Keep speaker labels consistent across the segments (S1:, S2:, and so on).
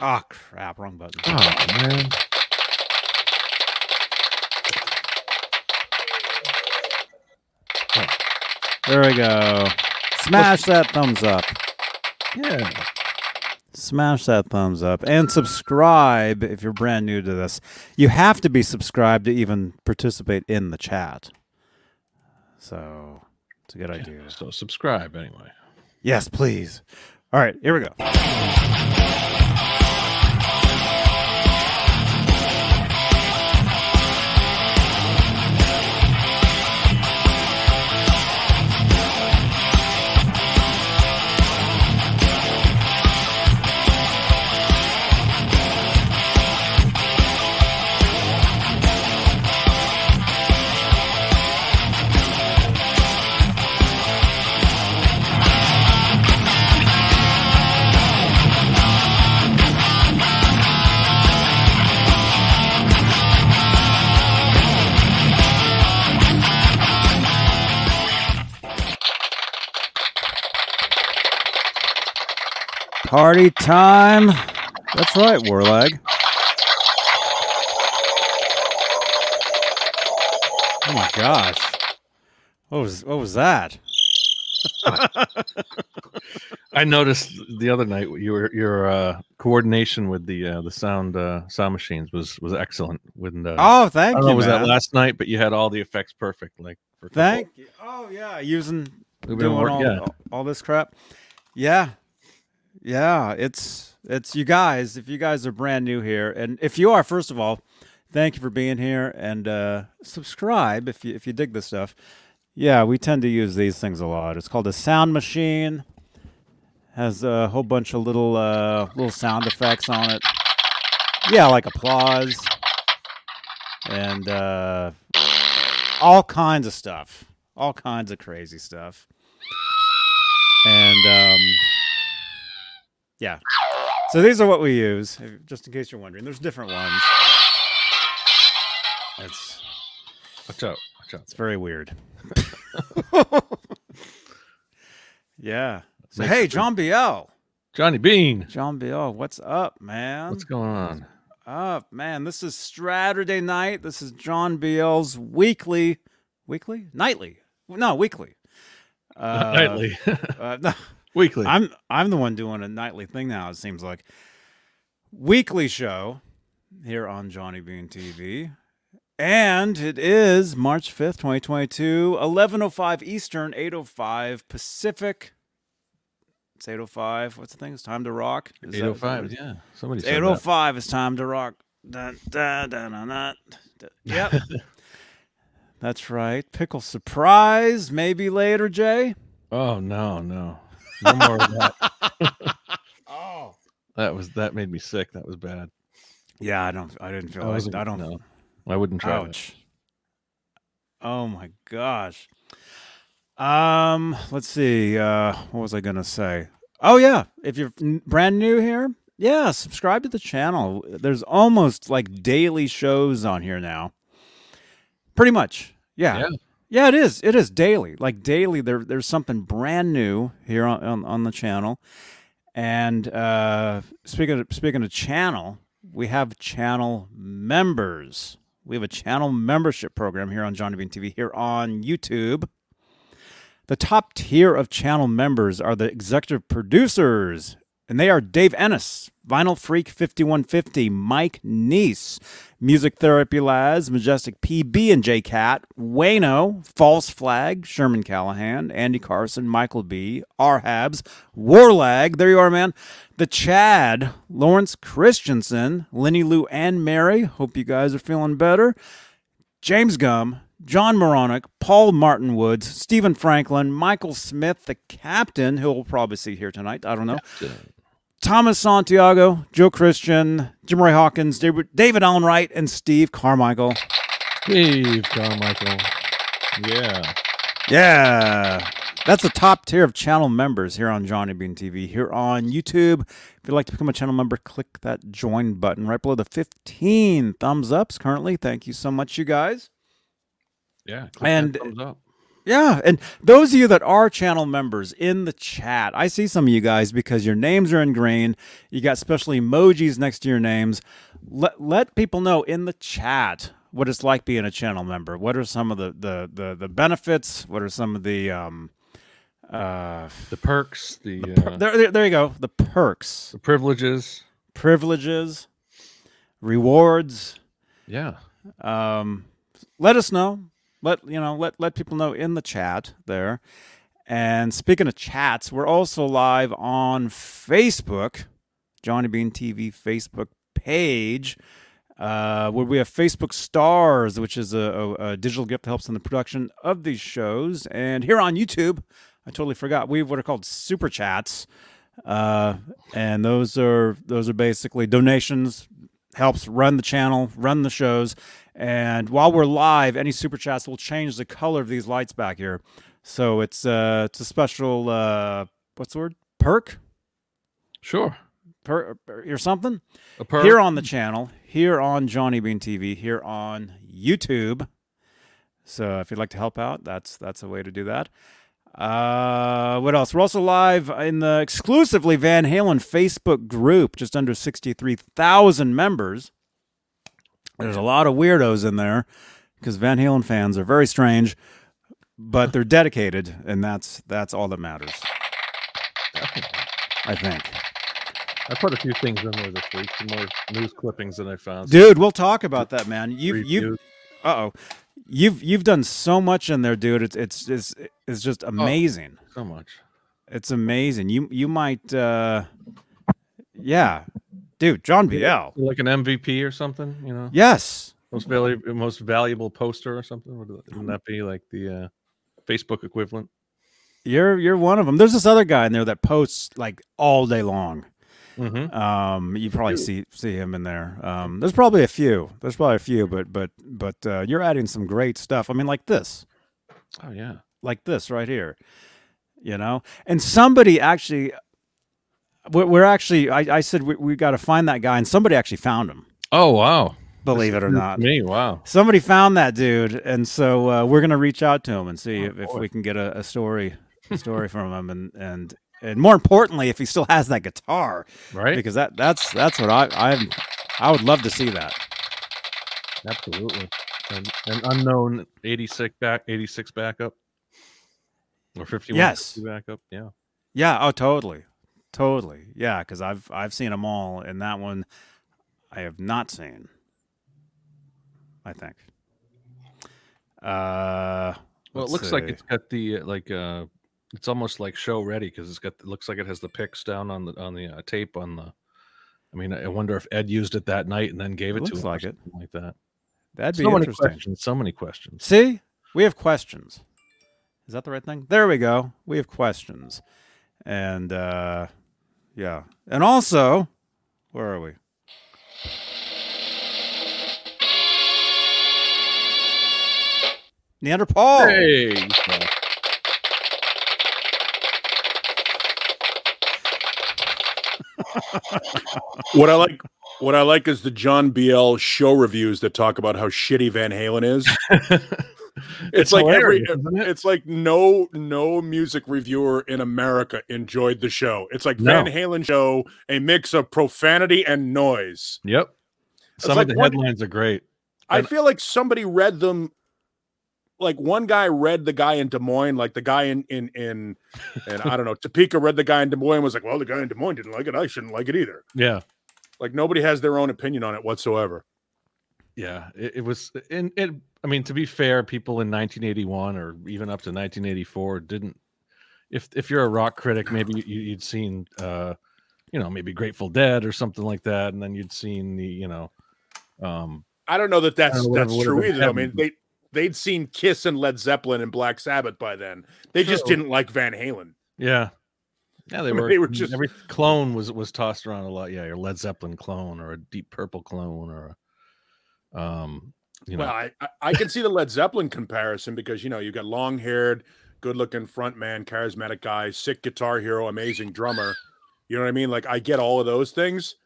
S1: Oh crap! Wrong button.
S2: Oh man.
S1: There we go. Smash that thumbs up.
S2: Yeah.
S1: Smash that thumbs up and subscribe if you're brand new to this. You have to be subscribed to even participate in the chat. So it's a good idea.
S2: So subscribe anyway.
S1: Yes, please. All right, here we go. Party time. That's right, Warlag. Oh my gosh. What was what was that?
S2: I noticed the other night your your uh, coordination with the uh, the sound uh, sound machines was was excellent. When uh,
S1: Oh,
S2: I
S1: thank
S2: don't
S1: you.
S2: know, was
S1: man.
S2: that last night? But you had all the effects perfect. Like for a couple-
S1: Thank you. Oh yeah, using
S2: We've been
S1: doing
S2: work-
S1: all,
S2: yeah.
S1: all this crap. Yeah. Yeah, it's it's you guys, if you guys are brand new here and if you are first of all, thank you for being here and uh subscribe if you if you dig this stuff. Yeah, we tend to use these things a lot. It's called a sound machine. Has a whole bunch of little uh little sound effects on it. Yeah, like applause and uh all kinds of stuff, all kinds of crazy stuff. And um, yeah, so these are what we use, if- just in case you're wondering. There's different ones. It's
S2: Watch out! Watch out!
S1: it's very weird. yeah. So
S2: Makes
S1: hey,
S2: it-
S1: John Biel,
S2: Johnny Bean.
S1: John Biel, what's up, man?
S2: What's going on?
S1: up, man? This is Saturday night. This is John Biel's weekly, weekly, nightly. No, weekly. Uh,
S2: Nightly,
S1: Uh, no,
S2: weekly.
S1: I'm I'm the one doing a nightly thing now. It seems like weekly show here on Johnny Bean TV, and it is March fifth, twenty twenty two, eleven oh five Eastern, eight oh five Pacific. It's eight oh five. What's the thing? It's time to rock. Is that-
S2: Eight oh five. Yeah. Somebody
S1: it's
S2: said that.
S1: 805. It's time to rock. Dun, dun, dun, dun, dun. D- Yep. That's right. Pickle surprise. Maybe later, Jay.
S2: Oh no, no, no more of that.
S1: Oh.
S2: That was that made me sick. That was bad.
S1: Yeah, I don't. I didn't feel.
S2: I
S1: I,
S2: wasn't-
S1: I don't.
S2: no. I wouldn't try it.
S1: Ouch. Oh my gosh. Um, let's see. Uh, what was I gonna say? Oh yeah, if you're n- brand new here, yeah, subscribe to the channel. There's almost like daily shows on here now. Pretty much. Yeah.
S2: Yeah.
S1: Yeah, it is. It is daily. Like daily there there's something brand new here on on, on the channel. And uh speaking of, speaking of channel, we have channel members. We have a channel membership program here on Johnny Bean TV here on YouTube. The top tier of channel members are the executive producers, and they are Dave Ennis, Vinyl Freak 5150, Mike Neese, Music Therapy Lads, Majestic PB and J Cat, Wayno, False Flag, Sherman Callahan, Andy Carson, Michael B, R Habs, Warlag, there you are, man. The Chad, Lawrence Christensen, Lenny Lou and Mary, hope you guys are feeling better. James Gum, John Moronic, Paul Martin Woods, Stephen Franklin, Michael Smith, the captain, who we'll probably see here tonight. I don't know. Thomas Santiago, Joe Christian, Jim Ray Hawkins, David David Allen Wright, and Steve Carmichael.
S2: Steve Carmichael. Yeah.
S1: Yeah. That's the top tier of channel members here on Johnny Bean TV, here on YouTube. If you'd like to become a channel member, click that join button right below the 15 thumbs ups currently. Thank you so much, you guys.
S2: Yeah. click that
S1: And-
S2: thumbs up.
S1: Yeah, and those of you that are channel members in the chat, I see some of you guys because your names are in green. You got special emojis next to your names. Let let people know in the chat what it's like being a channel member. What are some of the the the, the benefits? What are some of the um uh
S2: The perks, the, uh,
S1: there, there there you go, the perks,
S2: the privileges.
S1: privileges, rewards.
S2: Yeah.
S1: um, let us know. Let you know. Let let people know in the chat there. And speaking of chats, we're also live on Facebook, Johnny Bean TV Facebook page, uh, where we have Facebook Stars, which is a, a, a digital gift that helps in the production of these shows. And here on YouTube, I totally forgot we have what are called super chats, uh, and those are those are basically donations helps run the channel, run the shows. And while we're live, any super chats will change the color of these lights back here. So it's uh it's a special uh what's the word? Perk?
S2: Sure.
S1: Per- or something?
S2: A perk.
S1: Here on the channel, here on Johnny Bean TV, here on YouTube. So if you'd like to help out, that's that's a way to do that. Uh, what else? We're also live in the exclusively Van Halen Facebook group, just under 63,000 members. There's a lot of weirdos in there because Van Halen fans are very strange, but they're dedicated, and that's that's all that matters. I think.
S2: I put a few things in there this week. Some more news clippings that I found.
S1: Dude, we'll talk about that, man. You
S2: Reviews.
S1: you uh oh. You've you've done so much in there, dude. It's it's it's it's just amazing.
S2: so much.
S1: It's amazing. You you might uh yeah. Dude, John BL.
S2: Like an MVP or something, you know?
S1: Yes.
S2: Most valuable most valuable poster or something. Would- Wouldn't that be like the uh, Facebook equivalent?
S1: You're you're one of them. There's this other guy in there that posts like all day long.
S2: Mm-hmm.
S1: Um you probably see see him in there. Um there's probably a few. There's probably a few, but but but uh you're adding some great stuff. I mean like this.
S2: Oh yeah.
S1: like this right here you know and somebody actually we're, we're actually i, I said we, we got to find that guy and somebody actually found him
S2: Oh wow.
S1: believe it or not
S2: Me, wow.
S1: somebody found that dude and so uh, we're gonna reach out to him and see
S2: Oh,
S1: if, if
S2: boy.
S1: we can get a, a story a story from him and and and more importantly if he still has that guitar
S2: Right?
S1: because that that's that's what i i i would love to see that
S2: Absolutely. An, an unknown 86 back 86 backup or 51
S1: Yes.
S2: 50 backup. Yeah.
S1: Yeah. Oh, totally, totally. Yeah, because I've I've seen them all, and that one I have not seen. I think. Uh,
S2: Well,
S1: let's
S2: it looks like
S1: see.
S2: it's got the uh, like uh it's almost like show ready because it's got it looks like it has the picks down on the on the uh, tape on the I mean, I wonder if Ed used it that night and then gave it, to
S1: Looks
S2: him or
S1: like it.
S2: something like that.
S1: that'd be
S2: So many
S1: interesting.
S2: questions, so many questions.
S1: See, we have questions. Is that the right thing? There we go. We have questions, and uh, yeah, and also, where are we? Neanderthal.
S2: Hey, you smell.
S3: What I like, what I like is the John BL show reviews that talk about how shitty Van Halen is. It's, like every,
S2: hilarious, isn't it?
S3: it's like no, no music reviewer in America enjoyed the show. It's like
S2: No.
S3: Van Halen show, a mix of profanity and noise.
S2: Yep. Some
S3: like
S2: of the
S3: one-
S2: headlines are great.
S3: I
S2: And-
S3: feel like somebody read them. Like one guy read the guy in Des Moines, like the guy in in in, and I don't know Topeka read the guy in Des Moines and was like, well, the guy in Des Moines didn't like it, I shouldn't like it either.
S2: Yeah.
S3: Like nobody has their own opinion on it whatsoever.
S2: Yeah, it, it was. And it, I mean, to be fair, people in 1981 or even up to 1984 didn't. If if you're a rock critic, maybe you, you- you'd seen, uh, you know, maybe Grateful Dead or something like that, and then you'd seen the, you know, um,
S3: I don't know that that's
S2: know, whatever
S3: that's
S2: would have
S3: true
S2: been
S3: either. I mean,
S2: heaven.
S3: they they'd seen Kiss and Led Zeppelin and Black Sabbath by then. They just
S2: True.
S3: didn't like Van Halen.
S2: yeah, yeah, they
S3: mean,
S2: were.
S3: they were
S2: I mean,
S3: just-
S2: every clone was was tossed around a lot. Yeah, your Led Zeppelin clone or a Deep Purple clone or, a, um, you know,
S3: Well, I, I I can see the Led Zeppelin comparison because you know you got long haired, good looking front man, charismatic guy, sick guitar hero, amazing drummer. You know what I mean? Like I get all of those things,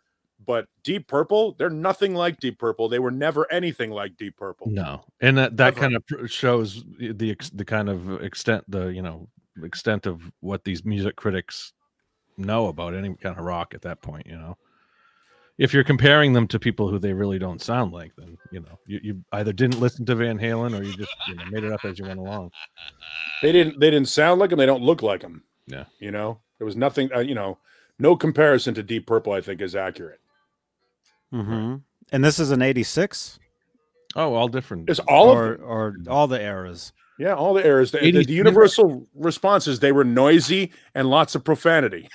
S3: But Deep Purple, they're nothing like Deep Purple. They were never anything like Deep Purple.
S2: No, and that, that
S3: Ever.
S2: kind of pr- shows the ex- the kind of extent the you know extent of what these music critics know about any kind of rock at that point. You know, if you're comparing them to people who they really don't sound like, then you know you, you either didn't listen to Van Halen or you just you know, made it up as you went along.
S3: They didn't. They didn't sound like them. They don't look like them.
S2: Yeah.
S3: You know, there was nothing. Uh, you know, no comparison to Deep Purple. I think is accurate.
S1: Mm-hmm. And this is an '86
S2: Oh, all different.
S3: It's all of
S1: or,
S3: them.
S1: or all the eras.
S3: Yeah, all the errors. The, the-
S2: 80s
S3: the universal response is they were noisy and lots of profanity.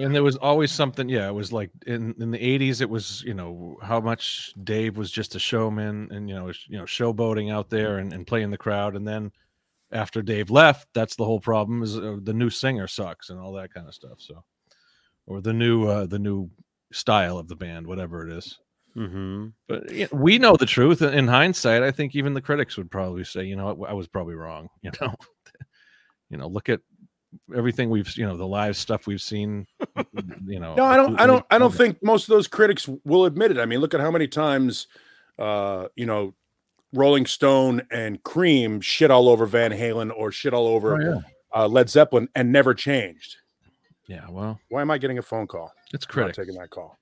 S2: and there was always something yeah it was like in in the 80s it was you know how much dave was just a showman and you know sh- you know showboating out there and, and playing the crowd and then after dave left that's the whole problem is uh, the new singer sucks and all that kind of stuff so or the new uh, the new style of the band whatever it is
S1: Mm-hmm.
S2: but yeah, we know the truth in hindsight i think even the critics would probably say you know i was probably wrong you know you know look at everything we've you know the live stuff we've seen you know
S3: No, I don't. I don't. I don't
S2: think.
S3: think most of those critics will admit it. I mean, look at how many times, uh, you know, Rolling Stone and Cream shit all over Van Halen or shit all over
S2: Oh, yeah.
S3: uh, Led Zeppelin and never changed.
S2: well,
S3: Why am I getting a phone call?
S2: it's
S3: I'm not
S2: critics.
S3: taking that call.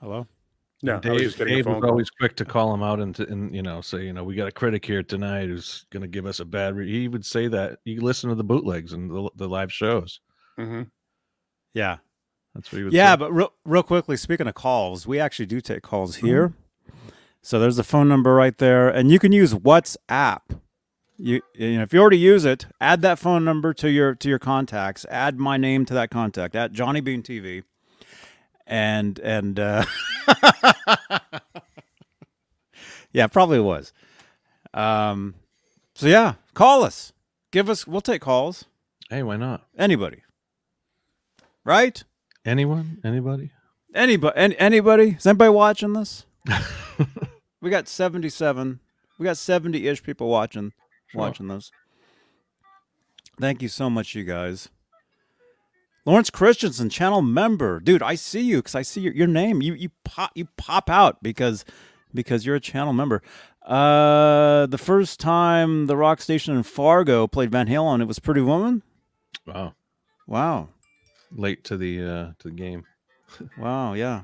S1: Hello.
S3: No, I was
S2: Dave,
S3: just getting a
S2: Dave
S3: phone
S2: was
S3: call.
S2: always quick to call him out and, to, and you know say you know we got a critic here tonight who's going to give us a bad. Re-. He would say that you listen to the bootlegs and the, the live shows.
S3: Mhm.
S1: Yeah.
S2: That's what he would.
S1: Yeah,
S2: say.
S1: but real, real quickly, speaking of calls, we actually do take calls here. So there's a phone number right there, and you can use WhatsApp. You, you know, if you already use it, add that phone number to your to your contacts. Add my name to that contact at Johnny Bean TV, and and uh, yeah, probably was. Um, so yeah, call us. Give us. We'll take calls.
S2: hey, why not?
S1: Anybody, right?
S2: Anyone? Anybody?
S1: Anybody? An- anybody? Is anybody watching this? we got seventy-seven. We got seventy-ish people watching watching this. Thank you so much, you guys. Lawrence Christensen, channel member, dude. I see you because I see your, your name. You you pop you pop out because because you're a channel member. Uh, the first time the rock station in Fargo played Van Halen, it was Pretty Woman.
S2: Wow,
S1: Wow.
S2: late to the uh to the game.
S1: Wow, yeah.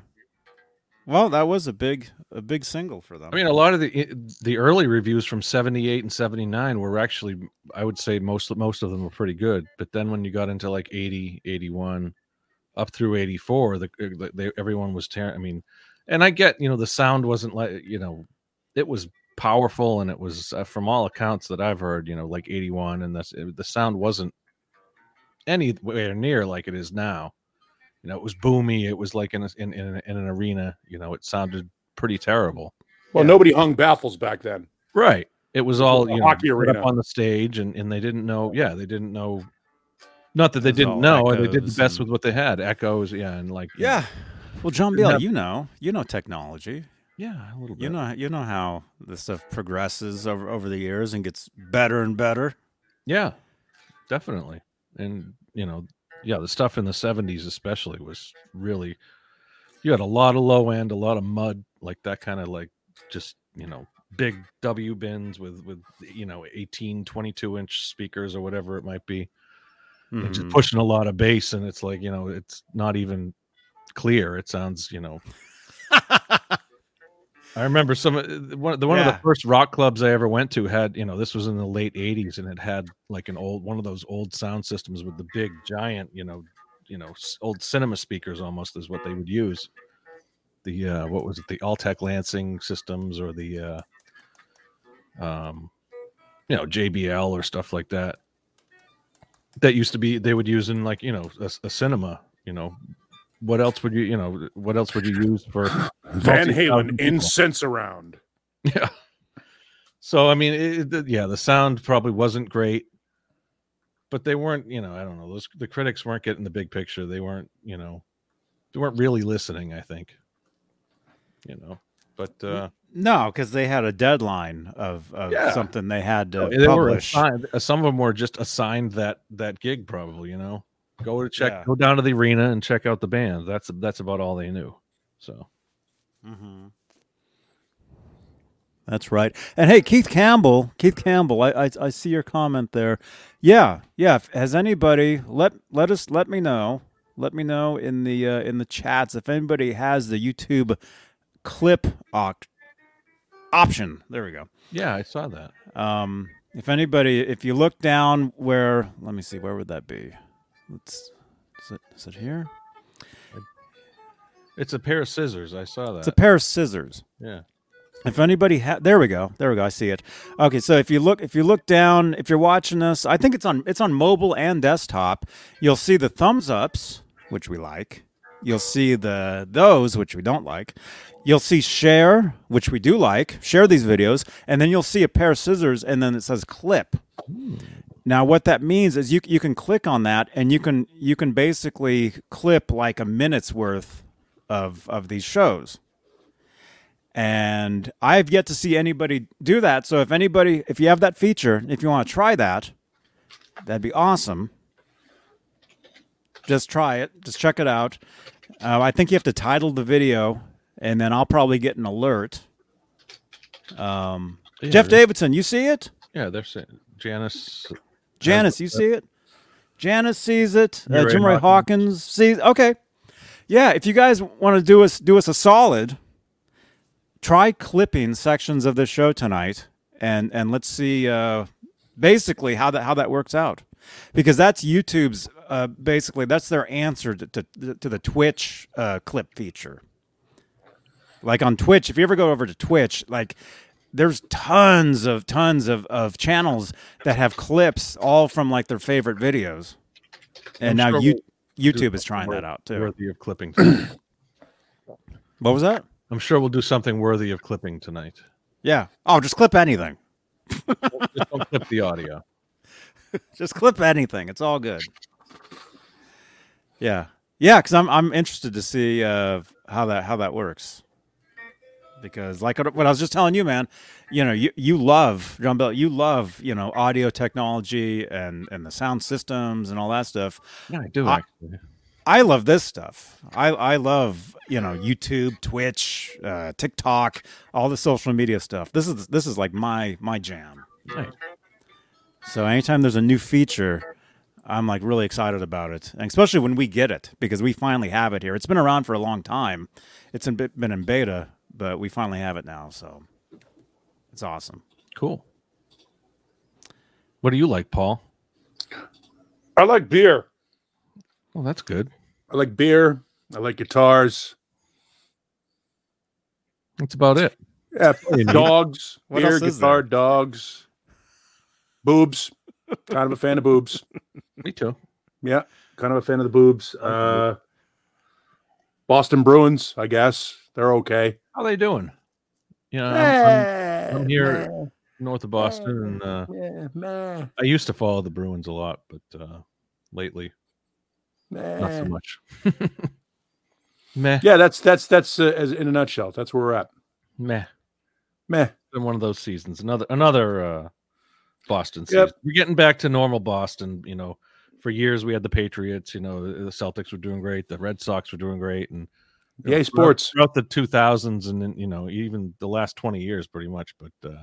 S1: Well, that was a big a big single for them.
S2: I mean, a lot of the the early reviews from '78 and '79 were actually, I would say, most most of them were pretty good. But then when you got into like '80, '81, up through '84, the, eh, the they, everyone was tearing. I mean, and I get, you know, the sound wasn't like, you know, it was powerful and it was uh, from all accounts that I've heard, you know, like '81, and that's it, the sound wasn't anywhere near like it is now. You know, it was boomy. It was like in a, in, in, an, in an arena. You know, it sounded pretty terrible.
S3: Well, nobody hung baffles back then.
S2: Right. It was all
S3: a
S2: you know,
S3: hockey
S2: put up
S3: arena.
S2: on the stage, and, and they didn't know. Yeah, they didn't know. Not that they
S1: It was all
S2: didn't know, and they did the
S1: echoes
S2: best
S1: and-
S2: with what they had. Echoes, yeah, and like you know,
S1: yeah. Well, John
S2: Didn't
S1: Biel,
S2: have-
S1: you know, you know technology.
S2: yeah, a little bit.
S1: You know, you know how this stuff progresses over over the years and gets better and better.
S2: yeah, definitely. And you know, yeah, the stuff in the '70s especially was really. You had a lot of low end, a lot of mud, like that kind of like just you know big W bins with with you know 18, 22 inch speakers or whatever it might be. They're
S1: Mhm.
S2: just pushing a lot of bass and it's like you know it's not even clear it sounds you know
S1: Mm-hmm.
S2: i remember some uh, one, the one of
S1: Yeah.
S2: the first rock clubs i ever went to had you know this was in the late 80s and it had like an old one of those old sound systems with the big giant you know you know s- old cinema speakers almost is what they would use the uh what was it the alltech lansing systems or the uh um you know jbl or stuff like that that used to be they would use in like you know a, a cinema you know what else would you you know what else would you use for
S3: Van
S2: multi-thousand
S3: Halen
S2: people?
S3: incense around.
S2: yeah so i mean it, it- yeah the sound probably wasn't great but they weren't you know i don't know those the critics weren't getting the big picture they weren't you know they weren't really listening i think you know but uh
S1: No, because they had a deadline of, of
S2: Yeah.
S1: something they had to
S2: they were uh,
S1: publish.
S2: assigned, some of them were just assigned that that gig probably you know Go to check.
S1: Yeah.
S2: Go down to the arena and check out the band. That's that's about all they knew. So
S1: Mm-hmm. That's right. And hey, Keith Campbell, Keith Campbell, I, I I see your comment there. Yeah, yeah. if- Has anybody let let us let me know? Let me know in the uh, in the chats if anybody has the YouTube clip op- option. There we go.
S2: yeah, I saw that.
S1: Um, if anybody, if you look down where, let me see, where would that be? Let's. Is it, is it here?
S2: It's a pair of scissors. I saw that.
S1: It's a pair of scissors.
S2: yeah.
S1: If anybody ha- there we go. There we go. I see it. Okay, so if you look if you look down, if you're watching this, I think it's on it's on mobile and desktop. You'll see the thumbs ups, which we like. You'll see the those which we don't like. You'll see share, which we do like. Share these videos, and then you'll see a pair of scissors and then it says clip. Now what that means is you you can click on that and you can you can basically clip like a minute's worth of of these shows and I've yet to see anybody do that. So if anybody, if you have that feature, if you want to try that, that'd be awesome. Just try it. Just check it out. Uh, I think you have to title the video, and then I'll probably get an alert. Um,
S2: Yeah,
S1: Jeff
S2: they're-
S1: Davidson, you see it?
S2: Yeah, they're saying Janice.
S1: Janice, you see it? Janice sees it. Uh,
S2: Ray
S1: Jim Ray
S2: Hawkins.
S1: Hawkins sees. Okay, yeah. If you guys want to do us do us a solid, try clipping sections of the show tonight, and and let's see uh, basically how that how that works out, because that's YouTube's uh, basically that's their answer to to, to the Twitch uh, clip feature. Like on Twitch, if you ever go over to Twitch, like there's tons of tons of, of channels that have clips all from like their favorite videos. And
S2: I'm
S1: now
S2: sure
S1: you, YouTube
S2: do
S1: is trying that
S2: something
S1: out too.
S2: Worthy of clipping. tonight.
S1: What was that?
S2: I'm sure we'll do something worthy of clipping tonight.
S1: Yeah. Oh, just clip anything.
S2: Just don't clip the audio.
S1: Just clip anything. It's all good. Yeah. Yeah, cuz I'm I'm interested to see uh how that how that works. Because like what what I was just telling you, man, you know, you, you love John Bell, you love, you know, audio technology and and the sound systems and all that stuff.
S2: Yeah, I do.
S1: I-
S2: actually.
S1: I love this stuff. I, I love you know YouTube, Twitch, uh, TikTok, all the social media stuff. This is this is like my my jam.
S2: Nice.
S1: So anytime there's a new feature, I'm like really excited about it, and especially when we get it because we finally have it here. It's been around for a long time. It's in, been in beta, but we finally have it now. So it's awesome.
S2: Cool. What do you like, Paul?
S3: I like beer.
S2: Well, that's good.
S3: I like beer. I like guitars.
S2: That's about it.
S3: Yeah, dogs.
S1: What
S3: beer,
S1: else is
S3: guitar,
S1: there?
S3: dogs, boobs. kind of a fan of boobs.
S2: Me too.
S3: Yeah, kind of a fan of the boobs. Uh, Boston Bruins, I guess they're okay.
S2: How they doing? You know, I'm,
S3: Yeah,
S2: Um, I'm here north of Boston, and uh,
S3: Yeah, meh,
S2: I used to follow the Bruins a lot, but uh, lately not so
S3: meh.
S2: much. meh,
S3: Yeah, that's that's that's uh, as in a nutshell. That's where we're at.
S2: meh.
S3: Meh.
S2: Been one of those seasons. Another, another uh, Boston season.
S3: Yep.
S2: We're getting back to normal Boston. You know, for years we had the Patriots. You know, the Celtics were doing great. The Red Sox were doing great, and you know,
S3: Yay,
S2: throughout-
S3: sports.
S2: throughout the 2000s and then, you know even the last 20 years pretty much but uh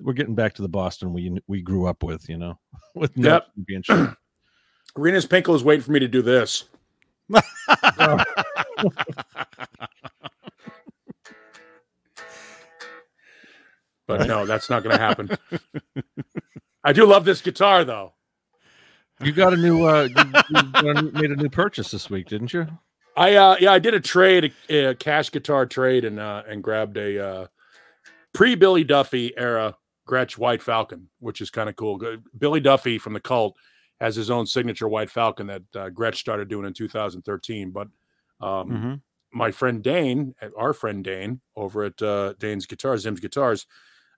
S2: we're getting back to the boston we kn- we grew up with you know with no
S3: Yep.
S2: championship
S3: Renas Pinkel is waiting for me to do this. But no, that's not going to happen. I do love this guitar, though.
S2: you got a new uh you, you got a new- made a new purchase this week didn't you
S3: I uh, yeah, I did a trade, a, a cash guitar trade, and uh, and grabbed a uh, pre Billy Duffy era Gretsch White Falcon, which is kind of cool. Good- Billy Duffy from the Cult has his own signature White Falcon that uh, Gretsch started doing in 2013. But um,
S1: Mm-hmm.
S3: my friend Dane, uh, our friend Dane over at uh, Dane's Guitars, Zim's Guitars,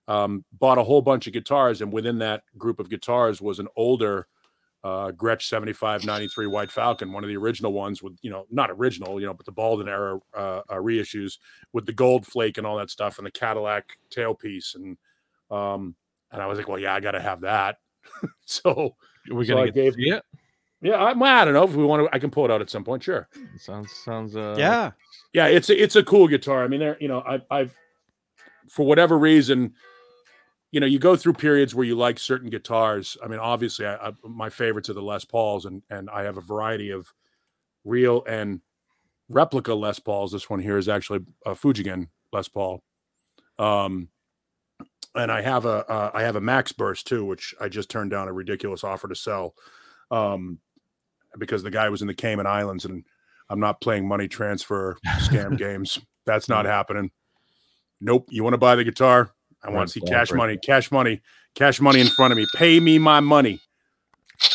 S3: um, bought a whole bunch of guitars, and within that group of guitars was an older uh, Gretsch 7593 White Falcon, one of the original ones with you know not original, you know, but the Baldwin era uh, uh, reissues with the gold flake and all that stuff, and the Cadillac tailpiece, and um, and I was like, well, yeah, I got to have that, so
S2: we're
S3: So
S2: gonna
S3: I
S2: get
S3: gave-
S2: to see it
S3: Yeah, I, well, I don't know if we want to. I can pull it out at some point. Sure.
S2: It sounds sounds uh,
S1: yeah.
S3: Yeah, it's a, it's a cool guitar. I mean, there, you know, I, I've for whatever reason, you know, you go through periods where you like certain guitars. I mean, obviously, I, I, my favorites are the Les Pauls, and and I have a variety of real and replica Les Pauls. This one here is actually a Fujigen Les Paul. Um, and I have a uh, I have a Max Burst too, which I just turned down a ridiculous offer to sell, um, because the guy was in the Cayman Islands, and I'm not playing money transfer scam games. That's not happening. Nope. You want to buy the guitar? I want to see
S2: Right,
S3: cash
S2: right.
S3: money, cash money, cash money in front of me. Pay me my money.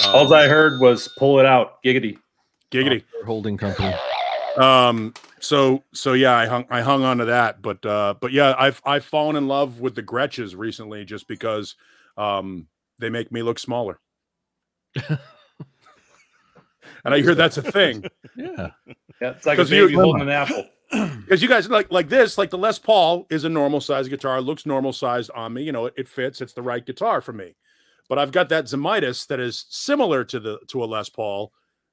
S3: Um,
S4: All I heard was pull it out, giggity.
S3: giggity.
S2: holding company.
S3: um so so yeah i hung i hung on to that but uh but yeah i've i've fallen in love with the gretches recently just because um they make me look smaller and i hear that's a thing
S2: Yeah,
S4: Yeah, it's like a
S3: 'Cause you-
S4: baby holding an apple.
S3: because you guys like like this like the les paul is a normal size guitar looks normal sized on me you know it, it fits it's the right guitar for me but i've got that zemitis that is similar to the to a les paul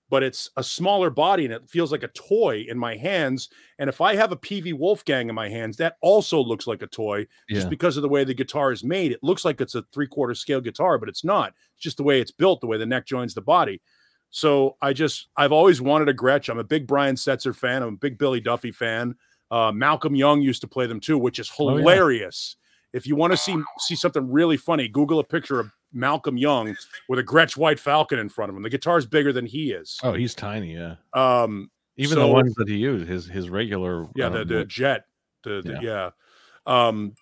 S3: but it's a smaller body and it feels like a toy in my hands and if i have a pv wolfgang in my hands that also looks like a toy
S2: yeah.
S3: just because of the way the guitar is made. It looks like it's a three quarter scale guitar, but it's not. It's just the way it's built, the way the neck joins the body. So I just, I've always wanted a Gretsch. I'm a big Brian Setzer fan. I'm a big Billy Duffy fan. Uh, Malcolm Young used to play them too, which is
S2: Oh, yeah.
S3: hilarious. If you want to see see something really funny, Google a picture of Malcolm Young with a Gretsch White Falcon in front of him. The guitar's bigger than he is.
S2: Oh, he's tiny. Yeah,
S3: Um,
S2: even
S3: So-
S2: the ones that he used, his his regular. uh,
S3: yeah
S2: I
S3: the,
S2: don't
S3: the
S2: know.
S3: jet the, the yeah. um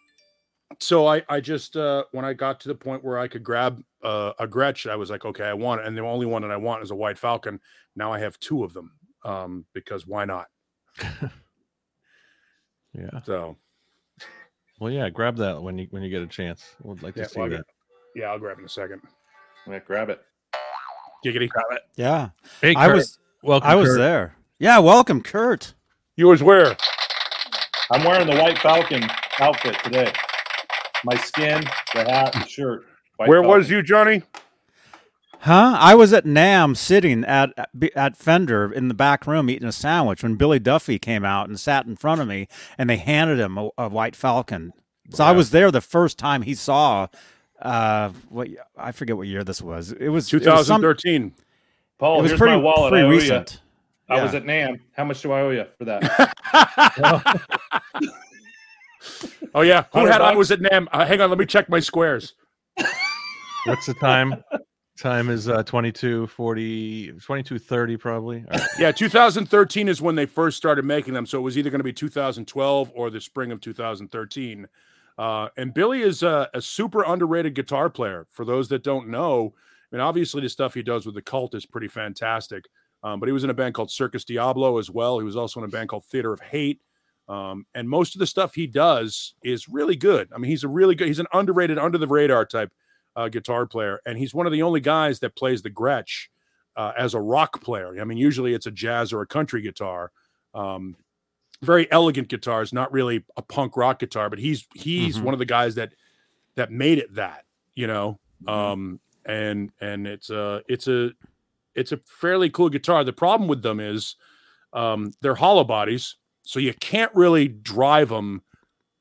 S3: so i i just uh when i got to the point where i could grab uh, a gretsch i was like okay i want it and the only one that i want is a white falcon now i have two of them um because why not
S2: yeah.
S3: so
S2: Well, yeah. Grab that when you when you get a chance. Would like
S3: Yeah,
S2: to see
S3: well, I
S2: that.
S3: got- yeah i'll grab it in a second
S4: Yeah, grab it.
S3: giggity
S1: Yeah.
S2: Hey,
S1: I
S2: Kurt,
S1: was
S2: welcome.
S1: I was
S2: Kurt.
S1: there. Yeah, welcome, Kurt.
S3: you was where
S4: I'm wearing the White Falcon outfit today. My skin, the hat, the shirt. White
S3: where
S4: Falcon.
S3: was you johnny
S1: Huh? I was at Nam sitting at at Fender in the back room eating a sandwich when Billy Duffy came out and sat in front of me and they handed him a, a White Falcon. So I was there the first time he saw uh what I forget what year this was. It was it was some-
S3: 2013
S4: Paul,
S1: it was
S4: here's
S1: pretty,
S4: my wallet.
S1: pretty
S4: I owe
S1: recent.
S4: you. I was
S1: Yeah.
S4: at NAM. How much do I owe you for that?
S3: oh yeah who
S4: Hundred
S3: had i
S4: bucks?
S3: was at nam uh, hang on let me check my squares
S2: What's the time? time is uh 22 40 22 30 probably All right.
S3: yeah 2013 is when they first started making them so it was either going to be 2012 or the spring of 2013 uh, and billy is a, a super underrated guitar player for those that don't know i mean obviously the stuff he does with the cult is pretty fantastic um, but he was in a band called circus diablo as well he was also in a band called theater of hate um, and most of the stuff he does is really good i mean he's a really good he's an underrated under the radar type uh, guitar player and he's one of the only guys that plays the gretsch uh, as a rock player. I mean, usually it's a jazz or a country guitar. Um, very elegant guitars, not really a punk rock guitar, but he's he's
S1: Mhm.
S3: one of the guys that that made it that, you know. Um, and and it's a it's a it's a fairly cool guitar. The problem with them is um, they're hollow bodies, so you can't really drive them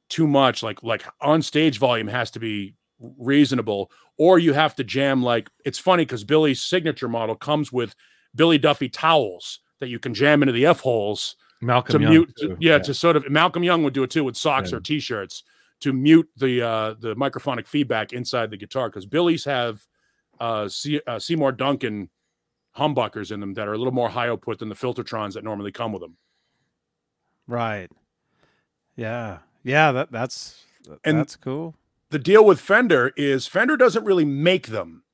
S3: too much. Like like on stage volume has to be reasonable, or you have to jam like it's funny because Billy's signature model comes with Billy Duffy towels that you can jam into the f holes to
S2: malcolm Young,
S3: mute.
S2: too.
S3: yeah, to sort of Malcolm Young would do it too with socks
S2: Yeah.
S3: or t-shirts to mute the uh, the microphonic feedback inside the guitar because Billy's have uh, Se- uh, Seymour Duncan humbuckers in them that are a little more high output than the filtertrons that normally come with them.
S1: Right. Yeah. Yeah, that that's
S3: And-
S1: that's cool.
S3: the deal with Fender is Fender doesn't really make them.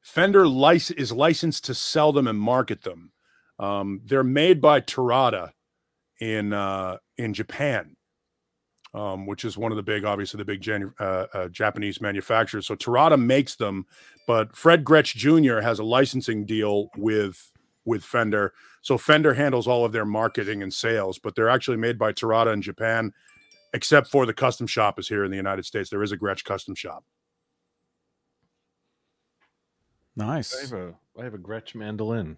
S3: Fender lic- is licensed to sell them and market them. Um, they're made by Torada in uh, in Japan, um, which is one of the big, obviously the big Janu- uh, uh, Japanese manufacturers. So Torada makes them, but Fred Gretsch Jr. has a licensing deal with with Fender. So Fender handles all of their marketing and sales, but they're actually made by Torada in Japan except for the custom shop is here in the United States. There is a Gretsch custom shop.
S1: Nice.
S2: Bravo. I have a Gretsch mandolin.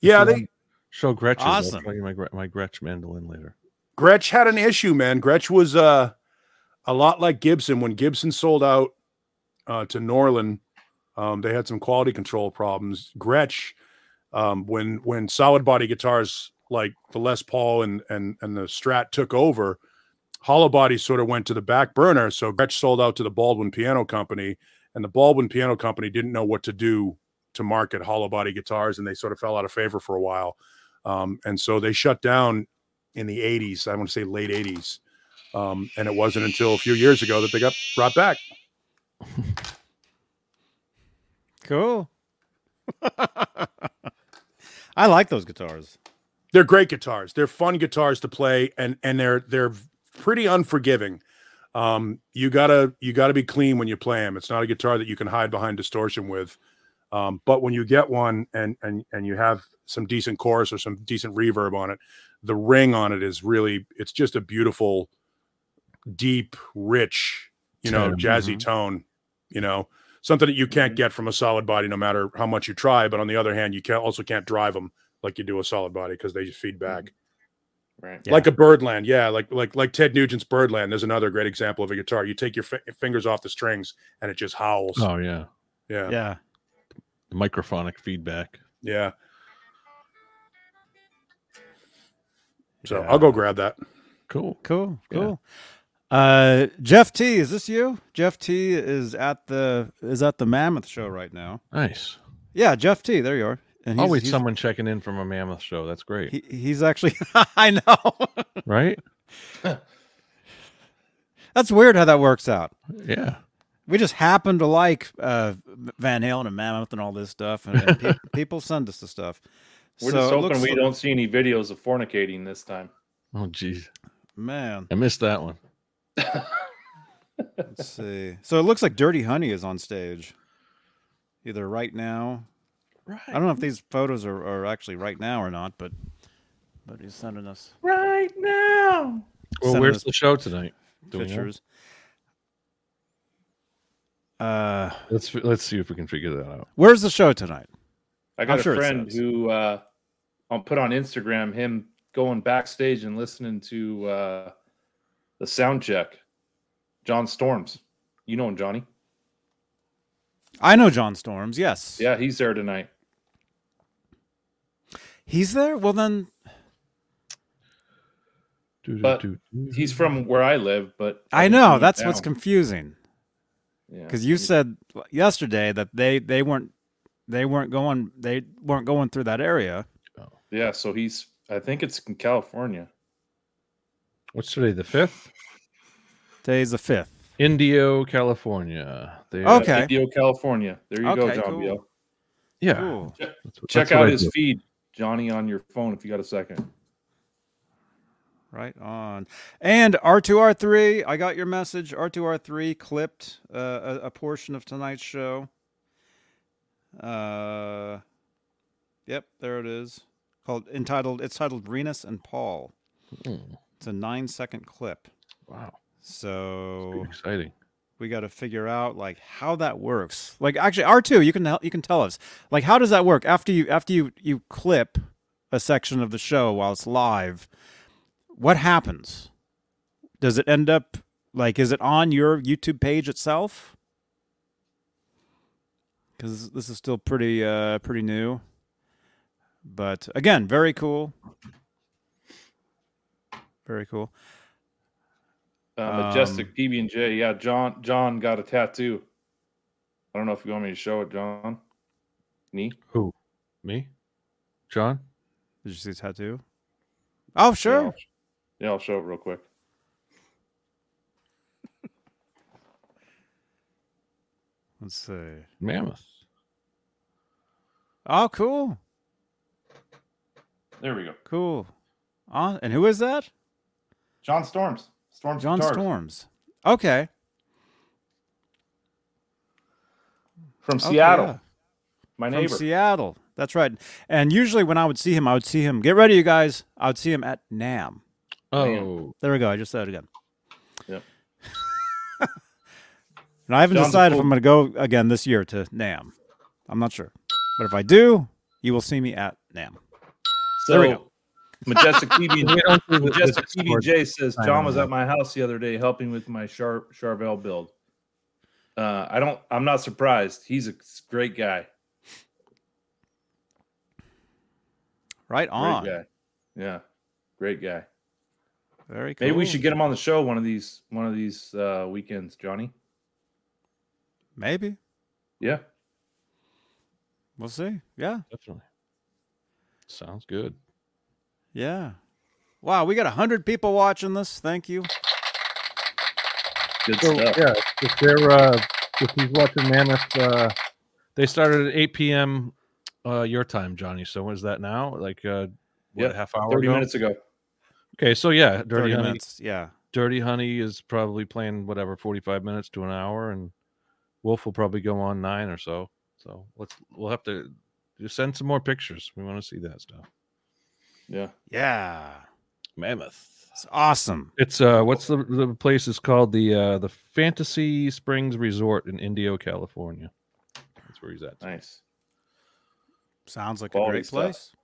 S3: Yeah,
S2: you
S3: they
S2: want- Show Gretch.
S1: Awesome.
S2: I'll show you my, Gre- my Gretsch mandolin later.
S3: Gretsch had an issue, man. Gretsch was uh, a lot like Gibson. When Gibson sold out uh, to Norlin, um, they had some quality control problems. Gretsch, um, when when solid body guitars like the Les Paul and and and the Strat took over, hollow body sort of went to the back burner. So Gretsch sold out to the Baldwin Piano Company, and the Baldwin Piano Company didn't know what to do to market hollow body guitars, and they sort of fell out of favor for a while. Um, and so they shut down in the 80s. I want to say late 80s. Um, and it wasn't until a few years ago that they got brought back.
S1: Cool. I like those guitars.
S3: They're great guitars. They're fun guitars to play, and and they're they're pretty unforgiving. Um, you gotta you gotta be clean when you play them. It's not a guitar that you can hide behind distortion with. Um, but when you get one and and and you have some decent chorus or some decent reverb on it, the ring on it is really it's just a beautiful, deep, rich, you know,
S2: Tone,
S3: jazzy tone. You know, something that you can't get from a solid body, no matter how much you try. But on the other hand, you can also can't drive them like you do a solid body because they just feed back
S4: Right.
S1: Yeah.
S3: like a birdland yeah like like like ted nugent's birdland there's another great example of a guitar you take your fi- fingers off the strings and it just howls
S2: Oh yeah,
S3: yeah yeah,
S1: Yeah.
S2: the microphonic feedback.
S3: so
S1: Yeah.
S3: i'll go grab that
S2: Cool.
S1: Cool.
S2: Yeah.
S1: Cool. Uh, Jeff T, is this you? Jeff T is at the is at the Mammoth show right now.
S2: Nice.
S1: Yeah, Jeff T. There you are. And he's,
S2: Always
S1: he's,
S2: someone checking in from a mammoth show. That's great,
S1: he, he's actually. I know.
S2: right?
S1: That's weird how that works out.
S2: Yeah.
S1: We just happen to like uh, Van Halen and Mammoth and all this stuff, and, and pe- people send us the stuff.
S4: We're
S1: So
S4: just
S1: it
S4: hoping
S1: looks
S4: we
S1: li-
S4: don't see any videos of fornicating this time.
S2: Oh geez,
S1: Man,
S2: I missed that one.
S1: let's see. So it looks like Dirty Honey is on stage, either right now.
S2: Right.
S1: I don't know if these photos are, are actually right now or not, but but he's sending us
S4: Right now.
S2: Well,
S1: sending
S2: where's
S1: us
S2: the show tonight? Do we know?
S1: pictures. Uh,
S2: Let's fi- let's see if we can figure that out.
S1: where's the show tonight?
S4: I got
S1: I'm
S4: a
S1: sure it
S4: friend
S1: says.
S4: who uh, I'll put on Instagram him going backstage and listening to uh, the sound check. John Storms. You know him, Johnny.
S1: I know John Storms. Yes.
S4: Yeah, he's there tonight.
S1: He's there. Well, then
S2: Do, do,
S4: But
S2: do, do.
S4: He's from where I live, but
S1: I
S4: haven't seen
S1: know
S4: him
S1: that's what's
S4: now.
S1: confusing.
S4: Yeah.
S1: because you said yesterday that they they weren't they weren't going they weren't going through that area
S4: Yeah, so he's I think it's in California.
S2: What's today? The fifth.
S1: today's the fifth
S2: Indio, California. They,
S1: Okay.
S4: Indio, California. There you go,
S1: Okay,
S4: John
S1: cool.
S4: Biel.
S2: Yeah.
S1: cool
S2: That's what-
S4: Check
S2: that's what
S4: out
S2: I
S4: his
S2: do.
S4: feed, Johnny, on your phone if you got a second.
S1: right on and r2r3 i got your message r2r3 clipped uh, a, a portion of tonight's show uh yep there it is called entitled it's titled renus and paul
S2: Mm,
S1: it's a nine second clip
S2: Wow. Pretty
S1: so
S2: Exciting.
S1: we got to figure out like how that works. Like actually, R two, you can hel- you can tell us like how does that work after you after you you clip a section of the show while it's live. What happens? Does it end up like is it on your YouTube page itself? Because this is still pretty uh pretty new, but again, very cool. Very cool.
S4: Uh,
S1: Um,
S4: Majestic PB and J. Yeah, John. John got a tattoo. I don't know if you want me to show it, John. Me?
S2: Who? Me? John?
S1: Did you see the tattoo? Oh
S4: Yeah, I'll-
S1: sure.
S4: yeah, I'll show it real quick.
S1: Let's see.
S2: Mammoth.
S1: Oh, cool.
S4: There we go.
S1: Cool. Uh, and who is that?
S4: John Storms. Storms.
S1: John
S4: Guitars
S1: Storms. Okay.
S4: from
S1: okay,
S4: Seattle.
S1: yeah.
S4: My
S1: From
S4: neighbor.
S1: Seattle. That's right. And usually when I would see him, I would see him. Get ready, you guys. I would see him at NAM.
S2: Oh.
S1: There we go. I just said it again.
S4: Yep.
S1: and I haven't
S4: John's a
S1: decided if
S4: cool-
S1: I'm going to go again this year to NAM. I'm not sure. But if I do, you will see me at NAM.
S4: So
S1: There we
S4: Majestic PB
S2: We don't do the- the
S4: Majestic
S2: Discord.
S4: PBJ says
S2: I
S4: John
S2: know
S4: was
S2: that.
S4: at my house the other day helping with my Char- Charvel build. Uh, I don't. I'm not surprised. He's a great guy.
S1: Right
S4: Great
S1: on.
S4: guy. Yeah, great guy.
S1: Very cool.
S4: Maybe we should get him on the show one of these one of these uh, weekends, Johnny.
S1: Maybe.
S4: Yeah.
S1: We'll see. Yeah.
S2: Definitely. Sounds good.
S1: Yeah. Wow, we got 100 people watching this. Thank you.
S4: Good
S2: So,
S4: stuff.
S2: yeah, if they're uh, if he's watching Mammoth, uh, they started at 8 p.m. Uh, your time, Johnny. So what is that now? Like uh, what
S4: Yep,
S2: a half hour?
S4: 30
S2: ago?
S4: minutes ago.
S2: Okay, so yeah,
S1: 30
S2: Dirty Honey.
S1: minutes. Yeah.
S2: Dirty Honey is probably playing whatever 45 minutes to an hour, and Wolf will probably go on nine or so. So let's we'll have to just send some more pictures. We want to see that stuff.
S4: Yeah.
S1: Yeah.
S2: Mammoth.
S1: It's awesome.
S2: It's uh, what's the the place is called the uh, the Fantasy Springs Resort in Indio, California. That's where he's at.
S4: Nice.
S1: Sounds like a
S4: Quality
S1: great
S4: stuff.
S1: place.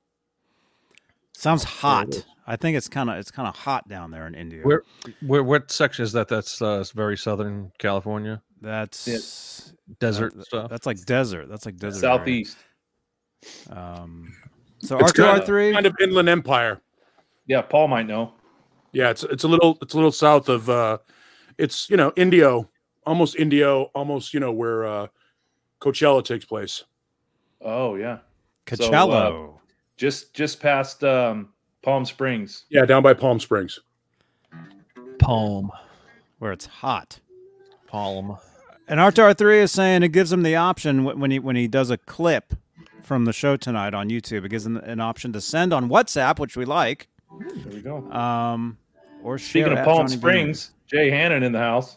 S1: Sounds hot.
S2: is.
S1: I think it's kind of it's kind of hot down there in India.
S2: Where- Where what section is that? That's uh, very southern California
S1: that's
S2: desert
S1: that-
S2: stuff.
S1: That's like desert. That's like desert. area.
S4: Southeast.
S1: Um, so
S3: It's
S1: R two R
S3: kinda-
S1: three.
S3: Kind of Inland Empire.
S4: Yeah, Paul might know.
S3: Yeah, it's it's a little it's a little south of uh it's you know Indio, almost Indio, almost you know where uh Coachella takes place.
S4: Oh yeah. So, uh,
S1: Coachella.
S4: Just just past um, Palm Springs.
S3: Yeah, down by Palm Springs.
S2: Palm,
S1: where it's hot.
S2: palm.
S1: And Artar three is saying it gives him the option wh- when he when he does a clip from the show tonight on YouTube. It gives him an option to send on WhatsApp, which we like,
S4: There we go.
S1: um, or share
S4: Speaking
S1: at
S4: of Palm
S1: Johnny B.
S4: Springs, Jay Hannon in the house.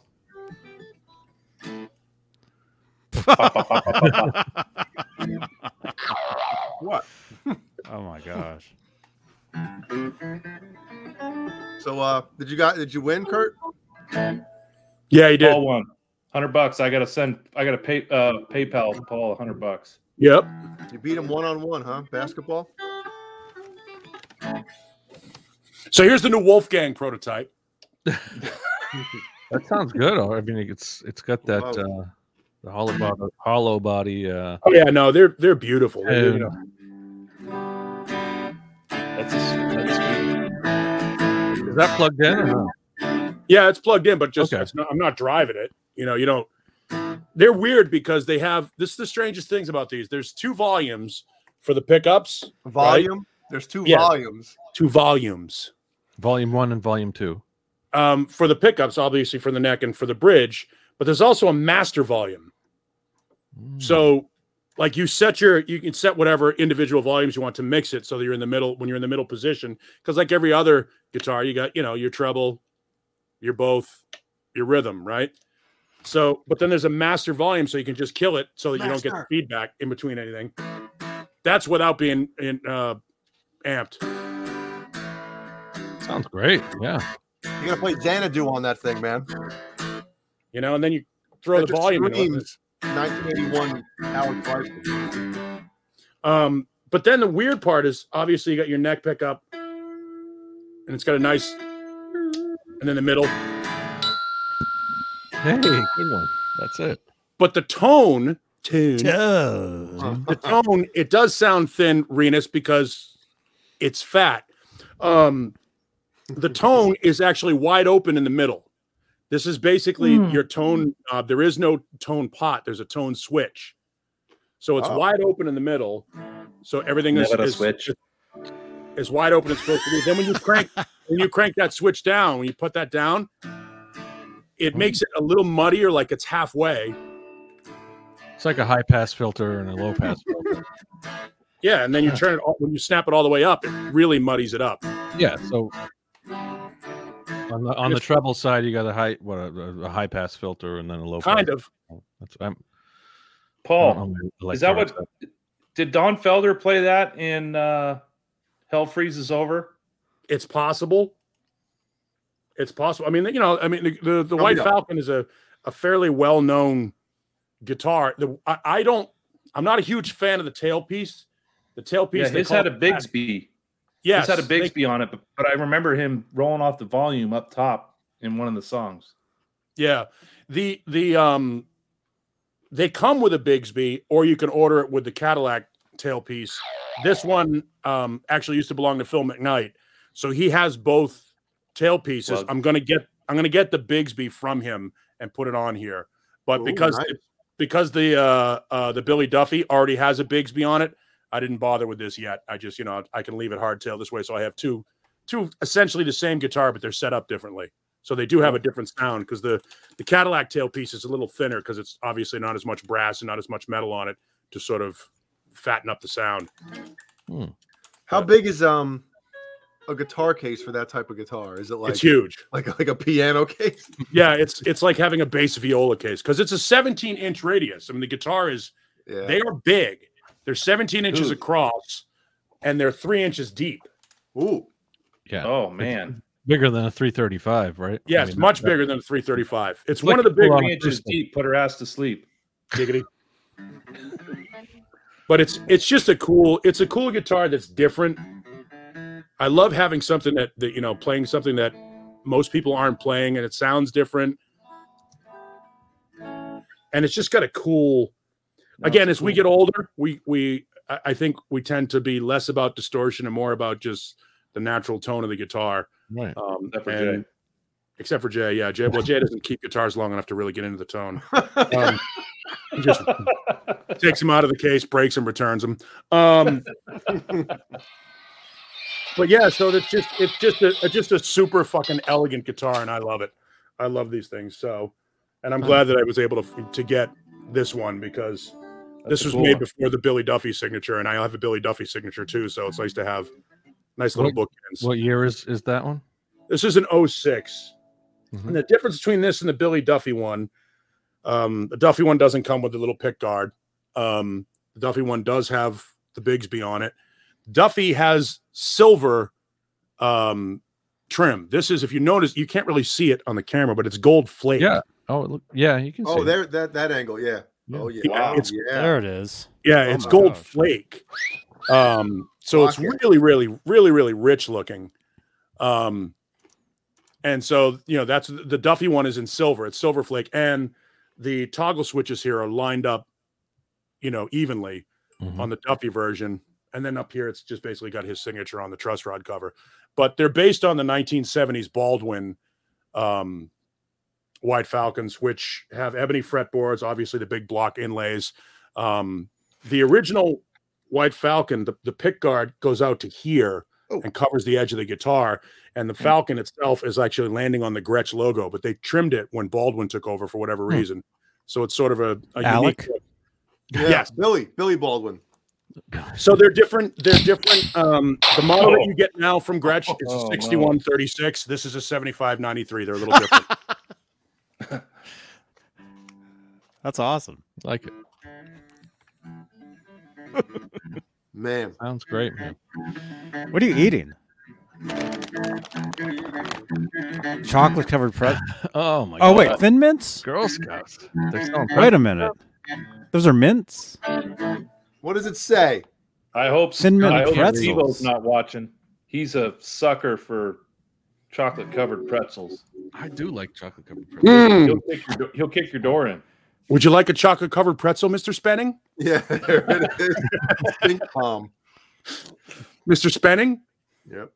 S1: Oh my gosh!
S5: So, uh, did you guys did you win, Kurt?
S3: Yeah, he did.
S4: Paul won. Hundred bucks. I gotta send. I gotta pay uh, PayPal Paul hundred bucks.
S3: Yep.
S5: You beat him one on one, huh? Basketball.
S3: So here's the new Wolfgang prototype.
S2: That sounds good. I mean, it's it's got that
S5: Wow.
S2: uh, the hollow body, hollow body. Uh,
S3: Oh yeah, no, they're they're beautiful. They're, you
S2: Yeah.
S3: know,
S2: Um,
S4: That's, that's sweet.
S2: is that plugged in? Or no?
S3: Yeah, it's plugged in, but just
S2: Okay.
S3: it's not, I'm not driving it. You know, you don't. They're weird because they have this. Is the strangest things about these. There's two volumes for the pickups.
S5: Volume. There's two
S3: Yeah.
S5: volumes.
S3: Two volumes
S2: Volume one and volume two.
S3: um, for the pickups, obviously for the neck and for the bridge. But there's also a master volume.
S5: Hmm.
S2: Mm.
S3: So, like you set your, you can set whatever individual volumes you want to mix it so that you're in the middle when you're in the middle position. Because like every other guitar, you got you know your treble, your both, your rhythm, right? So, but then there's a master volume, so you can just kill it so that you don't get the
S5: Master.
S3: feedback in between anything. That's without being in, uh, amped.
S2: sounds great. Yeah,
S5: You gotta play Xanadu on that thing, man.
S3: You know, and then you throw
S5: That
S3: the
S5: just
S3: volume. In
S5: screams 1981 Howard Clarkson.
S3: Um, but then the weird part is obviously you got your neck pickup, and it's got a nice, and then the middle.
S2: hey, good one. That's it.
S3: But the tone, tune, the
S5: Huh.
S3: tone, it does sound thin, Renus, because it's fat. Um, the tone is actually wide open in the middle. This is basically your tone. Uh, there is no tone pot. There's a tone switch, so it's
S5: Oh.
S3: wide open in the middle. So everything is,
S4: Never a
S3: is-
S4: switch.
S3: is wide open. It's supposed to be. Then when you crank, when you crank that switch down, when you put that down, it makes it a little muddier, like it's halfway.
S2: It's like a high pass filter and a low pass filter.
S3: Yeah, and then you turn it all, when you snap it all the way up, it really muddies it up.
S2: Yeah. So on the on the treble side, you got a high what a, a high pass filter and then a low.
S3: Kind
S2: pass.
S3: of.
S2: That's I'm.
S4: Paul,
S2: like
S4: Oh. is that what- did Don Felder play that in uh, Hell Freezes Over?
S3: It's possible. It's possible. I mean, you know, I mean, the the, the
S5: Oh,
S3: White
S5: yeah.
S3: Falcon is a a fairly well known guitar. The I, I don't I'm not a huge fan of the tailpiece. The tailpiece.
S4: Yeah,
S3: they
S4: his
S3: call
S4: had
S3: it
S4: a Bigsby.
S3: Yes,
S4: His had a
S3: they-
S4: Bigsby on it, but, but I remember him rolling off the volume up top in one of the songs.
S3: Yeah. The the um they come with a Bigsby or you can order it with the Cadillac tailpiece. This one um actually used to belong to Phil McKnight. So he has both tailpieces.
S4: Plug.
S3: I'm going to get I'm going to get the Bigsby from him and put it on here. But
S5: Ooh,
S3: because
S5: nice.
S3: because the uh uh the Billy Duffy already has a Bigsby on it, I didn't bother with this yet. I just, you know, I can leave it hardtail this way so I have two two essentially the same guitar but they're set up differently. So they do have a different sound because the the Cadillac tailpiece is a little thinner because it's obviously not as much brass and not as much metal on it to sort of fatten up the sound.
S5: How
S3: But-
S5: big is um a guitar case for that type of guitar? Is it like
S3: it's huge.
S5: like like a piano case?
S3: Yeah, it's it's like having a bass viola case because it's a 17 inch radius. I mean, the guitar is
S5: Yeah.
S3: they are big. They're 17 inches
S4: Dude.
S3: across and they're three inches deep.
S5: Ooh.
S2: Yeah.
S4: Oh man,
S2: Bigger than a 335, right?
S3: Yeah,
S2: I
S3: it's
S2: mean,
S3: much
S2: that-
S3: bigger than a 335. It's
S2: It's
S3: one of
S2: like
S3: the
S2: a
S3: big
S2: full-on-
S4: three inches deep, put her ass to sleep.
S3: giggity. But it's it's just a cool it's a cool guitar that's different. I love having something that, that you know playing something that most people aren't playing and it sounds different. And it's just got a cool
S4: No,
S3: again
S4: it's
S3: as we
S4: cool.
S3: get older we we I I think we tend to be less about distortion and more about just the natural tone of the guitar.
S2: Right.
S3: Um,
S4: Except for
S3: and-
S4: Jay.
S3: Except for Jay, yeah, Jay. Well, Jay doesn't keep guitars long enough to really get into the tone. Um, he just takes him out of the case, breaks him, returns him. Um, but yeah, so it's just it's just a it's just a super fucking elegant guitar, and I love it. I love these things. So, and I'm glad that I was able to to get this one because
S4: That's
S3: this
S4: a
S3: was
S4: cool
S3: made
S4: one.
S3: before the Billy Duffy signature, and I have a Billy Duffy signature too. So it's nice to have nice little bookends.
S2: What year is is that one?
S3: This is an 6
S4: Mm-hmm.
S2: Mhm.
S3: And the difference between this and the Billy Duffy one, um, the Duffy one doesn't come with the little pick guard. Um, the Duffy one does have the Bigsby on it. Duffy has silver um, trim. This is, if you notice, you can't really see it on the camera, but it's gold flake.
S2: Yeah. Oh, it look, yeah, you can see.
S5: Oh,
S2: it.
S5: there that that angle, yeah.
S2: Yeah.
S5: Oh yeah.
S4: Wow.
S5: It's,
S3: It's-
S5: yeah.
S1: There it is.
S3: Yeah,
S1: Oh
S3: it's
S1: my
S3: gold
S1: gosh.
S3: flake. Um, so it's
S5: Rocket.
S3: really, really, really, really rich looking. Um, and so you know that's the Duffy one is in silver. It's silver flake, and the toggle switches here are lined up, you know, evenly
S1: Mm-hmm.
S2: Mhm.
S3: on the Duffy version. And then up here, it's just basically got his signature on the truss rod cover. But they're based on the 1970s Baldwin um, White Falcons, which have ebony fretboards, obviously the big block inlays. Um, the original White Falcon, the, the pick guard goes out to here
S5: Oh.
S3: and covers the edge of the guitar. And the Falcon itself is actually landing on the Gretsch logo, but they trimmed it when Baldwin took over for whatever
S2: Hmm.
S3: reason. So it's sort of a, a
S1: Alec?
S3: unique look.
S5: yeah.
S3: Yes.
S5: Billy, Billy Baldwin.
S3: So they're different. They're different. Um, the model that you get now from Gretsch is
S4: Oh,
S3: a
S4: no.
S3: 6136. This is a 7593. They're a little different.
S1: That's awesome.
S2: Like it.
S5: Man.
S2: Sounds great, man.
S1: What are you eating? Chocolate covered pretzel.
S2: Oh my
S1: Oh
S2: god.
S1: wait, thin mints?
S2: Girl Scouts. They're selling
S1: Wait a minute. Those are mints.
S5: What does it say?
S4: I hope
S1: Thin Mint
S4: I hope
S1: pretzels.
S4: Evo's not watching. He's a sucker for chocolate covered pretzels.
S2: I do like chocolate covered pretzels.
S3: Mm.
S4: He'll kick, your, do- he'll kick your door in.
S3: Would you like a chocolate covered pretzel, Mr. Spenning?
S5: Yeah, there it is. Pink palm.
S3: Mr. Spenning?
S5: Yep.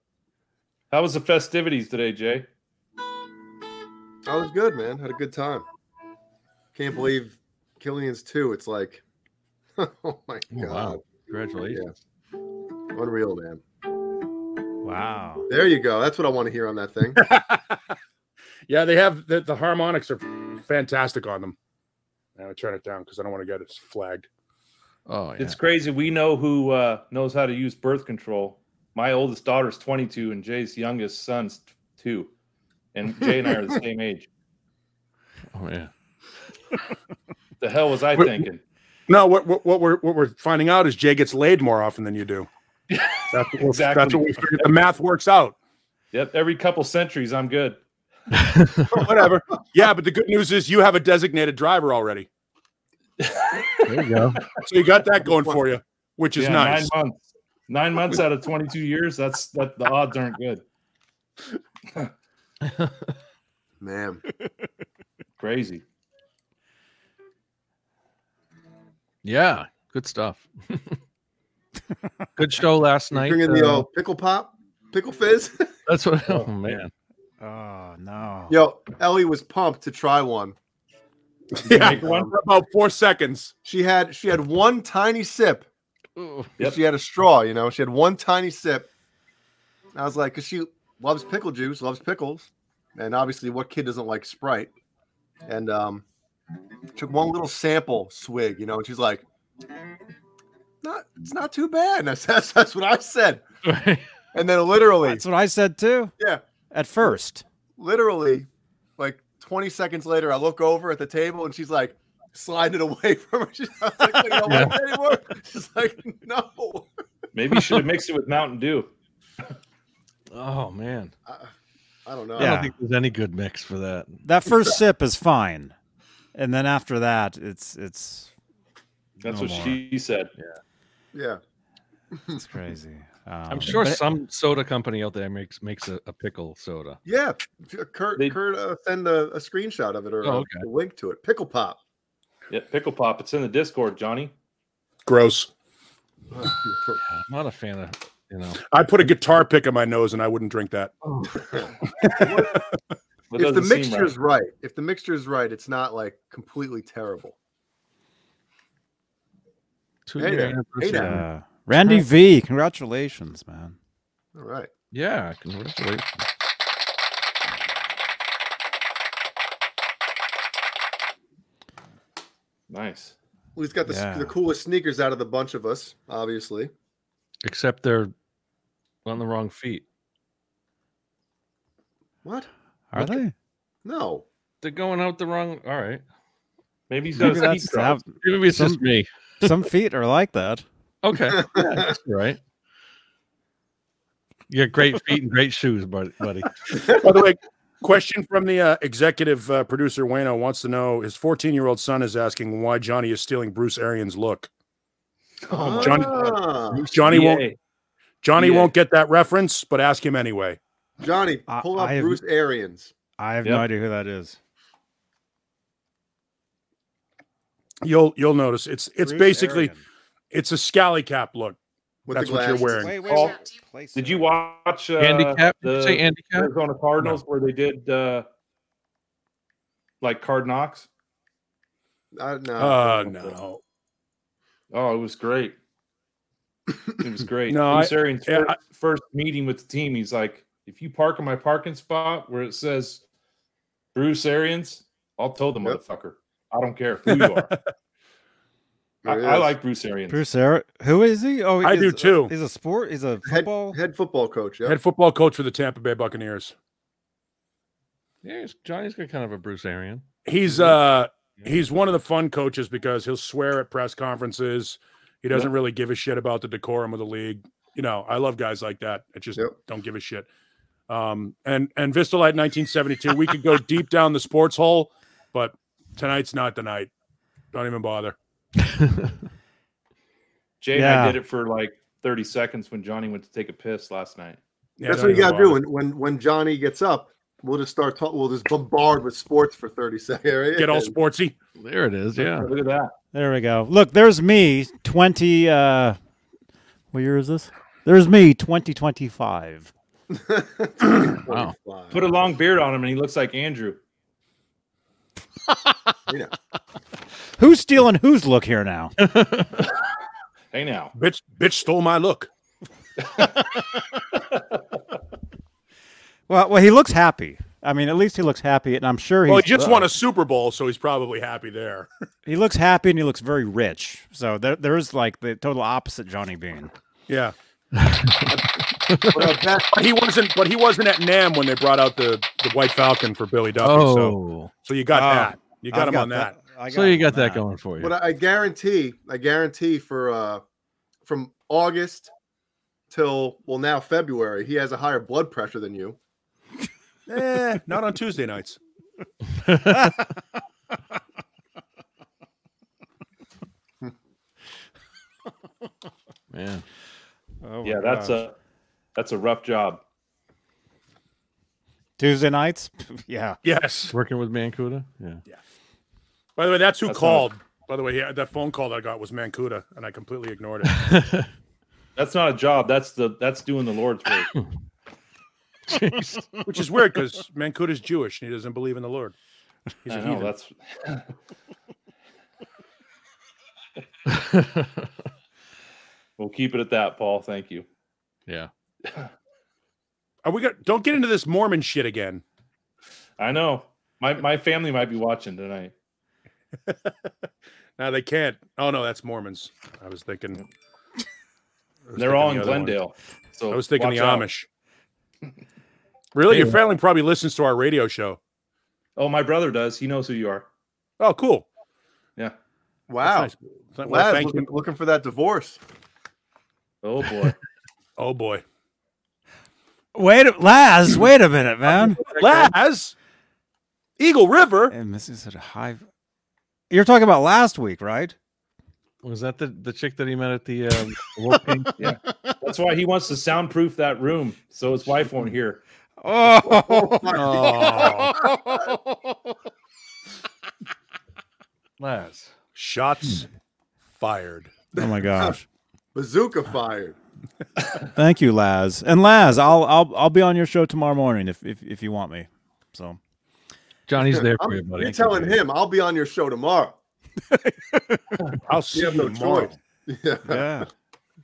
S4: How was the festivities today, Jay?
S5: I was good, man. Had a good time. Can't believe Killian's two. It's like, oh my god,
S2: wow. Congratulations.
S5: unreal, man.
S1: Wow.
S5: There you go. That's what I want to hear on that thing.
S3: Yeah, they have the, the harmonics are fantastic on them. Now I turn it down because I don't want to get it flagged.
S2: Oh yeah.
S4: It's crazy. We know who uh, knows how to use birth control. My oldest daughter's 22 and Jay's youngest son's t- two. And Jay and I are the same age.
S2: oh yeah.
S4: The hell was I
S3: Wait,
S4: thinking?
S3: No, what, what what we're what we're finding out is Jay gets laid more often than you do. That's what, we're-
S4: Exactly.
S3: that's what we figured. The math works out.
S4: Yep. Every couple centuries, I'm good.
S3: Oh, Whatever. Yeah, but the good news is you have a designated driver already.
S2: There you go.
S3: So you got that going for you, which is
S4: Yeah,
S3: nice.
S4: Nine months. Nine months out of 22 years. That's that. The odds aren't good.
S5: Man,
S4: Crazy.
S2: yeah, good stuff. good show last night.
S5: bring in the
S2: uh,
S5: old pickle pop, pickle fizz.
S2: that's what. Oh man,
S1: Oh no.
S5: Yo, Ellie was pumped to try one.
S3: Yeah,
S4: Make one.
S3: for about four seconds.
S5: She had she had one tiny sip.
S2: Ooh.
S4: Yep.
S5: She had a straw, you know. She had one tiny sip. And I was like, because she loves pickle juice, loves pickles, and obviously, what kid doesn't like Sprite? And um, took one little sample swig, you know, and she's like, "Not, it's not too bad." And I said, that's, that's what I said. And then literally,
S1: That's what I said too.
S5: Yeah.
S1: At first.
S5: literally, like 20 seconds later, I look over at the table and she's like sliding it away from her. She's I was like, "You don't want it anymore." She's like, "No."
S4: Maybe you should have mixed it with Mountain Dew.
S2: oh man,
S5: I, I don't know.
S2: I
S1: Yeah.
S2: don't think there's any good mix for that.
S1: That first sip is fine. And then after that, it's it's
S4: That's
S1: No
S4: what
S1: more.
S4: she said.
S5: Yeah.
S1: it's crazy. Um,
S2: I'm sure
S1: but-
S2: some soda company out there makes makes a, a pickle soda.
S5: Yeah. Kurt,
S4: They-
S5: Kurt uh, send a, a screenshot of it or
S2: Oh,
S5: a-
S2: okay.
S5: a link to it. Pickle Pop.
S4: Yeah, pickle pop. It's in the Discord, Johnny.
S3: Gross.
S2: I'm not a fan of you know.
S3: I put a guitar pick in my nose and I wouldn't drink that.
S4: That
S5: if the
S4: doesn't seem
S5: mixture is right, if the mixture is right, it's not like completely terrible.
S2: Two
S5: Hey
S2: year
S5: there. Hey
S2: anniversary.
S5: there.
S1: Uh, Randy V, congratulations, man.
S5: All right.
S2: Yeah, congratulations.
S4: nice.
S5: Well, he's got the, s-
S1: Yeah.
S5: the coolest sneakers out of the bunch of us, obviously.
S2: Except they're on the wrong feet.
S5: What?
S1: Are
S2: Okay.
S1: they?
S5: No.
S2: They're going out the wrong. All right.
S4: Maybe he's got
S1: Maybe
S4: his heat
S1: that's
S4: drops.
S1: how-
S2: Maybe it's just
S1: Some-
S2: me.
S1: some feet are like that.
S2: Okay. Yeah, that's all right. You got great feet and great shoes, buddy. buddy.
S3: By the way, question from the uh, executive uh, producer Wayno wants to know his 14 year old son is asking why Johnny is stealing Bruce Arians' look.
S5: Oh,
S3: Johnny- uh,
S5: Johnny,
S3: Johnny won't.
S4: EA.
S3: Johnny
S4: Yeah.
S3: won't get that reference, but ask him anyway.
S5: Johnny
S1: I-
S5: pull up
S1: I have-
S5: Bruce Arians.
S1: I have
S4: Yep.
S1: no idea who that is.
S3: You'll you'll notice it's it's
S1: Bruce
S3: basically
S1: Arian.
S3: it's a scally cap look.
S5: With
S3: That's
S5: the
S3: what you're
S5: glasses.
S3: wearing.
S1: Wait, wait,
S4: Paul,
S1: wait. Place
S4: Did
S1: it.
S4: you watch uh,
S2: handicap? Did you
S4: the
S2: say handicap?
S4: Arizona Cardinals where they did uh, like card knocks?
S5: I, no.
S3: Uh, no,
S4: Oh, it was great. It was great.
S3: No,
S4: Bruce Arians'
S3: yeah,
S4: first, first meeting with the team, he's like, "If you park in my parking spot where it says Bruce Arians, I'll tell the
S5: Yep.
S4: motherfucker. I don't care who you are. I,
S5: There it
S4: I
S5: is.
S4: like Bruce Arians.
S1: Bruce Ari- Who is he? Oh,
S3: I
S1: he's-
S3: do too.
S1: He's a sport. He's a
S5: head,
S1: football.
S5: head football coach. Yeah.
S3: head football coach for the Tampa Bay Buccaneers.
S2: Yeah, he's- Johnny's got kind of a Bruce Arian.
S3: He's uh he's one of the fun coaches because he'll swear at press conferences. He doesn't really give a shit about the decorum of the league. You know, I love guys like that. I just
S5: Yep.
S3: don't give a shit. Um and and Vista Light 1972, we could go deep down the sports hole, but tonight's not the night. Don't even bother.
S4: Jay and I
S1: Yeah.
S4: did it for like 30 seconds when Johnny went to take a piss last night.
S3: Yeah,
S5: That's
S3: don't
S5: what you
S3: even
S5: gotta do
S3: bother.
S5: when, when when Johnny gets up. We'll just start talking. We'll just bombard with sports for thirty seconds.
S3: Get all sportsy.
S2: there it is. Yeah.
S4: Look at that.
S1: There we go. Look, there's me. Twenty. Uh, what year is this? There's me. Twenty twenty five.
S2: Wow.
S4: Put a long beard on him and he looks like Andrew.
S1: Who's stealing whose look here now?
S4: Hey now.
S3: Bitch bitch stole my look.
S1: well, well, he looks happy. I mean, at least he looks happy, and I'm sure he's,
S3: Well, he just won a Super Bowl, so he's probably happy there.
S1: he looks happy and he looks very rich. So there, there is like the total opposite Johnny Bean.
S3: Yeah.
S5: But, uh,
S3: But he wasn't but he wasn't at NAM when they brought out the, the White Falcon for Billy Duffy. So
S2: Oh,
S3: So you got
S1: Oh,
S3: that. You got
S1: I've
S3: him on that.
S1: I
S2: so you
S1: him
S2: got
S1: on
S2: that going for you.
S5: but I guarantee, I guarantee for uh from August till well now February, he has a higher blood pressure than you.
S3: Eh, not on Tuesday nights.
S2: Man.
S1: Oh, my
S4: yeah, that's
S1: gosh.
S4: a that's a rough job.
S1: Tuesday nights. yeah,
S3: Yes.
S2: Working with Mancuda? Yeah.
S3: By the way, that's who
S4: That's
S3: called. By the way, yeah, that phone call that I got was Mancuda, and I completely ignored it.
S4: That's not a job. That's the that's doing the Lord's work.
S2: Jeez.
S3: which is weird because Mancuda's Jewish and he doesn't believe in the Lord. He's
S4: I
S3: a
S4: know
S3: heathen.
S4: that's we'll keep it at that, Paul. Thank you.
S2: yeah.
S3: Are we going Don't get into this Mormon shit again.
S4: I know my my family might be watching tonight.
S3: No, they can't. Oh no, that's Mormons. I was thinking. I was
S4: They're
S3: thinking
S4: all
S3: the
S4: in
S3: other one.
S4: Glendale. So
S3: I was thinking
S4: watch
S3: the
S4: out.
S3: Amish. Really, your family probably listens to our radio show.
S4: Oh, my brother does. He knows who you are.
S3: Oh, cool.
S4: Yeah.
S3: That's
S5: Wow.
S3: nice. Well,
S5: Laz
S3: thank
S5: looking,
S3: you.
S5: looking for that divorce.
S4: Oh boy.
S3: Oh boy,
S1: wait, a- Laz, wait a minute, man.
S3: Laz, Eagle River.
S1: And this is a high. You're talking about last week, right?
S2: Was that the, the chick that he met at the um, Wolfgang?
S4: that's why he wants to soundproof that room so his wife won't hear.
S1: Oh,
S3: Oh.
S2: Laz.
S3: Shots fired.
S1: Oh my gosh!
S5: Bazooka fired.
S1: Thank you, Laz. And Laz, I'll I'll I'll be on your show tomorrow morning if if, if you want me. So
S2: Johnny's there for
S5: I'm-
S2: you, buddy.
S5: You're telling him I'll be on your show tomorrow.
S3: I'll see
S5: You have
S3: you
S5: no
S3: tomorrow.
S5: choice. Yeah.
S1: yeah,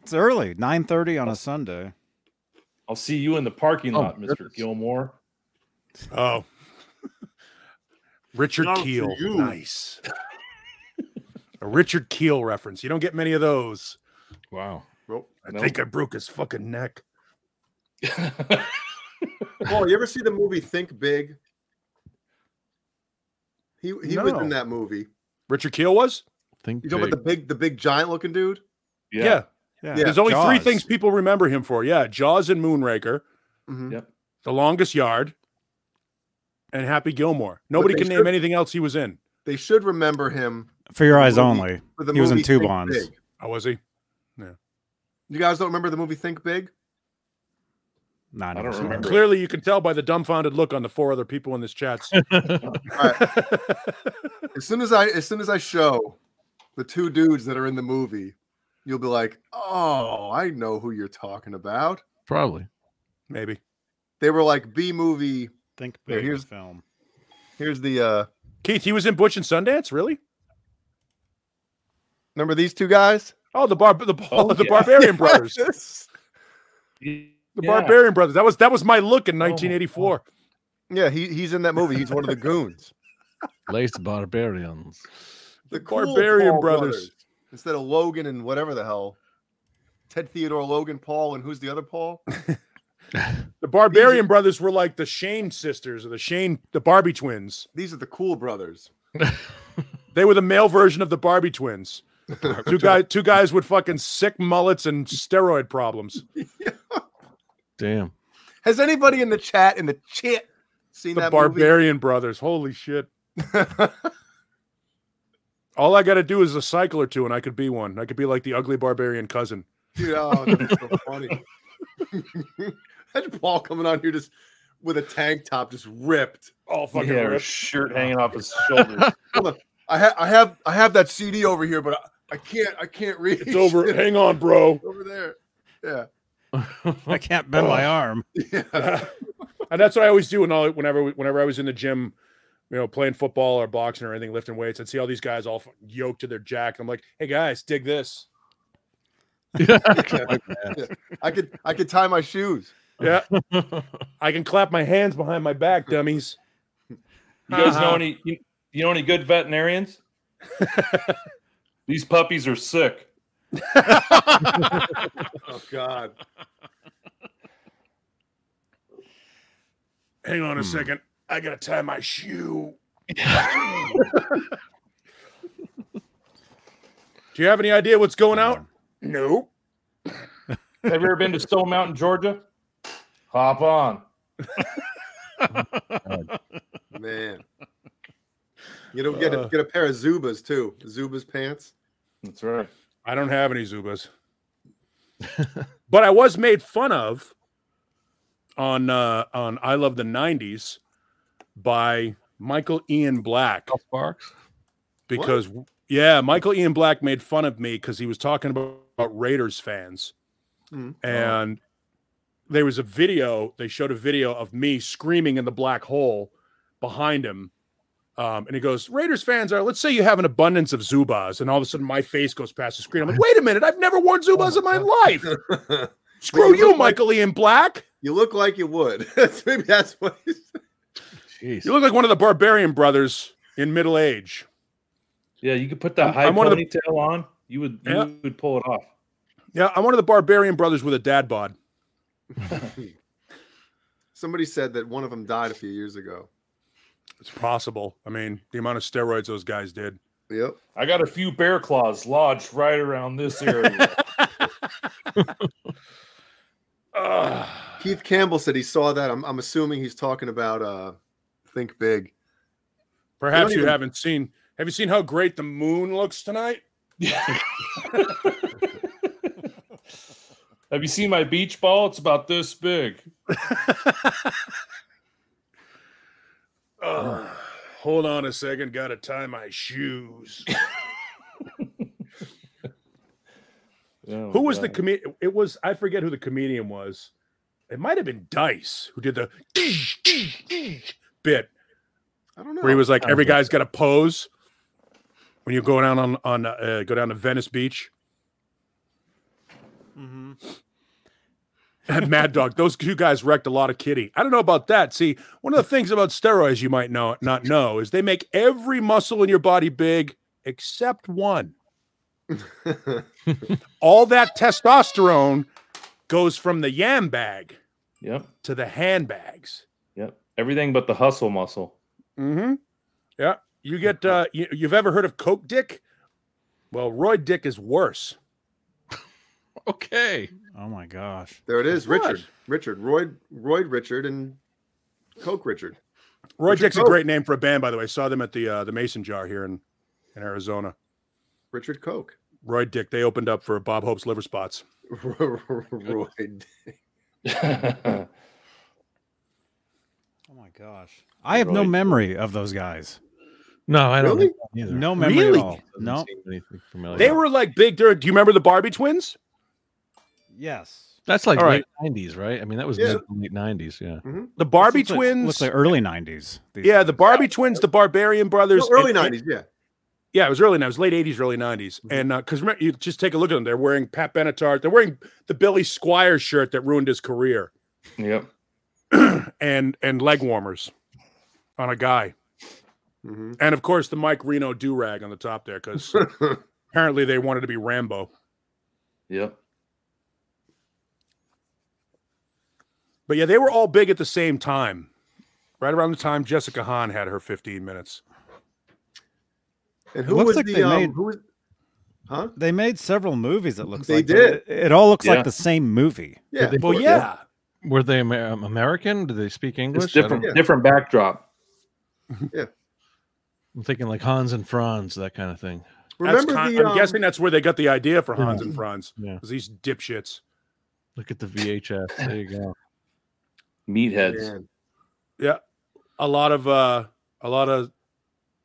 S1: it's early, nine thirty on a Sunday.
S4: I'll see you in the parking
S2: Oh,
S4: lot, Mr.
S2: goodness.
S4: Gilmore.
S3: Oh, Richard
S5: Not for
S3: Keel.
S5: you.
S3: Nice. A Richard Keel reference. You don't get many of those.
S2: Wow.
S3: I
S4: Nope.
S3: think I broke his fucking neck.
S5: Paul, you ever see the movie Think Big? He he was
S1: No.
S5: in that movie.
S3: Richard Keel was?
S2: Think
S5: You talking
S2: big.
S5: about the big the big giant looking dude?
S4: yeah.
S1: Yeah,
S5: Yeah.
S3: There's only three
S1: Jaws.
S3: things people remember him for. Yeah, Jaws and Moonraker,
S5: Mhm.
S4: Yeah.
S3: The Longest Yard, and Happy Gilmore. Nobody
S5: they
S3: can name
S5: should-
S3: anything else he was in.
S5: They should remember him
S1: For your eyes
S5: Movie.
S1: only.
S5: for the
S1: He
S5: movie
S1: was in two
S5: Think
S1: Bonds.
S5: Big.
S3: Oh, was he?
S5: You guys don't remember the movie Think Big?
S1: Not
S4: I don't remember.
S3: Clearly, you can tell by the dumbfounded look on the four other people in this chat.
S5: As soon as I as soon as I show the two dudes that are in the movie, you'll be like, "Oh, I know who you're talking about."
S2: Probably.
S3: Maybe.
S5: They were like B movie.
S1: Think
S5: Here,
S1: big
S5: here's-
S1: film.
S5: Here's the uh
S3: Keith, he was in Butch and Sundance? Really?
S5: remember these two guys?
S3: Oh, the bar, the,
S4: Oh,
S3: the
S4: yeah.
S3: Barbarian Brothers.
S5: Yes.
S3: The
S4: Yeah. Oh
S3: Barbarian Brothers. That was that was my look in 1984.
S5: Yeah, he, he's in that movie. He's one of the goons.
S2: Lace barbarians.
S5: The cool
S3: Barbarian
S5: Paul
S3: Brothers.
S5: Instead of Logan and whatever the hell. Ted Theodore Logan Paul and who's the other Paul?
S3: The Barbarian Brothers were like the Shane sisters or the Shane the Barbie twins.
S5: These are the cool brothers.
S3: They were the male version of the Barbie twins. two guys, two guys with fucking sick mullets and steroid problems.
S2: Damn.
S5: Has anybody in the chat in the chat seen
S3: The
S5: that
S3: Barbarian Brothers. Holy shit!
S5: movie?
S3: All I got to do is a cycle or two, and I could be one. I could be like the ugly barbarian cousin.
S5: Dude, oh, that's so funny. Imagine Paul coming on here just with a tank top, just ripped.
S3: Oh fucking
S4: yeah,
S3: rip.
S4: with shirt hanging off his shoulders.
S5: I, ha- I have, I have that CD over here, but I, I can't, I can't read.
S3: It's over. Hang on, bro.
S5: over there. Yeah,
S1: I can't bend my arm.
S5: yeah.
S3: and that's what I always do when all whenever whenever I was in the gym, you know, playing football or boxing or anything, lifting weights, I'd see all these guys all fu- yoked to their jack. I'm like, hey guys, dig this.
S5: I could, I could tie my shoes.
S3: Yeah, I can clap my hands behind my back, dummies.
S4: You guys know
S3: Uh-huh.
S4: any? You, you know any good veterinarians? These puppies are sick.
S5: Oh God,
S3: Hang on a second. I gotta tie my shoe. do you have any idea what's going out? No.
S4: Have you ever been to Stone Mountain, Georgia? Hop on.
S5: man. You know, get
S3: Uh.
S5: a, get a pair of Zubas too. Zubas pants.
S4: That's right.
S3: I don't have any Zubas. but I was made fun of on uh, on I Love the '90s by Michael Ian Black
S2: South Parks.
S3: because yeah, Michael Ian Black made fun of me because he was talking about, about Raiders fans,
S5: Mm.
S3: uh-huh. and there was a video. They showed a video of me screaming in the black hole behind him. Um, and he goes, Raiders fans are. Let's say you have an abundance of Zubas, and all of a sudden my face goes past the screen. I'm like, wait a minute, I've never worn Zubas in Oh my life. Screw
S5: look
S3: you,
S5: like-
S3: Michael Ian Black.
S5: you look like you would. That's- Maybe that's what. He's...
S2: Jeez.
S3: You look like one of the Barbarian brothers in middle age.
S4: Yeah, you could put that
S3: I'm-
S4: high
S3: I'm one of the-
S4: ponytail on. You would you
S3: Yeah.
S4: would pull it off.
S3: Yeah, I'm one of the Barbarian brothers with a dad bod.
S5: Somebody said that one of them died a few years ago.
S3: It's possible. I mean, the amount of steroids those guys did.
S5: Yep.
S4: I got a few bear claws lodged right around this area.
S3: Ugh.
S5: Keith Campbell said he saw that. I'm, I'm assuming he's talking about uh, Think Big.
S3: Perhaps
S5: don't
S3: you
S5: even-
S3: haven't seen. Have you seen how great the moon looks tonight?
S4: Have you seen my beach ball? It's about this big.
S3: Ugh. hold on a second. Got to tie my shoes.
S4: Oh,
S3: who was the
S4: God.
S3: comedian? It was I forget who the comedian was. It might have been Dice who did the bit.
S5: I don't know.
S3: where he was like,
S2: I
S3: every
S2: don't
S3: guy's got a pose when you go down on on uh, go down to Venice Beach.
S1: Mm-hmm.
S3: And Mad Dog, those two guys wrecked a lot of kitty. I don't know about that. See, one of the things about steroids you might know not know is they make every muscle in your body big except one. All that testosterone goes from the yam bag
S4: Yep,
S3: to the handbags.
S4: yep. Everything but the hustle muscle.
S3: Mm-hmm. Yeah. You get uh you, you've ever heard of Coke Dick? Well, Roy Dick is worse.
S2: Okay.
S1: Oh my gosh.
S5: there it is.
S3: What?
S5: Richard. Richard. Roy. Roy. Richard and Coke. Richard.
S3: Roy
S5: Richard
S3: Dick's a
S5: Coke.
S3: great name for a band, by the way. Saw them at the uh, the Mason Jar here in in Arizona.
S5: Richard Coke.
S3: Roy Dick, they opened up for Bob Hope's Liver Spots.
S5: Roy.
S4: yeah,
S1: Oh my gosh. I have no
S4: Roy-
S1: memory of those guys.
S2: No, I don't
S5: Really?
S2: either.
S1: No memory
S3: Really?
S1: at all.
S2: Doesn't
S1: No.
S2: seem anything
S1: Oh,
S2: familiar.
S3: They were like big during. Do you remember the Barbie twins?
S1: Yes.
S2: That's like
S3: All right.
S2: late nineties, right? I mean, that was
S5: Yeah.
S2: mid to late nineties. Yeah.
S3: The Barbie
S1: Looks like-
S3: twins.
S1: Looks like early '90s. these
S3: yeah,
S1: guys.
S3: the Barbie twins, the Barbarian brothers.
S5: No, early
S3: and- and-
S5: '90s. Yeah.
S3: Yeah, it was early. 90s, It was late '80s, early '90s.
S5: Mm-hmm.
S3: And because remember, you just take a look at them. They're wearing Pat Benatar. They're wearing the Billy Squire shirt that ruined his career,
S4: yep.
S3: and and leg warmers on a guy,
S5: hmm
S3: and of course the Mike Reno do rag on the top there because apparently they wanted to be Rambo.
S4: Yep.
S3: But yeah, they were all big at the same time, right around the time Jessica Hahn had her 15 minutes.
S1: It
S5: and who
S1: looks
S5: was
S1: like
S5: the
S1: they
S5: um,
S1: made-
S5: who was, Huh?
S1: They made several movies. It looks
S5: They
S1: like but
S5: did.
S1: It, it all looks
S4: Yeah.
S1: like the same movie.
S5: Yeah.
S2: they-
S3: Well,
S5: Roy-
S3: yeah.
S2: Were they Amer- um, American? Do they speak English?
S4: It's
S2: I
S4: different
S5: Yeah.
S4: different backdrop.
S2: don't- I'm thinking like Hans and Franz, that kind of thing.
S3: That's
S5: Remember
S3: con-
S5: the?
S3: I'm
S5: um,
S3: guessing that's where they got the idea for Hans and Franz.
S2: Yeah.
S3: was These dipshits.
S2: Look at the VHS. There you go.
S4: Meatheads.
S5: man,
S3: A lot of uh a lot of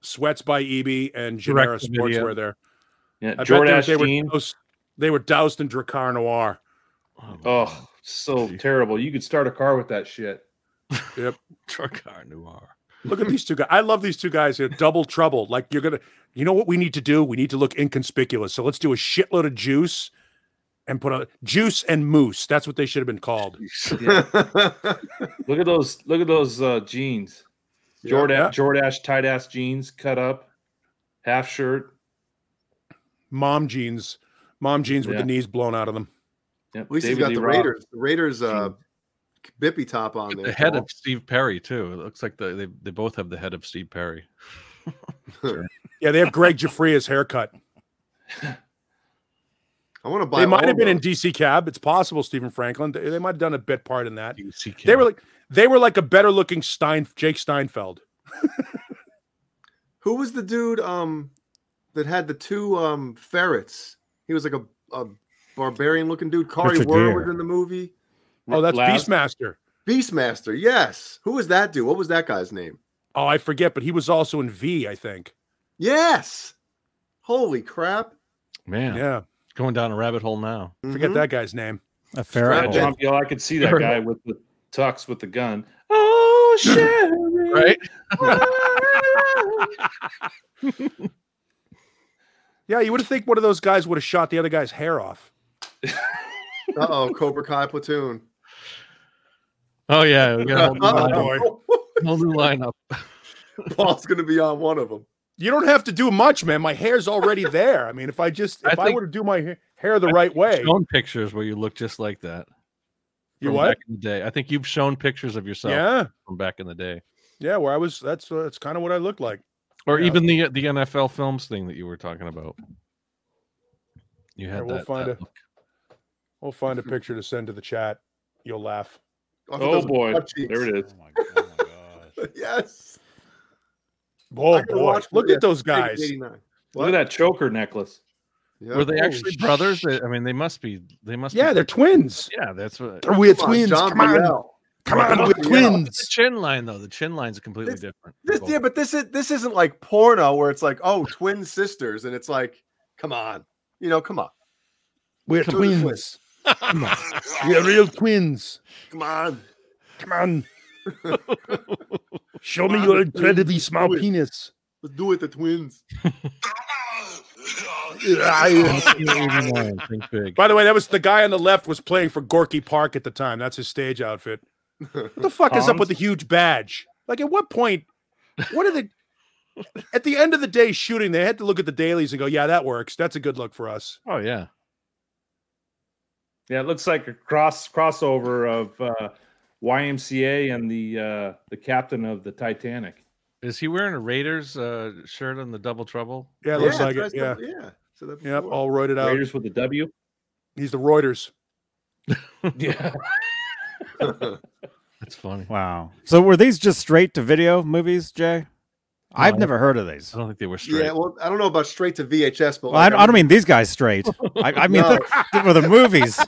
S3: sweats by EB and Genera
S2: to video.
S3: Sportswear there.
S4: Yeah.
S3: I bet
S4: Jordache
S3: they, they were
S4: Dean.
S3: doused, they were doused in Dracar Noir.
S2: Oh,
S4: Oh, so terrible. You could start a car with that shit.
S2: truck car noir.
S3: Look at these two guys. I love these two guys here. Double trouble. Like you're gonna you know what we need to do? We need to look inconspicuous. So let's do a shitload of juice and put on juice and moose. That's what they should have been called.
S4: Look at those look at those uh, jeans.
S5: Yeah.
S4: Jordache Jordache tight ass jeans cut up, half shirt.
S3: mom jeans, mom jeans with
S4: Yeah.
S3: the knees blown out of them.
S4: Yep.
S5: At least he's
S4: David
S5: got
S4: Lee
S5: the
S4: Roth.
S5: Raiders. The Raiders uh, Bippy top on
S2: Look at
S5: there.
S2: The head of Steve Perry too. It looks like the, they they both have the head of Steve Perry.
S3: Yeah, they have Greg Jeffria's haircut.
S5: I want to buy.
S3: They might
S5: all
S3: have been in
S5: those.
S3: DC Cab. It's possible Stephen Franklin. They, they might have done a bit part in that.
S2: You see,
S3: They were like they were like a better looking Stein Jake Steinfeld.
S5: Who was the dude um that had the two um ferrets? He was like a, a barbarian looking dude. Kari
S1: Richard
S5: Wurr
S1: Gere.
S5: was in the movie.
S3: Oh, that's
S4: Lab-
S3: Beastmaster.
S5: Beastmaster, yes. Who was that dude? What was that guy's name?
S3: Oh, I forget, but he was also in V, I think.
S5: Yes. Holy crap.
S2: Man,
S3: Yeah.
S2: going down a rabbit hole now.
S3: Forget
S5: Mhm.
S3: that guy's name.
S1: A
S4: Yeah,
S1: Farrah.
S5: Scratch
S1: hole.
S4: John Biel, I could see that
S2: Sure.
S4: guy with the tux with the gun. Oh, Sharon.
S2: Right?
S3: Yeah, you would have think one of those guys would have shot the other guy's hair off.
S5: Uh oh, Cobra Kai platoon.
S2: Oh yeah, we got a whole new,
S3: Uh,
S5: Uh-oh.
S2: line- whole new lineup.
S5: Paul's going to be on one of them.
S3: You don't have to do much, man. My hair's already there. I mean, if I just
S2: I
S3: if I,
S2: think-
S3: were to do my ha- hair the right way,
S2: Shown pictures where you look just like that.
S3: you
S2: from
S3: what?
S2: Back in the day, I think you've shown pictures of yourself
S3: Yeah,
S2: from back in the day,
S3: yeah. Where I was, that's uh, that's kind of what I looked like.
S2: or
S3: Yeah.
S2: even the the NFL films thing that you were talking about. You had
S3: Here, we'll
S2: that.
S3: find
S2: that
S3: a- We'll find a picture to send to the chat. You'll laugh.
S5: I thought
S4: Oh
S5: those were
S4: boy,
S5: butt cheeks.
S4: there it
S1: Oh
S4: is.
S1: my, oh my gosh.
S5: yes.
S3: Oh
S5: gotta
S3: boy,
S5: watch for
S3: look
S5: you.
S3: at those guys.
S5: 89.
S4: Look at that choker necklace.
S5: Yeah.
S2: Were they
S3: Holy
S2: actually brothers? They- I mean, they must be. They must.
S3: Yeah,
S2: be,
S3: they're twins.
S2: yeah. That's what.
S3: Are we
S5: Come on,
S3: twins?
S5: John
S3: Come on,
S5: Burrell.
S3: come on,
S5: John
S3: we're
S5: Burrell.
S2: The
S3: twins.
S2: chin line though, the chin line's completely
S5: This-
S2: different.
S5: This, yeah, but this is this isn't like porno where it's like, oh, twin sisters, and it's like, come on, you know, come on,
S3: We're
S5: Come on.
S3: twins. Come on. We're real twins.
S5: come on.
S3: Come on. Show
S5: Come
S3: me
S5: on,
S3: your
S5: twins.
S3: incredibly small
S5: Do it.
S3: penis.
S5: Let's do it, the twins.
S2: Think big.
S3: By the way, that was the guy on the left was playing for Gorky Park at the time. That's his stage outfit. What the fuck is up
S4: Tongs?
S3: with the huge badge? Like, at what point? What are they? At the end of the day, shooting, they had to look at the dailies and go, "Yeah, that works. That's a good look for us."
S2: Oh yeah.
S4: Yeah, it looks like a cross crossover of uh, YMCA and the uh, the captain of the Titanic.
S2: Is he wearing a Raiders uh, shirt on the Double Trouble?
S3: Yeah, it looks like
S5: that's
S3: it. Yeah,
S5: what- yeah. So that
S3: yep,
S5: before.
S3: all roided out.
S4: Raiders with a W.
S3: He's the Reuters.
S4: Yeah.
S2: That's funny.
S1: Wow. So were these just straight to video movies, Jay? I've
S2: No.
S1: never heard of these.
S2: I don't think they were straight.
S5: yeah. Well, I don't know about straight to VHS, but
S1: Well, I,
S5: like,
S1: I don't mean these guys straight. I, I mean,
S5: No.
S1: the- were the movies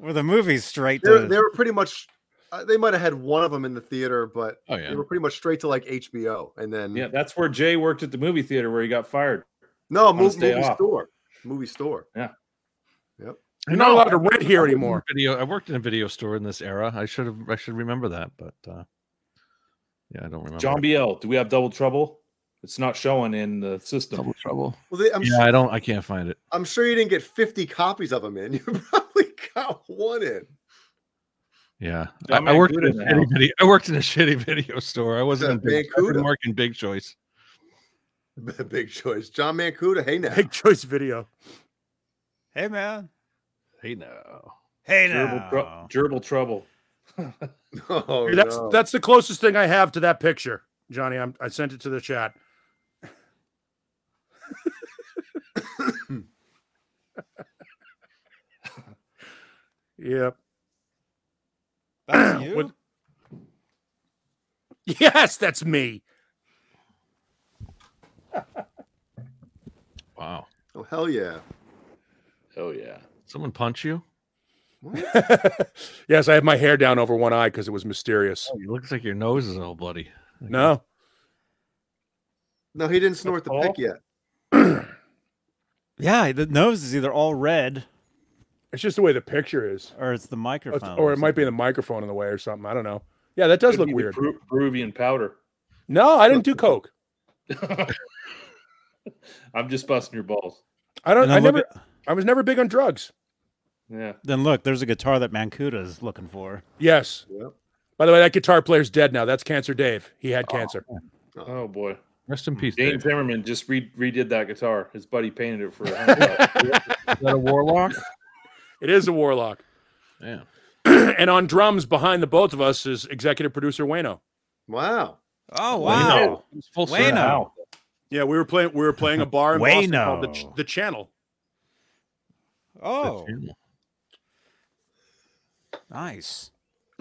S1: were the movies straight
S5: they were,
S1: to?
S5: they were pretty much. Uh, they might have had one of them in the theater, but
S2: oh
S5: they
S2: yeah.
S5: were pretty much straight to like HBO, and then
S4: yeah, that's where Jay worked at the movie theater where he got fired.
S5: no mo-
S4: Wednesday
S5: movie
S4: off.
S5: store, movie store.
S3: You're not allowed to rent here anymore.
S2: Video. I worked in a video store in this era. I should have. I should remember that, but uh, yeah, I don't remember.
S4: John Biel, do we have double trouble? It's not showing in the system.
S2: Double Trouble.
S5: Well, they, I'm
S2: yeah, I don't. I can't find it.
S5: I'm sure you didn't get 50 copies of them in. You probably got one in.
S2: Yeah, I,
S4: John
S2: I worked in a
S4: Mancuso now.
S2: shitty video. I worked in a shitty video store. I wasn't in
S5: that
S2: big, I
S5: Mancuso?
S2: didn't work in Big Choice.
S5: Big choice. John Mancuda. Hey now.
S3: Big choice video.
S1: hey man,
S2: Hey no.
S1: hey
S4: Gerbil, tru-
S1: now.
S4: gerbil trouble.
S5: Oh,
S3: Hey, that's
S5: no.
S3: that's the closest thing I have to that picture, Johnny. I'm, I sent it to the chat. yep.
S1: That's you?
S3: What- Yes, that's me.
S2: Wow.
S5: oh hell yeah.
S4: Oh yeah.
S2: Someone punch you?
S3: yes, I have my hair down over one eye because it was mysterious.
S2: Oh, it looks like your nose is all bloody.
S3: No,
S5: No, he didn't snort the pick
S4: all?
S5: yet.
S1: Yeah, the nose is either all red
S3: it's just the way the picture is,
S1: or it's the
S3: Or Oh, it's-
S1: microphone,
S3: or it might be the microphone in the way or something. I don't know. Yeah, that does
S4: Could
S3: look
S4: be the
S3: weird.
S4: Peru- Peruvian powder.
S3: No, I didn't do coke.
S4: I'm just busting your balls.
S3: I
S1: And
S3: don't.
S1: then
S3: I
S1: look
S3: never.
S1: at-
S3: I was never big on drugs.
S4: Yeah.
S1: then look, there's a guitar that Mancuda is looking for.
S3: Yes.
S5: Yep.
S3: By the way, that guitar player's dead now. That's Cancer Dave. He had cancer.
S4: Oh boy.
S2: Rest in peace.
S4: Dane
S2: Dave.
S4: Zimmerman just re- redid that guitar. His buddy painted it for. a hundred bucks.
S2: Is that a warlock?
S3: It is a warlock.
S2: Yeah.
S3: and on drums behind the both of us is executive producer Wayno.
S5: Wow.
S1: Oh
S2: wow. It's full
S1: Wayno.
S2: circle.
S1: Wow.
S3: Yeah, we were playing. We were playing a bar in Boston
S1: Wayno.
S3: called the, Ch- the Channel.
S1: Oh, nice.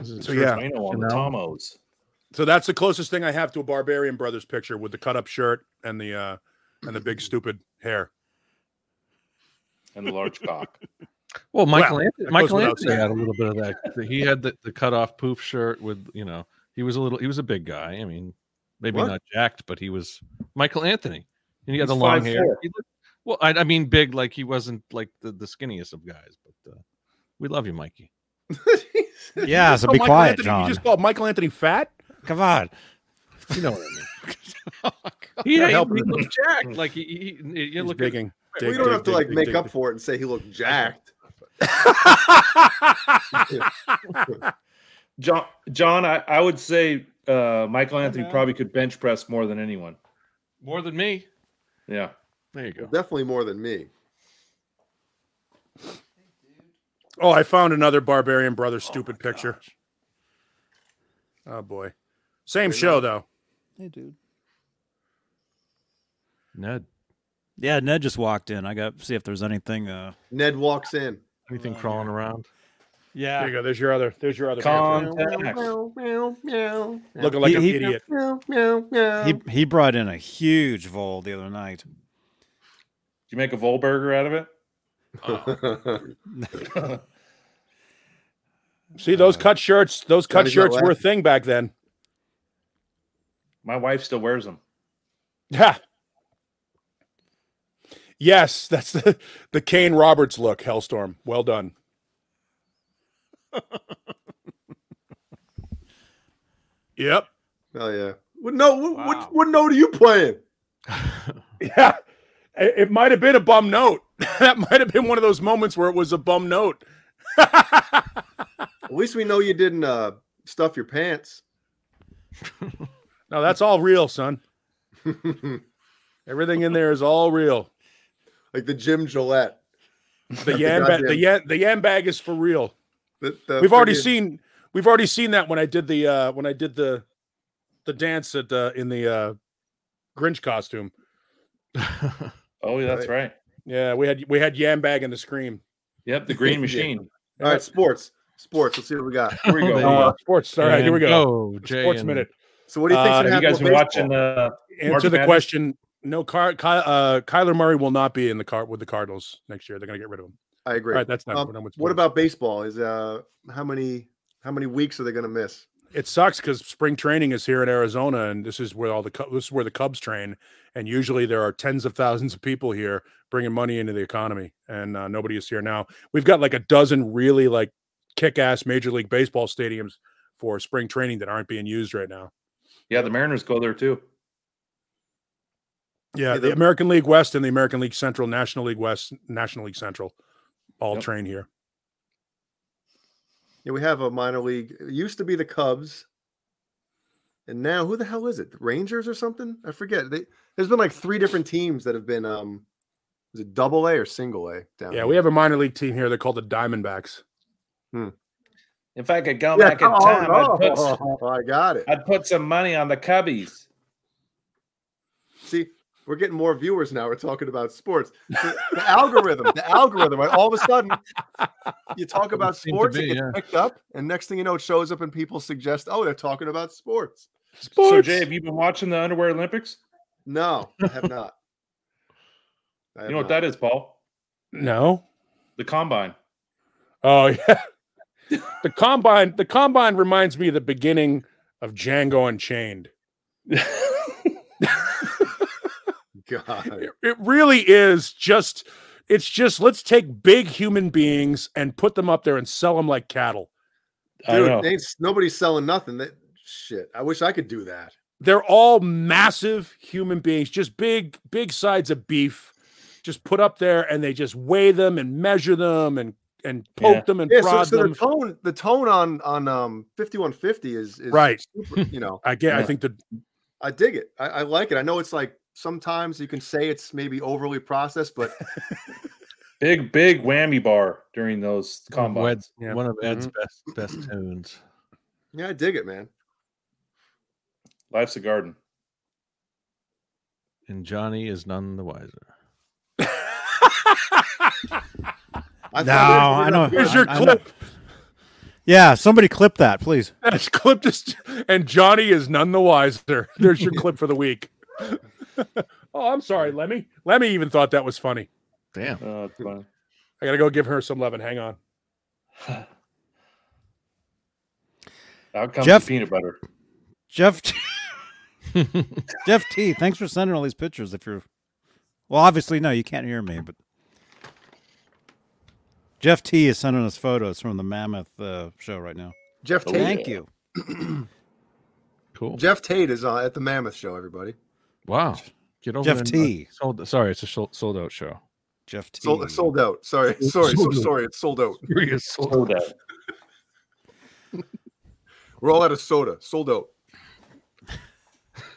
S3: So yeah.
S4: Wayno on the
S2: You know?
S4: Tomos.
S3: So that's the closest thing I have to a Barbarian Brothers picture with the cut up shirt and the uh and the big stupid hair.
S4: and the large cock.
S2: Well, Michael Anthony,
S3: that goes
S2: Michael
S3: without
S2: Anthony
S3: saying.
S2: had a little bit of that. He had the, the cut off poof shirt with you know he was a little he was a big guy. I mean, maybe
S5: What?
S2: not jacked, but he was Michael Anthony, and he had
S4: He's
S2: the long
S4: 5'4".
S2: hair. He looked- well, I, I mean, big like he wasn't like the, the skinniest of guys, but uh, we love you, Mikey.
S1: Yeah,
S3: You
S1: so
S3: call
S1: be
S3: Oh, Michael
S1: quiet,
S3: Anthony-
S1: John.
S3: You just called Michael Anthony fat.
S1: Come on.
S2: You know what I mean? he
S3: Can't
S2: he,
S3: help
S2: he
S3: it.
S2: looked jacked. Like he, he, he- you
S3: He's
S2: look at-
S3: digging.
S5: we
S3: Dig,
S5: don't
S3: dig,
S5: have to
S3: dig,
S5: like
S3: dig,
S5: make
S3: dig,
S5: up
S3: dig.
S5: for it and say he looked jacked.
S4: John, John, I, I would say uh, Michael Anthony
S1: man.
S4: probably could bench press more than anyone.
S2: more than me.
S4: Yeah,
S2: There you go.
S5: Definitely more than me.
S3: Oh, I found another Barbarian Brother stupid picture. Oh boy, same show though.
S1: Hey, dude.
S2: Ned,
S1: Yeah, Ned just walked in. I got see if there's anything. Uh,
S5: Ned walks in.
S2: anything crawling around?
S3: There you
S1: yeah.
S3: go. There's your other. There's your other.
S4: Con-
S3: picture.
S4: Contact.
S5: Meow, meow, meow, meow.
S3: Looking like
S1: He-
S3: an
S1: he-
S3: idiot.
S5: Meow, meow, meow.
S1: He he brought in a huge vole the other night.
S4: did you make a Volberger out of it?
S3: Oh. See those cut shirts? Those cut
S5: Johnny's not
S3: shirts were a
S5: laughing.
S3: thing back then.
S4: My wife still wears them.
S3: Yeah. Yes, that's the the Kane Roberts look. Hellstorm. Well done. yep.
S5: Oh yeah. What no? What, what what note are you playing?
S3: Yeah. It, it might have been a bum note. that might have been one of those moments where it was a bum note.
S5: At least we know you didn't uh, stuff your pants.
S3: No, that's all real, son.
S5: like
S3: Everything in there is all real.
S5: the Jim Gillette.
S3: The yam, ba- the
S5: goddamn-
S3: yam, the yam bag is for real.
S5: The- the
S3: we've already
S5: friggin-
S3: seen we've already seen that when I did the uh when I did the the dance at uh, in the uh Grinch costume.
S4: Oh, yeah, that's right.
S3: Yeah, we had we had Yambag and the Scream.
S4: Yep, the green
S5: Yeah.
S4: machine.
S5: All right, sports, sports. Let's see what we got.
S4: Here we go.
S2: There you
S4: Uh,
S2: go.
S3: Sports. All right, here we go.
S2: Oh, Jay
S3: Sports
S2: and-
S3: minute.
S5: So what do you think?
S3: Uh,
S4: have you guys been watching uh, March
S3: Answer the
S4: Madness?
S3: question. No, Car- Ky- uh, Kyler Murray will not be in the cart with the Cardinals next year. They're going to get rid of him.
S5: I agree.
S3: All right, that's not
S5: Um,
S3: what I'm with
S5: what
S3: sports.
S5: about baseball? Is uh how many how many weeks are they going to miss?
S3: It sucks because spring training is here in Arizona, and this is where all the Cub- this is where the Cubs train, and usually there are tens of thousands of people here bringing money into the economy, and uh, nobody is here now. We've got like a dozen really like kick-ass Major League Baseball stadiums for spring training that aren't being used right now.
S4: Yeah, the Mariners go there too.
S3: Yeah,
S5: Yeah,
S3: the
S5: the-
S3: American League West and the American League Central, National League West, National League Central, all
S4: Yep.
S3: train here.
S5: Yeah, we have a minor league. It used to be the Cubs, and now who the hell is it? The Rangers or something? I forget. They, there's been like three different teams that have been um, is it double A or single A down?
S3: Yeah, we have a minor league team here. They're called the Diamondbacks.
S4: If I could go
S5: Yeah,
S4: back in
S5: oh,
S4: time, I'd, put,
S5: oh, I got it.
S4: I'd put some money on the Cubbies.
S5: See, we're getting more viewers now. We're talking about sports. The, the algorithm, the algorithm, right? All of a sudden, you talk about
S2: seem to
S5: sports,
S2: be,
S5: it gets
S2: yeah.
S5: picked up, and next thing you know, it shows up and people suggest, oh, they're talking about sports.
S3: Sports.
S4: So, Jay, have you been watching the Underwear Olympics?
S5: No, I have not. I
S4: You know what that is, Paul?
S3: no.
S4: The Combine.
S3: Oh yeah. the combine the combine reminds me of the beginning of Django Unchained.
S5: that? God.
S3: It, it really is just it's just let's take big human beings and put them up there and sell them like cattle.
S4: I know.
S5: Dude, ain't, s- nobody's selling nothing. That shit. I wish I could do that.
S3: They're all massive human beings, just big big sides of beef just put up there and they just weigh them and measure them and and poke
S4: Yeah.
S3: them and
S5: Yeah. So,
S3: prod
S5: so
S3: them.
S5: the tone, the tone on on um fifty one fifty is is
S3: Right.
S5: Super, you know,
S3: I get I
S4: Yeah.
S3: think the
S5: I dig it. I, I like it. I know it's like sometimes you can say it's maybe overly processed, but
S4: Big, big whammy bar during those
S2: One of
S4: combines.
S2: Ed's,
S3: Yeah.
S2: one of Ed's best best tunes.
S5: yeah, I dig it, man.
S4: Life's a garden.
S2: and Johnny is none the wiser.
S5: I
S1: No,
S5: thought
S1: I
S5: we were-
S1: know.
S3: Here's your
S1: I- I know.
S3: clip.
S1: Yeah, somebody clip that, please.
S3: That's clipped as, and Johnny is none the wiser. There's your clip for the week. oh, I'm sorry, Lemmy. Lemmy even thought that was funny.
S2: Damn.
S4: Oh, that's funny.
S3: I gotta go give her some love and hang on.
S4: Out comes
S1: Jeff-
S4: the peanut butter.
S1: Jeff Jeff T, thanks for sending all these pictures. If you're well, obviously no, you can't hear me, but Jeff T is sending us photos from the Mammoth uh, show right now.
S5: Jeff Tate.
S1: Thank you.
S2: Cool.
S5: Jeff Tate is on at the Mammoth Show. Everybody
S2: Wow. Get over
S1: Jeff
S2: there and- uh,
S1: T.
S2: Sold, sorry, it's a sold, sold out show.
S1: Jeff T.
S5: sold, sold out. Sorry, sorry, so
S2: sold out.
S5: sorry. It's sold out.
S2: Serious sold
S4: Sold out.
S5: We're all out of soda. Sold out.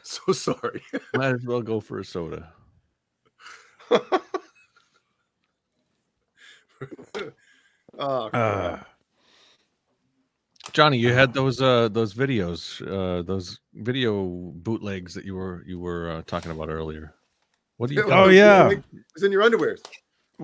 S5: So sorry.
S2: Might as well go for a soda.
S5: Oh,
S1: Uh,
S2: Johnny, you had those uh those videos, uh those video bootlegs that you were you were uh, talking about earlier. What do you
S5: it was-
S1: Oh,
S5: it was
S1: yeah.
S5: like- It was in your underwear.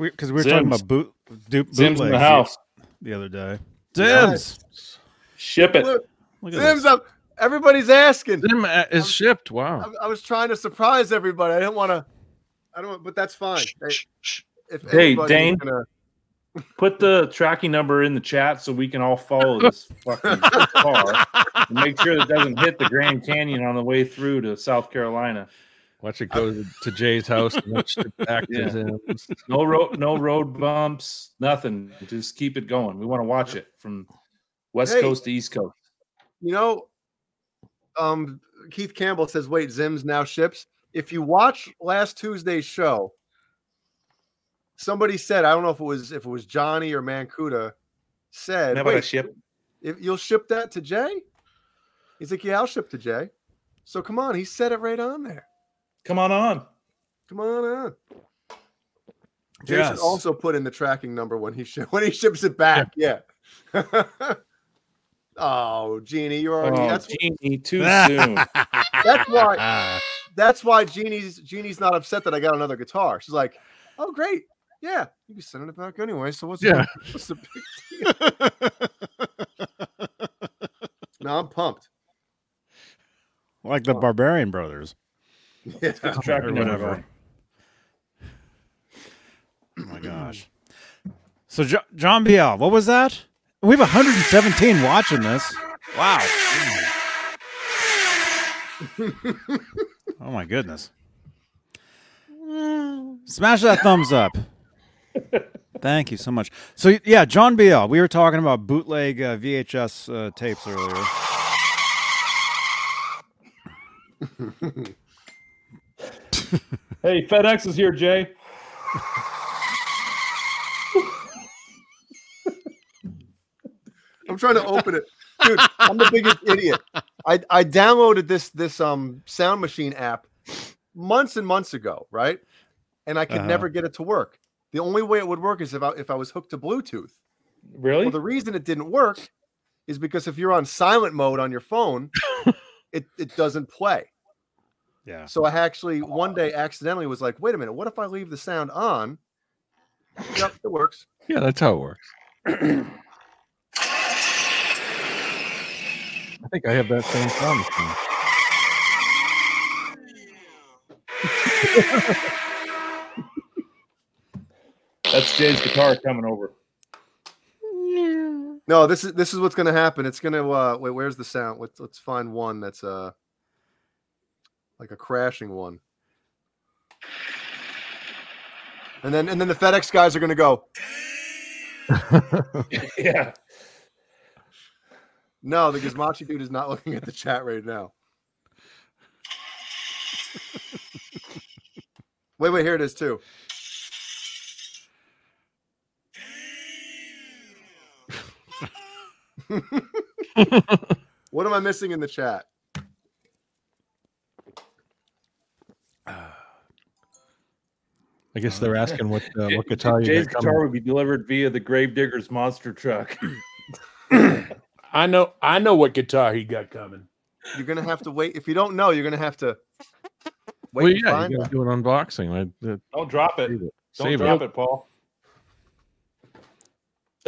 S1: because we, were talking
S4: Zim's.
S1: about boot du-
S4: Zim's in the
S1: bootlegs
S4: house.
S1: the other day.
S5: Yeah.
S1: Zim's,
S4: Ship it.
S1: look at
S5: Zim's
S1: this.
S5: up. Everybody's asking.
S2: Them uh, is shipped. Wow.
S5: I, I was trying to surprise everybody. I didn't want to. I don't. But that's fine. Hey, If
S4: Hey,
S5: everybody's
S4: Dane.
S5: gonna-
S4: Put the tracking number in the chat so we can all follow this fucking car and make sure that it doesn't hit the Grand Canyon on the way through to South Carolina.
S2: Watch it go to Jay's house and watch it back to
S4: Yeah.
S2: him.
S4: No road, no road bumps, nothing. Just keep it going. We want to watch it from West
S5: Hey.
S4: Coast to East Coast.
S5: you know, um, Keith Campbell says, "Wait, Zim's now ships." If you watch last Tuesday's show, somebody said, I don't know if it was if it was Johnny or Mancuda said,
S4: How about a
S5: "Wait,
S4: ship?
S5: if you'll ship that to Jay?" He's like, "Yeah, I'll ship to Jay." So come on, he said it right on there.
S4: Come on on.
S5: Come on on. Jason
S1: Yes.
S5: also put in the tracking number when he shi- when he ships it back. Yeah. oh, Jeannie, you're already
S4: Oh,
S5: that's
S4: Jeannie, too soon.
S5: that's why
S1: Ah.
S5: that's why Jeannie's Jeannie's not upset that I got another guitar. She's like, Oh great. Yeah, you can send it back anyway. So what's the-
S2: Yeah.
S5: what's the big deal? no, I'm pumped.
S1: like the Barbarian Brothers
S5: Yeah.
S4: Tracking
S1: or
S4: number
S1: whatever.
S4: going.
S1: Oh my gosh. So jo- John Biel, what was that? We have 117 watching this. Wow. oh my goodness. Smash that thumbs up. Thank you so much. So yeah, John Biel, we were talking about bootleg uh, VHS uh, tapes earlier.
S4: Hey, FedEx is here, Jay.
S5: I'm trying to open it. Dude, I'm the biggest idiot. I, I downloaded this this um sound machine app months and months ago, right? And I could
S1: Uh-huh.
S5: never get it to work. The only way it would work is if I, if I was hooked to Bluetooth.
S4: Really?
S5: Well, the reason it didn't work is because if you're on silent mode on your phone, it, it doesn't play.
S1: Yeah.
S5: So I actually one day accidentally was like, wait a minute, what if I leave the sound on? Yep, it works.
S2: Yeah, that's how it works. I think I have that same sound machine.
S4: That's Jay's guitar coming over.
S5: No, this is this is what's gonna happen. It's gonna uh wait, where's the sound? Let's let's find one that's uh like a crashing one. And then and then the FedEx guys are gonna go,
S4: yeah.
S5: no, the Gizmachi dude is not looking at the chat right now. wait, wait, here it is too. what am I missing in the chat?
S2: I guess they're asking what uh, what guitar you
S4: Jay's
S2: got coming.
S4: guitar would be delivered via the Gravediggers monster truck.
S3: I know I know what guitar he got coming.
S5: You're gonna have to wait. If you don't know, you're gonna have to wait.
S2: Well,
S5: and
S2: yeah,
S5: find
S2: you
S5: out.
S2: gotta do an unboxing. I, uh,
S4: Don't drop it.
S2: save
S4: Don't
S2: it. Save
S4: drop
S2: it.
S4: it, Paul.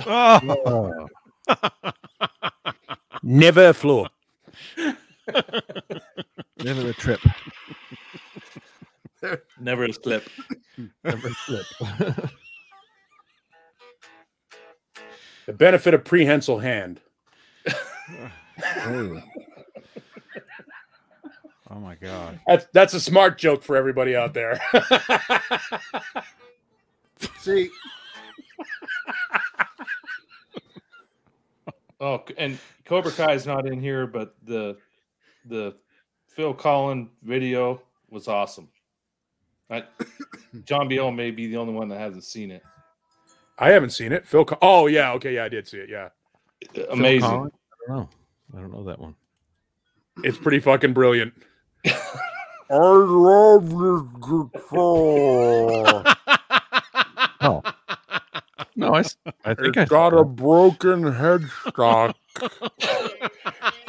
S1: Oh,
S2: Oh,
S3: Never a floor.
S2: never a trip.
S4: Never a slip.
S2: Never a slip.
S3: The benefit of prehensile hand.
S1: Oh my god.
S3: That's that's a smart joke for everybody out there.
S5: See,
S4: Oh, c- and Cobra Kai is not in here, but the the Phil Collin video was awesome. I, John Biel may be the only one that hasn't seen it.
S3: I haven't seen it. Phil. Co- oh yeah. Okay. Yeah, I did see it. Yeah,
S4: Amazing.
S2: Collins? I don't know. I don't know that one.
S3: it's pretty fucking brilliant.
S5: I love this guitar.
S2: Oh. No, I, s- I think I
S5: got a broken headstock.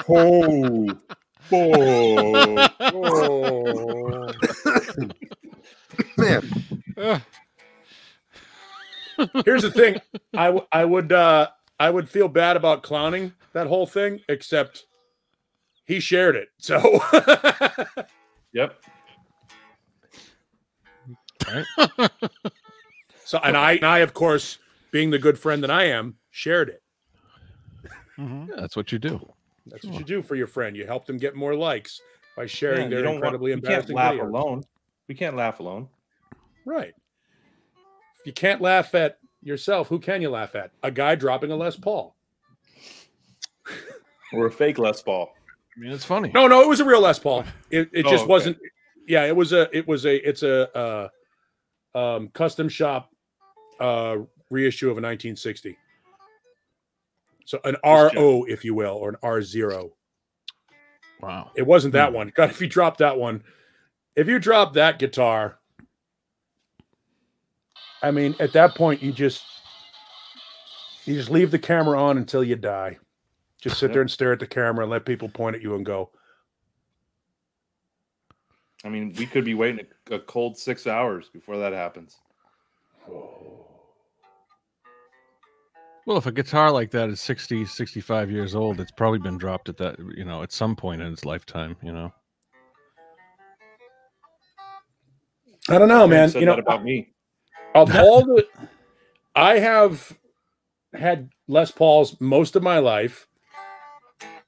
S4: Oh, boy.
S5: Oh. Man,
S3: Here's the thing. I w- I would uh I would feel bad about clowning that whole thing, except he shared it. So
S4: yep.
S3: so and I and I of course being the good friend that I am shared it.
S1: Mhm.
S2: Yeah, that's what you do.
S3: That's what you do for your friend. You help them get more likes by sharing
S4: Yeah, you
S3: their
S4: don't
S3: incredibly
S4: want, we can't
S3: embarrassing
S4: laugh
S3: videos.
S4: alone. We can't laugh alone.
S3: Right. If you can't laugh at yourself, who can you laugh at? A guy dropping a Les Paul.
S4: Or a fake Les Ball.
S2: I mean, it's funny.
S3: No, no, it was a real Les Paul. It, it
S4: Oh,
S3: just
S4: okay.
S3: wasn't. Yeah, it was a. It was a. It's a uh, um, custom shop uh, reissue of a 1960. So an RO, if you will, or an R zero.
S2: Wow.
S3: It wasn't that
S2: Hmm.
S3: one. God, if you dropped that one, if you dropped that guitar, I mean, at that point, you just you just leave the camera on until you die. Just sit there and stare at the camera and let people point at you and go,
S4: I mean, we could be waiting a, a cold six hours before that happens.
S2: Well, if a guitar like that is 60, 65 years old, it's probably been dropped at that, you know, at some point in its lifetime, you know.
S3: "I don't know,
S4: Aaron
S3: man."
S4: said
S3: You know,
S4: that about me.
S3: of all the I have had Les Pauls most of my life,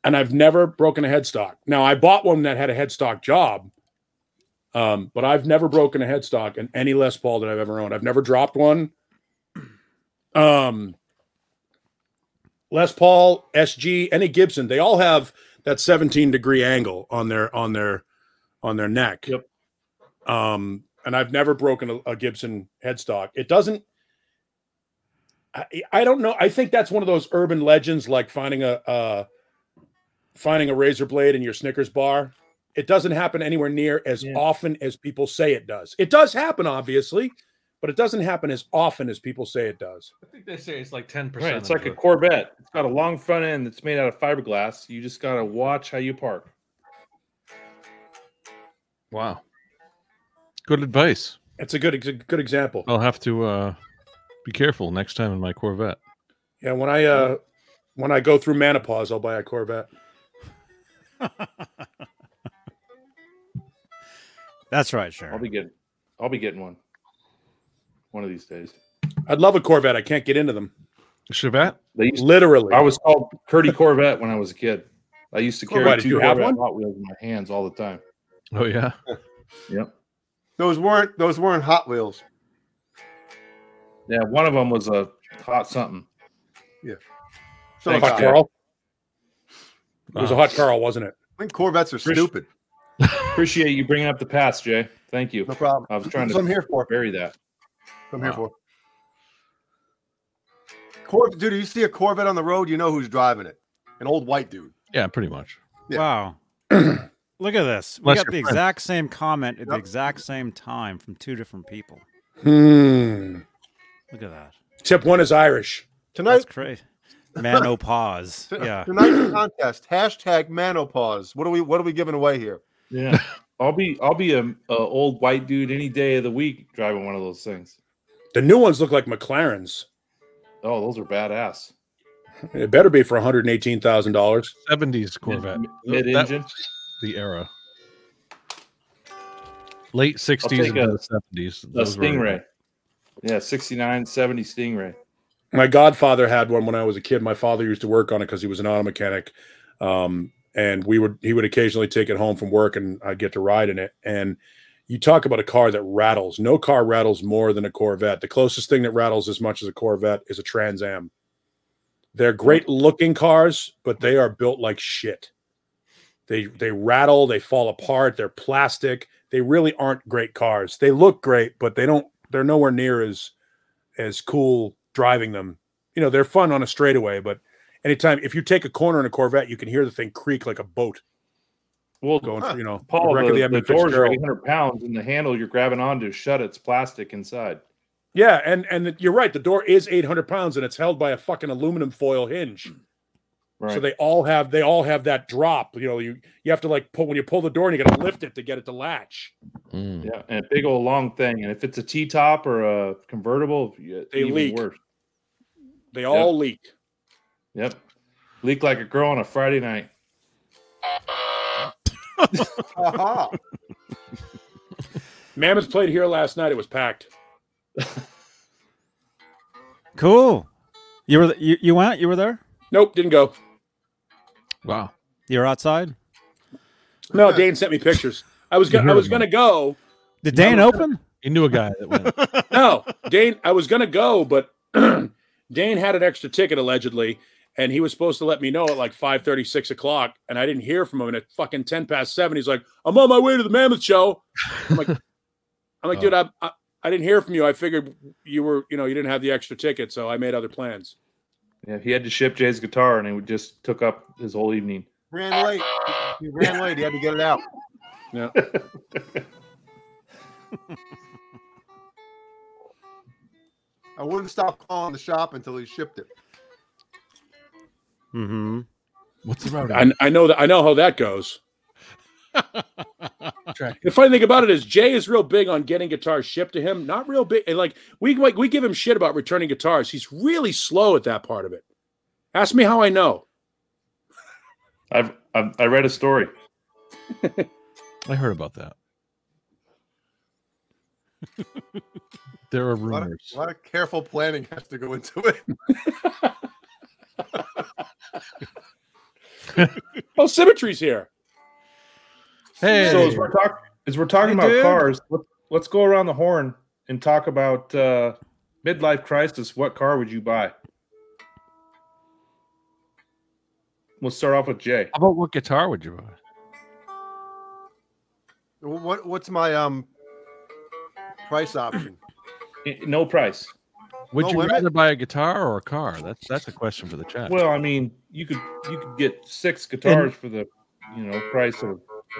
S3: and I've never broken a headstock. Now I bought one that had a headstock job, um, but I've never broken a headstock in any Les Paul that I've ever owned. I've never dropped one. Um, Les Paul, SG, any Gibson, they all have that 17 degree angle on their on their on their neck.
S4: Yep.
S3: Um, and I've never broken a, a Gibson headstock. It doesn't. I, I don't know. I think that's one of those urban legends, like finding a uh, finding a razor blade in your Snickers bar. It doesn't happen anywhere near as
S4: Yeah.
S3: often as people say it does. It does happen, obviously, but it doesn't happen as often as people say it does.
S2: I think they say it's like 10%.
S4: Right, it's like a Corvette. It's got a long front end that's made out of fiberglass. You just gotta watch how you park.
S2: wow. Good advice.
S3: It's a good, it's a good example.
S2: I'll have to uh, be careful next time in my Corvette.
S3: Yeah, when I uh, when I go through menopause, I'll buy a Corvette.
S1: That's right, Sharon.
S4: I'll be getting, I'll be getting one, one of these days.
S3: I'd love a Corvette. I can't get into them.
S2: Chevette?
S4: They used
S3: Literally,
S4: I was called Curdy Corvette when I was a kid. I used to carry
S3: Why, did
S4: two
S3: you have
S4: Corvette
S3: one?
S4: Hot Wheels in my hands all the time.
S2: Oh, yeah.
S5: those weren't those weren't Hot Wheels.
S4: Yeah, one of them was a hot something.
S5: So
S4: Thanks,
S5: I
S3: hot
S4: Jeff.
S3: Carl. It was a hot Carl, wasn't it?
S5: think Corvettes are stupid.
S4: Appreciate you bringing up the past, Jay. Thank you.
S5: No problem.
S4: I was trying
S5: That's what I'm
S4: to
S5: here for.
S4: bury that.
S5: That's what I'm here for. Corv- dude, you see a Corvette on the road, you know who's driving it. An old white dude.
S2: Yeah, pretty much.
S5: Yeah.
S1: Wow. Look at this. We
S2: Bless
S1: got
S2: your
S1: the
S2: friend.
S1: exact same comment at the
S5: Yep.
S1: exact same time from two different people.
S3: Hmm.
S1: Look at that.
S3: Except one is Irish.
S5: Tonight,
S1: That's great. Manopause. Yeah.
S5: tonight's contest hashtag Manopause. What are we What are we giving away here?
S4: Yeah, I'll be I'll be a, a old white dude any day of the week driving one of those things.
S3: The new ones look like McLarens.
S4: Oh, those are badass.
S3: It better be for one hundred eighteen thousand dollars.
S2: 70s Corvette.
S4: mid
S2: That-
S4: engine.
S2: the era. Late 60s
S4: take
S2: and
S4: a-
S2: into the 70s.
S4: A
S2: those were-
S4: Stingray. Yeah, 69, 70 Stingray.
S3: my godfather had one when I was a kid. My father used to work on it because he was an auto mechanic, um, and we would he would occasionally take it home from work, and I'd get to ride in it. And you talk about a car that rattles. No car rattles more than a Corvette. The closest thing that rattles as much as a Corvette is a Trans Am. They're great looking cars, but they are built like shit. They they rattle, they fall apart, they're plastic. They really aren't great cars. They look great, but they don't they're nowhere near as as cool driving them. You know, they're fun on a straightaway, but anytime if you take a corner in a Corvette, you can hear the thing creak like a boat
S4: Well,
S3: going. through, you know,
S4: Paul,
S3: wreck of
S4: the, the,
S3: Edmund
S4: doors are
S3: Fitzgerald.
S4: 800 pounds, and the handle you're grabbing onto is shut. It's plastic inside.
S3: Yeah, and and you're right. The door is 800 pounds, and it's held by a fucking aluminum foil hinge.
S4: Right.
S3: So they all have they all have that drop. You know, you you have to like pull when you pull the door, and you got to lift it to get it to latch.
S2: Mm,
S4: yeah, and a big old long thing. And if it's a T top or a convertible, yeah,
S3: They
S4: even
S3: leak.
S4: worse.
S3: They all leak.
S4: Yep. Leak like a girl on a Friday night.
S5: Aha.
S3: Mammoth played here last night. It was packed.
S1: Cool. You were th- you, you went? You were there?
S3: Nope, didn't go.
S2: Wow.
S1: You're outside?
S3: No, Dane sent me pictures. I was
S2: You
S3: gonna I
S2: heard
S3: was
S2: me.
S3: gonna go.
S1: Did Dane open?
S2: You knew a guy that went.
S3: No, Dane, I was gonna go, but Dane had an extra ticket allegedly, and he was supposed to let me know at like 5 6 o'clock, and I didn't hear from him. And at fucking 10 past seven, he's like, I'm on my way to the mammoth show. I'm like, I'm like,
S2: Oh.
S3: dude, I, I I didn't hear from you. I figured you were, you know, you didn't have the extra ticket, so I made other plans.
S4: Yeah, he had to ship Jay's guitar, and it would just took up his whole evening.
S5: ran late. He ran late. He had to get it out. I wouldn't stop calling the shop until he shipped it.
S1: Mm-hmm.
S2: What's the route?
S3: I, I know that I know how that goes. The funny thing about it is Jay is real big on getting guitars shipped to him. Not real big. and, Like we like we give him shit about returning guitars. He's really slow at that part of it. Ask me how I know.
S4: I've, I've I read a story.
S2: I heard about that. there are
S5: A lot, of,
S2: rumors.
S5: a lot of careful planning has to go into it.
S3: Oh, symmetry's here.
S2: Hey,
S4: So as we're, talk, as we're talking
S1: Hey,
S4: about
S1: dude.
S4: cars, let, let's go around the horn and talk about uh, midlife crisis. What car would you buy? We'll start off with Jay.
S2: how about what guitar would you buy?
S5: What what's my um price option?
S4: I- No price.
S2: Would
S5: No
S2: you
S5: limit?
S2: rather buy a guitar or a car? That's that's a question for the chat.
S4: Well, I mean, you could you could get six guitars for the you know price of a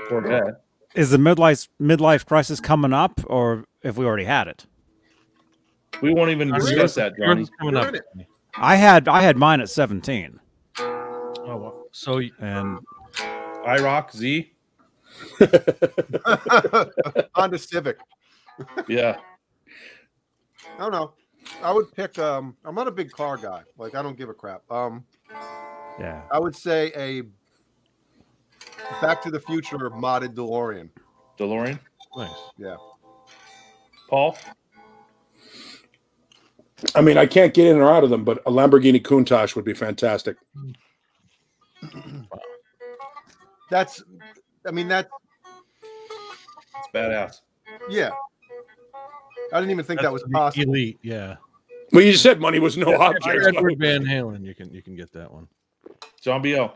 S4: Corvette.
S1: Is the midlife midlife crisis coming up, or if we already had it?
S4: We won't even
S2: Yours-
S4: discuss that, Johnny.
S2: yours is coming up.
S5: You're in
S1: I had I had mine at 17,
S2: Oh, wow. so y-
S1: and
S4: IROC Z.
S5: Honda Civic.
S4: Yeah.
S5: I don't know. I would pick um I'm not a big car guy. Like I don't give a crap. Um
S1: yeah,
S5: I would say a Back to the Future modded DeLorean.
S4: DeLorean.
S2: nice.
S4: Paul.
S3: I mean, I can't get in or out of them, but a Lamborghini Countach would be fantastic.
S5: That's I mean that
S4: It's badass.
S5: yeah. I didn't even think that was
S2: That's
S5: possible.
S2: Elite, yeah.
S3: Well, you said money was no object.
S2: Edward Van Halen, you can you can get that one.
S4: John Biel.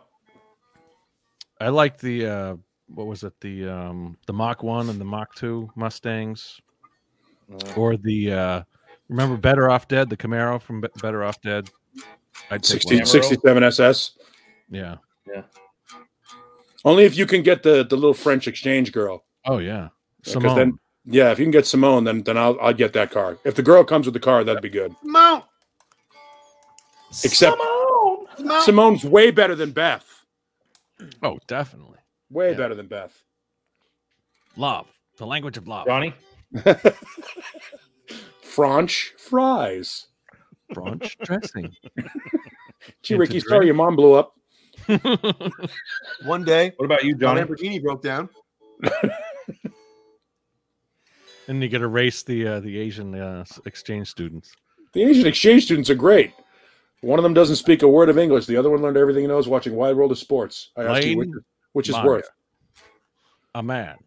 S2: I like the uh what was it the um the Mach One and the Mach Two Mustangs,
S4: Uh,
S2: or the uh remember Better Off Dead, the Camaro from Be- Better Off Dead. I'd take one.
S3: 60, 67 SS.
S2: Yeah.
S3: Only if you can get the the little French exchange girl.
S2: Oh yeah.
S3: 'Cause
S2: Simone.
S3: then- yeah, if you can get Simone, then then I'll I'll get that car. If the girl comes with the car, that'd be good.
S5: Mount,
S3: Except
S5: Mount.
S3: Simone's way better than Beth.
S2: oh, definitely.
S3: Way
S2: Yeah.
S3: better than Beth.
S2: Love. The language of love.
S4: Johnny.
S3: French fries.
S2: Brunch dressing.
S3: Gee,
S2: Into
S3: Ricky,
S2: drink.
S3: sorry your mom blew up.
S5: One day
S4: What about you,
S5: my
S4: Johnny?
S5: Lamborghini broke down.
S2: and you get to race the uh, the Asian uh, s- exchange students.
S3: The Asian exchange students are great. One of them doesn't speak a word of English. The other one learned everything he knows watching Wide World of Sports. I asked you which,
S2: Lane
S3: which is
S2: Monica.
S3: worth.
S2: A Oh, man.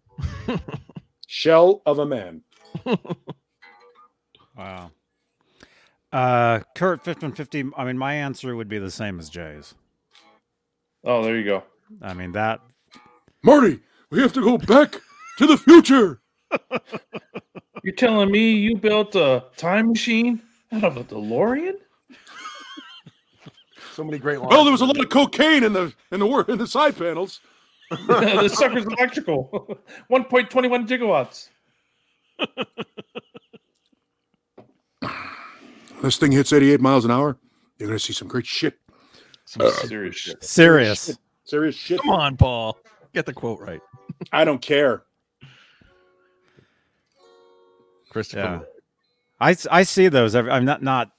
S3: Shell of a man.
S1: Wow. Uh, Kurt, fifteen fifty. I mean, my answer would be the same as Jay's.
S4: Oh, there you go.
S1: I mean that.
S3: Marty, we have to go back to the future.
S4: You're telling me you built a time machine out of a DeLorean?
S5: So many great lines.
S3: Well, Oh, there was a lot of cocaine in the in the wor- in the side panels.
S4: the sucker's electrical. 1.21 gigawatts.
S3: This thing hits 88 miles an hour. You're gonna see some great shit.
S2: Some
S4: Serious shit.
S1: Serious.
S3: Serious shit.
S2: Come on, Paul. Get the quote right.
S3: I don't care.
S2: Christopher.
S1: Yeah. I, s- I see those. Every, I'm not not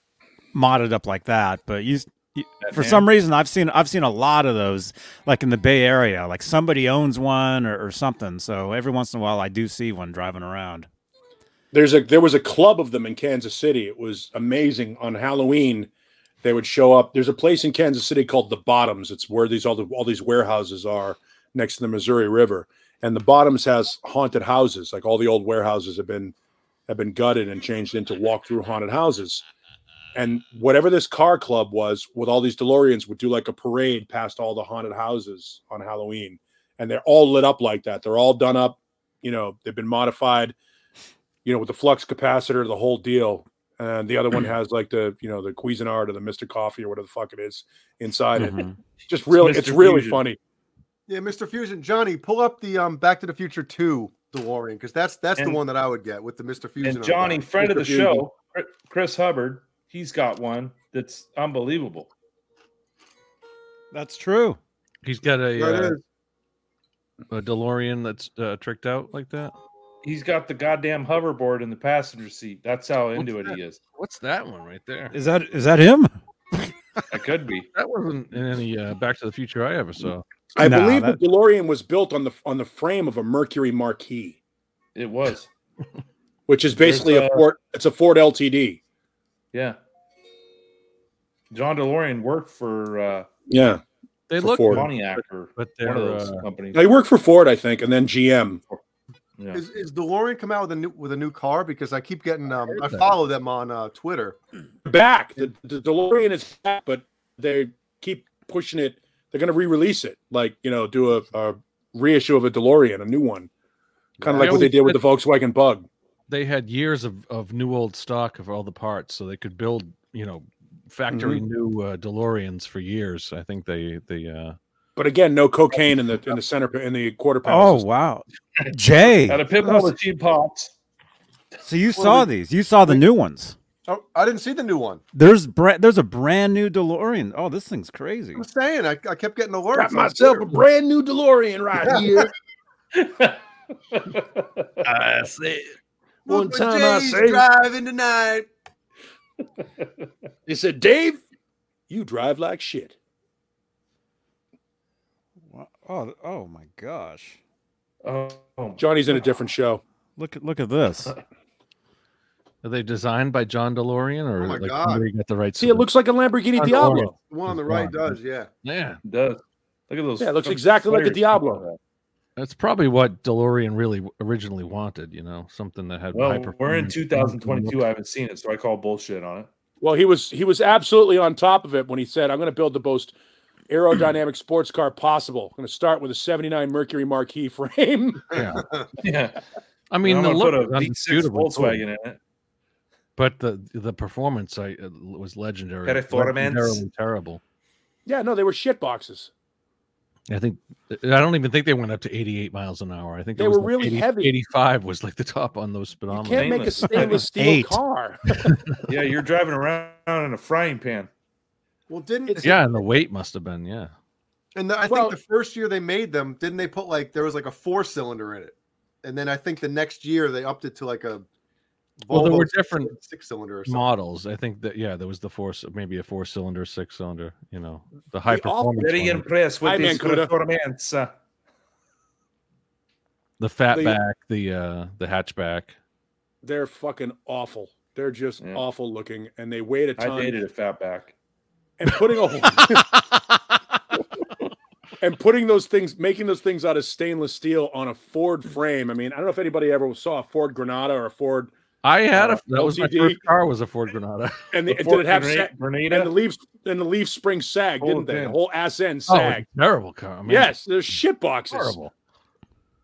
S1: modded up like that, but you. s- you- For
S4: man.
S1: some reason, I've seen I've seen a lot of those, like in the Bay Area. Like somebody owns one or, or something. So every once in a while, I do see one driving around.
S3: there's a there was a club of them in Kansas City. It was amazing. On Halloween, they would show up. There's a place in Kansas City called the Bottoms. It's where these all the all these warehouses are next to the Missouri River. And the Bottoms has haunted houses. Like all the old warehouses have been have been gutted and changed into walk through haunted houses. And whatever this car club was, with all these DeLoreans, would do like a parade past all the haunted houses on Halloween. And they're all lit up like that. They're all done up. You know, they've been modified you know, with the flux capacitor, the whole deal. And the other one has like the, you know, the Cuisinart or the Mr. Coffee or whatever the fuck it is inside
S2: Mm-hmm.
S3: it.
S1: Mhm.
S3: Just really,
S4: Mr.
S3: it's really
S4: Fusion.
S3: funny.
S5: Yeah, Mr. Fusion, Johnny, pull up the um Back to the Future Two DeLorean because that's that's the
S4: And-
S5: one that I would get with the Mr. Fusion.
S4: And
S5: on the
S4: Johnny,
S5: back.
S4: friend of the
S3: Mr. Fusion.
S4: show, Chri- Chris Hubbard, he's got one that's unbelievable.
S1: That's true.
S2: He's got
S5: There it
S2: a, uh,
S5: is.
S2: a DeLorean that's uh, tricked out like that.
S4: He's got the goddamn hoverboard in the passenger seat. That's how into it
S2: that?
S4: he is.
S2: What's that one right there?
S1: Is that is that him?
S4: That could be.
S2: That wasn't in any uh, Back to the Future I ever saw.
S3: I
S1: Nah,
S3: believe
S1: that-
S3: the DeLorean was built on the on the frame of a Mercury Marquis,
S4: It was.
S3: which is basically a
S4: There's, uh,
S3: Ford. It's a Ford LTD.
S4: Yeah. John DeLorean worked for uh,
S3: Yeah,
S2: They
S3: For
S2: look,
S3: Ford.
S4: Pontiac or
S2: but they're
S4: one of those
S2: uh,
S4: companies.
S3: they work for Ford, I think, and then GM.
S4: Yeah.
S5: Is, is DeLorean come out with a new with a new car? Because I keep getting um I
S2: heard that.
S5: follow them on uh, Twitter.
S3: Back the, the DeLorean is back, but they keep pushing it. They're going to re-release it, like you know, do a, a reissue of a DeLorean, a new one, kind of like what they did with the Volkswagen Bug.
S2: they had years of, of new old stock of all the parts, so they could build you know factory new uh, DeLoreans for years. I think they they uh,
S3: But again, no cocaine in the in the center in the quarter
S1: Oh
S3: pound.
S1: wow, Jay.
S4: Out of pinball with cheap pots.
S1: So you saw these? You saw the new ones?
S5: Oh, I didn't see the new one.
S1: There's bra- there's a brand new DeLorean. Oh, this thing's crazy.
S5: I'm saying I, I kept getting alerts.
S3: got
S5: on
S3: myself a
S5: Twitter.
S3: brand new DeLorean right here. Um,
S2: I see.
S5: Look
S3: one
S5: what
S3: time I
S5: Jay's
S3: saved-
S5: driving tonight.
S3: They said, Dave, you drive like shit.
S1: Wha- Oh, oh my gosh.
S4: oh, oh my-
S3: Johnny's in a different show.
S1: Look at look at this.
S2: Are they designed by John DeLorean or
S5: Oh my
S2: like
S5: God.
S2: somebody got the right?
S3: See, it looks like a Lamborghini
S5: John
S3: Diablo.
S5: The one on the right does, yeah.
S2: yeah.
S4: it does. Look at those.
S3: Yeah, it looks
S4: fucking
S3: exactly like a
S4: flares.
S3: Diablo.
S2: That's probably what DeLorean really w- originally wanted. You know, something that had. high
S4: Well, we're in
S2: performance.
S4: 2022. I haven't seen it, so I call bullshit on it.
S3: Well, he was he was absolutely on top of it when he said, I'm gonna build the most aerodynamic sports car possible. I'm gonna start with a 79 Mercury Marquis frame.
S4: Yeah,
S2: I
S4: I
S2: mean,
S4: mean, I'm
S2: the
S4: gonna
S2: look
S4: put
S2: was
S4: a V6
S2: undisputable, too,
S4: Volkswagen in it.
S2: but the the performance I uh, was legendary.
S4: Performance.
S2: Legendarily terrible.
S3: yeah, no, they were shit boxes.
S2: I think I don't even think they went up to 88 miles an hour. I think
S3: They
S2: it was
S3: were
S2: like
S3: really
S2: 80
S3: heavy.
S2: 85 was like the top on those
S3: You
S2: speedometers.
S3: can't make a
S4: Stainless.
S3: stainless steel
S1: Eight.
S3: car.
S4: Yeah, you're driving around in a frying pan.
S5: Well, didn't
S3: It's-
S2: Yeah, and the weight must have been yeah.
S5: And the, I
S3: Well-
S5: think the first year they made them, didn't they put like there was like a four cylinder in it, and then I think the next year they upped it to like a.
S2: Well, there
S5: Volvo
S2: were
S5: six-
S2: different
S5: six cylinder or something.
S2: Models, I think that yeah, there was the four, maybe a four cylinder, six cylinder. You know, the high
S3: all-
S2: performance,
S4: Very
S2: one,
S4: impressed with
S3: Hi,
S4: this
S3: Mancuda.
S4: performance. Uh,
S2: the fat
S3: they-
S2: back, the uh, the hatchback.
S3: They're fucking awful. They're just
S4: Yeah.
S3: awful looking and they weighed a
S4: I
S3: ton.
S4: dated a fatback.
S3: and putting a whole, and putting those things, making those things out of stainless steel on a Ford frame. I mean, I don't know if anybody ever saw a Ford Granada or a Ford,
S2: I had a
S3: Uh,
S2: that was my
S3: LTD.
S2: first car was a Ford Granada.
S3: and, the,
S4: The
S3: did it have
S4: Grenada-
S3: sa-
S4: Grenada?
S3: and the leaves and the leaf spring sag,
S4: Oh,
S3: didn't they? The
S4: damn.
S3: whole ass end
S2: Oh,
S3: sag.
S2: terrible car. I mean,
S3: yes, there's shit boxes.
S2: horrible.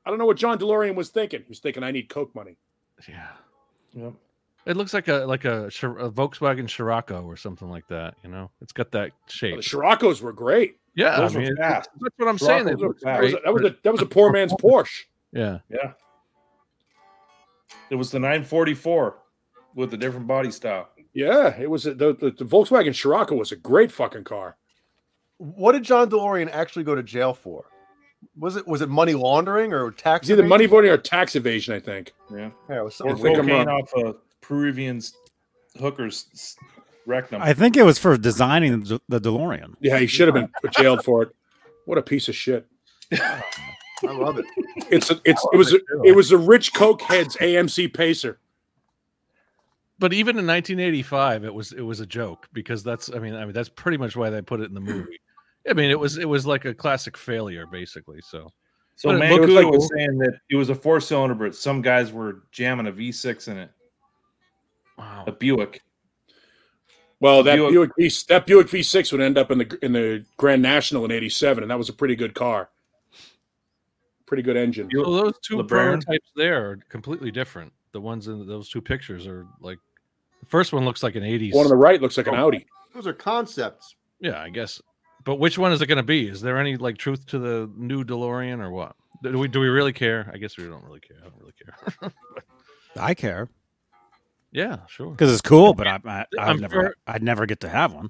S3: I don't know what John DeLorean was thinking. He was thinking, I need Coke money.
S2: Yeah,
S4: Yep.
S2: it looks like a like a, Shir- a Volkswagen Scirocco or something like that. You know, it's got that
S3: Oh,
S2: shape.
S3: the Scirocco's were great.
S2: yeah,
S4: Those
S2: I
S4: were
S2: mean,
S4: fast.
S2: that's what I'm saying. They
S4: Scirocco's were
S2: look
S4: fast.
S3: That was, a,
S2: great,
S3: that was
S2: but-
S3: a that was a poor man's Porsche.
S2: yeah.
S4: Yeah. It was the 944 with a different body style.
S3: Yeah, it was a, the, the the Volkswagen Scirocco was a great fucking car.
S5: What did John DeLorean actually go to jail for? Was it was it money laundering or
S3: It's
S5: tax?
S3: either money
S5: evasion?
S3: voting or tax evasion, I think.
S4: Yeah.
S5: Yeah, it was
S4: Or
S5: something
S3: think I'm
S4: cocaine
S5: weird.
S3: wrong.
S4: off a Peruvian's hooker's s- rectum.
S1: I think it was for designing the the DeLorean.
S3: Yeah, he should have been jailed for it. What a piece of shit!
S5: I love it.
S3: It's a, it's it was a, it was a rich coke head's AMC Pacer.
S2: But even in 1985, it was it was a joke because that's I mean I mean that's pretty much why they put it in the
S3: Hmm.
S2: movie. I mean it was it was like a classic failure basically. So
S4: so
S2: but it
S4: Mancuso
S2: looked like-
S4: was saying that it was a four cylinder, but some guys were jamming a V6 in it,
S2: wow,
S4: a Buick.
S3: Well, that
S4: Buick-
S3: Buick, v, that Buick V6 would end up in the in the Grand National in '87, and that was a pretty good car, pretty good engine.
S2: so those two
S4: LeBron.
S2: prototypes there are completely different. The ones in those two pictures are like the first one looks like an 80s.
S3: One on the right looks like an Audi.
S5: Those are concepts.
S2: yeah, I guess. But which one is it going to be? Is there any like truth to the new DeLorean or what? Do we do we really care? I guess we don't really care. I don't really care.
S1: I care
S2: yeah, sure.
S1: because it's cool, but I, I I'd
S2: I'm
S1: never
S2: sure-
S1: I'd never get to have one.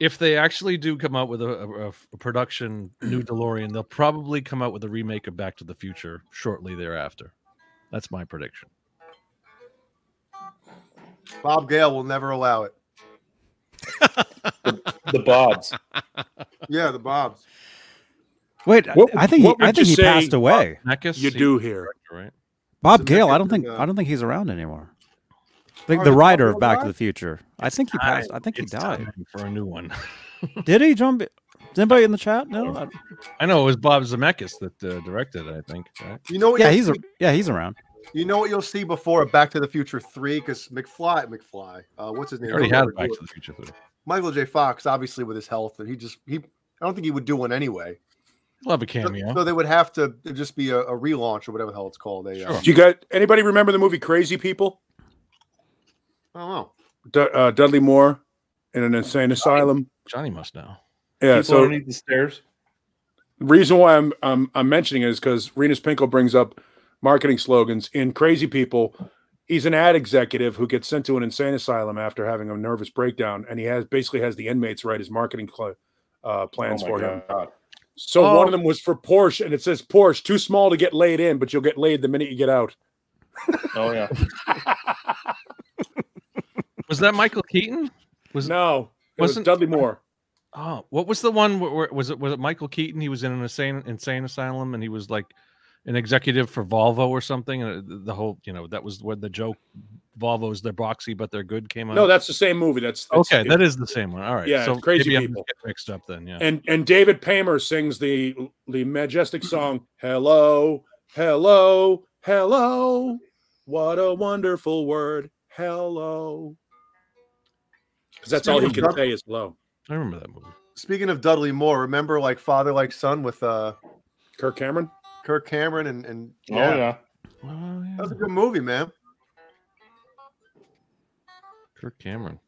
S2: if they actually do come out with a, a- a- a production new DeLorean, they'll probably come out with a remake of Back to the Future shortly thereafter. That's my prediction.
S5: Bob Gale will never allow it.
S4: The Bobs.
S5: Yeah, the Bobs.
S1: Wait, I-
S3: What would-
S1: I think he,
S3: what would
S1: I
S3: you
S1: think he
S3: say-
S1: passed away.
S2: Nekus,
S3: You
S2: he-
S3: do here.
S2: right?
S1: Bob
S5: Zemeckis
S1: Gale, I don't think
S5: and, uh,
S1: I don't think he's around anymore. The,
S5: Oh,
S1: the
S5: did
S1: writer of
S5: Bob Gale
S1: Back
S5: die?
S1: to the Future. I think he passed. I think he
S2: It's
S1: died.
S2: time for a new one.
S1: Did he? John? B- Is anybody in the chat? No. I-
S2: I know it was Bob Zemeckis that uh, directed. it, I think. Right?
S5: You know what?
S1: yeah,
S5: you'll
S1: he's a,
S5: see-
S1: yeah he's around.
S5: You know what you'll see before a Back to the Future three because McFly, McFly, uh, what's his
S2: He
S5: name?
S2: already
S5: He'll
S2: had
S5: never
S2: Back to
S5: do it.
S2: the Future. Three.
S5: Michael J. Fox, obviously with his health, and he just he. I don't think he would do one anyway.
S2: He'll have a
S5: So-
S2: cameo.
S5: So they would have to it'd just be a, a relaunch or whatever the hell it's called. They, uh,
S2: Sure.
S3: Do you got anybody remember the movie Crazy People?
S5: I don't know.
S3: Du- uh, Dudley Moore in an insane asylum.
S2: Johnny must know.
S3: Yeah.
S4: People
S3: so
S4: underneath the stairs.
S3: the reason why I'm I'm, I'm mentioning it is because Renus Pinkel brings up marketing slogans in Crazy People. He's an ad executive who gets sent to an insane asylum after having a nervous breakdown, and he has basically has the inmates write his marketing cl- uh, plans
S4: Oh my
S3: for him.
S4: God.
S3: So
S2: Oh.
S3: one of them was for Porsche, and it says Porsche too small to get laid in, but you'll get laid the minute you get out.
S4: Oh, yeah.
S2: Was that Michael Keaton? Was-
S3: no, it was
S2: wasn't-
S3: Dudley Moore.
S2: Oh, what was the one where, where was it? Was it Michael Keaton? He was in an insane insane asylum, and he was like an executive for Volvo or something. And the- the whole, you know, that was when the joke Volvos they're boxy but they're good came out.
S3: No, that's the same movie. That's, that's
S2: okay.
S3: it-
S2: that is the same one. All right.
S3: Yeah,
S2: so
S3: it's Crazy
S2: maybe
S3: People.
S2: I'm just getting mixed up then. Yeah.
S3: and and David Paymer sings the the majestic song "Hello, Hello, Hello." What a wonderful word, "Hello," because that's all he can say is "Hello."
S2: I remember that movie.
S5: Speaking of Dudley Moore, remember like Father Like Son with uh,
S3: Kirk Cameron.
S5: Kirk Cameron and and
S4: Oh, yeah.
S2: Well,
S5: that was a
S2: yeah.
S5: good movie, man.
S2: Kirk Cameron.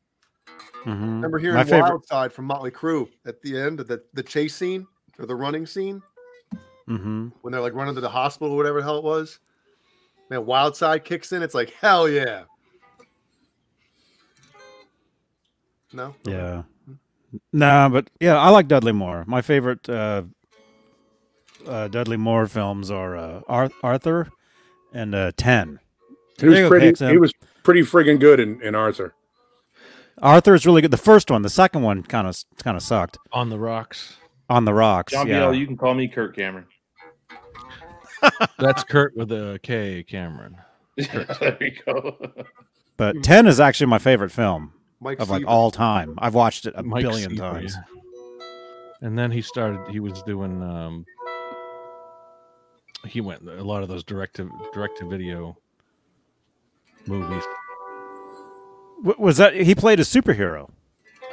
S1: Mhm.
S5: Remember hearing
S1: My
S5: Wild
S1: favorite.
S5: Side from Motley Crue at the end of the, the chase scene or the running scene
S1: Mhm.
S5: when they're like running to the hospital or whatever the hell it was. Man, Wild Side kicks in. It's like hell yeah. No,
S1: Yeah. Nah, but yeah, I like Dudley Moore. My favorite uh, uh, Dudley Moore films are uh, Ar- Arthur and uh, Ten.
S3: He was
S1: Diego picks
S3: pretty.
S1: him.
S3: He was pretty friggin' good in, in Arthur.
S1: Arthur is really good. The first one, the second one, kind of kind of sucked.
S2: On the rocks.
S1: On the rocks.
S4: John
S1: yeah.
S4: Biel, you can call me Kirk Cameron.
S2: That's Kurt with a K. Cameron.
S4: there you go.
S1: but Ten is actually my favorite film.
S5: Mike
S1: of like
S5: Seaver.
S1: all time. I've watched it a
S2: Mike
S1: billion
S2: Seaver,
S1: times.
S2: yeah. And then he started. He was doing. um He went a lot of those direct to direct to video movies.
S1: W- Was that he played a superhero?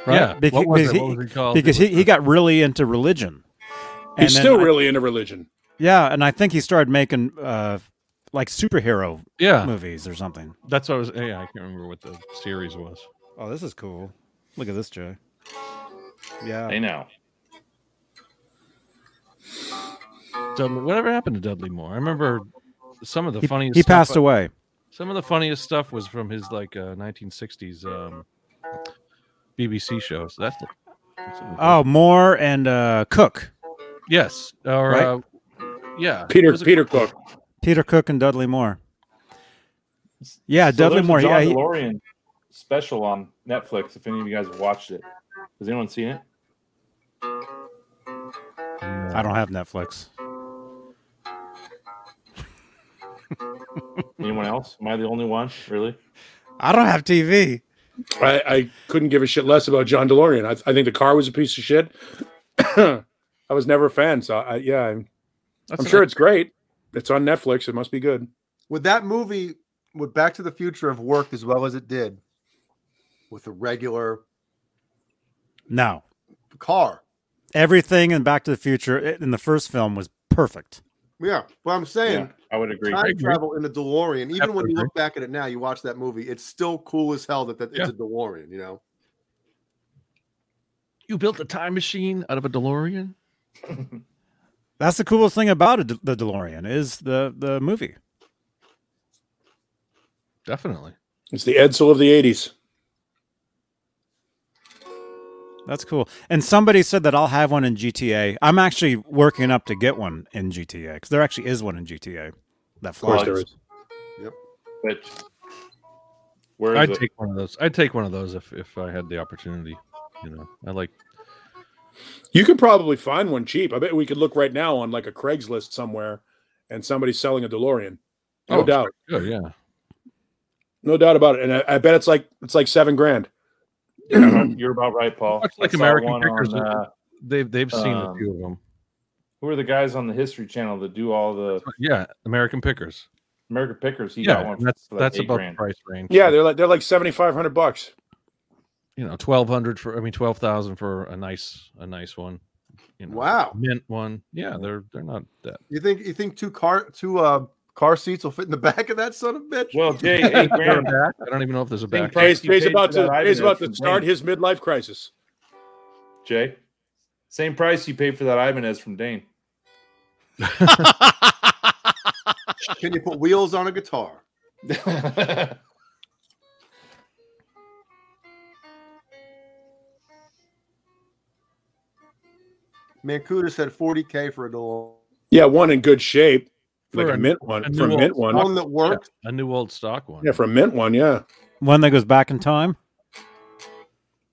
S1: Right?
S2: Yeah.
S1: Beca-
S2: what was
S1: because
S2: it? What
S1: he-
S2: was he called?
S1: because he, he got really into religion. And
S3: He's
S1: then
S3: still
S1: I-
S3: really into religion.
S1: yeah, and I think he started making uh, like superhero
S2: yeah,
S1: movies or something.
S2: that's what I was. Yeah, I can't remember what the series was.
S1: Oh, this is cool. Look at this, Joe. Yeah,
S4: Hey now,
S2: Dudley, whatever happened to Dudley Moore? I remember some of the
S1: he,
S2: funniest.
S1: he
S2: stuff
S1: passed away.
S2: Some of the funniest stuff was from his like uh, 1960s um, BBC shows. That's. that's what it was.
S1: Oh, Moore and uh, Cook,
S2: yes, or
S1: Right?
S2: uh, yeah,
S3: Peter
S2: Was it-
S3: Peter Cook.
S1: Peter Cook and Dudley Moore. Yeah,
S4: So
S1: Dudley
S4: there's a
S1: Moore.
S4: John
S1: Yeah, he-
S4: DeLorean special on Netflix. If any of you guys have watched it, has anyone seen it?
S1: I don't have Netflix.
S4: Anyone else? Am I the only one? Really?
S1: I don't have TV.
S3: I, I couldn't give a shit less about John DeLorean. I, I think the car was a piece of shit. I was never a fan, so I, yeah, I'm,
S2: That's
S3: I'm
S2: an
S3: sure it's great. It's on Netflix. It must be good.
S6: Would
S5: that movie would Back to the Future have worked as well as it did with a regular
S1: No,
S5: car?
S1: everything in Back to the Future i- in the first film was perfect.
S5: Yeah, but I'm
S4: Yeah,
S5: saying
S4: I would agree.
S5: time travel in a DeLorean. Even when you
S2: Absolutely.
S5: look back at it now, you watch that movie, it's still cool as hell that, that it's a DeLorean. You know,
S2: You built a time machine out of a DeLorean?
S1: That's the coolest thing about it, the DeLorean is the the movie.
S2: Definitely.
S3: It's the Edsel of the '80s.
S1: That's cool. And somebody said that I'll have one in GTA. I'm actually working up to get one in GTA because there actually is one in GTA that
S3: Of course,
S1: flies.
S3: there is.
S4: But where is
S2: I'd
S4: it?
S2: take one of those. I'd take one of those if, if I had the opportunity. You know, I like.
S3: You could probably find one cheap. I bet we could look right now on like a Craigslist somewhere, and somebody's selling a DeLorean. No
S2: Oh,
S3: doubt,
S2: Oh yeah,
S3: no doubt about it. And I, I bet it's like it's like seven grand.
S4: You're about- You're about right, Paul.
S2: Much
S4: I
S2: like
S4: saw
S2: American
S4: one
S2: Pickers,
S4: on, uh,
S2: they've they've seen a
S4: Um,
S2: few of them.
S4: who are the guys on the History Channel that do all the
S2: Yeah, American Pickers.
S4: American Pickers? He got
S2: Yeah,
S4: one. for
S2: that's
S4: like
S2: that's
S4: eight
S2: about
S4: grand.
S2: the price range.
S3: Yeah, they're like they're like seventy five hundred bucks.
S2: you know, twelve hundred for I mean twelve thousand for a nice a nice one. You know,
S5: wow.
S2: mint one. Yeah, they're they're not that.
S5: You think you think two car two uh car seats will fit in the back of that son of a bitch?
S4: Well, Jay, eight grand.
S2: I don't even know if there's a
S4: Same
S2: back.
S4: price.
S3: He's,
S4: you
S3: he's
S4: paid
S3: about
S4: for that
S3: to
S4: item
S3: he's about
S4: that's
S3: to start
S4: insane.
S3: his midlife crisis.
S4: Jay, same price you paid for that Ibanez from Dane.
S5: Can you put wheels on a guitar? Mancuda said 40k for a DeLorean.
S3: Yeah, one in good shape,
S2: For
S3: like a
S2: a-
S3: mint one,
S2: a
S3: for a
S2: new
S3: mint
S2: old
S3: one.
S5: One that works.
S2: a new old stock one.
S3: Yeah, for a mint one. Yeah,
S1: One that goes back in time.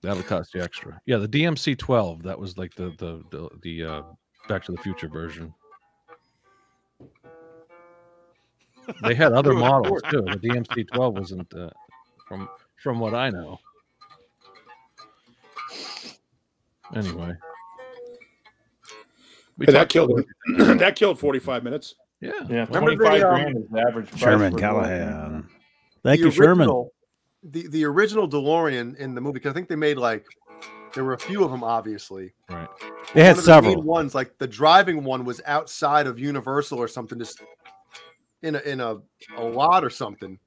S2: That'll cost you extra. Yeah, the DMC twelve. That was like the the the, the uh, Back to the Future version. They had other models too. The DMC twelve wasn't uh, from from what I know. Anyway, we
S3: Hey, that
S2: talked
S3: killed
S2: about-
S3: him. that killed forty five minutes.
S2: Yeah,
S4: yeah, twenty
S5: Remember the,
S4: five
S5: um,
S4: grand is the average. Price
S1: Sherman
S4: for a
S1: Callahan.
S4: DeLorean.
S1: Thank
S5: the
S1: you, Sherman.
S5: original- The the original DeLorean in the movie, because I think they made like there were a few of them, obviously.
S2: Right.
S1: They had
S5: One of the main
S1: several.
S5: ones, like the driving one, was outside of Universal or something, just in a in a, a lot or something.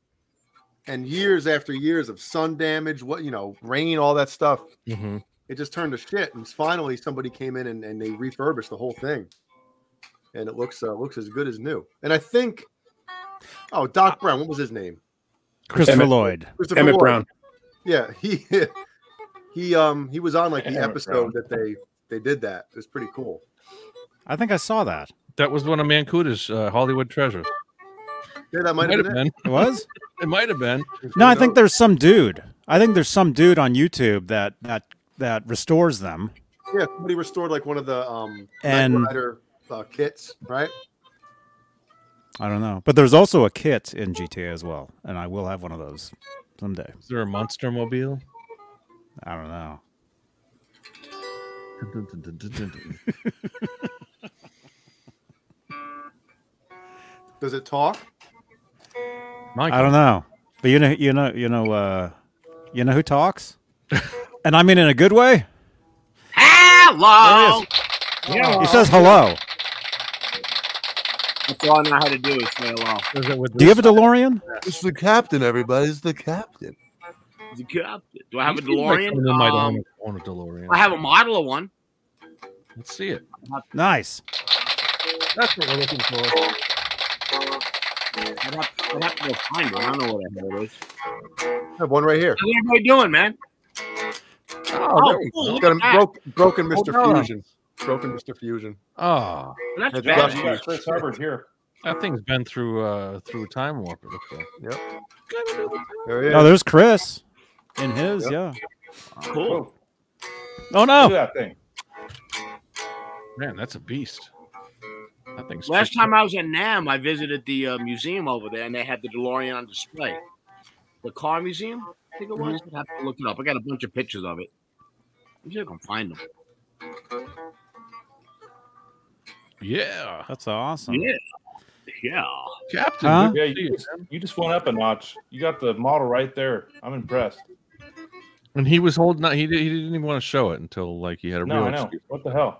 S5: And years after years of sun damage, what you know, rain, all that stuff,
S2: Mhm.
S5: it just turned to shit. And finally, somebody came in and, and they refurbished the whole thing, and it looks uh, looks as good as new. And I think, oh, Doc Brown, what was his name?
S1: Christopher
S3: Emmett-
S1: Lloyd.
S5: Christopher
S3: Emmett
S5: Lloyd.
S3: Brown.
S5: Yeah, he he um he was on like the
S4: Emmett
S5: episode that they they did that. It was pretty cool.
S1: I think I saw that.
S2: that was one of Mancuda's uh, Hollywood treasures.
S5: Yeah, that might
S2: Might
S5: have
S2: have
S5: been.
S2: been.
S1: It was?
S2: It might have been.
S5: it.
S1: no,
S5: Who
S1: I think
S5: knows?
S1: there's some dude. I think there's some dude on YouTube that that that restores them.
S5: yeah somebody restored like one of the um and
S1: And-
S5: Rider uh, kits, right?
S1: I don't know. But there's also a kit in GTA as well, and I will have one of those someday.
S2: Is there a monster mobile?
S1: I don't know.
S5: Does it talk?
S2: Mike,
S1: I don't know. But you know, you know, you know, uh, you know who talks, and I mean in a good way.
S7: Hello.
S1: He says hello.
S7: That's all I know how to do is say hello.
S2: is it with
S1: Do you have a DeLorean?
S8: It's the captain, everybody. It's the captain.
S7: The captain. Do I have a
S2: You seem like
S7: DeLorean?
S2: someone that might
S7: Um,
S2: own- own a DeLorean.
S7: I have a model of one.
S2: Let's see it.
S1: Nice.
S2: That's what we're looking for.
S7: I'd have, I'd have to go find one. I don't know what the hell it is.
S5: I have one right here.
S7: Hey, What everybody doing, man?
S2: Oh,
S7: Oh,
S2: there we
S7: cool.
S2: go.
S5: It's got a broke, broken Mr.
S2: Hold on.
S5: Fusion. Broken Mr. Fusion.
S2: Oh,
S7: That's
S5: That's
S7: bad.
S5: got-
S4: you got Chris Hubbard here.
S2: that thing's been through uh through a time warp. It looks like.
S5: There he
S1: Oh,
S5: is.
S1: there's Chris in his. Yeah.
S7: Cool.
S1: Oh
S4: Look
S1: no.
S4: at that thing.
S2: Man, that's a beast. That thing's
S7: Last time I was in Nam, I visited the uh, museum over there, and they had the DeLorean on display. The car museum, I think it was. I'd have to look it up. I got a bunch of pictures of it. I'm sure I can find them.
S2: yeah,
S1: That's awesome.
S7: Yeah. Yeah.
S2: Captain.
S1: Huh?
S2: good
S4: Yeah,
S2: to see
S4: you
S2: you.
S4: just, you just went up a notch. You got the model right there. I'm impressed.
S2: And he was holding. Out, he did, he didn't even want to show it until like he had a
S4: No,
S2: real.
S4: I know.
S2: excuse.
S4: What the hell?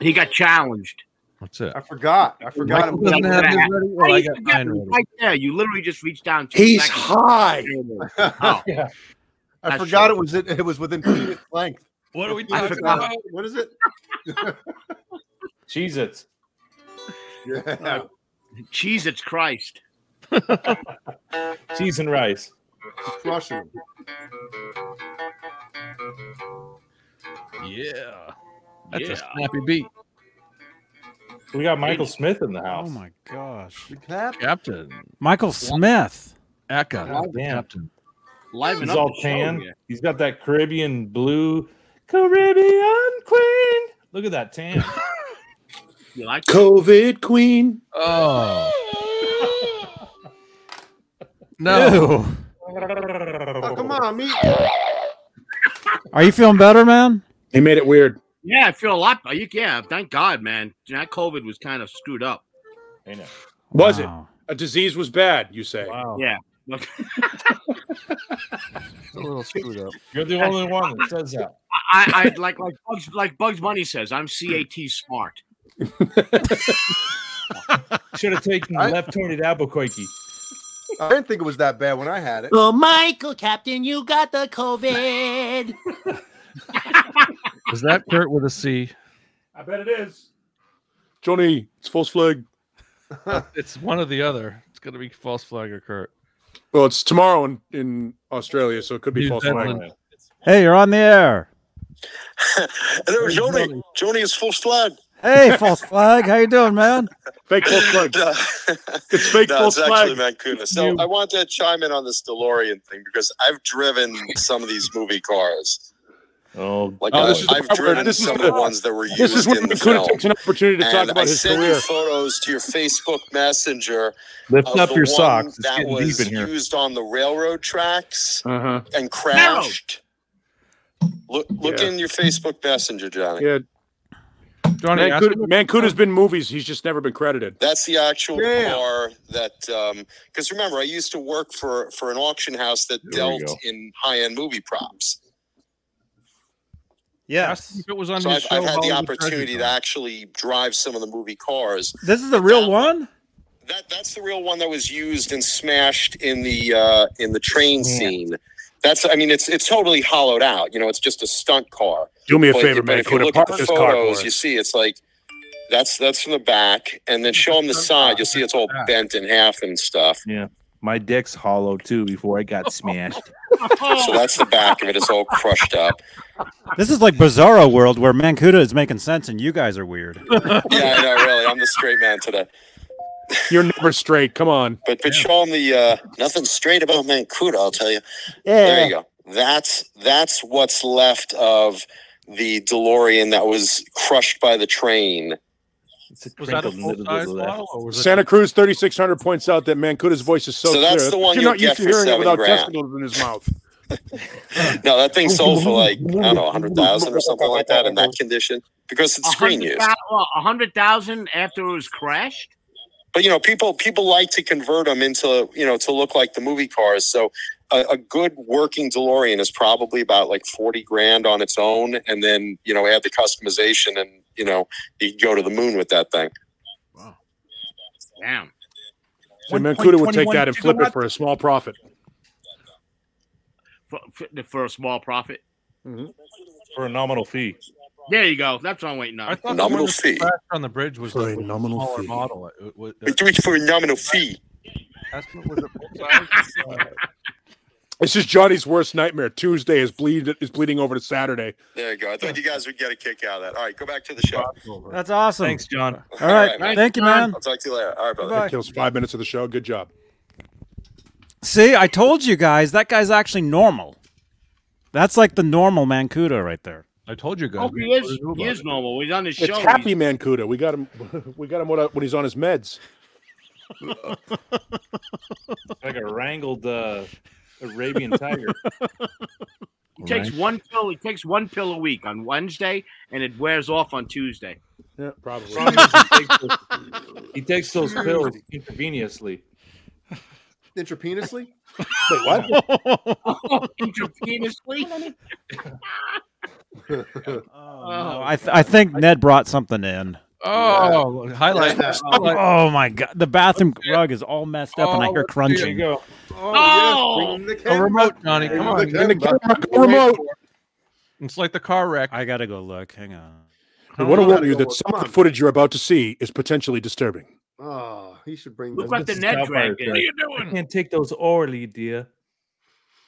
S7: He got challenged.
S2: That's it.
S5: I forgot. I forgot.
S2: Michael
S5: it was-
S2: doesn't have his ready. Well,
S7: Hey,
S2: I
S7: you
S2: got
S7: forgot
S2: mine
S7: me
S2: ready.
S7: right there. You literally just reached down. Two
S8: He's
S7: seconds.
S8: high.
S7: Oh,
S5: I
S7: That's
S5: forgot
S7: true.
S5: it was in, it was within Phoenix length.
S2: What are we
S5: I
S2: talking
S5: forgot.
S2: about?
S5: What is it?
S4: Cheez Its.
S5: Yeah.
S7: Cheese, it's Christ.
S4: Cheese and rice.
S5: Crushing.
S2: Yeah, that's
S7: yeah.
S2: a snappy beat,
S4: We got Michael Smith in the
S1: Oh
S4: house.
S1: my gosh.
S8: The captain.
S2: Captain.
S1: Michael Smith.
S2: Aka,
S4: God
S2: the
S4: damn.
S2: captain.
S7: Liven
S4: He's
S7: up
S4: all
S7: the show
S4: tan.
S7: here.
S4: He's got that Caribbean blue. Caribbean queen. Look at that tan.
S7: You like it?
S8: COVID queen.
S2: Oh. No,
S1: Ew.
S5: Oh, come on, me.
S1: Are you feeling better, man?
S3: He made it weird.
S7: Yeah, I feel a lot. better. You yeah, thank God, man. That COVID was kind of screwed up.
S4: I know.
S3: Was it?
S1: Wow.
S3: A disease was bad, you say.
S2: wow,
S8: It's a little screwed up.
S4: You're the only one that says that.
S7: I, I like like Bugs like Bugs Bunny says, I'm CAT smart.
S4: Should have taken the
S5: I-
S4: left-handed Albuquerque.
S5: I didn't think it was that bad when I had it.
S8: Oh, Michael, captain, you got the COVID.
S2: is that Kurt with a C?
S4: I bet it is.
S3: Johnny, it's false flag.
S2: It's one or the other. It's gonna be false flag or Kurt.
S3: Well, it's tomorrow in, in Australia, so it could be
S2: New
S3: false
S2: Zealand.
S3: flag.
S1: Hey, you're on the air.
S9: There's Joni. Joni is full flag.
S1: Hey, false flag. How you doing, man?
S3: Fake false flag.
S9: No,
S3: It's fake
S9: no,
S3: false
S9: it's actually
S3: flag.
S9: Mancuna. So I want to chime in on this DeLorean thing because I've driven some of these movie cars.
S4: Oh,
S9: Like
S3: Oh,
S9: I,
S3: this is the
S9: I've
S3: part where-
S9: driven
S3: this is
S9: some of
S3: the-
S9: the ones that were used
S3: This is when
S9: in
S3: we
S9: the
S3: could have
S9: film.
S3: taken an opportunity to talk
S9: And I
S3: about his
S9: sent
S3: career.
S9: you photos to your Facebook Messenger
S2: Lift
S9: of the one that was used on the railroad tracks
S3: Uh-huh.
S9: and crashed. Look, look in your Facebook Messenger, Johnny.
S3: Yeah.
S2: Johnny, ask
S3: Mancuda,
S2: him if-
S3: Mancuda's been movies. He's just never been credited.
S9: That's the actual
S5: Damn.
S9: car that because remember I used to work for for an auction house that
S4: There we
S9: dealt in high end movie props.
S2: ask him if it was on
S9: So
S2: his
S9: I've,
S2: show.
S9: I've had the
S2: Hollywood Treasure
S9: opportunity to
S2: Hunt.
S9: actually drive some of the movie cars.
S1: This is the real one?
S9: That that's the real one that was used and smashed in the uh, in the train scene. That's I mean it's it's totally hollowed out. You know it's just a stunt car.
S3: Do me a
S9: But-
S3: favor,
S9: but if you
S3: Mancuda.
S9: look at
S3: Park
S9: the
S3: this car for
S9: photos, you
S3: us.
S9: see it's like that's that's from the back, and then show them the side. You'll see it's all bent in half and stuff.
S4: my dick's hollow too. Before I got smashed.
S9: So that's the back of it. It's all crushed up.
S1: This is like Bizarro World where Mancuda is making sense and you guys are weird.
S9: Yeah, I know. Really, I'm the straight man today.
S3: You're never straight. Come on.
S9: But but show them the uh, nothing straight about Mancuda. I'll tell you. There you go. That's that's what's left of the DeLorean that was crushed by the train.
S4: It's a
S2: Was that a
S4: crinkled
S2: full
S4: little
S2: size
S4: bit left.
S2: model or was it
S3: Santa Cruz 3600 points out that Mancuda's voice is so,
S9: So that's
S3: clear.
S9: the one
S3: You're
S9: you'll
S3: not used
S9: get
S3: to
S9: for
S3: hearing it
S9: seven
S3: without
S9: grand.
S3: testicles in his mouth.
S9: no, that thing sold for like I don't know, a hundred thousand or something like that in that condition because it's screen used.
S7: A hundred thousand after it was crashed.
S9: But you know, people people like to convert them into you know to look like the movie cars. So a, a good working DeLorean is probably about like forty grand on its own, and then you know add the customization, and you know you can go to the moon with that thing.
S7: Damn.
S3: So Mancuda would take that and flip it for a small profit.
S7: For, for- for a small profit.
S4: for a nominal fee.
S7: There you go. That's what I'm waiting
S2: I
S7: on.
S2: thought the one
S9: Nominal
S2: that
S9: fee.
S2: crashed on the bridge was
S3: For a
S2: the
S3: nominal
S2: smaller
S3: fee.
S2: model. It- it was-
S9: We do it for a nominal fee.
S2: that's what was it, Volkswagen? Uh,
S3: This is Johnny's worst nightmare. Tuesday is bleed is bleeding over to Saturday.
S9: There you go. I thought you guys would get a kick out of that. All right, go back to the show.
S2: Volkswagen.
S1: That's awesome.
S4: Thanks, John.
S1: All right.
S9: All right,
S1: Thank you, man.
S9: I'll talk to you later. All right, brother.
S1: Bye.
S3: Kills five minutes of the show. Good job.
S1: See, I told you guys that guy's actually normal. That's like the normal Mancuda right there.
S2: I told you guys.
S7: Oh, he
S2: we
S7: is,
S2: knew
S7: he
S2: about
S7: is
S2: it.
S7: normal. We're on the show.
S3: It's happy Mancuda. We got him. We got him uh, when when he's on his meds.
S4: Like a wrangled uh, Arabian tiger.
S7: He takes one pill. He takes one pill a week on Wednesday, and it wears off on Tuesday.
S3: Yeah, probably.
S4: Problem is he, takes those, he takes those pills intravenously.
S5: Intravenously?
S3: Wait, what?
S7: Intravenously.
S1: No, I, th- I think Ned brought something in.
S2: Oh, highlight.
S5: Yeah.
S2: highlight.
S1: Oh my god, the bathroom rug is all messed up, and I hear
S2: Oh,
S4: There you
S1: crunching.
S4: go.
S7: Oh!
S5: bring the
S2: A
S5: camera.
S2: remote, Johnny.
S5: Bring
S2: Come
S5: the
S2: on.
S5: camera.
S3: Go remote.
S2: It's like the car wreck.
S1: I gotta go look. Hang on.
S3: I want to warn you
S5: Come
S3: that
S5: on.
S3: some of the footage you're about to see is potentially disturbing.
S5: Oh, he should bring
S7: Look
S5: the-
S7: what the
S4: This is
S7: net
S4: Doubtfire
S7: dragged in.
S4: Tech. I can't take those orally, dear.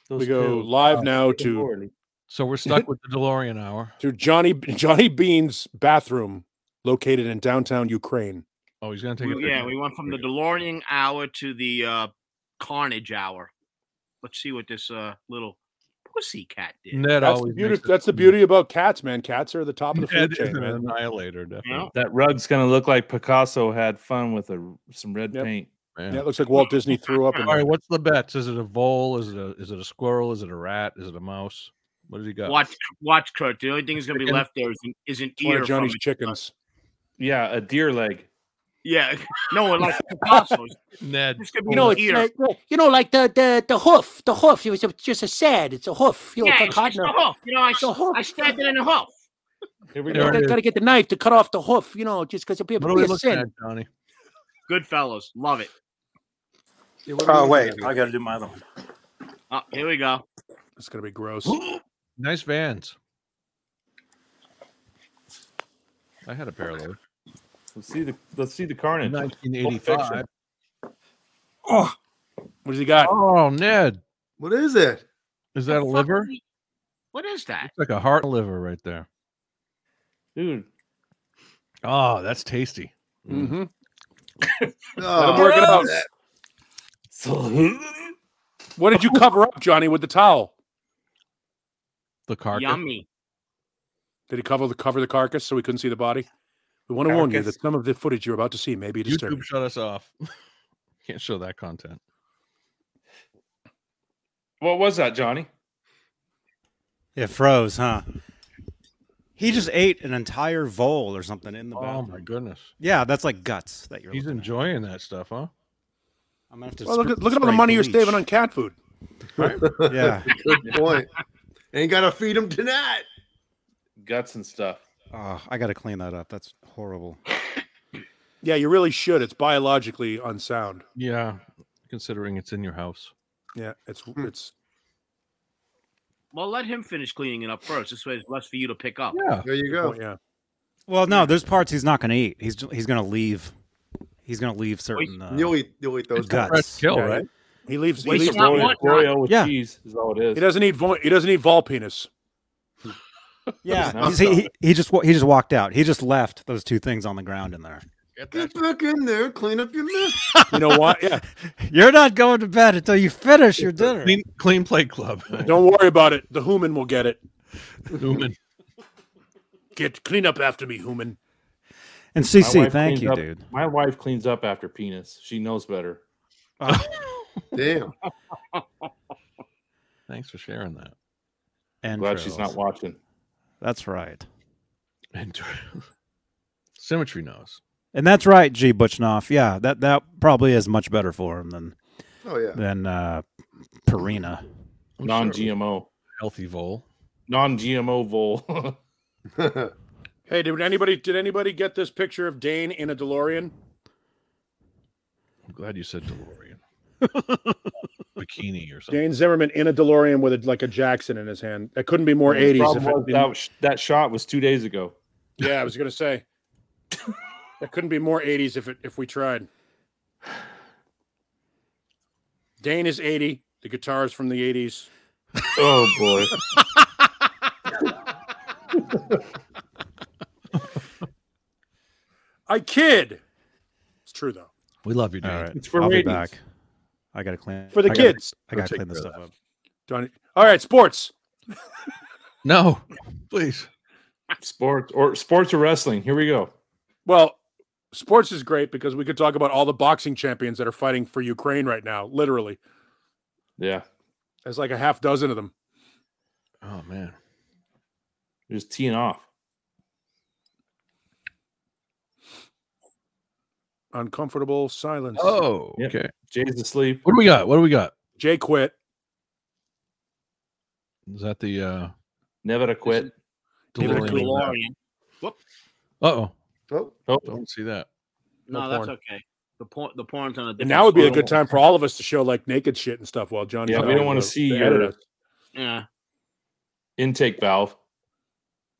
S4: Those
S3: We go
S4: pills.
S3: live
S4: Oh,
S3: now
S4: take them
S3: to-
S4: orally.
S2: So we're stuck with the DeLorean hour.
S3: To Johnny Johnny Bean's bathroom, located in downtown Ukraine.
S2: Oh, he's gonna take
S7: We-
S2: it.
S7: yeah, we went from the DeLorean hour to the uh, Carnage hour. Let's see what this uh, little pussy cat did.
S2: Ned
S3: That's the
S2: always
S3: beauty.
S2: makes it-
S3: That's the beauty about cats, man. Cats are the top of the
S2: Ned
S3: food
S2: is
S3: chain,
S2: an
S3: man.
S2: annihilator, definitely.
S7: Yeah.
S4: That rug's gonna look like Picasso had fun with a some red
S3: Yep.
S4: paint.
S2: Man.
S3: Yeah, it looks like Walt Disney threw up. in
S2: All
S3: there.
S2: right, what's the bets? Is it a vole? Is it a is it a squirrel? Is it a rat? Is it a mouse? What does he got?
S7: Watch, watch, Kurt. The only thing that's gonna be
S2: Chicken.
S7: left there is an, is an
S3: It's one
S7: ear
S3: of
S7: from
S3: Johnny's
S7: it.
S3: chickens.
S4: Yeah, a deer leg.
S7: Yeah, no one likes Picasso.
S2: Ned.
S7: It's gonna be
S8: You know,
S7: an
S8: it's
S7: ear.
S8: like, you know, like the the the hoof, the hoof. It was a, just a sad. It's a hoof. You know,
S7: yeah,
S8: got
S7: it's
S8: caught
S7: just
S8: in
S7: a
S8: a-
S7: hoof. You know, I,
S8: It's a hoof.
S7: I stabbed it in a hoof.
S4: Here we
S2: There
S4: go.
S2: it
S8: Gotta,
S2: is.
S8: gotta get the knife to cut off the hoof. You know, just because it'd be a,
S2: What are we
S8: be a
S2: looking at,
S8: sin.
S2: Johnny?
S7: Good fellows, love it.
S3: Yeah, what are we
S10: Oh
S3: looking
S10: wait,
S3: at
S10: I
S3: here?
S10: got to do my other one.
S7: Oh, here we go.
S3: it's gonna be gross.
S2: Nice vans. I had a pair of those.
S4: Let's see the let's see the carnage. Pulp
S2: 1985.
S4: Fiction.
S10: Oh,
S3: What does he got?
S2: Oh, Ned.
S5: What is it?
S2: Is that a
S7: The fuck
S2: liver?
S7: is he- What is that?
S2: It's like a heart and liver right there.
S4: Dude,
S2: Oh, that's tasty.
S3: Mm-hmm.
S5: Oh,
S3: work it out.
S4: so
S3: What did you cover up, Johnny, with the towel?
S2: The carcass.
S7: Yummy.
S3: Did he cover the cover the carcass so we couldn't see the body? We want to warn you
S10: Carcass.
S3: that some of the footage you're about to see may be disturbing.
S2: YouTube shut us off. Can't show that content.
S4: what was that, Johnny?
S10: it froze, huh? He just ate an entire vole or something in the
S2: Oh my
S10: bathroom.
S2: goodness.
S10: yeah, that's like guts that you're.
S2: He's
S10: looking at.
S2: enjoying that stuff, huh?
S10: I'm gonna have to.
S3: Well, look
S10: spr-
S3: at look at all the
S10: spray
S3: money you're
S10: bleach.
S3: saving on cat food.
S10: Yeah.
S5: Good point. Ain't gotta feed him tonight.
S4: Guts and stuff.
S10: oh, I got to clean that up. That's horrible.
S3: Yeah, you really should. It's biologically unsound.
S2: Yeah. Considering it's in your house.
S3: Yeah, it's it's
S7: Well, let him finish cleaning it up first. This way, it's less for you to pick up.
S2: Yeah.
S5: There you go.
S3: well, yeah.
S1: Well, no, there's parts he's not gonna eat. He's ju- he's gonna leave. He's gonna leave certain uh,
S5: You'll eat. You'll eat those.
S2: Fresh
S1: guts.
S2: kill,
S3: yeah,
S2: right?
S3: He leaves. He,
S7: Waste
S3: leaves
S7: not
S3: Roy-
S7: want-
S4: Oreo, Oreo with
S1: Yeah.
S4: cheese is all it
S3: he
S4: is.
S3: doesn't eat vo- he doesn't eat vol penis.
S1: Yeah,
S4: Not
S1: He's- he, he he just wa- he just walked out. He just left those two things on the ground in there.
S5: Get back in there. Clean up your mess.
S3: You know what? Yeah,
S1: You're not going to bed until you finish your dinner.
S2: Clean, clean plate club.
S3: don't worry about it. The human will get it.
S2: Human.
S3: Get clean up after me, human.
S1: And
S4: My
S1: CC,
S4: wife
S1: thank
S4: cleans
S1: you,
S4: up-
S1: dude.
S4: My wife cleans up after penis. She knows better.
S5: Damn.
S2: Thanks for sharing that.
S1: And
S4: Glad she's not watching.
S1: That's right.
S2: Entrails. Symmetry knows.
S1: And that's right, G. Butchnoff. Yeah, that that probably is much better for him than
S5: Oh yeah.
S1: than uh, Perina.
S2: I'm
S4: Non
S2: sure it was
S4: GMO.
S2: Healthy vole.
S4: Non GMO vole.
S5: Oh.
S3: Hey, did anybody did anybody get this picture of Dane in a DeLorean?
S2: I'm glad you said DeLorean. Bikini or something.
S3: Dane Zimmerman in a DeLorean with a, like a Jackson in his hand. That couldn't be more
S4: The
S3: eighties.
S4: problem was that, was- that shot was two days ago.
S3: Yeah, I was gonna say that couldn't be more eighties if it, if we tried. Dane is eighty. The guitar is from the eighties.
S4: Oh boy.
S3: I kid. It's true though.
S2: We love you,
S1: All
S2: Dane.
S1: right,
S4: It's for
S1: I'll be
S4: ratings.
S1: back. I gotta clean
S3: For the
S1: I gotta-
S3: kids.
S1: I gotta
S2: Take
S1: clean this
S2: care of
S1: stuff up.
S3: Done. e-, All right, sports.
S2: No, please.
S4: Sports or sports or wrestling. Here we go.
S3: Well, sports is great because we could talk about all the boxing champions that are fighting for Ukraine right now. Literally,
S4: Yeah.
S3: there's like a half dozen of them.
S2: Oh man.
S4: They're Just teeing off.
S3: Uncomfortable silence.
S2: Oh,
S4: Yep.
S2: okay.
S4: Jay's asleep.
S2: What do we got? What do we got?
S3: Jay quit.
S2: Is that the uh
S4: Never to quit.
S7: Give it
S3: DeLorean.
S7: to DeLorean.
S2: oh
S5: Oh,
S2: don't see that.
S7: No,
S3: No
S7: that's
S3: porn.
S7: okay. The porn, the porn's on a.
S3: And
S7: different
S3: now would be a
S7: scale.
S3: good time for all of us to show like naked shit and stuff while Johnny.
S4: Yeah, we don't wanna see your-
S7: Yeah.
S4: Intake valve.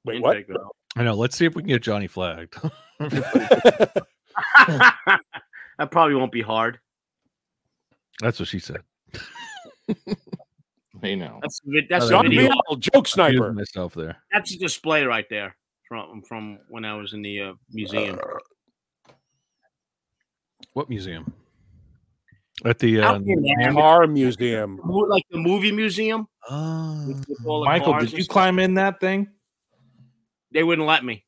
S3: Wait,
S7: intake
S3: what?
S7: valve.
S2: I know. Let's see if we can get Johnny flagged.
S7: that probably won't be hard.
S2: That's what she said.
S4: Hey now.
S7: That's a vid- that's
S2: Oh, that'd
S7: a
S3: John
S2: be
S7: video.
S3: Beal, joke
S2: Excuse
S3: sniper.
S2: myself there.
S7: That's a display right there from from when I was in the uh, museum.
S2: What museum? At the uh,
S7: Out in there,
S3: Car museum.
S7: mo- like the movie museum.
S2: oh,
S7: with- with all the
S4: Michael,
S7: cars
S4: did
S7: and
S4: you
S7: stuff.
S4: climb in that thing?
S7: They wouldn't let me.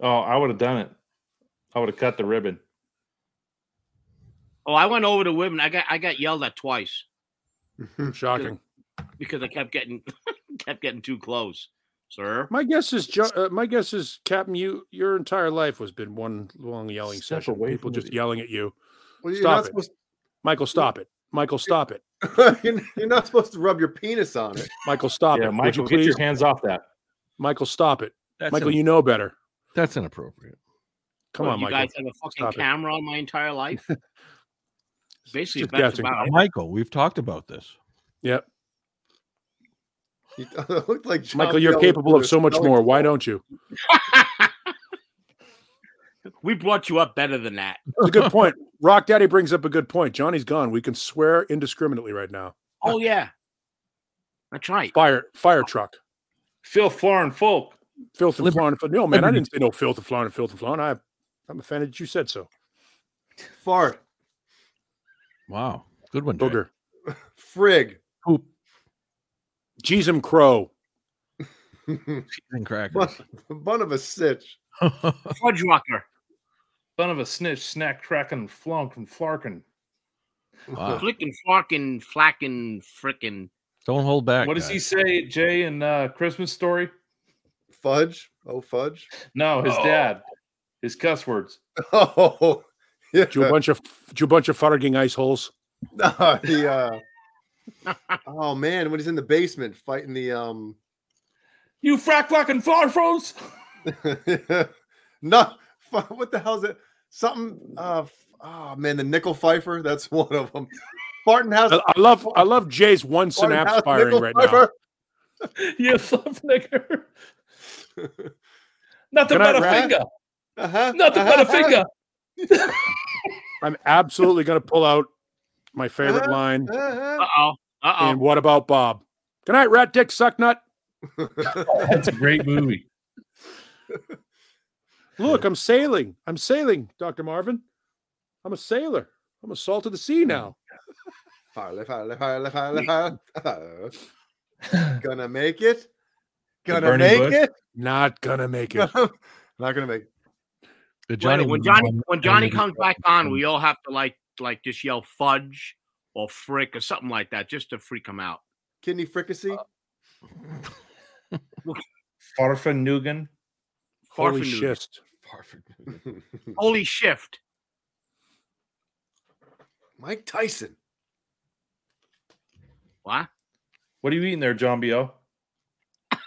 S4: Oh, I would have done it. I would have cut the ribbon.
S7: Oh, I went over to women. I got I got yelled at twice
S3: Shocking.
S7: because I kept getting kept getting too close, sir.
S3: My guess is, Jo- uh, my guess is, Captain, you your entire life has been one long yelling
S4: Step
S3: session.
S4: away
S3: People
S4: from
S3: just
S4: it.
S3: yelling at you.
S5: well, you're
S3: Stop
S5: not
S3: it.
S5: supposed.
S3: Michael, stop it. Michael, stop it.
S5: you're, you're not supposed to rub your penis on it.
S3: Michael, stop
S4: yeah,
S3: it.
S4: Michael,
S3: Would
S4: get
S3: you please?
S4: your hands off that.
S3: Michael, stop it.
S2: that's
S3: Michael,
S2: in-
S3: you know better.
S2: that's inappropriate.
S3: Come
S7: What,
S3: on,
S7: you
S3: Michael.
S7: guys have a fucking
S3: Stop it.
S7: camera on my entire life. Basically,
S3: Just
S7: that's
S3: guessing.
S7: about it.
S2: Michael, we've talked about this.
S3: Yep.
S5: You- it looked like John
S3: Michael, you're
S5: Beal
S3: capable
S5: with
S3: of so much
S5: spelling-
S3: more. Why don't you?
S7: we brought you up better than that.
S3: It's a good point. Rock Daddy brings up a good point. Johnny's gone. We can swear indiscriminately right now.
S7: Oh yeah, that's right.
S3: Fire, fire truck.
S4: Phil Florin Folk.
S3: Filth and
S2: Liber-
S3: flan. No, man, I
S2: liberty.
S3: didn't say no filth and flan and filth and flan. I, I'm offended that you said so.
S5: Fart,
S2: Wow, good one, Jay.
S3: Booger.
S5: frig.
S3: Jeezum Crow.
S2: Cheese and crackers.
S5: Bun, bun of a sitch.
S7: Fudge Rucker.
S4: Son of a snitch, snack cracking, flunk and flarkin.
S3: Uh.
S2: Wow.
S7: Flickin' flockin' flackin' frickin'.
S2: Don't hold back.
S4: What does he say, Jay, in uh, Christmas Story?
S5: Fudge. Oh, fudge.
S4: No, his
S2: Oh.
S4: dad. His cuss words.
S5: Oh, yeah.
S3: Do a bunch of do a bunch of farting ice holes.
S5: No, the, uh, oh man, when he's in the basement fighting the um,
S4: You frack flocking flarfros.
S5: no, fu- what the hell is it? Something. Uh, f- oh man, the nickel fifer. That's one of them. Barton House.
S3: I, I love I love Jay's one
S5: Barton
S3: synapse
S5: House
S3: firing
S5: nickel
S3: right now.
S5: fifer.
S4: you flump nigger. Nothing
S3: Can I
S4: but a
S5: rap?
S4: finger.
S5: Uh-huh,
S4: Nothing but a
S5: uh-huh.
S4: finger.
S3: I'm absolutely gonna pull out my favorite
S5: Uh-huh.
S3: line.
S5: Uh-huh.
S7: Uh oh. Uh
S3: And
S7: oh.
S3: what about Bob? Good night, rat dick suck nut.
S4: That's a great movie.
S3: Look, I'm sailing. I'm sailing, Dr. Marvin. I'm a sailor. I'm a salt of the sea now.
S5: Fire, left, fire, left, fire, left, fire, left, fire, left, fire. Gonna make it. Gonna
S4: burning
S5: make
S4: bush.
S5: it.
S3: Not gonna make it.
S5: Not gonna make. it.
S2: Did
S7: Johnny, when
S2: win
S7: Johnny
S2: one
S7: when Johnny
S2: Emmy?
S7: comes back on, we all have to like like just yell fudge or frick or something like that just to freak him out.
S5: Kidney fricassee.
S4: Farfanugan.
S3: Holy
S7: Farfanugan.
S3: shit.
S7: Holy shift.
S5: Mike Tyson.
S7: What?
S4: What are you eating there, John B.O.?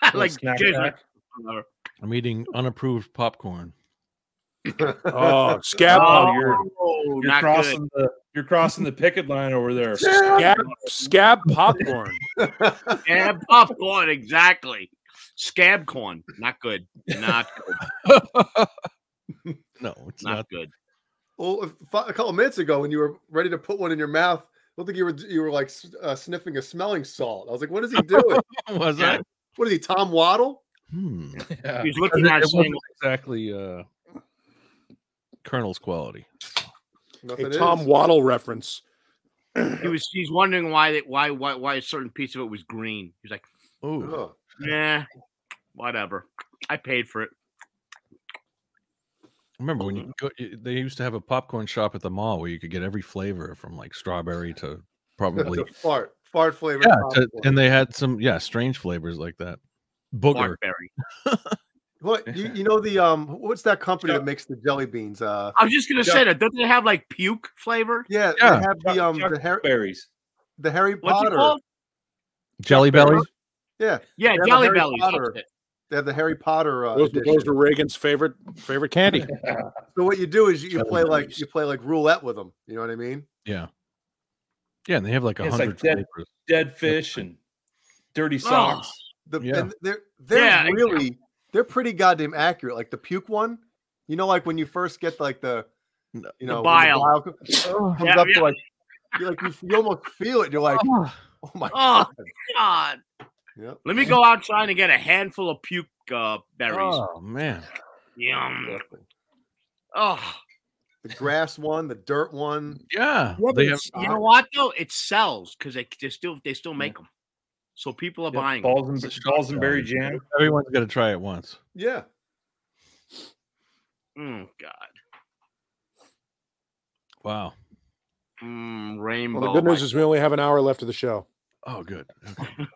S4: Little
S7: like
S4: snack
S7: Jay's
S4: pack?
S7: like,
S2: I'm eating unapproved popcorn.
S3: Oh, scab
S7: oh,
S3: pop-
S4: you're-
S7: you're
S4: You're
S7: not
S4: crossing
S7: good.
S4: the you're crossing the picket line over there.
S3: scab, scab popcorn.
S7: Scab popcorn, exactly. Scab corn, not good. Not good.
S2: No, it's
S7: Not,
S2: not.
S7: good.
S5: Well, if- fi- a couple minutes ago when you were ready to put one in your mouth, I don't think you were you were like s- uh, sniffing a smelling salt. I was like, what is he doing?
S2: Was
S7: Yeah.
S2: I?
S5: what is he, Tom Waddle?
S2: Hmm.
S4: Yeah.
S7: He's
S2: It,
S7: looking
S2: it
S7: at us saying,
S2: wasn't exactly uh, Colonel's quality.
S5: Nothing
S3: A
S5: is.
S3: Tom Waddle reference.
S7: he was he's wondering why that why why why a certain piece of it was green. He's like,
S2: Oh,
S5: Ugh.
S7: nah, whatever. I paid for it.
S2: remember when you go? you- They used to have a popcorn shop at the mall where you could get every flavor from like strawberry to probably
S5: It's a fart fart flavor.
S2: yeah, to- and they had some yeah strange flavors like that. Booger.
S7: Barberry.
S5: what you, you know the um what's that company that makes the jelly beans? Uh,
S7: I was just gonna
S4: Chuck-
S7: say that. Doesn't it have like puke flavor?
S5: yeah,
S2: Yeah.
S5: they have
S4: Chuck-
S5: the um
S4: Chuck
S5: the Harry
S4: berries.
S5: the Harry
S7: What's it
S5: Potter.
S7: called?
S2: Jelly Belly.
S5: Yeah,
S7: Yeah,
S5: Yeah, the
S7: Jelly
S5: Harry
S7: Bellies.
S5: Potter. they have the Harry Potter. Uh,
S3: Those, were- those
S5: edition.
S3: were Reagan's favorite favorite candy.
S5: So what you do is you, you
S2: Jelly
S5: play like
S2: beans.
S5: you play like roulette with them. You know what I mean?
S2: Yeah. Yeah, and they have like a
S4: It's
S2: hundred
S4: like that-
S2: flavors.
S4: Dead fish and dirty
S7: Oh.
S4: socks.
S5: The,
S2: Yeah.
S5: and they're they're
S7: Yeah, exactly.
S5: really they're pretty goddamn accurate. Like the puke one, you know, like when you first get like the you
S2: No.
S5: know when the
S7: bile.
S5: bile co- comes
S7: Yeah,
S5: up
S7: yeah.
S5: to like you like you, you almost feel it. You're like, oh my
S7: Oh God.
S5: Yep.
S7: Let me go outside and get a handful of puke uh, berries.
S2: Oh man.
S7: Yum. Oh,
S5: the grass one, the dirt one.
S2: Mm. Yeah.
S7: Yeah, but
S2: They have,
S7: it's- you know what though? It sells because they, they still they still make them, so people are
S4: Yeah,
S7: buying. 'em.
S4: balls and balls and berry jam.
S2: everyone's got to try it once.
S5: Yeah.
S7: Mm, God,
S2: Wow.
S7: mm, rainbow.
S3: Well, the good
S7: my-
S3: news is we only have an hour left of the show.
S2: Oh, good. Okay.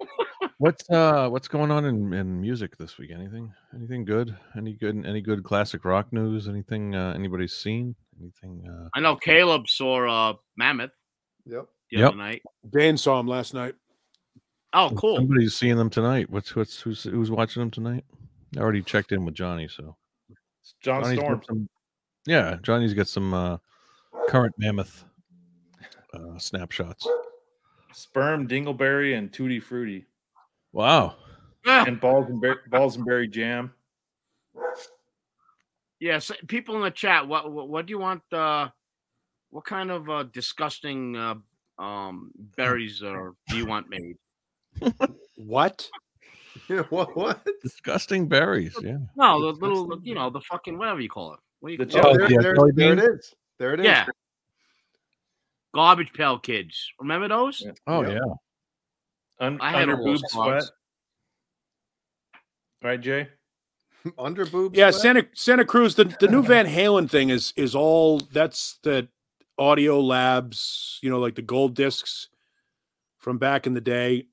S2: what's uh what's going on in, in music this week? Anything? Anything good? Any good any good classic rock news? Anything uh, anybody's seen? Anything uh
S7: I know Caleb saw uh, Mammoth
S5: Yep.
S7: the
S2: Yep.
S7: other night.
S3: Dane saw him last night.
S7: Oh, cool.
S2: somebody's seeing them tonight. What's what's who's who's watching them tonight? I already checked in with Johnny, so
S4: It's John
S2: Johnny's got
S4: Storm.
S2: some- yeah, Johnny's got some uh current mammoth uh snapshots.
S4: Sperm, dingleberry, and tutti frutti.
S2: Wow.
S7: Ah,
S4: And balls and ber- balls and berry jam.
S7: yeah, so people in the chat. What, what what do you want? Uh, what kind of uh, disgusting uh, um, berries or do you want made?
S3: What?
S5: Yeah. What? What?
S2: Disgusting berries, yeah.
S7: No, the little, you know, the fucking whatever you call it. What do you
S4: The
S7: call
S4: jelly
S5: Oh,
S2: Oh,
S5: there,
S2: yeah,
S5: there,
S2: jelly
S5: there
S2: bean?
S5: it is. There it is.
S7: Yeah. Garbage Pail Kids. Remember those?
S4: Yeah.
S2: Oh
S5: Yep.
S2: yeah.
S4: Un-
S7: I had
S4: under
S7: all those
S4: boob sweat.
S7: once.
S4: Right, Jay?
S5: Under boobs.
S3: Yeah,
S5: sweat.
S3: Santa Santa Cruz. The the new Van Halen thing is is all that's the Audio Labs. You know, like the gold discs from back in the day.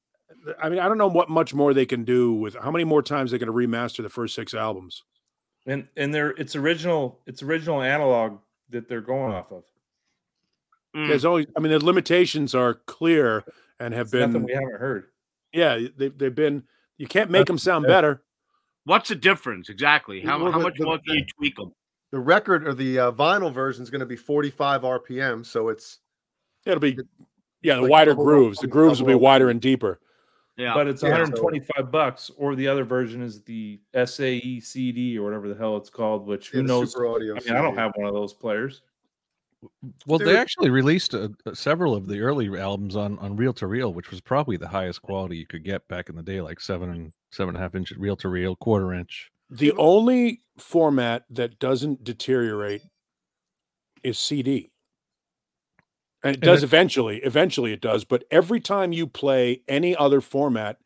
S3: I mean, I don't know what much more they can do with how many more times they're going to remaster the first six albums.
S4: And and their it's original it's original analog that they're going off of.
S7: Mm.
S3: There's always, I mean, the limitations are clear and have
S4: It's nothing
S3: been.
S4: we haven't heard.
S3: Yeah, they they've been. You can't make them sound
S2: yeah.
S3: better.
S7: What's the difference exactly? How,
S5: Well,
S7: how
S5: the-
S7: much
S5: the-
S7: more can you tweak them?
S5: The record or the uh, vinyl version is going to be 45 RPM, so it's
S3: It'll be. Yeah, the
S5: Like
S3: wider
S5: double-
S3: grooves. The grooves will be
S5: double-
S3: wider and deeper.
S7: Yeah.
S4: But it's
S5: Yeah, so-
S4: 125 bucks, or the other version is the SAE CD or whatever the hell it's called, which
S5: yeah,
S4: who
S5: the
S4: knows?
S5: super
S4: I
S5: audio.
S4: mean, I don't
S5: CD.
S4: have one of those players.
S2: Well,
S5: Dude.
S2: they actually released uh uh, several of the early albums on on reel to reel, which was probably the highest quality you could get back in the day, like seven and seven and a half inch reel to reel, quarter inch.
S3: The only format that doesn't deteriorate is CD. And it
S2: And
S3: does
S2: it-
S3: eventually, eventually it does, but every time you play any other format,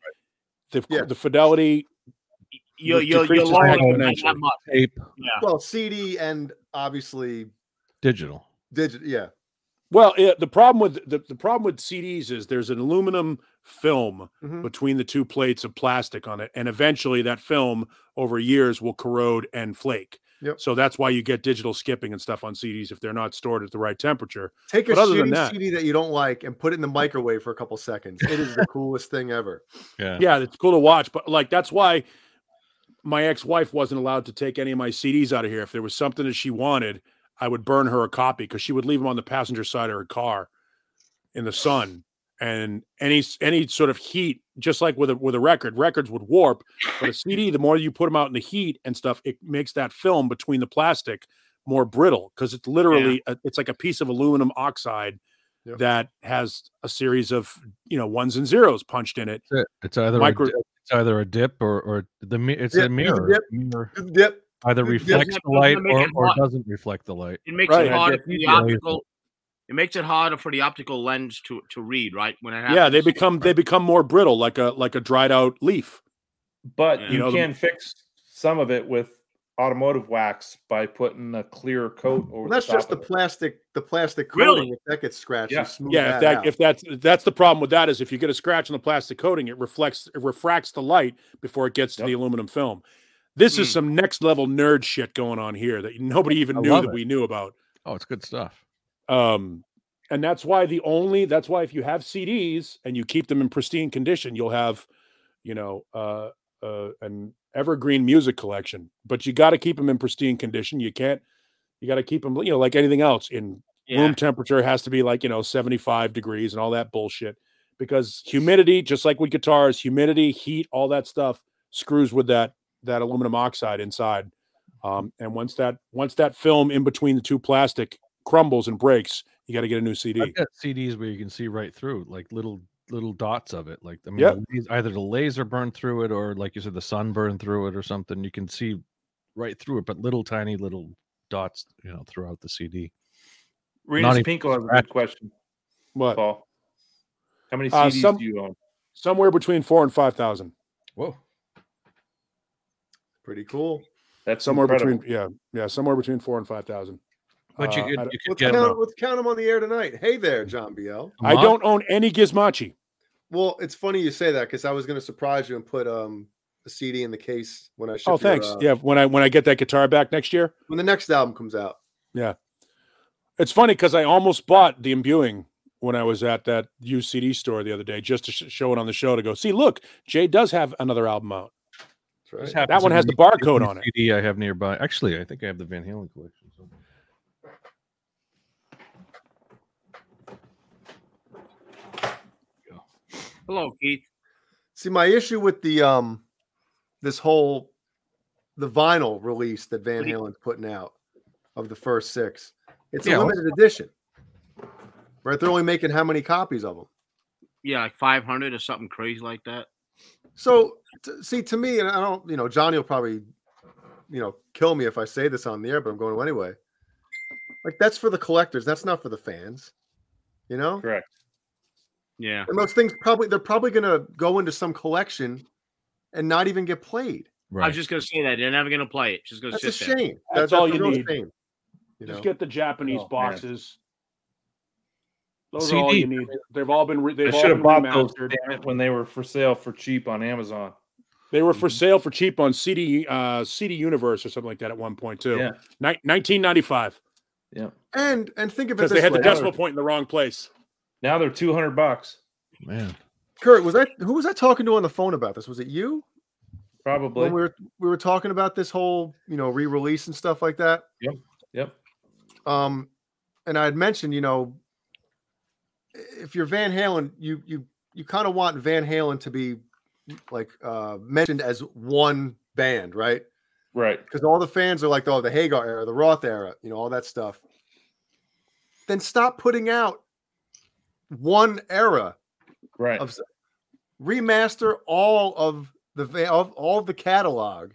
S3: the,
S5: Yeah.
S3: the fidelity
S7: You're,
S3: it
S7: you're, you're
S3: decreases
S7: lying
S3: exponentially.
S7: not that much.
S2: Tape,
S7: Yeah.
S5: Well, CD and obviously
S2: digital.
S5: digital. Yeah.
S3: Well, yeah, the problem with the, the problem with CDs is there's an aluminum film
S5: Mhm.
S3: between the two plates of plastic on it, and eventually that film over years will corrode and flake.
S5: Yep.
S3: So that's why you get digital skipping and stuff on CDs if they're not stored at the right temperature.
S5: Take a
S3: But other than
S5: shitty
S3: that-
S5: CD that you don't like and put it in the microwave for a couple seconds. It is the coolest thing ever.
S2: Yeah.
S3: Yeah, it's cool to watch, but like that's why my ex-wife wasn't allowed to take any of my CDs out of here. If there was something that she wanted, I would burn her a copy because she would leave them on the passenger side of her car in the sun. And any any sort of heat, just like with a with a record, records would warp. But a CD, the more you put them out in the heat and stuff, it makes that film between the plastic more brittle because it's literally a, it's like a piece of aluminum oxide
S5: Yep.
S3: that has a series of you know ones and zeros punched in it.
S2: That's it. It's either
S3: Micro-
S2: a, dip- it's either a dip or or the mi- it's
S5: Yeah,
S2: a
S5: it's a
S2: mirror.
S5: dip.
S2: mirror
S5: Yep.
S2: either
S5: It
S2: reflects
S7: doesn't-
S2: the light
S7: doesn't make
S2: or,
S7: it
S2: or
S7: hot.
S2: doesn't reflect the light.
S7: It makes
S3: Right.
S7: it
S2: Yeah,
S7: harder
S2: dip
S7: for the
S2: is laser.
S7: optical. It makes it harder for the optical lens to to read, right? When it happens.
S3: yeah they become they become more brittle like a like a dried out leaf
S4: But
S7: Yeah.
S4: you,
S3: You know, the-
S4: can fix some of it with automotive wax by putting a clear coat over.
S5: Well, that's
S4: the top
S5: just the
S4: of it.
S5: plastic, the plastic coating.
S7: Really?
S5: If that gets scratched,
S4: Yeah.
S5: you smooth
S3: yeah if
S5: that,
S3: that
S5: out.
S3: if that's that's the problem with that is if you get a scratch on the plastic coating it reflects it refracts the light before it gets to
S4: Yep.
S3: the aluminum film this is
S7: Hmm.
S3: some next level nerd shit going on here that nobody even
S2: I
S3: knew
S2: love
S3: that
S2: it.
S3: we knew about
S2: Oh, it's good stuff.
S3: um and that's why the only that's why if you have cds and you keep them in pristine condition you'll have you know uh, uh an evergreen music collection but you got to keep them in pristine condition you can't you got to keep them you know like anything else in
S7: Yeah.
S3: room temperature has to be like you know 75 degrees and all that bullshit because humidity just like with guitars humidity heat all that stuff screws with that that aluminum oxide inside um, and once that once that film in between the two plastic crumbles and breaks you got to get a new cd
S2: I've got CDs where you can see right through, like little little dots of it. Like I mean,
S3: Yep.
S2: the las- either the laser burned through it, or like you said, the sun burned through it, or something. You can see right through it, but little tiny little dots, you know, throughout the CD.
S4: Renus
S2: even
S4: Pinko has a
S2: scratch.
S4: good question,
S3: but
S4: Paul. How many
S3: Uh,
S4: CDs
S3: some-
S4: do you own?
S3: somewhere between four and five thousand
S2: Whoa!
S5: Pretty cool.
S4: That's
S3: somewhere
S4: incredible.
S3: between yeah yeah somewhere between four and five thousand
S2: But you
S3: Uh, I
S2: could,
S3: don't-
S2: you could
S5: Let's
S2: get
S5: count, let's count them on the air tonight. Hey there, John BL.
S3: i don't own any gizmachi
S5: Well, it's funny you say that because I was going to surprise you and put um a CD in the case when I ship
S3: oh
S5: your,
S3: thanks
S5: uh,
S3: yeah when i when i get that guitar back next year
S5: when the next album comes out.
S3: It's funny because I almost bought the imbuing when I was at that UCD store the other day just to sh- show it on the show to go see. Look, Jay does have another album out.
S5: That's right.
S2: happens
S3: one
S2: in
S3: has the
S2: every
S3: barcode on it.
S2: CD I have nearby. Actually, I think I have the Van Halen collection. somewhere.
S7: Hello, Keith.
S5: See, my issue with the um this whole the vinyl release that Van Halen's putting out of the first six, it's
S2: Yeah.
S5: a limited edition. Right, they're only making how many copies of them?
S7: Yeah, like five hundred or something crazy like that.
S5: So, t- see, to me, and I don't, you know, Johnny will probably, you know, kill me if I say this on the air, but I'm going to anyway. Like, that's for the collectors. That's not for the fans. You know,
S4: Correct.
S7: Yeah.
S5: and those things probably they're probably going to go into some collection and not even get played.
S7: I
S2: Right.
S7: was just gonna say that they're never gonna play it. Just gonna
S5: That's a
S7: sit there.
S5: shame.
S3: That's all you need.
S5: Shame, you know?
S3: Just get the Japanese
S4: Oh, man.
S3: boxes. Those are
S2: CD.
S3: all you need. They've all been re-
S4: I
S3: they've all
S4: should
S3: been
S4: have bought those
S3: remastered.
S4: damn it, when they were for sale for cheap on Amazon.
S3: They were for
S4: Mm-hmm.
S3: sale for cheap on CD uh, CD Universe or something like that at one point too.
S4: Yeah.
S3: Ni- 1995
S5: and and think of it
S3: because
S5: this
S3: they had the
S5: way.
S3: decimal point in the wrong place.
S4: Now they're two hundred bucks,
S2: Man,
S5: Kurt, was I who was I talking to on the phone about this? Was it you?
S4: probably.
S5: When we were we were talking about this whole you know re-release and stuff like that.
S4: Yep.
S5: Um, and I had mentioned, you know, if you're Van Halen, you you you kind of want Van Halen to be like uh mentioned as one band, right?
S4: Right.
S5: Because all the fans are like, oh, the Hagar era, the Roth era, you know, all that stuff. Then stop putting out one era
S4: Right.
S5: of s- remaster all of the va- of all of the catalog.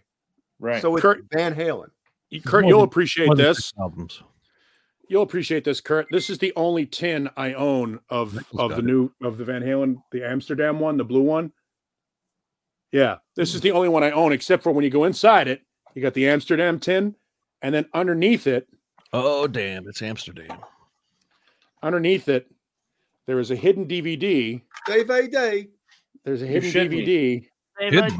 S4: Right.
S5: So it's
S3: Kurt-
S5: Van Halen.
S3: You- Kurt,
S2: more
S3: you'll
S2: than-
S3: appreciate
S2: More than
S3: this.
S2: six albums.
S3: You'll appreciate this, Kurt. This is the only tin I own of
S2: Michael's
S3: of
S2: got
S3: the
S2: it.
S3: new of the Van Halen, the Amsterdam one, the blue one. Yeah, this is the only one I own, except for when you go inside it, you got the Amsterdam tin, and then underneath it,
S2: Oh damn! It's Amsterdam.
S3: underneath it, there is a hidden DVD.
S5: Dave Day.
S3: There's a
S4: You
S3: hidden
S4: should be.
S3: DVD.
S2: Hidden.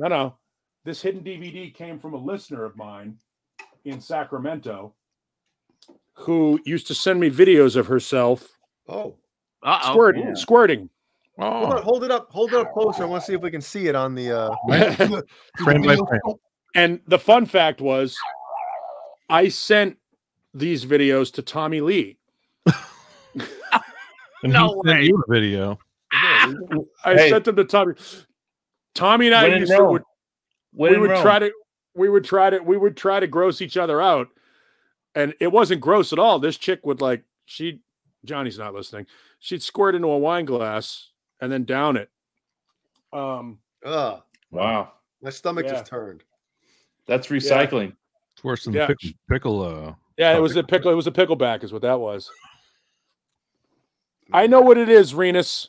S3: No, no. This hidden DVD came from a listener of mine in Sacramento who used to send me videos of herself
S5: Oh.
S7: Uh oh.
S3: squirt, squirting.
S5: Hold, on,
S2: Oh,
S5: hold it up. Hold it up closer. I want to see if we can see it on the. Uh,
S2: frame by frame.
S3: And the fun fact was, I sent these videos to Tommy Lee.
S2: And
S7: No
S2: he sent
S7: way.
S2: you a video.
S7: Ah.
S3: I
S4: Hey.
S3: sent them to Tommy. Tommy and I
S4: When in
S3: used to,
S4: Rome.
S3: would,
S4: When
S3: we
S4: in
S3: would
S4: Rome.
S3: try to we would try to we would try to gross each other out, and it wasn't gross at all. This chick would like she Johnny's not listening. She'd squirt into a wine glass and then down it. Um,
S5: uh,
S4: Wow,
S5: my stomach
S3: Yeah.
S5: just turned.
S4: that's recycling.
S2: It's worse than
S3: Yeah.
S2: the pickle. pickle uh,
S3: yeah, it was a pickle. It was a pickleback, is what that was. I know what it is, Renus.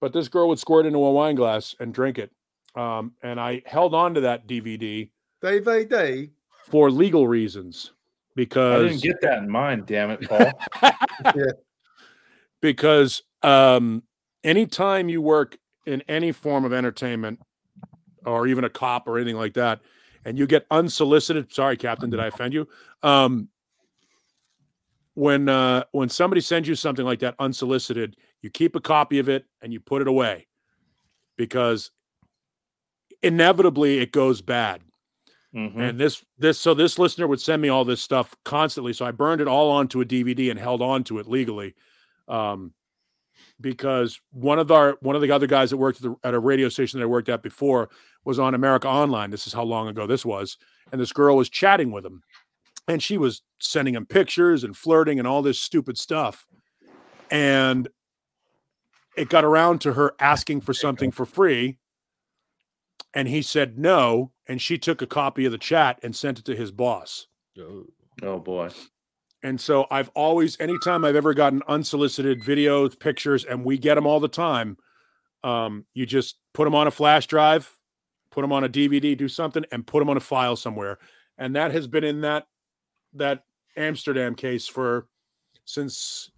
S3: But this girl would squirt into a wine glass and drink it. Um, and I held on to that DVD
S5: Dave Day.
S3: for legal reasons
S4: I
S3: because
S4: didn't get that in mind. Damn it, Paul.
S3: because um, anytime you work in any form of entertainment or even a cop or anything like that, and you get unsolicited, sorry, Captain, did I offend you? Um, when uh, when somebody sends you something like that unsolicited, you keep a copy of it and you put it away because inevitably it goes bad.
S4: Mhm.
S3: And this this so this listener would send me all this stuff constantly. So I burned it all onto a DVD and held on to it legally. Um because one of our one of the other guys that worked at, the, at a radio station that I worked at before was on America Online. This is how long ago this was, and this girl was chatting with him, and she was sending him pictures and flirting and all this stupid stuff, and it got around to her asking for something for free, and he said no, and she took a copy of the chat and sent it to his boss.
S4: Oh boy.
S3: And so I've always, anytime I've ever gotten unsolicited videos, pictures, and we get them all the time, um, you just put them on a flash drive, put them on a DVD, do something, and put them on a file somewhere. And that has been in that that Amsterdam case for since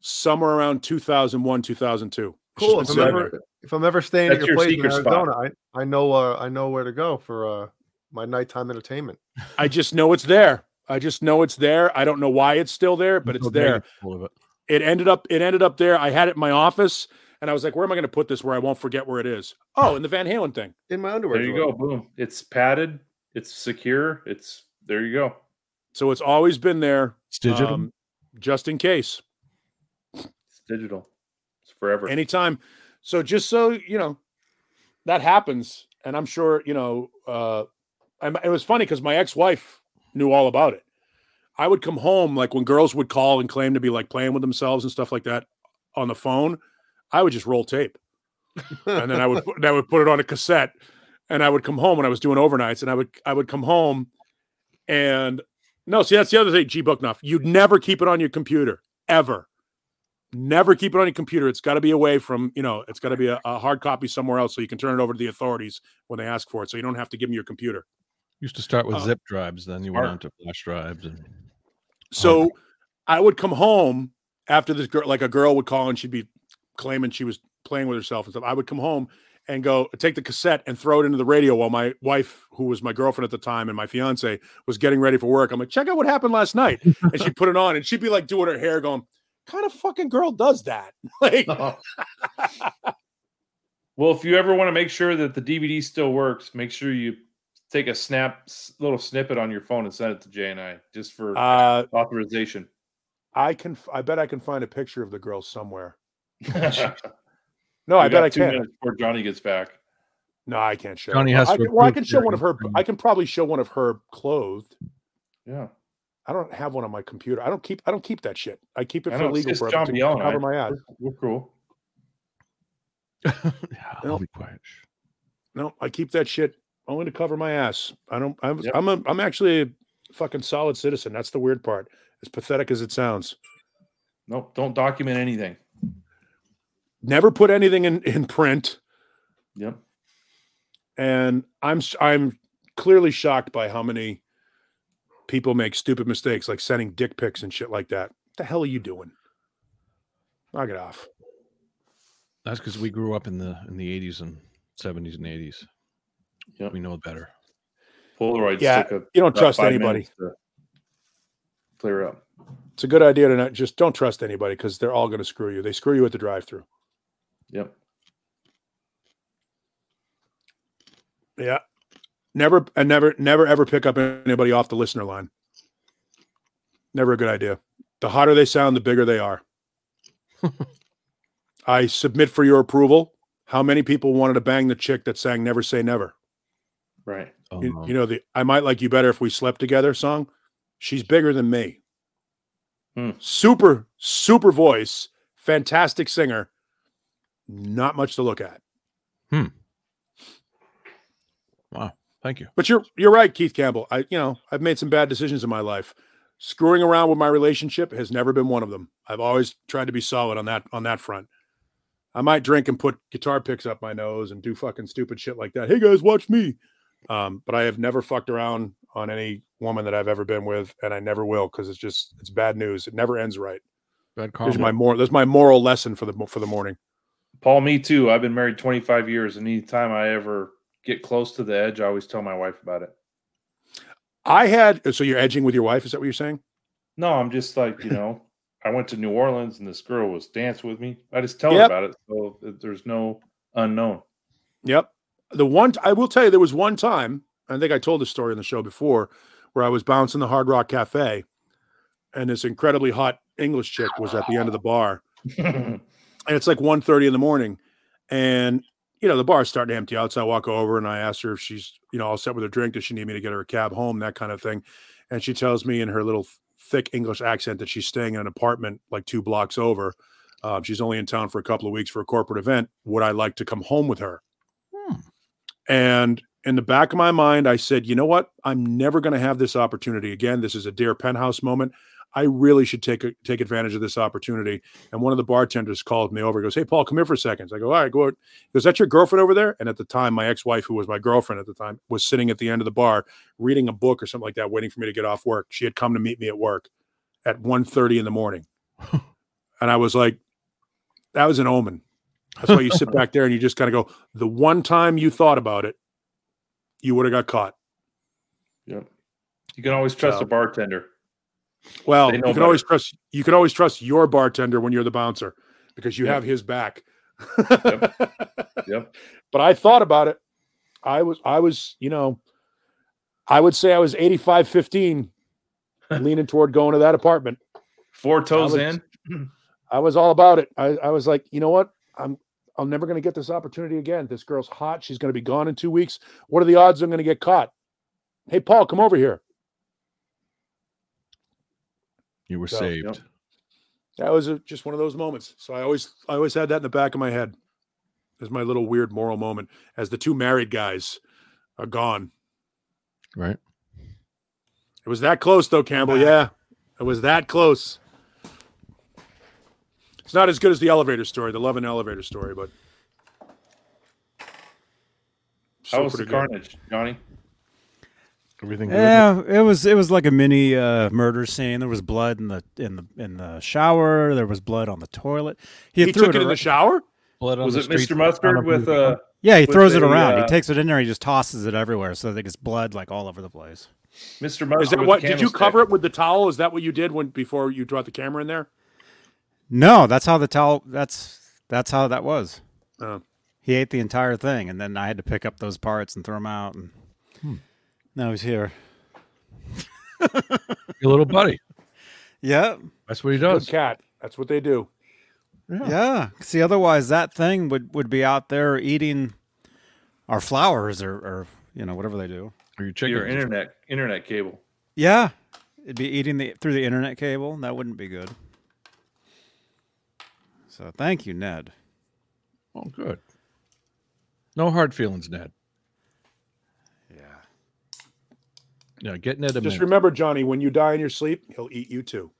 S3: somewhere around 2001, 2002. It's just
S5: Cool.
S3: been
S5: If I'm
S3: sitting
S5: ever,
S3: there.
S5: if I'm ever staying
S4: That's
S5: at
S4: your
S5: your, place in
S4: secret spot.
S5: Arizona, I, I know uh, I know where to go for uh, my nighttime entertainment.
S3: I just know it's there. I just know it's there. I don't know why it's still there, but it's
S2: Until
S3: there.
S2: David's full of it.
S3: it ended up it ended up there. I had it in my office and I was like, where am I going to put this where I won't forget where it is? Oh, in the Van Halen thing.
S5: In my underwear.
S4: There you
S5: drawer.
S4: go. Boom. It's padded. It's secure. It's there. You go.
S3: So it's always been there
S2: It's digital.
S3: um, just in case.
S4: It's digital. It's forever.
S3: Anytime. So just so you know, that happens. And I'm sure, you know, uh I'm, it was funny because my ex-wife knew all about it. I would come home like when girls would call and claim to be like playing with themselves and stuff like that on the phone. I would just roll tape, and then I would put- I would put it on a cassette, and I would come home when I was doing overnights, and I would I would come home, and no, see that's the other thing, G Booknuff. You'd never keep it on your computer ever. Never keep it on your computer. It's got to be away from you know. It's got to be a, a hard copy somewhere else so you can turn it over to the authorities when they ask for it, so you don't have to give them your computer.
S2: Used to start with
S3: uh,
S2: zip drives, then you went
S4: smart.
S2: on to flash drives, and
S3: So I would come home after this girl, like a girl would call and she'd be claiming she was playing with herself and stuff. I would come home and go take the cassette and throw it into the radio while my wife, who was my girlfriend at the time and my fiance, was getting ready for work. I'm like, check out what happened last night. And she'd put it on and she'd be like doing her hair, going, kind of fucking girl does that? Like,
S4: Well, if you ever want to make sure that the DVD still works, make sure you take a snap s- little snippet on your phone and send it to Jay and I just for
S3: uh,
S4: authorization.
S3: I can, f- I bet I can find a picture of the girl somewhere.
S4: no,
S3: No, I bet I can.
S4: before Johnny gets back.
S3: No, I can't show.
S2: Johnny
S3: it.
S2: has
S3: I
S2: to
S3: can, well, I
S2: approve
S3: can show one of her.
S2: everything.
S3: I can probably show one of her clothed.
S4: Yeah,
S3: I don't have one on my computer. I don't keep. I don't keep that shit. I keep it
S4: I
S3: for
S4: know, it's
S3: legal
S4: just
S3: purposes.
S4: John
S3: to
S4: Biel and
S3: Cover
S4: I.
S3: my ass.
S4: We're, we're cool.
S2: yeah, I'll
S3: Nope.
S2: be quiet. Shh.
S3: No, I keep that shit only to cover my ass. I don't. I'm.
S4: Yep.
S3: I'm, a, I'm actually a fucking solid citizen. That's the weird part. As pathetic as it sounds,
S4: Nope, don't document anything.
S3: never put anything in in print,
S4: Yep.
S3: and I'm s- I'm clearly shocked by how many people make stupid mistakes like sending dick pics and shit like that. What the hell are you doing? Knock it off.
S2: That's because we grew up in the in the eighties and seventies and eighties.
S4: Yep.
S2: We know better.
S4: Polaroids.
S3: Yeah,
S4: took a,
S3: you don't
S4: about
S3: trust
S4: five
S3: anybody.
S4: minutes to Clear up.
S3: It's a good idea to not just don't trust anybody because they're all going to screw you. They screw you at the drive-through.
S4: Yep.
S3: Yeah. Never and never never ever pick up anybody off the listener line. Never a good idea. The hotter they sound, the bigger they are. I submit for your approval. How many people wanted to bang the chick that sang Never Say Never?
S4: Right.
S2: Oh,
S3: You,
S2: no.
S3: you know the I might like you better if we slept together song. She's bigger than me.
S4: Hmm.
S3: Super super voice, fantastic singer. Not much to look at.
S2: Thank you.
S3: But you're you're right, Keith Campbell. I you know I've made some bad decisions in my life. Screwing around with my relationship has never been one of them. I've always tried to be solid on that on that front. I might drink and put guitar picks up my nose and do fucking stupid shit like that. Hey guys, watch me. Um, but I have never fucked around on any woman that I've ever been with, and I never will because it's just it's bad news. It never ends right.
S2: Bad
S3: There's
S2: karma.
S3: my moral. There's my moral lesson for the mo- for the morning.
S4: Paul, me too. I've been married 25 years, and anytime I ever get close to the edge, I always tell my wife about it.
S3: I had so you're edging with your wife. Is that what you're saying?
S4: No, I'm just like, you know, I went to New Orleans and this girl was dancing with me. I just tell
S3: Yep.
S4: her about it. So th- there's no unknown.
S3: Yep. The one I will tell you, there was one time, I think I told this story on the show before, where I was bouncing the Hard Rock Cafe, and this incredibly hot English chick was at the end of the bar, and it's like 1.30 in the morning, and you know the bar's starting to empty out, so I walk over and I ask her if she's you know all set with her drink, does she need me to get her a cab home, that kind of thing, and she tells me in her little thick English accent that she's staying in an apartment like two blocks over. Um, she's only in town for a couple of weeks for a corporate event. Would I like to come home with her? And in the back of my mind, I said, you know what? I'm never going to have this opportunity again. This is a dear penthouse moment. I really should take a, take advantage of this opportunity. And one of the bartenders called me over. He goes, "Hey, Paul, come here for a second. I go, "All right, go." out." He goes, "That's your girlfriend over there?" And at the time, my ex-wife, who was my girlfriend at the time, was sitting at the end of the bar reading a book or something like that, waiting for me to get off work. She had come to meet me at work at 1.30 in the morning, and I was like, "That was an omen." That's why you sit back there and you just kind of go, the one time you thought about it, you would have got caught.
S4: You can always trust
S3: So-
S4: a bartender.
S3: Well,
S4: They
S3: you
S4: know
S3: can
S4: better.
S3: always trust you can always trust your bartender when you're the bouncer because you
S4: Yep.
S3: have his back.
S4: Yep.
S3: But I thought about it. I was I was, you know, I would say I was 85 15 leaning toward going to that apartment.
S4: Four toes
S3: would-
S4: in.
S3: I was all about it. I, I was like, you know what? I'm I'm never gonna get this opportunity again. This girl's hot. She's gonna be gone in two weeks. What are the odds I'm gonna get caught? Hey Paul, come over here.
S2: You were
S3: So,
S2: saved.
S4: yep.
S3: That was a, just one of those moments. So I always, I always had that in the back of my head as my little weird moral moment. As the two married guys are gone,
S2: Right.
S3: it was that close though, Campbell. Yeah, it was that close. It's not as good as the elevator story, the love and elevator story, but
S4: How
S3: still
S4: was the
S3: pretty good.
S4: carnage, Johnny?
S2: Everything good?
S1: Yeah, it was it was like a mini uh, murder scene. There was blood in the in the in the shower. There was blood on the toilet. He,
S3: He
S1: threw
S3: took it in
S1: ar-
S3: the shower.
S2: Blood on
S4: Was
S2: the
S4: it
S2: streets
S4: Mr.
S2: on
S4: Mustard with
S2: movie.
S4: uh
S1: yeah, he
S4: with
S1: throws it
S4: the,
S1: around.
S4: uh,
S1: he takes it in there. He just tosses it everywhere, so that it's blood like all over the place.
S4: Mr. Mustard?
S3: Is that
S4: with
S3: what?
S4: the
S3: Did you
S4: candlestick?
S3: cover it with the towel? Is that what you did when before you brought the camera in there?
S1: No, that's how the towel. That's that's how that was.
S3: Oh.
S1: He ate the entire thing, and then I had to pick up those parts and throw them out. And now he's here.
S2: Your little buddy.
S1: Yeah,
S2: That's what he
S3: Good
S2: does.
S3: cat. That's what they do.
S1: yeah. See, otherwise that thing would would be out there eating our flowers or, or you know whatever they do.
S2: Or your chicken.
S4: Your internet internet cable.
S1: Yeah, it'd be eating the through the internet cable. and That wouldn't be good. So thank you, Ned.
S2: Oh, good. No hard feelings, Ned. Yeah. Yeah, get Ned a
S3: Just
S2: minute.
S3: remember, Johnny, when you die in your sleep, he'll eat you too.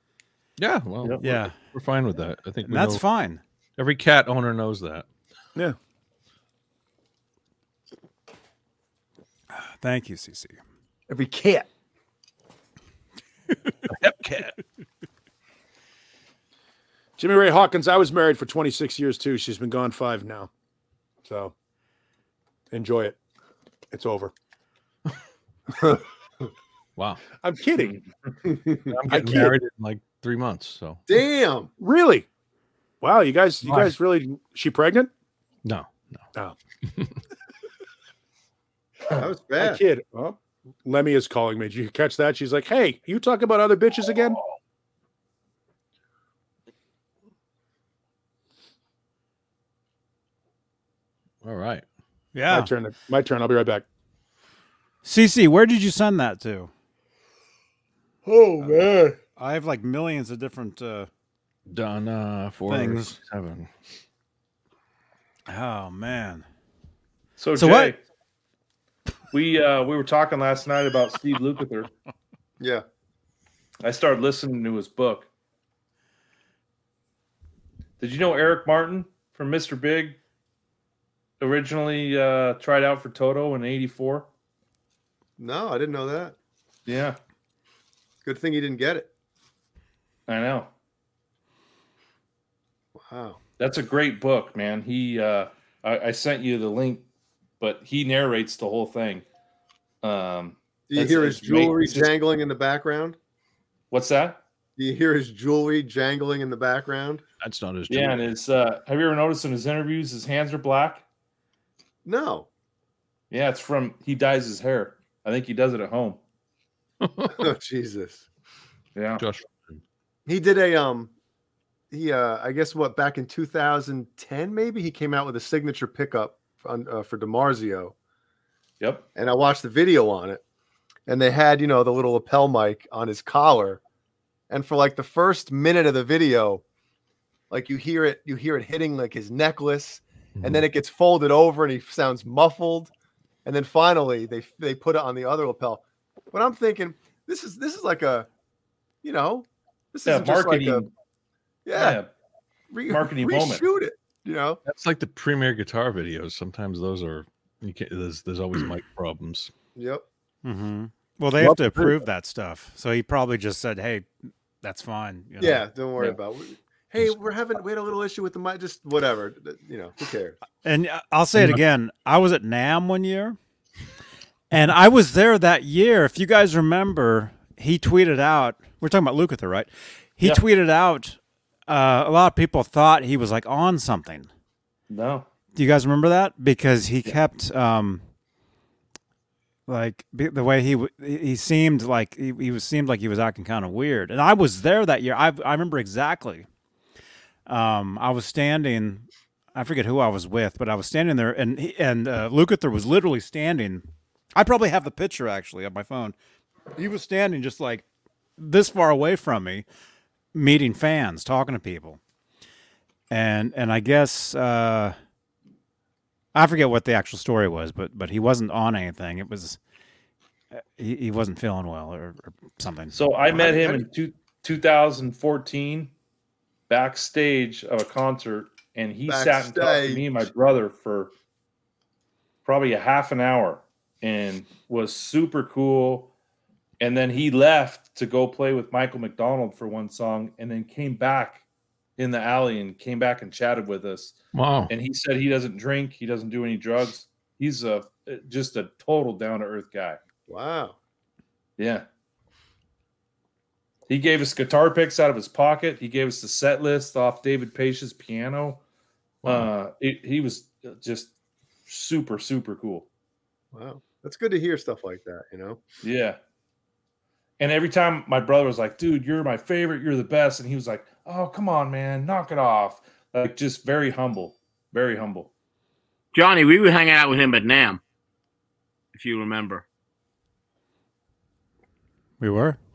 S2: yeah, well, we're-
S1: Yeah,
S2: we're fine with that. I think
S1: and
S2: we
S1: that's
S2: know-
S1: fine.
S2: every cat owner knows that.
S3: Yeah.
S1: Thank you, CC.
S5: Every cat.
S2: cat.
S3: Jimmy Ray Hawkins, I was married for 26 years too. She's been gone five now. So enjoy it. It's over.
S2: Wow.
S3: I'm kidding.
S2: I'm
S3: I
S2: getting
S3: can't-
S2: married in like three months. So
S5: Damn.
S3: Really? Wow, you guys, you
S2: Why?
S3: guys really she pregnant?
S2: no, no.
S5: That was
S3: My
S5: bad.
S3: kid. Well, Lemmy is calling me. Did you catch that? She's like, Hey, you talk about other bitches again?
S2: All right.
S3: My
S1: Yeah.
S3: turn. My turn. I'll be right back.
S1: CC, where did you send that to?
S3: Oh
S5: Uh,
S3: man.
S1: I have like millions of different. Uh,
S2: Done uh four
S1: Things.
S2: seven.
S1: oh man.
S4: So,
S1: So
S4: Jay,
S1: what?
S4: we uh, we were talking last night about Steve Lukather.
S5: Yeah.
S4: I started listening to his book. Did you know Eric Martin from Mr. Big originally uh, tried out for Toto in '84?
S5: No, I didn't know that.
S4: Yeah,
S5: Good thing you didn't get it.
S4: I know.
S5: Wow.
S4: That's a great book, man. He, uh, I, I sent you the link, but he narrates the whole thing. Um,
S5: Do you
S4: That's-
S5: hear his
S4: it's amazing.
S5: jewelry
S4: It's just-
S5: jangling in the background?
S4: what's that?
S5: Do you hear his jewelry jangling in the background?
S2: That's not as
S4: Yeah, and his. Uh, have you ever noticed in his interviews his hands are black?
S5: No.
S4: Yeah, it's from he dyes his hair. I think he does it at home.
S5: Oh Jesus.
S4: Yeah,
S2: Josh.
S5: He did a um he uh I guess what back in 2010 maybe he came out with a signature pickup on, uh, for DiMarzio
S4: yep.
S5: and I watched the video on it and they had, you know, the little lapel mic on his collar and for like the first minute of the video like you hear it you hear it hitting like his necklace
S2: Mm-hmm.
S5: and then it gets folded over and he sounds muffled and then finally they they put it on the other lapel but i'm thinking this is this is like a you know this
S4: Yeah,
S5: is just like
S4: marketing.
S5: a yeah,
S4: yeah,
S5: re-
S4: marketing moment.
S5: reshoot it you know
S2: That's like the premier guitar videos. Sometimes those are you can't, there's there's always mic problems.
S5: yep
S1: Mm-hmm. Well, they
S2: Well,
S1: have to approve that stuff, so he probably just said, "Hey, that's fine." you know.
S5: yeah don't worry
S4: Yeah.
S5: about it hey we're having we had a little issue with the mic just whatever th- you know who cares
S1: And I- I'll say it again. I was at NAM one year, and I was there that year. If you guys remember, he tweeted out. We're talking about Lukather, right? He
S4: Yeah.
S1: tweeted out. Uh, a lot of people thought he was like on something.
S4: No,
S1: Do you guys remember that? Because he kept um, like be- the way he w- he he seemed like he, he was seemed like he was acting kind of weird. And I was there that year. I I remember exactly. Um, I was standing. I forget who I was with, but I was standing there, and he, and uh, Lukather was literally standing. I probably have the picture actually on my phone. He was standing just like this far away from me, meeting fans, talking to people, and and I guess uh, I forget what the actual story was, but but he wasn't on anything. It was uh, he, he wasn't feeling well or, or something.
S4: so I met him in two, 2014 backstage of a concert, and he sat and talked to
S5: Backstage.
S4: me and my brother for probably a half an hour, and was super cool. And then he left to go play with Michael McDonald for one song, and then came back in the alley and came back and chatted with us.
S2: Wow.
S4: and he said he doesn't drink, he doesn't do any drugs. He's a eh, just a total down to earth guy.
S5: wow
S4: Yeah. He gave us guitar picks out of his pocket. He gave us the set list off David Pace's piano. Uh, it, he was just super super cool.
S5: wow that's good to hear stuff like that you know
S4: Yeah. And every time my brother was like, dude, you're my favorite. You're the best. And he was like, oh, come on, man. Knock it off. Like, just very humble. Very humble.
S7: Johnny, we were hanging out with him at Nam, if you remember.
S1: we were.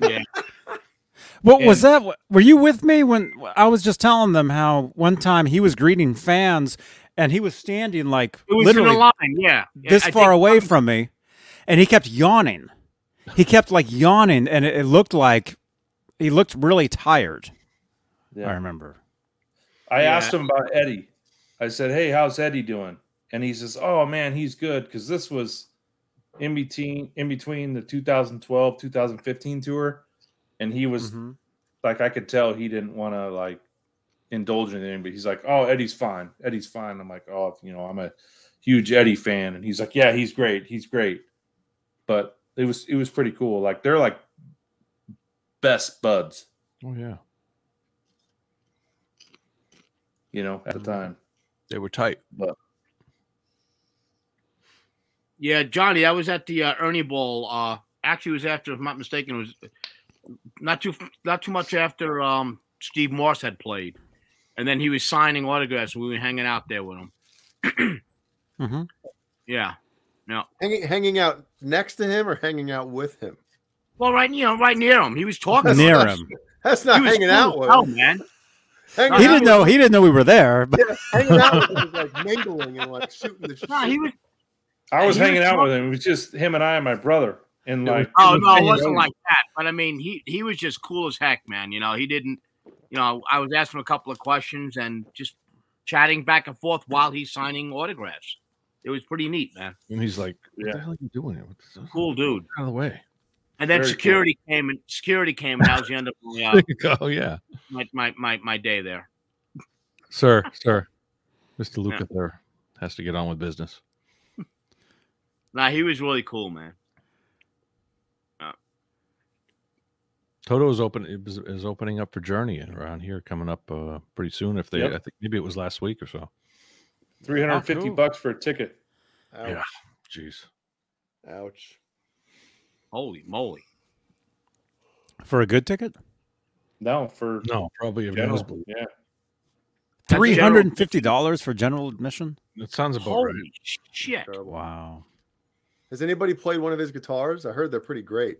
S7: Yeah.
S1: What was that? Were you with me when I was just telling them how one time he was greeting fans and he was standing like
S7: It was in
S1: literally
S7: the line, yeah. Yeah,
S1: this
S7: I
S1: far
S7: think-
S1: away from me, and he kept yawning. He kept like yawning, and it, it looked like he looked really tired. I
S4: Yeah.
S1: remember.
S4: I
S7: Yeah.
S4: asked him about Eddie. I said, "Hey, how's Eddie doing?" And he says, "Oh man, he's good." Because this was in between in between the 2012 2015 tour, and he was
S7: Mm-hmm.
S4: like, I could tell he didn't want to like indulge in anything, but he's like, "Oh, Eddie's fine. Eddie's fine." I'm like, "Oh, you know, I'm a huge Eddie fan," and he's like, "Yeah, he's great. He's great." But it was it was pretty cool. Like they're like best buds,
S2: Oh yeah,
S4: you know, at the time.
S2: they were tight.
S7: Yeah, Johnny, I was at the uh, Ernie Ball. Uh, actually, it was after, if I'm not mistaken, it was not too not too much after um, Steve Morse had played, and then he was signing autographs. We were hanging out there with him.
S1: Mhm.
S7: Yeah.
S5: Hanging, hanging out next to him or hanging out with him?
S7: Well, right, you know, right near him. He was talking.
S1: Near him.
S5: That's not
S7: He was
S5: hanging
S7: cool
S5: out
S7: as
S5: with
S7: hell,
S5: him.
S7: man.
S5: Hanging
S1: He
S5: out
S1: didn't know. He didn't know we were there. But
S5: hanging out with him was like mingling and like shooting the shit.
S7: No, he was.
S4: I was
S7: And he
S4: hanging
S7: was
S4: out with him. It was just him and I and my brother. And
S2: It was-
S4: like,
S7: Oh no, it
S4: hanging
S7: wasn't
S4: out.
S7: like that. But I mean, he he was just cool as heck, man. You know, he didn't. You know, I was asking him a couple of questions and just chatting back and forth while he's signing autographs. It was pretty neat, man.
S2: And he's like, "What
S4: Yeah.
S2: the hell are you doing? here? What the-
S7: Cool dude.
S2: Out of the way."
S7: And then
S4: Very cool.
S7: security came and security came and that was the end of my uh,
S2: oh yeah,
S7: my, my, my my day there.
S2: sir, sir, Mr. Luca there has to get on with business.
S7: Nah, he was really cool, man.
S2: Toto is open is, is opening up for Journey around here coming up uh, pretty soon. If they,
S4: Yep.
S2: I think maybe it was last week or so.
S4: 350
S1: Oh, cool.
S4: bucks for a ticket.
S5: Ouch.
S2: Jeez,
S5: Ouch.
S7: Holy moly!
S1: for a good ticket,
S4: No, for
S2: no, probably a
S4: general.
S2: nosebleed.
S4: Yeah.
S7: That's
S1: three
S7: general-
S1: hundred and fifty dollars for general admission.
S2: That sounds about
S7: Holy
S2: right.
S7: shit!
S5: Terrible.
S1: Wow.
S5: Has anybody played one of his guitars? I heard they're pretty great.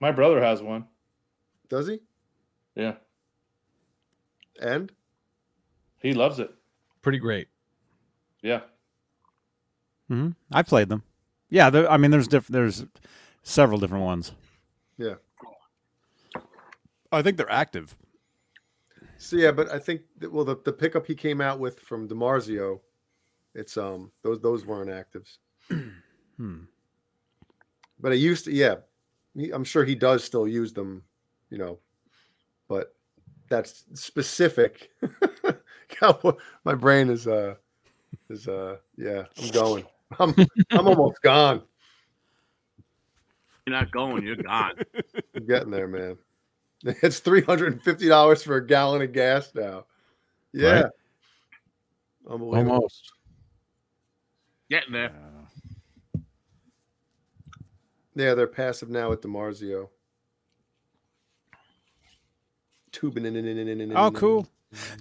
S4: My brother has one.
S5: Does he?
S4: Yeah.
S5: And
S4: He loves it.
S2: Pretty great.
S4: Yeah.
S1: hmm I played them. Yeah, there, I mean, there's diff- there's several different ones.
S5: Yeah.
S1: I think they're active.
S5: so yeah, but I think that, well the, the pickup he came out with from DiMarzio, it's um those those weren't actives.
S1: Hmm.
S5: But I used to yeah, he, I'm sure he does still use them, you know, but that's specific. God, My brain is uh is uh yeah, I'm going. I'm I'm almost gone.
S7: You're not going. You're gone.
S5: I'm getting there, man. It's three hundred and fifty dollars for a gallon of gas now. Yeah, unbelievable.
S2: Almost.
S7: Getting there.
S5: Yeah, they're passive now at Demarzio. Tubing in, in, in, in, in, in,
S1: Oh,
S5: in.
S1: cool.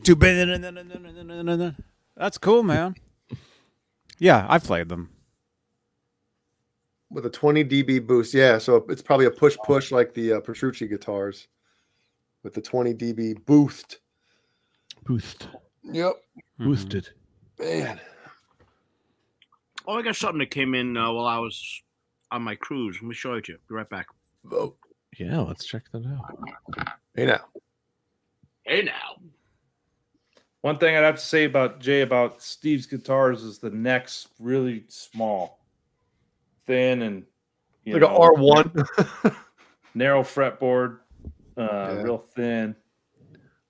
S1: Too bad. That's cool, man. Yeah, I've played them.
S5: with a twenty dB boost. Yeah, so it's probably a push push like the uh, Petrucci guitars with the twenty dB boost.
S2: Boothed.
S5: Yep,
S1: Mhm.
S2: Boosted.
S5: man.
S7: Oh, I got something that came in uh, while I was on my cruise. Let me show it to you. Be right back.
S5: Vote.
S2: Yeah, let's check that out.
S5: Hey now,
S7: Hey now.
S2: Mm-hmm.
S4: One thing I'd have to say about Jay about Steve's guitars is the neck's really small, thin, and you
S5: like an
S4: know,
S5: R one.
S4: narrow fretboard, uh,
S5: Yeah.
S4: real thin.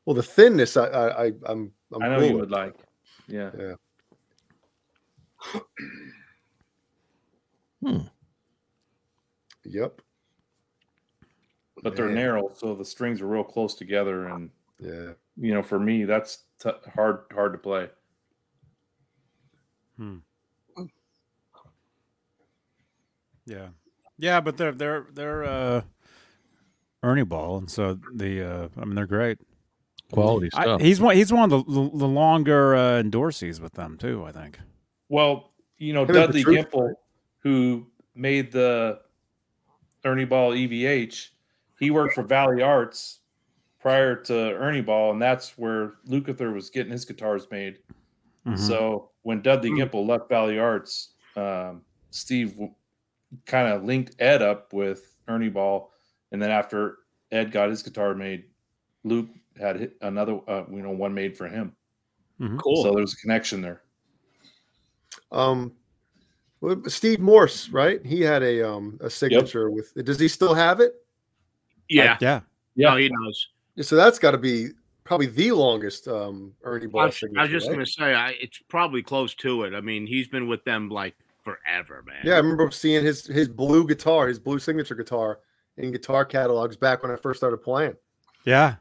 S5: Well, the thinness, I, I, I I'm, I'm
S4: I know
S5: cool
S4: you
S5: with.
S4: would like. Yeah.
S5: Yep.
S4: But they're
S5: Man.
S4: narrow, so the strings are real close together, and
S5: Yeah.
S4: you know, for me, that's t- hard hard to play.
S1: Yeah, yeah, but they're they're they're uh, Ernie Ball, and so the uh, I mean they're great.
S2: Quality
S1: I-
S2: stuff.
S1: he's one he's one of the, the, the longer uh, endorsees with them too. I think.
S4: Well, you know,
S5: Him and
S4: Dudley
S5: Petrucci.
S4: Gimple, who made the Ernie Ball EVH, he worked for Valley Arts prior to Ernie Ball, and that's where Lukather was getting his guitars made.
S1: Mhm.
S4: So when Dudley
S5: Hmm.
S4: Gimple left Valley Arts, um, Steve kind of linked Ed up with Ernie Ball, and then after Ed got his guitar made, Luke had hi- another, uh, you know, one made for him.
S7: Cool.
S4: So there's a connection there.
S5: Um, well, Steve Morse, right? He had a um a signature with. Does he still have it?
S7: yeah.
S1: yeah,
S7: Yeah, he knows.
S5: So that's got to be probably the longest um, Ernie
S7: I
S5: Ball
S7: was, I was just
S5: right?
S7: gonna say, I, it's probably close to it. I mean, he's been with them like forever, man.
S5: Yeah, I remember seeing his his blue guitar, his blue signature guitar in guitar catalogs back when I first started playing.
S1: Yeah.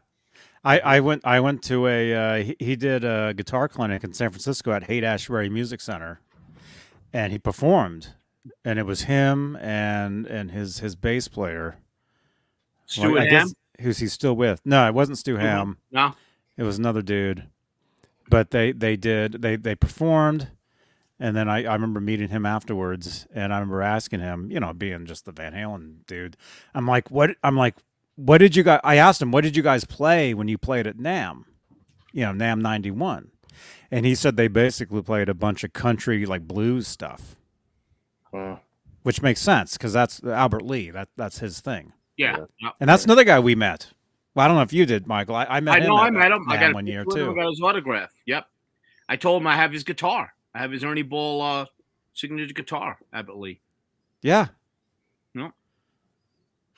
S1: I, I went I went to a uh, he, he did a guitar clinic in San Francisco at Haight Ashbury Music Center, and he performed, and it was him and and his his bass player.
S7: Stu
S1: Well, I
S7: and
S1: guess-
S7: Ham?
S1: who's he still with? No, it wasn't Stu Ham.
S7: No?
S1: It was another dude. But they they did they they performed, and then I I remember meeting him afterwards, and I remember asking him, you know, being just the Van Halen dude, I'm like, what? I'm like, what did you guys? I asked him, what did you guys play when you played at Nam? You know, Nam '91, and he said they basically played a bunch of country like blues stuff,
S4: Wow.
S1: which makes sense because that's Albert Lee. That that's his thing.
S7: Yeah. yeah.
S1: And that's another guy we met. Well, I don't know if you did, Michael. I, I met
S7: I
S1: him.
S7: know
S1: at
S7: I met him. I
S1: NAMM
S7: got a
S1: one year
S7: picture with him, I
S1: too.
S7: got his autograph. Yep. I told him I have his guitar. I have his Ernie Ball uh, signature guitar, Abbott Lee.
S1: Yeah,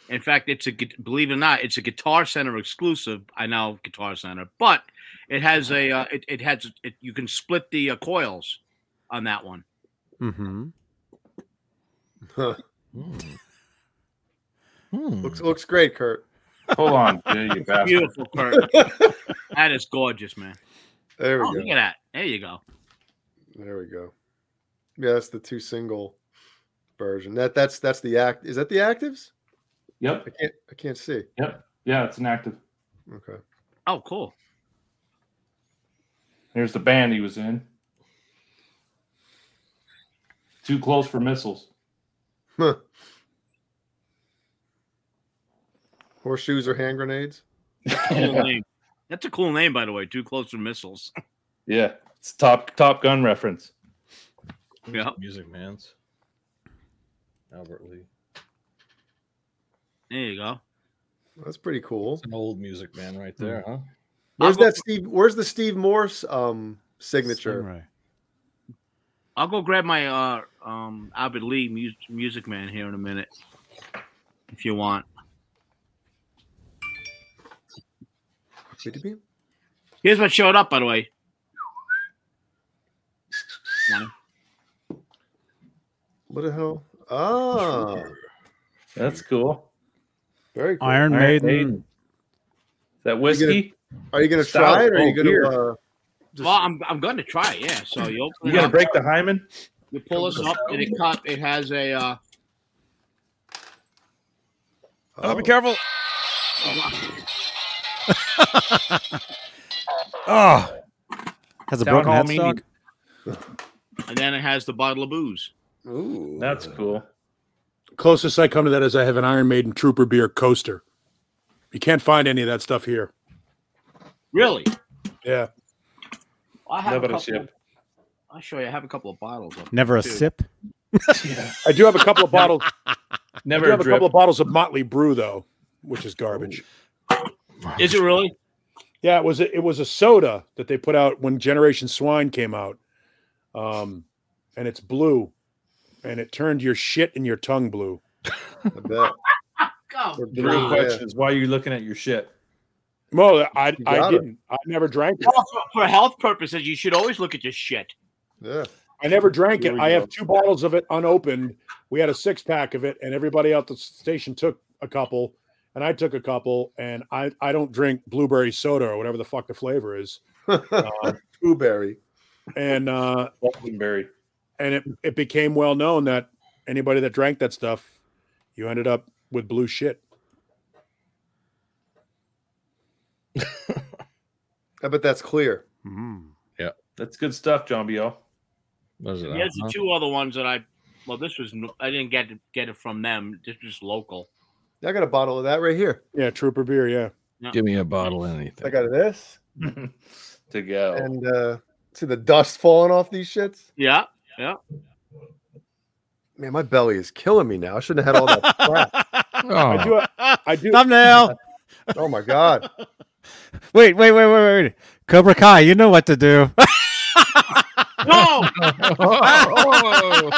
S7: In fact, it's a gu- believe it or not, it's a Guitar Center exclusive. I know Guitar Center, but it has a uh, it, it has it, you can split the uh, coils on that one.
S1: Mm-hmm.
S2: Hmm.
S5: looks looks great, Kurt.
S4: Hold on, Jay, you bastard.
S7: Beautiful, Kurt. that is gorgeous, man.
S5: There we
S7: Oh,
S5: go.
S7: look at that. There you go.
S5: There we go. Yeah, that's the two single version. That that's that's the act. Is that the actives?
S4: Yep.
S5: I can't I can't see.
S4: Yeah, it's an active.
S5: Okay.
S7: Oh, cool.
S4: Here's the band he was in. Too close for missiles.
S5: Huh. Horseshoes or hand grenades?
S7: Cool name. That's a cool name, by the way. Too close for missiles.
S4: Yeah, it's top Top Gun reference.
S7: yeah.
S2: Music Man's Albert Lee.
S7: There you go.
S5: That's pretty cool.
S2: It's an old music man right there, huh?
S5: Where's
S7: I'll go-
S5: that Steve? Where's the Steve Morse um signature?
S1: Stingray.
S7: I'll go grab my uh um Albert Lee mus- Music Man here in a minute, if you want. Here's what showed up, by the way.
S5: What the hell? Ah,
S4: That's cool.
S5: very cool.
S1: Iron
S4: Iron
S1: Maiden.
S4: Maiden. That whiskey.
S5: Are you gonna
S4: Stout
S5: try it? Or are you
S4: cold beer.
S5: gonna? Uh, just,
S7: Well, I'm, I'm going to try it. Yeah. So you open
S4: You
S7: it
S4: gonna
S7: up,
S4: break the hymen?
S7: you pull this up, and it cut. It has a uh,
S5: oh,
S1: careful. oh. Has a
S4: Town
S1: broken
S4: hall
S1: headstock?
S4: meeting.
S7: and then it has the bottle of booze.
S5: ooh.
S4: That's cool.
S3: Closest I come to that is I have an Iron Maiden Trooper beer coaster. You can't find any of that stuff here.
S7: Really?
S3: Yeah.
S7: I have
S4: Never
S7: a
S4: a
S7: couple,
S4: ship.
S7: I'll show you. I have a couple of bottles. Of
S1: Never a
S7: Dude.
S1: sip.
S3: I do have a couple of bottles. I do
S4: Never a
S3: have a
S4: drip.
S3: couple of bottles of Motley Brew though, which is garbage.
S2: Oh.
S7: Is it really?
S3: Yeah, it was a, it was a soda that they put out when Generation Swine came out, um, and it's blue, and it turned your shit and your tongue blue.
S5: I bet.
S7: Go.
S5: Or
S4: the
S5: blue,
S4: real
S5: yeah.
S4: question is why are you looking at your shit?
S3: Well, I
S5: You
S3: I
S5: got it.
S3: didn't. I never drank it.
S7: Well, for, for health purposes, you should always look at your shit.
S5: Yeah.
S3: I never drank
S4: Here
S3: it.
S4: we
S3: I
S4: go.
S3: have two bottles of it unopened. We had a six pack of it, and everybody out the station took a couple, and I took a couple. And I I don't drink blueberry soda or whatever the fuck the flavor is.
S5: Blueberry.
S3: And uh,
S4: Loganberry.
S3: and it, it became well known that anybody that drank that stuff, you ended up with blue shit.
S5: I bet that's clear.
S1: Mm.
S4: That's good stuff, John B.O.
S2: What is it?
S7: There's the
S2: uh-huh?
S7: two other ones that I. Well, this was n- I didn't get to get it from them. This was local.
S5: I got a bottle of that right here.
S3: Yeah, trooper beer. Yeah,
S2: Give me a bottle of
S5: I
S2: anything.
S5: got this
S4: to go.
S2: Oh.
S5: and uh see the dust falling off these shits.
S7: Yeah.
S5: Man, my belly is killing me now. I shouldn't have had all that crap.
S2: Oh.
S10: Oh.
S3: I do. I do.
S1: Thumbnail.
S5: Oh my god.
S1: Wait, wait, wait, wait, wait. Cobra Kai, you know what to do.
S7: No.
S2: Oh.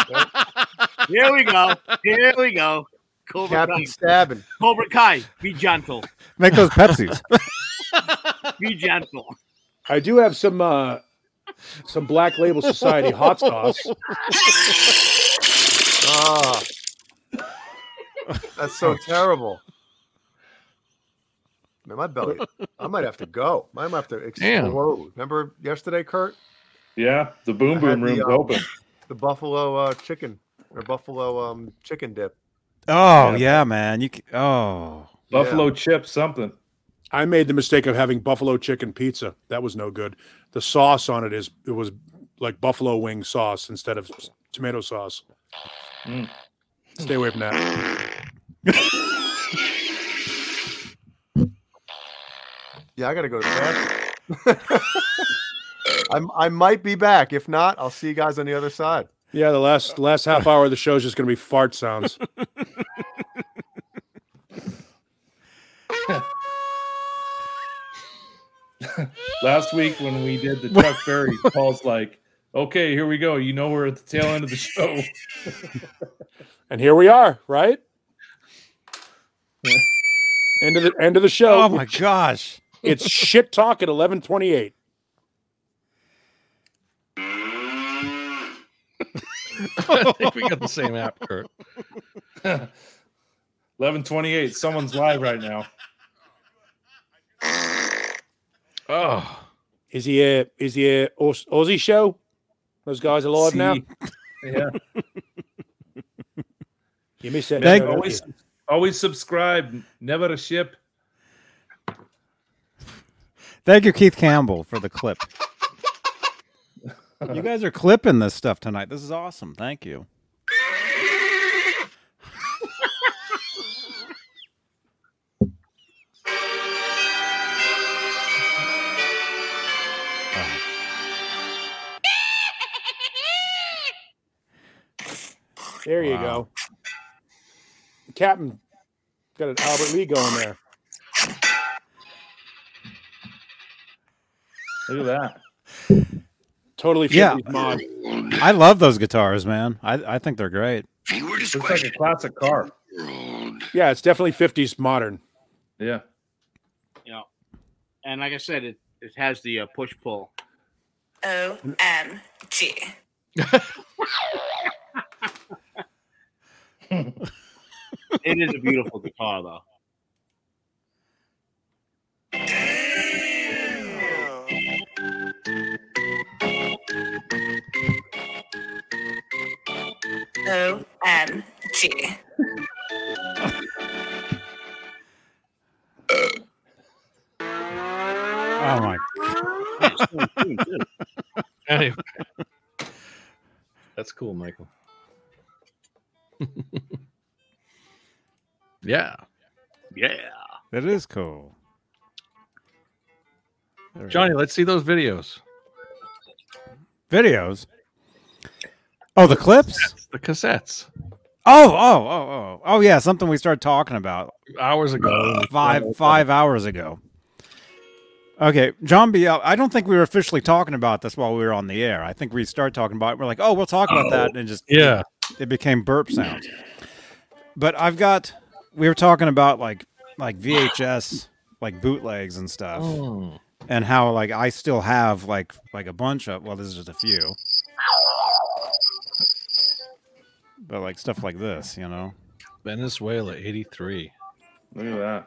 S7: Here we go. Here we go.
S2: oh,
S7: Cobra Kai.
S5: Captain Stabbing.
S7: Cobra Kai. Be gentle.
S1: Make those Pepsis.
S7: Be gentle.
S3: I do have some uh some Black Label Society hot sauce.
S5: Ah. That's so terrible. Man, my belly. I might have to go. I might have to
S2: Damn.
S5: explode. Remember yesterday, Kurt?
S4: Yeah, the boom
S5: I had
S4: boom
S5: the,
S4: room's
S5: uh,
S4: open.
S5: The buffalo uh, chicken or buffalo um, chicken dip.
S1: Oh yeah, man. You c- oh
S5: Yeah.
S4: Buffalo chip something.
S3: I made the mistake of having buffalo chicken pizza. That was no good. The sauce on it is it was like buffalo wing sauce instead of s- tomato sauce.
S4: Mm.
S3: Stay away from that.
S5: Yeah, I gotta go to the bathroom. I'm, I might be back. If not, I'll see you guys on the other side.
S3: Yeah, the last last half hour of the show is just going to be fart sounds.
S4: Last week when we did the Chuck Berry, Paul's like, "Okay, here we go. You know we're at the tail end of the show."
S3: And here we are, right? end of the end of the show.
S10: Oh my gosh.
S3: It's shit talk at 11:28.
S2: Oh, I think we got the same app, Kurt.
S4: Eleven twenty-eight. Someone's live right now.
S2: Oh,
S3: Is he a is he a Aus- Aussie show? Those guys alive now.
S4: See? Yeah.
S3: You missed that.
S1: Thank-
S3: show, don't you?
S4: always, always subscribe. Never a ship.
S1: Thank you, Keith Campbell, for the clip. you guys are clipping this stuff tonight. This is awesome. Thank you.
S3: There you go. Captain got an Albert Lee going there.
S4: Look at that.
S3: Totally 50s
S1: Yeah.
S3: mod.
S1: I love those guitars, man. I, I think they're great.
S4: Looks like a classic car.
S3: Yeah, it's definitely 50s modern.
S4: Yeah.
S7: And like I said, it, it has the uh, push pull.
S11: OMG.
S7: It is a beautiful guitar, though.
S11: OMG.
S1: Oh my!
S2: anyway. That's cool, Michael. yeah.
S7: Yeah.
S1: That is cool. There we
S2: Johnny, let's see those videos.
S1: go. videos. Oh, the clips.
S2: The cassettes.
S1: Oh, oh, oh, oh, oh, yeah. Something we started talking about
S2: Hours ago.
S1: five five hours ago. Okay, John B. uh, I don't think we were officially talking about this while we were on the air. I think we started talking about it. We're like, oh, we'll talk about that, and just
S2: Yeah.
S1: it became burp sounds. But I've got we were talking about like like VHS like bootlegs and stuff
S2: Mm.
S1: and how like I still have like like a bunch of well this is just a few. But like stuff like this, you know.
S2: Venezuela 83.
S4: Look at that.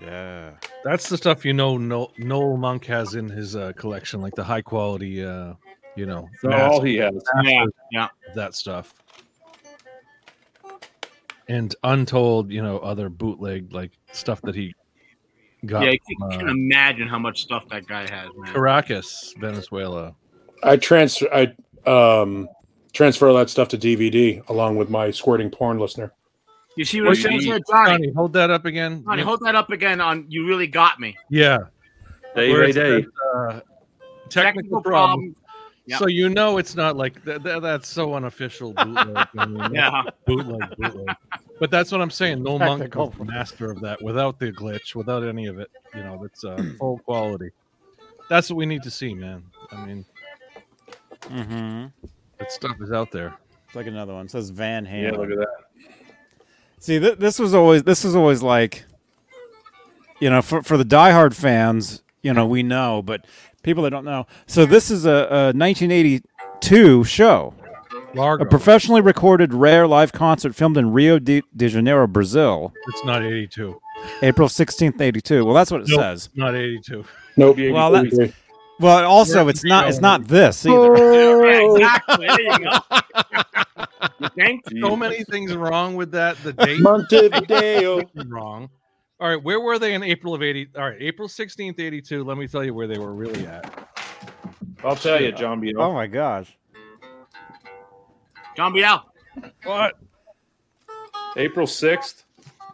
S1: Yeah.
S2: That's the stuff you know Noel, Noel Monk has in his uh, collection, like the high quality, uh, you know,
S4: That's not
S2: mass-
S4: all Oh, he has.
S7: Yeah.
S2: that stuff. And untold, you know, other bootleg like stuff that he got
S7: Yeah. You
S2: from,
S7: can
S2: uh,
S7: imagine how much stuff that guy has, man.
S2: Caracas, Venezuela.
S3: I transfer I um transfer all that stuff to DVD along with my squirting porn listener.
S7: You see what I'm
S4: Wait,
S7: saying,
S4: you-
S7: there, Johnny?
S2: Johnny, hold that up again.
S7: Johnny, hold that up again. On you really got me.
S2: yeah.
S4: Day,
S2: Where
S4: day,
S2: it
S4: day.
S2: says, uh, technical, problem.
S7: Yep.
S2: So you know it's not like th- th- that's so unofficial bootleg. I mean,
S7: Yeah.
S2: bootleg, bootleg. But that's what I'm saying. No monk
S10: Technical.
S2: was the master of that without the glitch, without any of it. You know, that's uh, full quality. That's what we need to see, man. I mean,
S1: Mm-hmm.
S2: that stuff is out there.
S1: It's Mm-hmm. like another one. It says Van
S4: Yeah,
S1: Halen.
S4: look at that.
S1: It See, th- this was always this was always like, you know, for for the diehard fans, you know, we know, but people that don't know. So this is a, a 1982 show,
S2: Largo.
S1: a professionally recorded rare live concert filmed in Rio de, de Janeiro, Brazil,
S2: it's not 82.
S1: April 16th, 82. Well, that's what it
S2: Nope.
S1: says.
S2: Not 82.
S3: Nope.
S1: Well, that's- Well, also,
S2: We're
S1: it's not it's
S2: Rio.
S1: not this either.
S7: exactly. There you go. Thank you.
S2: So many things wrong with that. The date
S11: Montevideo.
S2: wrong. All right, where were they in April of 80? All right, April 16th, 82. Let me tell you where they were really at.
S4: I'll tell you, John B.
S1: Oh my gosh.
S7: John Biel.
S2: What?
S4: April 6th.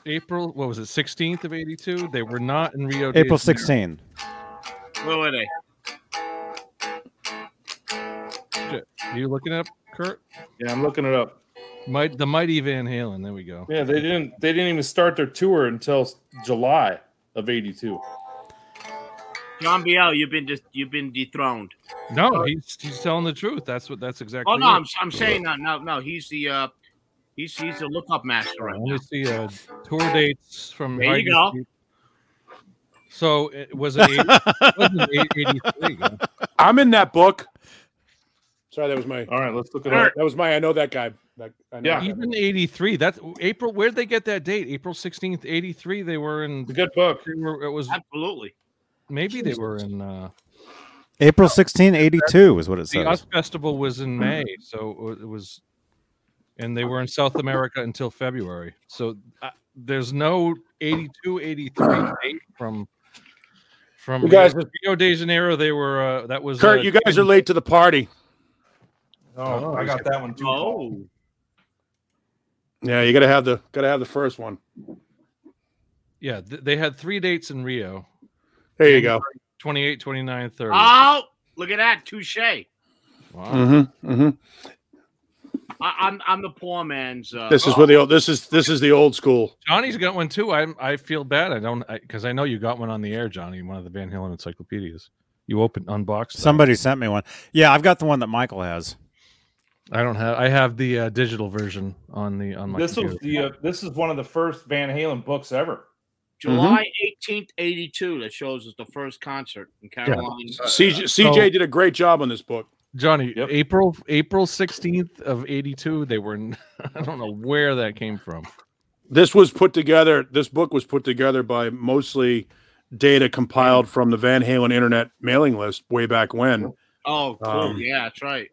S2: April, what was it, 16th of 82? They were not in Rio de
S1: April
S2: Janeiro.
S1: 16th.
S7: Where were they?
S2: Are you looking up, Kurt?
S4: Yeah, I'm looking it up.
S2: Might, the mighty Van Halen. There we go.
S4: Yeah, they didn't they didn't even start their tour until s- July of 82.
S7: John Biel, you've been just you've been dethroned.
S2: No, he's, he's telling the truth. That's what that's exactly.
S7: Oh no,
S2: it.
S7: I'm, I'm saying no, no, no. He's the uh, he's he's the lookup master right
S3: Oh,
S2: Let
S7: now.
S2: me see uh, tour dates from.
S7: There you
S2: Hide and Seek. So it was it 80, wasn't it 83?
S3: I'm in that book. Sorry, that was my
S4: All right, let's look it up.
S3: that was my I know that guy. That, I know
S4: Yeah.
S3: that guy.
S2: Even 83. That's April. Where'd they get that date? April 16th, 83. They were in.
S4: It's a good book.
S2: They were, it was
S7: Absolutely.
S2: maybe they were in. Uh,
S1: April 16th, 82 is what it
S2: the
S1: says.
S2: US Festival was in May, so it wa- it was, and they were in South America until February. So uh, there's no 82, 83 date from from
S3: You guys
S2: Rio, Rio de Janeiro. They were uh, that was
S3: Kurt,
S2: uh,
S3: you guys are late to the party.
S4: Oh, I got that one too.
S7: Oh,
S3: Yeah, you gotta have the gotta have the first one.
S2: Yeah, th- they had three dates in Rio
S3: There you go.
S2: 28, 29, 30.
S7: oh, look at that, touche. I,
S2: wow.
S3: Mm-hmm, mm-hmm.
S7: I'm I'm the poor man's. Uh,
S3: This is where the old this is this is the old school.
S2: Johnny's got one too. I I feel bad. I don't because I, know you got one on the air, Johnny, one of the Van Halen encyclopedias. You open unboxed. them.
S1: Somebody sent me one. Yeah, I've got the one that Michael has.
S2: I don't have. I have the uh, digital version on the on Oh my.
S4: This was
S2: computer.
S4: the uh, this is one of the first Van Halen books ever.
S3: Mm-hmm.
S7: July 18th, 82. That shows us the first concert in Carolina.
S3: CJ,
S2: so-
S3: CJ did a great job on this book.
S2: Johnny,
S4: Yep.
S2: April April sixteenth of eighty two. They were. in- I don't know where that came from.
S3: This was put together. This book was put together by mostly data compiled from the Van Halen internet mailing list way back when.
S7: Oh, cool.
S3: Um,
S7: yeah, that's right.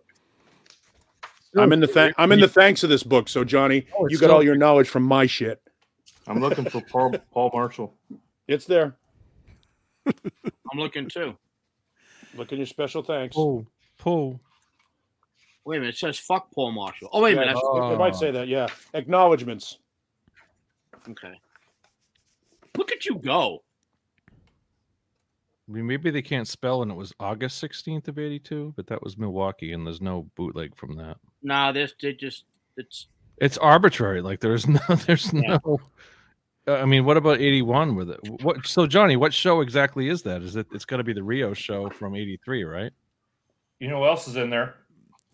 S3: I'm in the thank I'm in the thanks of this book. So Johnny,
S2: Oh, it's
S3: you got
S2: still-
S3: all your knowledge from my shit.
S4: I'm looking for Paul Paul Marshall.
S3: It's there.
S7: I'm looking too.
S3: Look in your special thanks.
S2: Pull, pull.
S7: Wait a minute, it says fuck Paul Marshall. Oh wait a
S3: Yeah,
S7: minute. that's-
S3: it- it might say that. Yeah, acknowledgments. uh,
S7: Okay. Look at you go.
S2: I mean, Maybe they can't spell, and it was August sixteenth of eighty two. But that was Milwaukee, and there's no bootleg from that.
S7: Nah, this they just it's
S2: It's arbitrary. Like there's no. There's
S7: Yeah.
S2: no. Uh, I mean, what about eighty one? With it? What? So Johnny, what show exactly is that? Is it? It's got to be the Rio show from eighty three, right?
S4: You know who else is in there?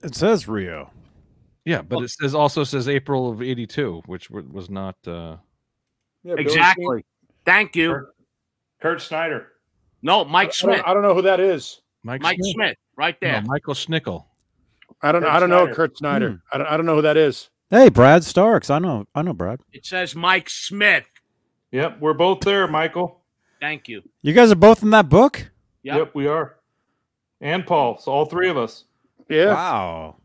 S1: It says Rio.
S2: Yeah, but it says also says April of eighty two, which wa- was not. uh
S3: Yeah, Billy
S7: Exactly.
S3: Sneak.
S7: thank you.
S4: Kurt, Kurt Snyder.
S3: I,
S7: No, Mike
S3: I don't,
S7: Smith.
S3: I don't know who that is.
S7: Mike Smith, right
S2: No,
S7: there.
S2: Michael Schnickel.
S3: I don't.
S4: Kurt
S3: I don't know
S4: Snyder.
S3: Kurt Snyder. I, don't, I don't know who that is.
S1: Hey, Brad Starks. I know. I know Brad.
S7: It says Mike Smith.
S4: Yep, we're both there, Michael.
S7: Thank you.
S1: You guys are both in that book.
S7: Yep.
S4: Yep, we are. And Paul, so all three of us.
S3: Yeah.
S1: Wow.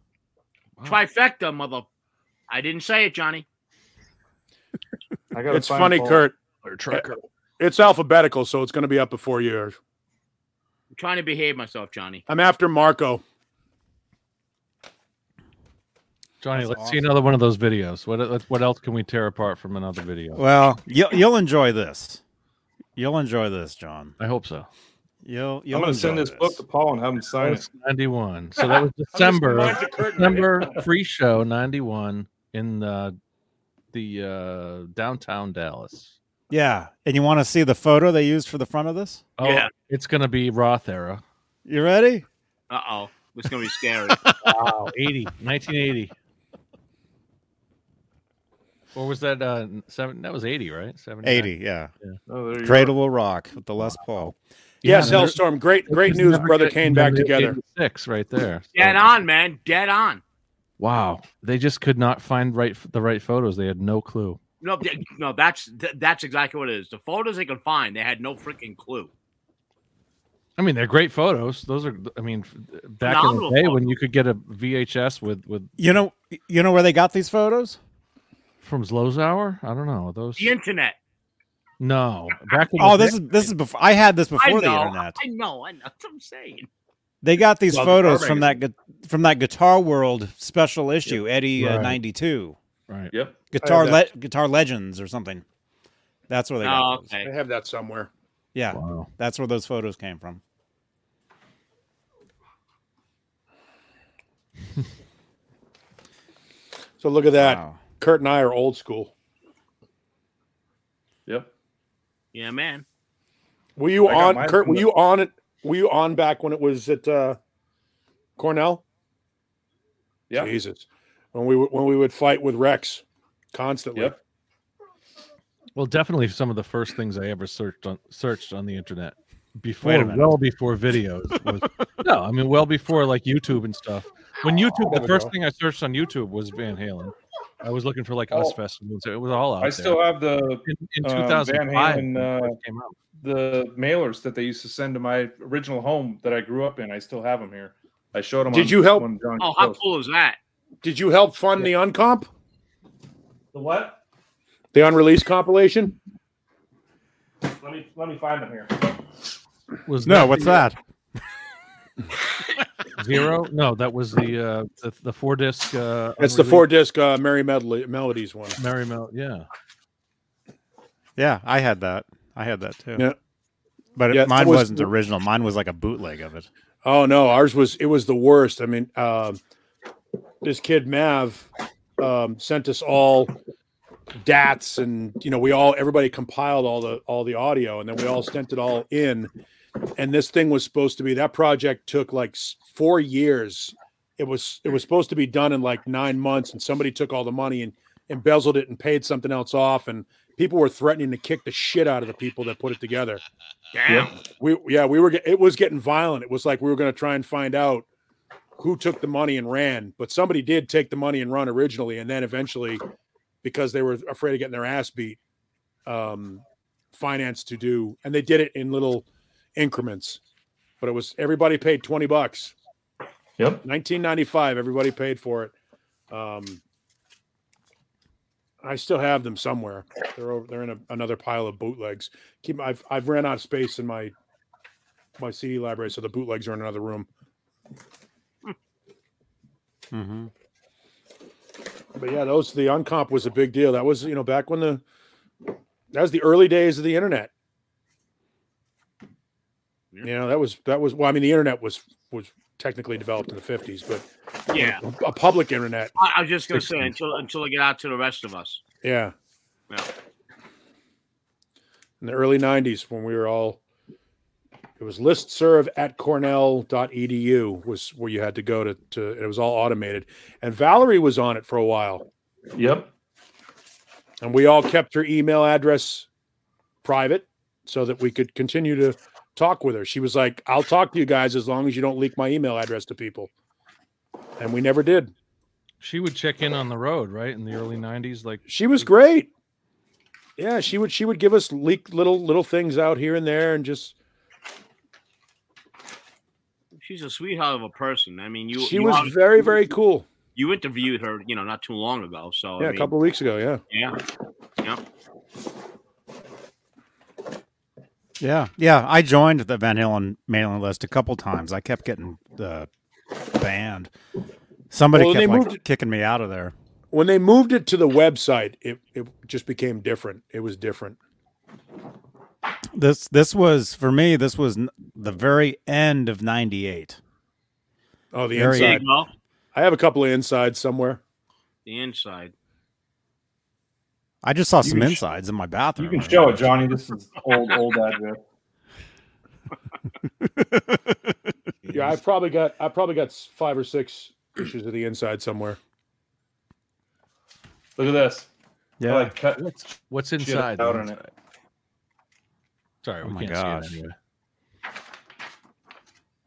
S7: Trifecta, mother. I didn't say it, Johnny.
S4: I gotta
S3: it's
S4: find
S3: funny,
S4: Paul.
S3: Kurt. Eh, It's alphabetical, so it's going to be up before yours.
S7: I'm trying to behave myself, Johnny.
S3: I'm after Marco.
S2: Johnny, let's see another one of those videos. What let- what else can we tear apart from another video?
S1: Well, you'll, you'll enjoy this. You'll enjoy this, John.
S2: I hope so.
S1: You'll. you'll
S4: I'm gonna send
S1: enjoy
S4: this book to Paul and have him sign it.
S2: 91. So that was December. December free show 91 in the the uh downtown Dallas.
S1: Yeah, and you want to see the photo they used for the front of this?
S2: Oh,
S7: Yeah.
S2: it's going to be Roth era.
S1: You ready?
S7: Uh oh. It's gonna be scary.
S2: Wow, 80, 1980. Or was that uh seven? That was eighty, right? Seventy.
S10: 80, yeah.
S4: Oh, there you
S10: Cradle will rock with the Les Paul.
S3: Yes, Hellstorm. Great, great news, brother Kane. Back together.
S2: Six right there.
S7: Dead
S2: So-
S7: on, man. Dead on.
S2: Wow, they just could not find right the right photos. They had no clue.
S7: No, th- no, that's th- that's exactly what it is. The photos they could find, they had no freaking clue.
S2: I mean, they're great photos. Those are, I mean, f- back in the
S7: Phenomenal
S2: day when you could get a VHS with with
S10: You know, you know where they got these photos?
S2: from Zlozauer. I don't know those.
S7: The internet.
S2: No, back in the
S10: Oh, this
S2: day-
S10: is this is before I had this
S7: I
S10: before the
S7: know,
S10: internet.
S7: I know. I know. That's what I'm saying.
S10: They got these
S4: Well, the
S10: photos
S4: car
S10: from that gu- from that Guitar World special issue, Eddie uh,
S2: Right.
S10: '92,
S2: right.
S4: Yep.
S10: Guitar
S3: have that.
S10: Le- Guitar Legends or something. That's where they. got
S7: Oh,
S10: those.
S7: okay.
S3: I have that somewhere.
S10: Yeah,
S2: Wow.
S10: that's where those photos came from.
S3: So look at that.
S10: Wow.
S3: Kurt and I are old school.
S4: Yep.
S7: Yeah, man.
S3: Were you
S4: I got
S3: on
S4: mine
S3: Kurt?
S4: from
S3: Were
S4: the-
S3: you on it? Were you on back when it was at uh, Cornell?
S4: Yeah.
S3: Jesus, when we would when we would fight with Rex constantly.
S4: Yep.
S2: Well, definitely some of the first things I ever searched on searched on the internet before,
S10: Wait a minute.
S2: well before videos. Was, no, I mean, well before like YouTube and stuff. When YouTube, the
S3: There we
S2: first
S3: go.
S2: thing I searched on YouTube was Van Halen. I was looking for like Us
S4: Oh.
S2: festivals. It was all out
S4: I
S2: there.
S4: still have the
S2: in, in
S4: um, Van
S2: 2005
S4: Halen,
S2: when it
S4: uh,
S2: first came out.
S4: the mailers that they used to send to my original home that I grew up in. I still have them here. I showed them.
S3: Did
S4: on-
S3: you help-
S4: when John
S7: Oh, how
S4: closed.
S7: cool is that?
S3: Did you help fund the uncomp,
S4: The what?
S3: the unreleased compilation?
S4: Let me let me find them here.
S2: was
S10: No,
S2: that
S10: what's
S2: the
S10: that?
S2: zero no that was the uh the, the four disc uh
S3: That's the
S2: unreleased
S3: four disc uh, Merry Medley Melodies one.
S2: Merry Mel- yeah
S10: Yeah, I had that. I had that too.
S3: Yeah.
S10: But it-
S3: Yeah, it
S10: mine was,
S3: was-
S10: not original. Mine was like a bootleg of it.
S3: Oh no, ours was it was the worst. I mean, um, this kid Mav um, sent us all dats, and you know, we all everybody compiled all the all the audio, and then we all sent it all in. And this thing was supposed to be that project took like s- four years. It was it was supposed to be done in like nine months, and somebody took all the money and embezzled it and paid something else off, and people were threatening to kick the shit out of the people that put it together
S7: Damn.
S3: we yeah we were get- it was getting violent it was like we were going to try and find out who took the money and ran but somebody did take the money and run originally and then eventually because they were afraid of getting their ass beat um finance to do and they did it in little increments but it was everybody paid 20 bucks
S4: Yep.
S3: 1995 everybody paid for it um i still have them somewhere they're over they're in a, another pile of bootlegs keep i've i've ran out of space in my my cd library so the bootlegs are in another room
S10: Mm-hmm.
S3: but yeah those the uncomp was a big deal that was you know back when the that was the early days of the internet you know that was that was well i mean the internet was was technically developed in the 50s but
S7: Yeah.
S3: a public internet
S7: I, I was just gonna say until until they get out to the rest of us.
S3: Yeah.
S7: Yeah.
S3: In the early 90s, when we were all, it was listserv at cornell.edu was where you had to go to, to it was all automated. And Valerie was on it for a while.
S4: Yep.
S3: And we all kept her email address private so that we could continue to talk with her. She was like, I'll talk to you guys as long as you don't leak my email address to people. And we never did.
S2: she would check in on the road right in the early 90s like
S3: She was great. Yeah, she would she would give us leak little little things out here and there and just
S7: She's a sweetheart of a person. I mean, you
S3: she
S7: you
S3: was
S7: obvi-
S3: very very cool.
S7: you interviewed her, you know, not too long ago. So
S3: Yeah,
S7: I
S3: a
S7: mean,
S3: couple of weeks ago, yeah.
S7: yeah,
S10: Yeah, yeah. I joined the Van Halen mailing list a couple times. I kept getting uh, banned. Somebody
S3: Well, they
S10: kept like,
S3: moved it-
S10: kicking me out of there.
S3: When they moved it to the website, it it just became different. It was different.
S10: This this was for me. This was n- the very end of '98.
S3: Oh, the
S10: Very-
S7: there
S3: inside.
S7: you go.
S3: I have a couple of insides somewhere.
S7: The inside.
S10: I just saw some
S4: can sh-
S10: insides in my bathroom.
S4: You can show it, Johnny. This is old old address.
S3: Yeah, I probably got I probably got s- five or six issues of the inside somewhere.
S4: Look at this.
S1: Yeah.
S4: I like cut
S2: What's what's
S4: shit
S2: inside?
S4: out on it.
S2: Sorry,
S1: Oh
S2: we
S1: my
S2: can't
S1: gosh.
S2: see it anyway.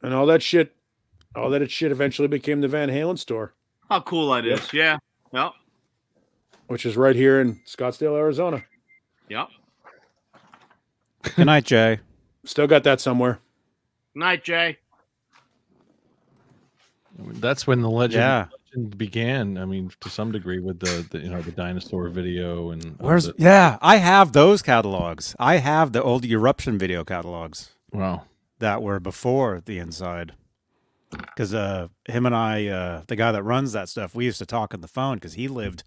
S3: And all that shit, all that shit eventually became the Van Halen store,
S7: How cool that is. Yeah. Yep.
S3: which is right here in Scottsdale, Arizona.
S7: Yep.
S1: Good night, Jay.
S3: Still got that somewhere.
S7: Night, Jay.
S2: That's when the legend,
S1: Yeah.
S2: legend began. I mean, to some degree, with the, the you know the dinosaur video and all
S1: Where's
S2: the-
S1: yeah? I have those catalogs. I have the old eruption video catalogs
S2: wow.
S1: that were before the inside. Because uh, him and I, uh, the guy that runs that stuff, we used to talk on the phone because he lived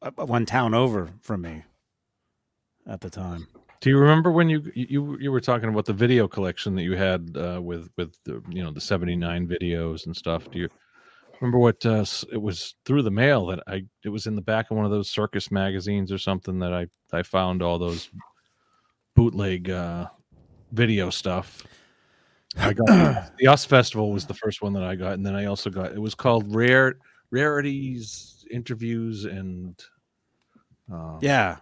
S1: uh, one town over from me at the time.
S2: Do you remember when you you you were talking about the video collection that you had uh, with with the you know the seventy nine videos and stuff? Do you remember what uh, s- it was through the mail that I it was in the back of one of those circus magazines or something that I I found all those bootleg uh, video stuff. I got the US Festival was the first one that I got, and then I also got it was called Rare Rarities Interviews and uh,
S1: Yeah,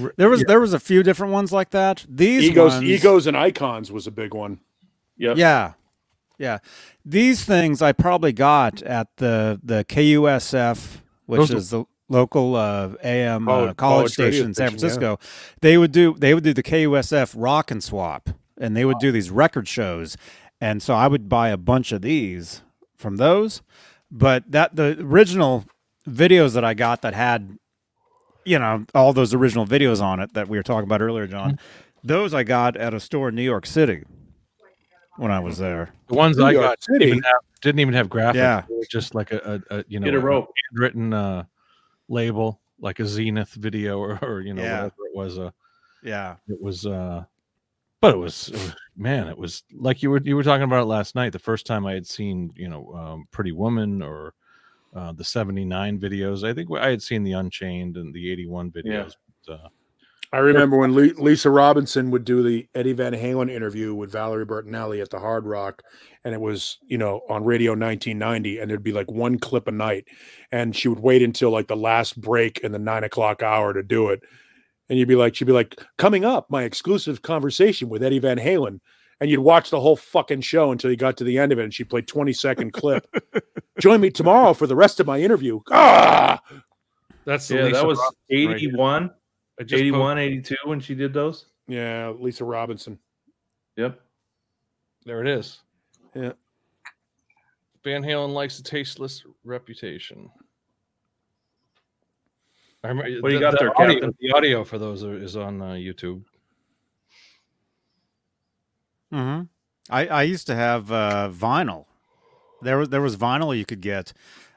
S2: r-
S1: there was there was a few different ones like that. These
S3: Egos,
S1: ones,
S3: egos, and icons was a big one.
S1: Yeah. Yeah. These things I probably got at the the KUSF, which
S2: Those-
S1: is the local uh, AM
S3: College-
S1: uh, college,
S3: college radio
S1: station in San
S3: station, yeah.
S1: Francisco. They would do they would do the KUSF rock and swap and they would do these record shows. And so I would buy a bunch of these from those. But that the original videos that I got that had you know all those original videos on it that we were talking about earlier, John.
S3: Mm-hmm.
S1: Those I got at a store in New York City when I was there.
S2: The ones
S3: New
S2: I
S3: York
S2: got
S3: City.
S2: didn't even, have, didn't even have graphics.
S1: Yeah.
S2: It was just like a, a, a you know
S4: Get a rope.
S2: written uh, label, like a Zenith video or, or you know
S1: Yeah.
S2: whatever it was. Uh,
S1: Yeah.
S2: it was, uh, but it was, it was- man, it was like you were you were talking about it last night. The first time I had seen you know um, Pretty Woman or uh, the '79 videos. I think I had seen the Unchained and the '81 videos. But, uh,
S3: I remember when Le- Lisa Robinson would do the Eddie Van Halen interview with Valerie Bertinelli at the Hard Rock, and it was you know on Radio 1990, and there'd be like one clip a night, and she would wait until like the last break in the nine o'clock hour to do it, and you'd be like, she'd be like, coming up, my exclusive conversation with Eddie Van Halen, and you'd watch the whole fucking show until you got to the end of it, and she played 20 second clip. Join me tomorrow for the rest of my interview. Ah,
S2: that's the
S4: Yeah,
S2: Lisa
S4: that was
S2: Rob- there.
S4: 81,
S2: I just
S4: 81, 82 when she did those.
S3: yeah, Lisa Robinson.
S4: Yep.
S2: There it is.
S3: Yeah.
S2: Van Halen likes a tasteless reputation. I remember,
S4: What do you got there,
S2: audio,
S4: Captain?
S2: the audio for those are, is on uh, YouTube.
S1: Mm-hmm. I, I used to have uh, vinyl. There was there was vinyl you could get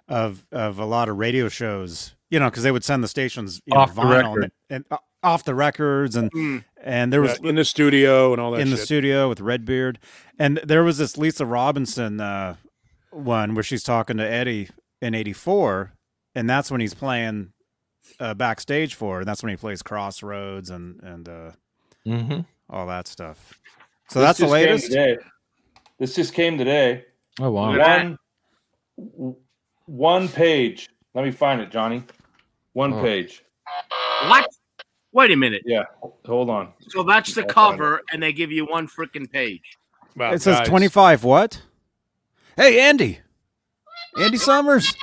S1: of of a lot of radio shows. You know, because they would send the stations you know,
S2: Off the
S1: vinyl
S2: record.
S1: and, and off the records and
S7: Mm.
S1: and there was
S3: Yeah, in the studio and all that
S1: in the
S3: shit.
S1: studio with Redbeard, and there was this Lisa Robinson uh, one where she's talking to Eddie in '84, and that's when he's playing uh, backstage for, her, and that's when he plays Crossroads and and uh,
S2: Mm-hmm.
S1: all that stuff. So
S4: This
S1: that's the
S4: just came
S1: latest.
S4: today. This just came today.
S2: Oh wow!
S7: Yeah.
S4: One, w- one page. Let me find it, Johnny. One
S2: Oh.
S4: page.
S7: What? Wait a minute.
S4: Yeah. Hold on.
S7: So that's the
S4: I'll find
S7: cover, and they give you one freaking page.
S2: Oh,
S3: Wow,
S1: It says
S3: guys.
S1: 25 what? Hey, Andy. Andy Summers.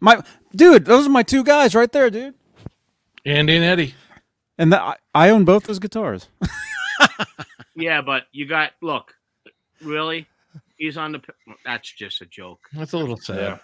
S1: My dude, those are my two guys right there, dude.
S2: Andy and Eddie.
S1: And the, I, I own both those guitars.
S7: Yeah, but you got look. Really? He's on the. p- That's just a joke.
S2: That's a little sad.
S4: Yeah.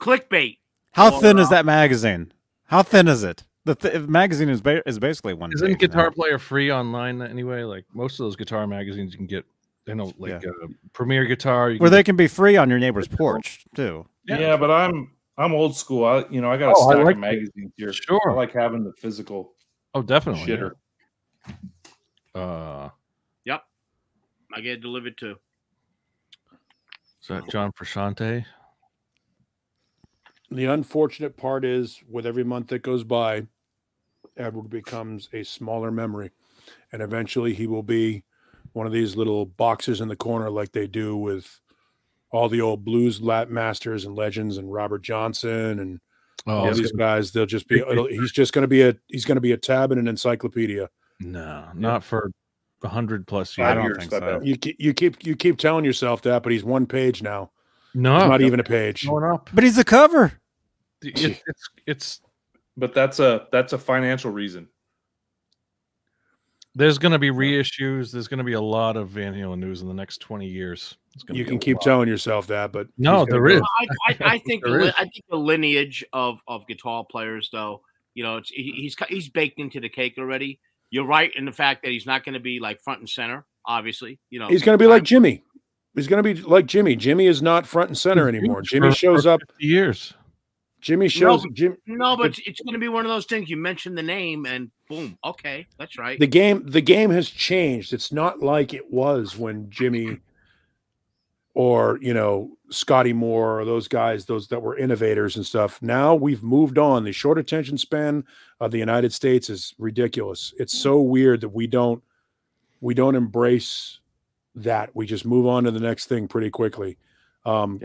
S7: Clickbait.
S1: How
S7: Oh,
S1: thin is
S2: uh,
S7: wow.
S1: that magazine? How thin is it? The th- magazine is ba- is basically one.
S2: Isn't
S1: page
S2: Guitar
S1: now.
S2: Player free online anyway? Like most of those guitar magazines, you can get. I know, like
S1: Yeah.
S2: uh, Premier Guitar. You
S1: Where
S2: can
S1: they can be free on your neighbor's porch too?
S4: Yeah,
S2: Yeah.
S4: but I'm I'm old school. I you know I got a
S2: Oh, I
S4: stack
S2: like
S4: of magazines here.
S2: Sure.
S4: I like having the physical
S2: Oh, definitely. yeah.
S4: shitter.
S2: Uh,
S7: I get it delivered to.
S2: is that John Frusciante?
S3: The unfortunate part is, with every month that goes by, Edward becomes a smaller memory, and eventually he will be one of these little boxes in the corner, like they do with all the old blues lat masters and legends, and Robert Johnson and
S2: Oh,
S3: All
S2: it's
S3: these
S2: gonna-
S3: guys, they'll just be. it'll- He's just going to be a. He's going to be a tab in an encyclopedia.
S2: no, not for a hundred plus
S4: Five
S10: I
S2: years.
S10: don't
S4: years,
S10: think
S4: I
S10: so.
S4: bet.
S3: You ke- you keep you keep telling yourself that, but he's one page now.
S2: No,
S3: He's not even a page.
S2: going up.
S1: But he's the cover.
S2: It- it's it's
S4: But that's a that's a financial reason.
S2: there's going to be reissues. There's going to be a lot of Van Halen news in the next twenty years. It's gonna
S3: You
S2: be
S3: can
S2: a
S3: keep
S2: lot.
S3: telling yourself that, but
S2: No,
S3: he's gonna
S2: there
S3: go-
S2: is.
S7: I, I, I think the,
S2: There
S7: li-
S2: is.
S7: I think the lineage of of guitar players, though, you know, it's he, he's ki- he's baked into the cake already. You're right in the fact that he's not going to be like front and center. Obviously, you know,
S3: He's going to be like Jimmy. He's going to be like Jimmy. Jimmy is not front and center anymore.
S2: Huge
S3: Jimmy
S2: for-
S3: shows
S2: for
S3: up.
S2: 50 years.
S3: Jimmy shows. Jim,
S7: no, but it's- it's going to be one of those things. You mention the name, and boom, okay, that's right.
S3: the game the game has changed it's not like it was when jimmy or you know scotty moore or those guys those that were innovators and stuff now we've moved on the short attention span of the united states is ridiculous it's so weird that we don't we don't embrace that we just move on to the next thing pretty quickly um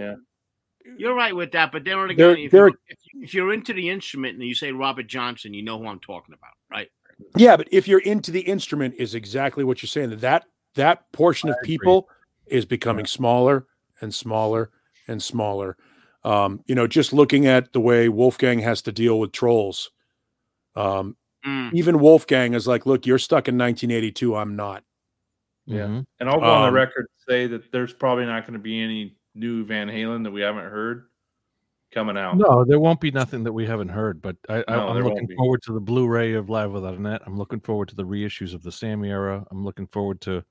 S7: You're right with that, but then again,
S3: There-
S7: if,
S3: there-
S7: you, if, you- if you're into the instrument and you say Robert Johnson, you know who I'm talking about, right?
S3: Yeah, but if you're into the instrument, is exactly what you're saying. That that, that portion of people is becoming smaller and smaller and smaller. Um, you know, just looking at the way Wolfgang has to deal with trolls. Um,
S7: Mm.
S2: Hmm.
S3: even Wolfgang is like, "Look, you're stuck in 1982. I'm not."
S4: Yeah.
S2: Mhm.
S4: And I'll go on the
S3: Um,
S4: record to say that there's probably not going to be any new Van Halen that we haven't heard coming out.
S2: No, there won't be nothing that we haven't heard. But I, I,
S4: No,
S2: I'm
S4: there won't
S2: looking
S4: be.
S2: forward to the Blu-ray of Live Without a Net. I'm looking forward to the reissues of the Sam era. I'm looking forward to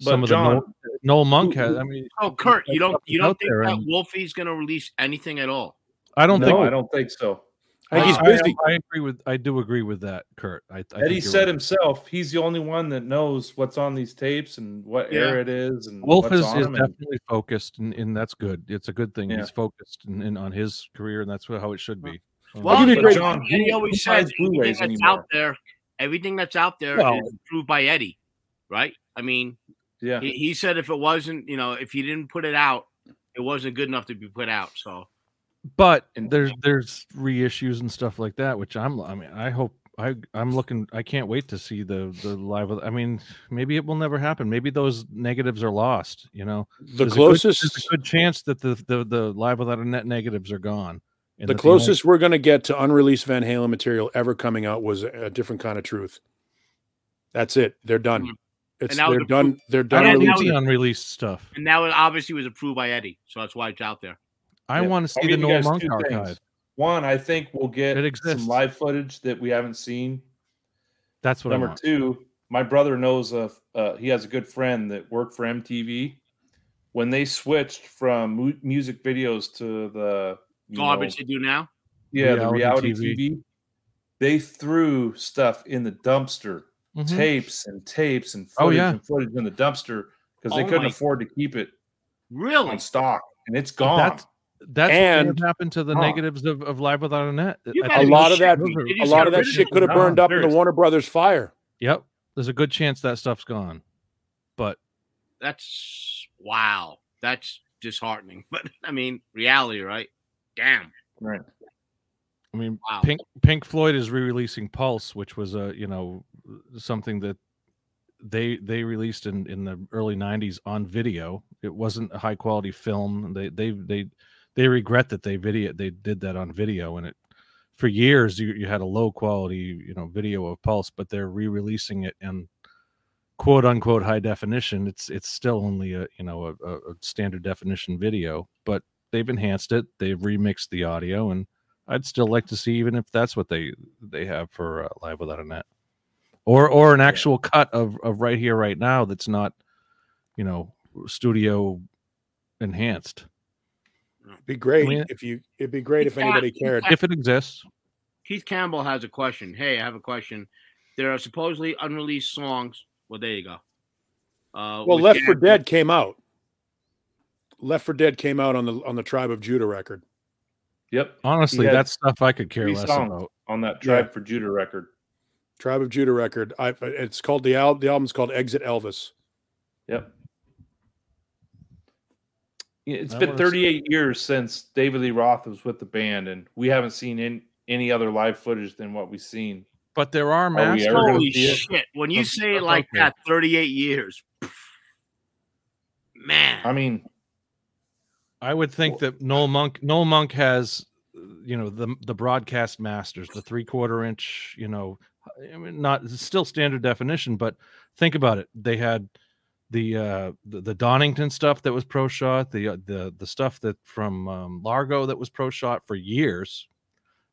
S4: But
S2: some of
S4: John-
S2: the Noel, Noel Monk has. I mean,
S7: Oh, Kurt, you don't you don't
S2: Out
S7: think
S2: there,
S7: that
S2: and-
S7: Wolfie's going to release anything at all?
S2: I don't
S4: No,
S2: think
S4: I don't think so.
S3: I think
S2: I-
S3: he's busy.
S2: I, I agree with. I do agree with that, Kurt. I, I think
S4: Eddie
S2: you're
S4: said
S2: right.
S4: himself, he's the only one that knows what's on these tapes and what
S7: Yeah.
S4: era it is and
S2: Wolf
S4: what's
S2: is,
S4: on
S2: is
S4: 'em, and-
S2: definitely focused, and, and that's good. It's a good thing.
S4: Yeah.
S2: He's focused in, in, on his career, and that's what, how it should be.
S7: Well,
S3: give you a
S7: but
S3: great-
S7: John,
S4: who-
S7: Eddie
S4: who
S7: always
S4: buys
S7: says everything
S4: Blu-rays
S7: that's
S4: anymore?
S7: out there, everything that's out there is
S2: Well-
S7: approved by Eddie, right? I mean,
S4: Yeah.
S7: he, he said if it wasn't, you know, if he didn't put it out, it wasn't good enough to be put out. So
S2: but
S4: And-
S2: there's there's reissues and stuff like that which i'm i mean i hope i i'm looking i can't wait to see the the live i mean maybe it will never happen maybe those negatives are lost you know
S3: The
S2: There's a good-
S3: closest
S2: there's a good chance that the the, the live without a net negatives are gone and
S3: the
S2: that only-
S3: closest we're going to get to unreleased Van Halen material ever coming out was a, a different kind of truth. That's it. They're
S2: Hmm.
S3: done.
S7: Mhm.
S3: It's
S7: that was
S3: they're
S7: approved-
S3: done. They're
S2: i
S3: done.
S2: don't
S7: And
S2: need
S7: now
S3: releasing.
S7: we-
S2: the unreleased stuff
S7: and now it obviously was approved by Eddie, so that's why it's out there.
S2: i
S4: Yeah.
S2: want to
S4: I'll
S2: see the
S4: give you
S2: Noel
S4: guys
S2: monk
S4: two things.
S2: archive
S4: One, I think we'll get
S2: It exists.
S4: some live footage that we haven't seen.
S2: that's what i
S4: Number
S2: want
S4: two, my brother knows a uh, he has a good friend that worked for MTV. When they switched from mu- music videos to the you know,
S7: Garbage to do now.
S4: yeah, the
S2: Reality
S4: reality TV. they threw stuff in the dumpster,
S2: Mhm.
S4: tapes and tapes and
S2: Oh,
S4: footage
S2: yeah.
S4: and footage in the dumpster because they
S7: Oh
S4: couldn't
S7: my-
S4: afford to keep it
S7: Really?
S4: on stock, and it's gone.
S2: That's- that's what
S3: And-
S2: happened to the
S4: Huh.
S2: negatives of, of live without a net
S7: You
S2: I
S7: gotta
S3: a
S2: think
S7: be
S3: lot
S2: those-
S3: of that,
S7: shitting me.
S2: those are-
S7: They
S3: a
S7: just
S3: lot
S7: got
S3: of that
S7: rid
S3: shit
S7: them.
S3: could have
S4: No,
S3: burned up in the
S4: seriously.
S3: Warner Brothers fire.
S2: Yep. There's a good chance that stuff's gone. But
S7: That's wow. That's disheartening. But I mean, reality, right? Damn.
S2: I mean,
S7: Wow.
S2: Pink Pink Floyd is re-releasing Pulse, which was a you know something that they they released in in the early '90s on video. It wasn't a high quality film. They they they they regret that they video they did that on video, and it for years you, you had a low quality you know video of Pulse, but they're re-releasing it in quote unquote high definition. It's it's still only a you know a, a, a standard definition video, but they've enhanced it. They've remixed the audio and I'd still like to see even if that's what they they have for uh, live without a net, or or an actual cut of of right here right now that's not, you know, studio enhanced
S3: It'd be great
S2: I mean-
S3: if you. It'd be great if
S7: Yeah.
S3: anybody cared.
S2: if it exists.
S7: Keith Campbell has a question. Hey, I have a question. There are supposedly unreleased songs. Well, there you go. Uh,
S3: Well,
S7: with
S3: Left for
S7: Gary-
S3: Dead came out. Left for Dead came out on the on the Tribe of Judah record.
S4: yep,
S2: Honestly,
S4: had
S2: that's stuff I could care
S4: three
S2: less
S4: songs.
S2: about.
S4: on that
S3: Yeah.
S4: Tribe for Judah record.
S3: Tribe of Judah record. I. It's called the al- the album's called Exit Elvis.
S4: Yep. It's
S2: I
S4: been
S2: wanna-
S4: 38 years since David Lee Roth was with the band, and we haven't seen in, any other live footage than what we've seen.
S2: But there are masks.
S4: ever-
S2: on.
S4: gonna
S7: Holy
S4: see it?
S7: shit! When you
S2: Of-
S7: say it
S2: of
S7: like
S2: Oakman.
S7: that, 38 years, man.
S4: I mean,
S2: I would think that Noel Monk, Noel Monk has, uh, you know, the the broadcast masters, the three quarter inch, you know, I mean, not it's still standard definition, but think about it. They had the uh the, the Donington stuff that was pro shot, the uh, the the stuff that from um, Largo that was pro shot for years.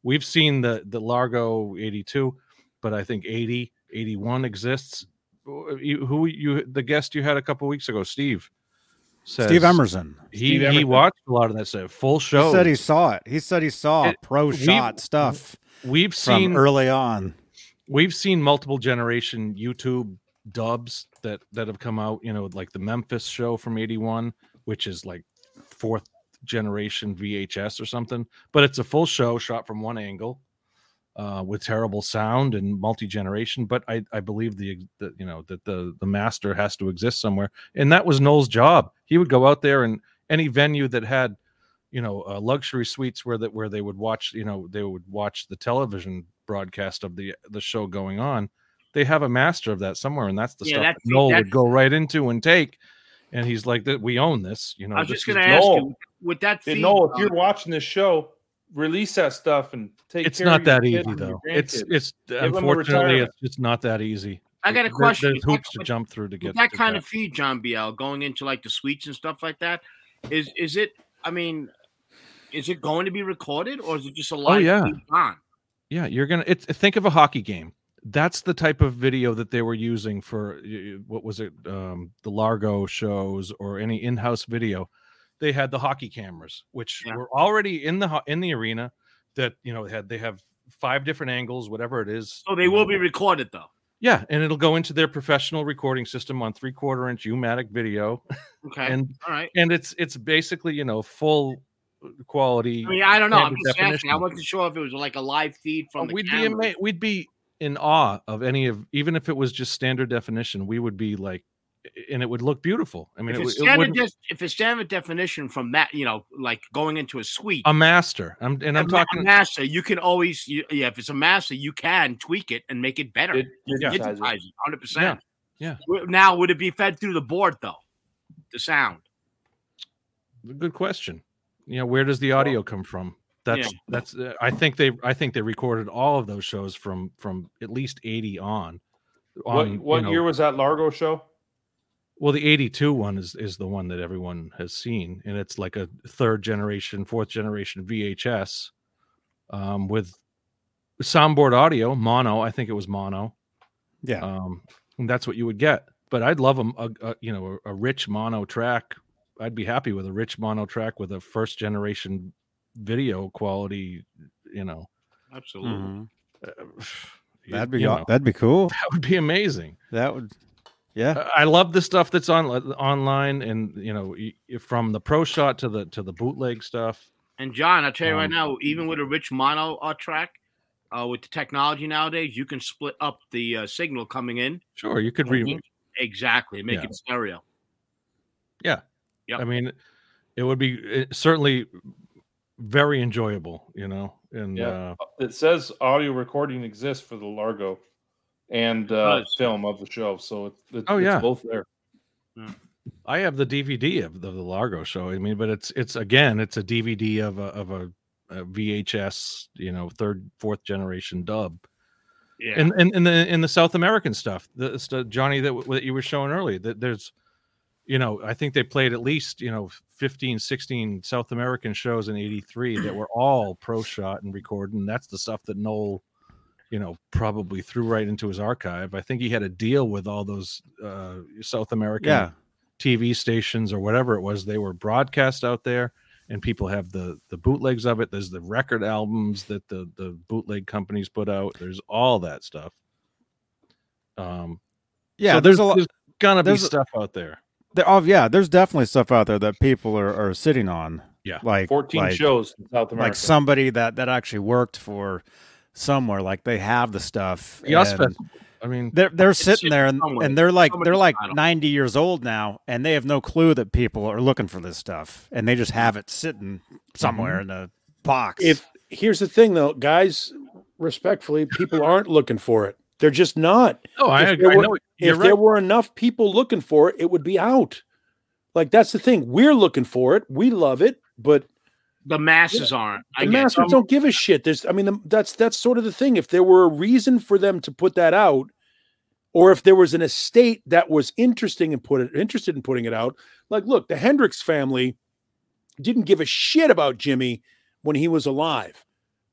S2: We've seen the the Largo 82, but I think 80 81 exists. Who you, who you the guest you had a couple weeks ago, Steve. Says,
S10: Steve Emerson
S2: he,
S4: Steve
S2: he
S4: Emerson.
S2: watched a lot of that stuff. Full show.
S10: he said he saw it. He said he saw
S2: It-
S10: pro
S2: we-
S10: shot stuff
S2: we've
S10: from
S2: seen
S10: early on.
S2: we've seen multiple generation YouTube dubs that that have come out. You know, like the Memphis show from '81, which is like fourth generation VHS or something. But it's a full show shot from one angle uh, with terrible sound and multi generation. But I I believe the, the you know that the the master has to exist somewhere, and that was Noel's job. He would go out there and any venue that had you know uh, luxury suites where that where they would watch you know they would watch the television broadcast of the the show going on they have a master of that somewhere and that's the
S7: Yeah,
S2: stuff
S7: that's-
S2: that noel
S7: that's-
S2: would go right into and take and he's like that we own this you know
S7: I was
S2: this
S7: just
S2: is
S7: gonna ask
S4: Joel.
S7: you with that.
S4: Hey,
S7: theme,
S4: Noel, if
S7: uh,
S4: you're watching this show, release that stuff and take.
S2: it's
S4: care of
S2: not
S4: your
S2: that
S4: kids
S2: easy
S4: and your
S2: though it's
S4: grandkids.
S2: it's
S4: them a
S2: unfortunately
S4: retirement.
S2: it's just not that easy
S7: I got a
S2: There-
S7: question.
S2: there's hoops to
S7: With-
S2: jump through to get
S7: with that
S2: to
S7: kind of feed, John BL, going into like the suites and stuff like that, is is it? I mean, is it going to be recorded or is it just a live?
S2: Oh, yeah.
S7: feed on?
S2: Yeah, you're gonna it's, think of a hockey game. That's the type of video that they were using for y- y- what was it, um, the Largo shows or any in-house video. They had the hockey cameras, which
S7: Yeah.
S2: were already in the ho- in the arena. That you know had they have five different angles, whatever it is.
S7: So Oh, they
S2: you
S7: will
S2: know,
S7: be recorded though.
S2: Yeah, and it'll go into their professional recording system on three-quarter inch U-matic video,
S7: Okay,
S2: and
S7: all right.
S2: and it's it's basically you know full uh, quality.
S7: I mean, I don't know. I'm
S2: standard
S7: just asking. I
S2: definition.
S7: wasn't sure if it was like a live feed
S2: Oh,
S7: from the
S2: we'd
S7: camera.
S2: be ama- we'd be in awe of any of even if it was just standard definition we would be like and it would look beautiful i mean
S7: If
S2: it,
S7: it's,
S2: would- it
S7: standard
S2: would
S7: just, if it's standard definition from that, you know, like going into a suite,
S2: a master i'm and i'm
S7: a ma- a
S2: talking
S7: master, you can always, you, yeah, if it's a master, you can tweak it and make it better.
S4: Dig-
S2: yeah.
S4: digitize it.
S7: Digitize it, 100%.
S2: Yeah, yeah.
S7: W- Now, would it be fed through the board, though? The sound.
S2: good question you know where does the audio come from that's that's uh, i think they i think they recorded all of those shows from from at least 80 on
S4: What,
S2: on, you
S4: what
S2: know-
S4: year was that Largo show?
S2: Well, the 82 one is is the one that everyone has seen, and it's like a third generation, fourth generation VHS um, with soundboard audio, mono. I think it was mono.
S10: Yeah.
S2: Um, and that's what you would get. But I'd love a, a, a you know a, a rich mono track. I'd be happy with a rich mono track with a first generation video quality. You know,
S7: Absolutely.
S2: uh,
S10: That'd be
S2: you
S10: aw-
S2: know,
S10: that'd be cool.
S2: that would be amazing.
S10: That would yeah.
S2: I I love the stuff that's on online, and you know, y- y- from the pro shot to the to the bootleg stuff.
S7: And John, I'll tell you right
S2: Um,
S7: now, even with a rich mono uh, track, uh, with the technology nowadays, you can split up the uh, signal coming in.
S2: Sure, you
S3: Mm-hmm.
S2: could re.
S7: Exactly. Make
S2: Yeah.
S7: it stereo.
S2: I mean, it would be it, certainly very enjoyable, you know. And
S4: Yeah.
S2: uh,
S4: It says audio recording exists for the Largo and uh,
S7: does.
S4: film of the show, so it, it,
S2: Oh,
S4: it's
S2: yeah.
S4: both there.
S2: I have the DVD of the, the Largo show. I mean, but it's it's again, it's a DVD of a of a, a VHS, you know, third fourth generation dub.
S7: Yeah.
S2: and and in the in the South American stuff, the, stu- Johnny that, w- that you were showing earlier, that there's, you know, I think they played at least you know 15, 16 South American shows in '83 that were all pro shot and recorded, and that's the stuff that Noel, you know, probably threw right into his archive. I think he had a deal with all those uh, South American
S10: Yeah.
S2: TV stations or whatever it was they were broadcast out there and people have the the bootlegs of it there's the record albums that the the bootleg companies put out there's all that stuff um
S10: Yeah,
S2: so
S10: there's a lot
S2: there's gonna
S10: there's
S2: be
S10: a-
S2: stuff out there
S10: there, oh yeah, there's definitely stuff out there that people are, are sitting on.
S2: Yeah.
S10: Like
S4: 14
S10: like,
S4: shows in South America.
S10: like somebody that that actually worked for somewhere like they have the stuff
S2: Yes,
S10: and
S2: but- I mean,
S1: They're they're sitting there and,
S7: somewhere.
S1: and they're like
S7: Somebody-
S1: they're like
S7: I don't-
S1: ninety years old now, and they have no clue that people are looking for this stuff, and they just have it sitting somewhere in a box.
S3: If here's the thing though, guys, respectfully, people aren't looking for it. They're just not.
S2: no, I,
S3: If
S2: I
S3: there were-
S2: know you're
S3: if there
S2: right.
S3: were enough people looking for it, it would be out. Like that's the thing. We're looking for it. We love it, but
S7: The masses aren't. I
S3: the
S7: get
S3: masters
S7: some-
S3: don't give a shit. There's, I mean, the, that's that's sort of the thing. If there were a reason for them to put that out, or if there was an estate that was interesting and put it interested in putting it out, like look, the Hendricks family didn't give a shit about Jimmy when he was alive,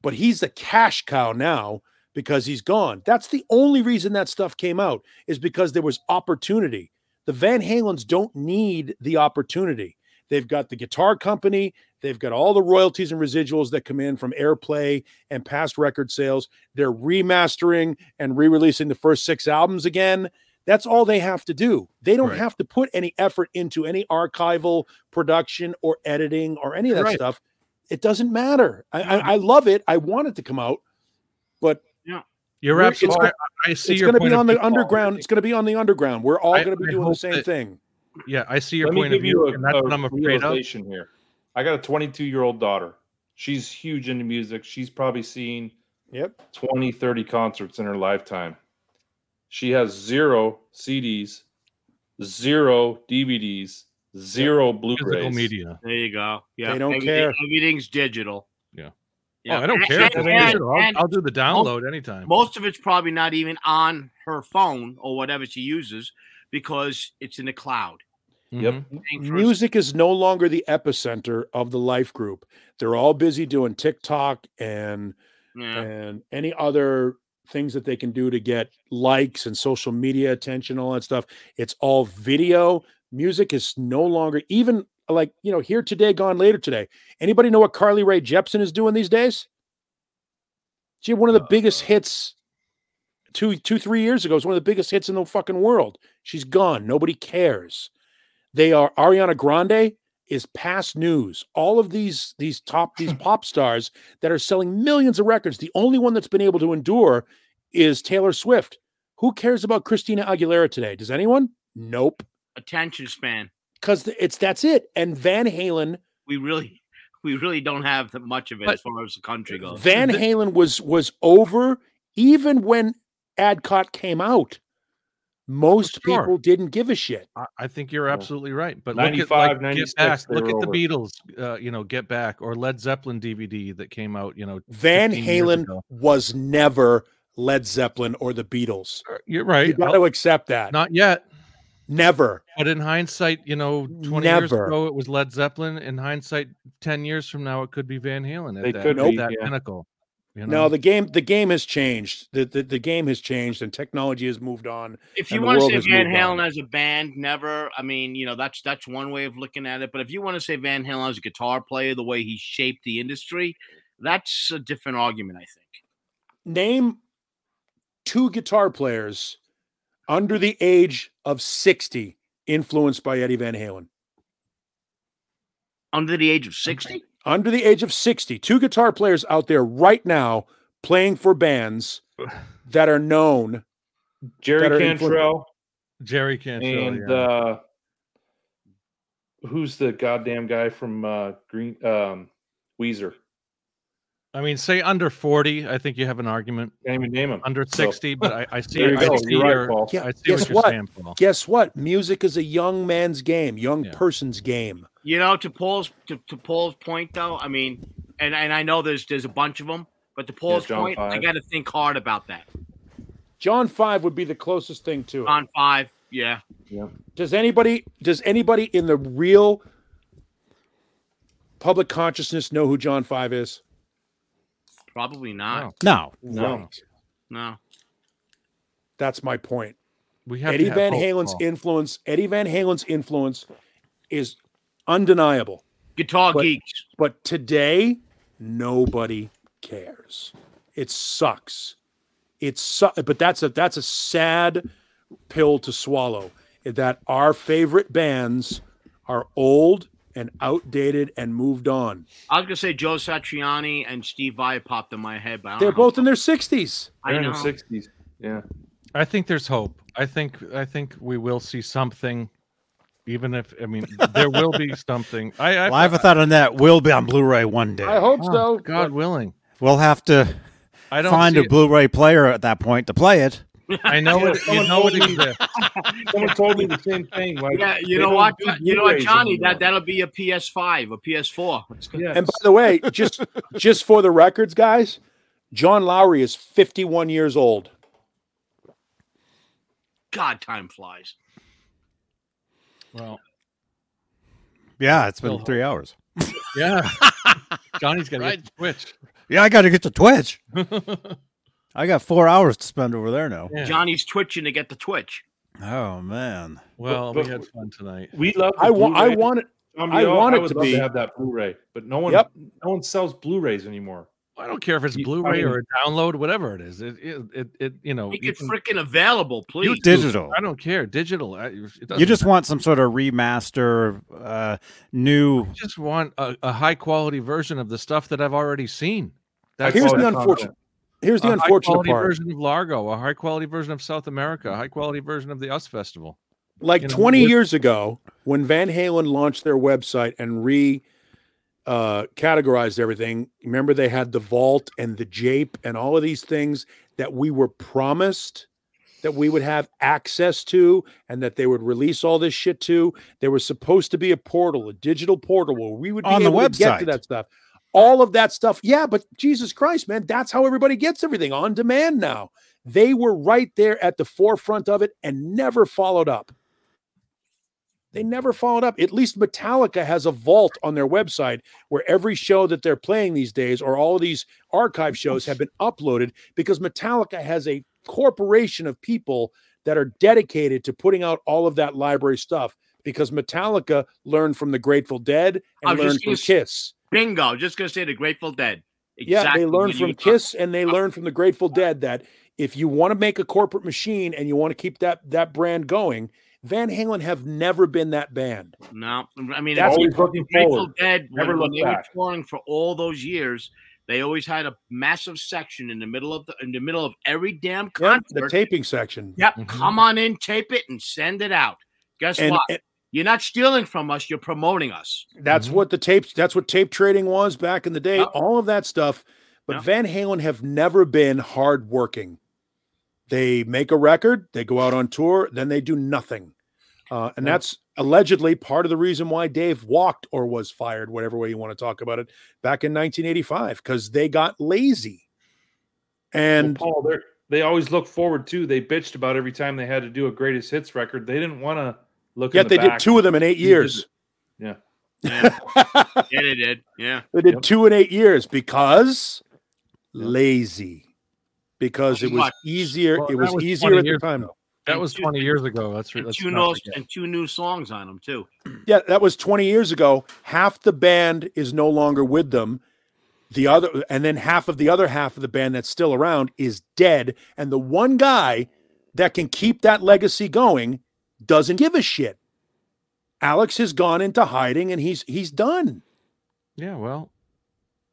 S3: but he's the cash cow now because he's gone. That's the only reason that stuff came out is because there was opportunity. The Van Halens don't need the opportunity. They've got the guitar company, They've got all the royalties and residuals that come in from airplay and past record sales. They're remastering and re releasing the first six albums again. That's all they have to do. They don't
S2: Right.
S3: have to put any effort into any archival production or editing or any of that
S2: Right. Mm-hmm.
S3: stuff. It doesn't matter. I, I, I love it. I want it to come out.
S2: You're
S3: we're-
S2: absolutely.
S3: it's
S2: right. I, I see
S3: it's
S2: your
S3: going to
S2: point
S3: be
S2: of
S3: on the
S2: view.
S3: underground. It's going to be on the underground. We're all
S2: I-
S3: going to be
S2: I
S3: doing the
S2: hope
S3: same
S2: that-
S3: thing.
S2: Yeah, I see your
S4: Let me
S2: point of
S4: give you
S2: view,
S4: a,
S2: and that's
S4: a
S2: what I'm afraid of.
S4: realization here. I got a 22 year old daughter. She's huge into music. She's probably seen
S3: Yep.
S4: 20, 30 concerts in her lifetime. She has zero CDs, zero DVDs, zero Blu-rays.
S2: Physical media.
S7: There you go. Yeah,
S3: They don't
S7: everything-
S3: care.
S7: Everything's digital.
S2: Yeah.
S7: Yeah.
S2: Oh, I don't
S7: And-
S2: care. if
S7: and-
S2: it's digital. I'll,
S7: and-
S2: I'll do the download anytime.
S7: Most of it's probably not even on her phone or whatever she uses because it's in the cloud.
S4: Yep.
S2: Mhm.
S7: Paying for it.
S3: music is no longer the epicenter of the life group. They're all busy doing TikTok and
S7: Yeah.
S3: and any other things that they can do to get likes and social media attention, all that stuff. It's all video. Music is no longer even like you know here today, gone later today. Anybody know what Carly Rae Jepsen is doing these days? She had one of the biggest hits two two three years ago. It was one of the biggest hits in the fucking world. She's gone. Nobody cares. They are Ariana Grande is past news. All of these these top these pop stars that are selling millions of records. The only one that's been able to endure is Taylor Swift. Who cares about Christina Aguilera today? Does anyone? Nope.
S7: Attention span.
S3: Because it's that's it. And Van Halen,
S7: We really, we really don't have that much of it as far as the country
S2: Oh,
S7: goes.
S3: Van Halen was was over even when Adcott came out. Most
S2: sure.
S3: people didn't give a shit.
S2: I, I think you're
S4: Yeah.
S2: absolutely right. But look at
S4: 95,
S2: like,
S4: 96,
S2: Get Back.
S4: they
S2: Look
S4: were
S2: at the
S4: over.
S2: Beatles. Uh, you know, Get Back or Led Zeppelin DVD that came out. You know,
S3: Van
S2: 15 years
S3: Halen
S2: ago.
S3: was never Led Zeppelin or the Beatles.
S2: uh, you're
S3: You
S2: right.
S3: got
S2: I'll-
S3: to accept that.
S2: Not yet.
S3: never.
S2: But in hindsight, you know, 20 years
S3: Never.
S2: ago it was Led Zeppelin. In hindsight, 10 years from now it could be Van Halen at
S4: They
S2: that,
S4: could
S2: at
S4: be,
S2: that
S4: yeah.
S2: pinnacle. You know?
S3: No, the game the game has changed. The, the the game has changed and technology has moved on.
S7: if
S3: and
S7: you
S3: the
S7: want
S3: world
S7: to
S3: has
S7: say Van
S3: moved on.
S7: Halen as a band, never. I mean, you know, that's that's one way of looking at it. But if you want to say Van Halen as a guitar player, the way he shaped the industry, that's a different argument, I think.
S3: Name two guitar players under the age of 60 influenced by Eddie Van Halen.
S7: Under the age of sixty,
S3: Under the age of 60, two guitar players out there right now playing for bands that are known.
S4: Jerry
S3: Better
S4: Cantrell
S2: Jerry Cantrell.
S4: and
S2: yeah.
S4: uh, who's the goddamn guy from uh, Green um, Weezer?
S2: I mean, say under 40, I think you have an argument.
S4: Can't even name him.
S2: Under
S4: So,
S2: 60, but I, I see,
S4: there you
S2: I
S4: go.
S2: see
S4: You're right,
S2: your-
S4: Paul.
S3: Yeah,
S2: I see
S3: guess
S2: what you're
S3: what?
S2: saying, Paul.
S3: Guess what? Music is a young man's game, young
S2: Yeah.
S3: person's game.
S7: you know, to Paul's to, to Paul's point though, I mean, and and I know there's there's a bunch of them, but to Paul's
S4: John
S7: point, I
S4: Five.
S7: got to think hard about that.
S3: John 5 would be the closest thing to it.
S7: On five, yeah,
S3: Does anybody does anybody in the real public consciousness know who John Five is?
S7: probably not.
S1: no,
S4: No.
S7: No,
S3: That's my point.
S2: We have to
S3: Eddie
S2: have
S3: Van
S2: hope,
S3: Halen's
S2: Paul.
S3: influence, Eddie Van Halen's influence is undeniable.
S7: guitar
S3: But-
S7: geeks.
S3: But today, nobody cares. It sucks. It's su- but that's a that's a sad pill to swallow. That our favorite bands are old and outdated and moved on.
S7: I was gonna say Joe Satriani and Steve Vai popped in my head, but I don't
S3: They're
S7: know.
S3: both in their sixties.
S7: I
S4: They're in
S7: know.
S4: the 60s. Yeah.
S2: I think there's hope. I think I think we will see something, even if I mean there will be something. I, I,
S1: Well, I have a thought on that. Will be on Blu-ray one day.
S3: I hope so.
S2: God willing.
S1: We'll have to
S2: I don't
S1: find
S2: see
S1: a
S2: it.
S1: Blu-ray player at that point to play it.
S2: I know it. You
S4: someone
S2: know it
S4: told me-
S2: exists.
S4: Someone told me the same thing. Like,
S7: Yeah,
S4: they
S7: you know
S4: don't
S7: what?
S4: do
S7: You know what,
S4: Blu-rays
S7: Johnny?
S4: anymore.
S7: That that'll be a PS5, a PS4. It's good.
S4: Yeah.
S3: And by the way, just just for the records, guys, John Lowry is 51 years old.
S7: God, time flies.
S2: Well,
S1: Yeah, it's been
S2: Still-
S1: three hours.
S2: yeah. Johnny's gonna
S7: Right.
S2: get switch.
S1: Yeah, I got to get to Twitch. I got four hours to spend over there now.
S2: Yeah.
S7: Johnny's twitching to get the twitch.
S1: Oh man,
S2: Well,
S4: But-
S2: we
S4: but-
S2: had fun tonight.
S4: we love. The
S3: I want I
S4: Blu-ray.
S3: want it.
S4: John
S3: I
S4: Biel,
S3: want it
S4: would
S3: to
S4: love
S3: be.
S4: have that Blu-ray, but no one,
S3: Yep.
S4: no one sells Blu-rays anymore.
S2: I don't care if it's
S4: You- I
S2: Blu-ray or a
S4: mean-
S2: download, whatever it is. It it it, it you know.
S7: Make
S2: Oh, you
S7: it
S2: can-
S7: freaking available, please.
S2: You
S1: digital.
S2: I don't care. Digital. I, it
S1: You
S2: doesn't
S1: just want some sort of remaster, uh, new.
S2: I just want a, a high quality version of the stuff that I've already seen. That's
S3: Here's
S4: all
S3: the
S4: I found
S3: unfortunate.
S4: out.
S3: Here's the
S2: a high
S3: unfortunate
S2: quality
S3: part.
S2: version of Largo, a high quality version of South America, a high quality version of the US Festival.
S3: Like
S2: you know,
S3: 20
S2: with-
S3: years ago, when Van Halen launched their website and re uh, categorized everything, remember they had the vault and the jape E and all of these things that we were promised that we would have access to and that they would release all this shit to. There was supposed to be a portal, a digital portal where we would be
S1: On the
S3: able to get to
S1: website.
S3: that stuff. All of that stuff. Yeah, but Jesus Christ, man, that's how everybody gets everything on demand now. They were right there at the forefront of it and never followed up. They never followed up. At least Metallica has a vault on their website where every show that they're playing these days or all these archive shows have been uploaded because Metallica has a corporation of people that are dedicated to putting out all of that library stuff because Metallica learned from the Grateful Dead and
S7: I was just
S3: learned from
S7: gonna s-
S3: Kiss.
S7: Bingo. Just gonna say the Grateful Dead.
S3: Yeah, they
S7: what
S3: learned
S7: you
S3: from
S7: were talking-
S3: Kiss and they learned from the Grateful Dead that if you want to make a corporate machine and you want to keep that that brand going, Van Halen have never been that band.
S7: No, I mean
S3: That's
S4: always
S7: it's-
S4: looking
S7: Grateful
S4: forward.
S7: Dead, when,
S4: Never
S7: when
S4: look
S7: they
S4: back.
S7: were touring for all those years, they always had a massive section in the middle of the in the middle of every damn
S3: Yeah,
S7: concert.
S3: the taping section.
S7: Yep,
S2: Mhm.
S7: come on in, tape it, and send it out. Guess
S3: And,
S7: what?
S3: and
S7: You're not stealing from us. You're promoting us.
S3: that's
S2: Mhm.
S4: Mm-hmm.
S3: what the tapes that's what tape trading was back in the day,
S7: Yep.
S3: all of that stuff. But
S7: Yep.
S3: Van Halen have never been hardworking. They make a record, they go out on tour, then they do nothing. Uh, and that's allegedly part of the reason why Dave walked or was fired, whatever way you want to talk about it, back in 1985, because they got lazy. And
S4: Well, Paul, they're- they always look forward too. They bitched about every time they had to do a greatest hits record. They didn't want to look. in
S3: yet
S4: the
S3: they
S4: back.
S3: did two of them in eight
S4: You did
S3: years.
S4: it.
S7: Yeah, yeah, they did. Yeah,
S3: They did
S4: Yep.
S3: two in eight years because lazy. Because it
S7: Too
S3: was
S7: much.
S3: easier.
S2: Well,
S3: it
S2: that
S3: was,
S2: was
S3: easier
S2: 20
S3: at the
S2: years
S3: time.
S2: ago. That
S7: And
S2: was
S7: two-
S2: 20 years ago. That's
S7: and
S2: that's
S7: two
S2: not
S7: new
S2: forget.
S7: and two new songs on them too.
S3: Yeah, that was 20 years ago. Half the band is no longer with them. The other, and then half of the other half of the band that's still around is dead. And the one guy that can keep that legacy going doesn't give a shit. Alex has gone into hiding and he's he's done.
S2: Yeah, well,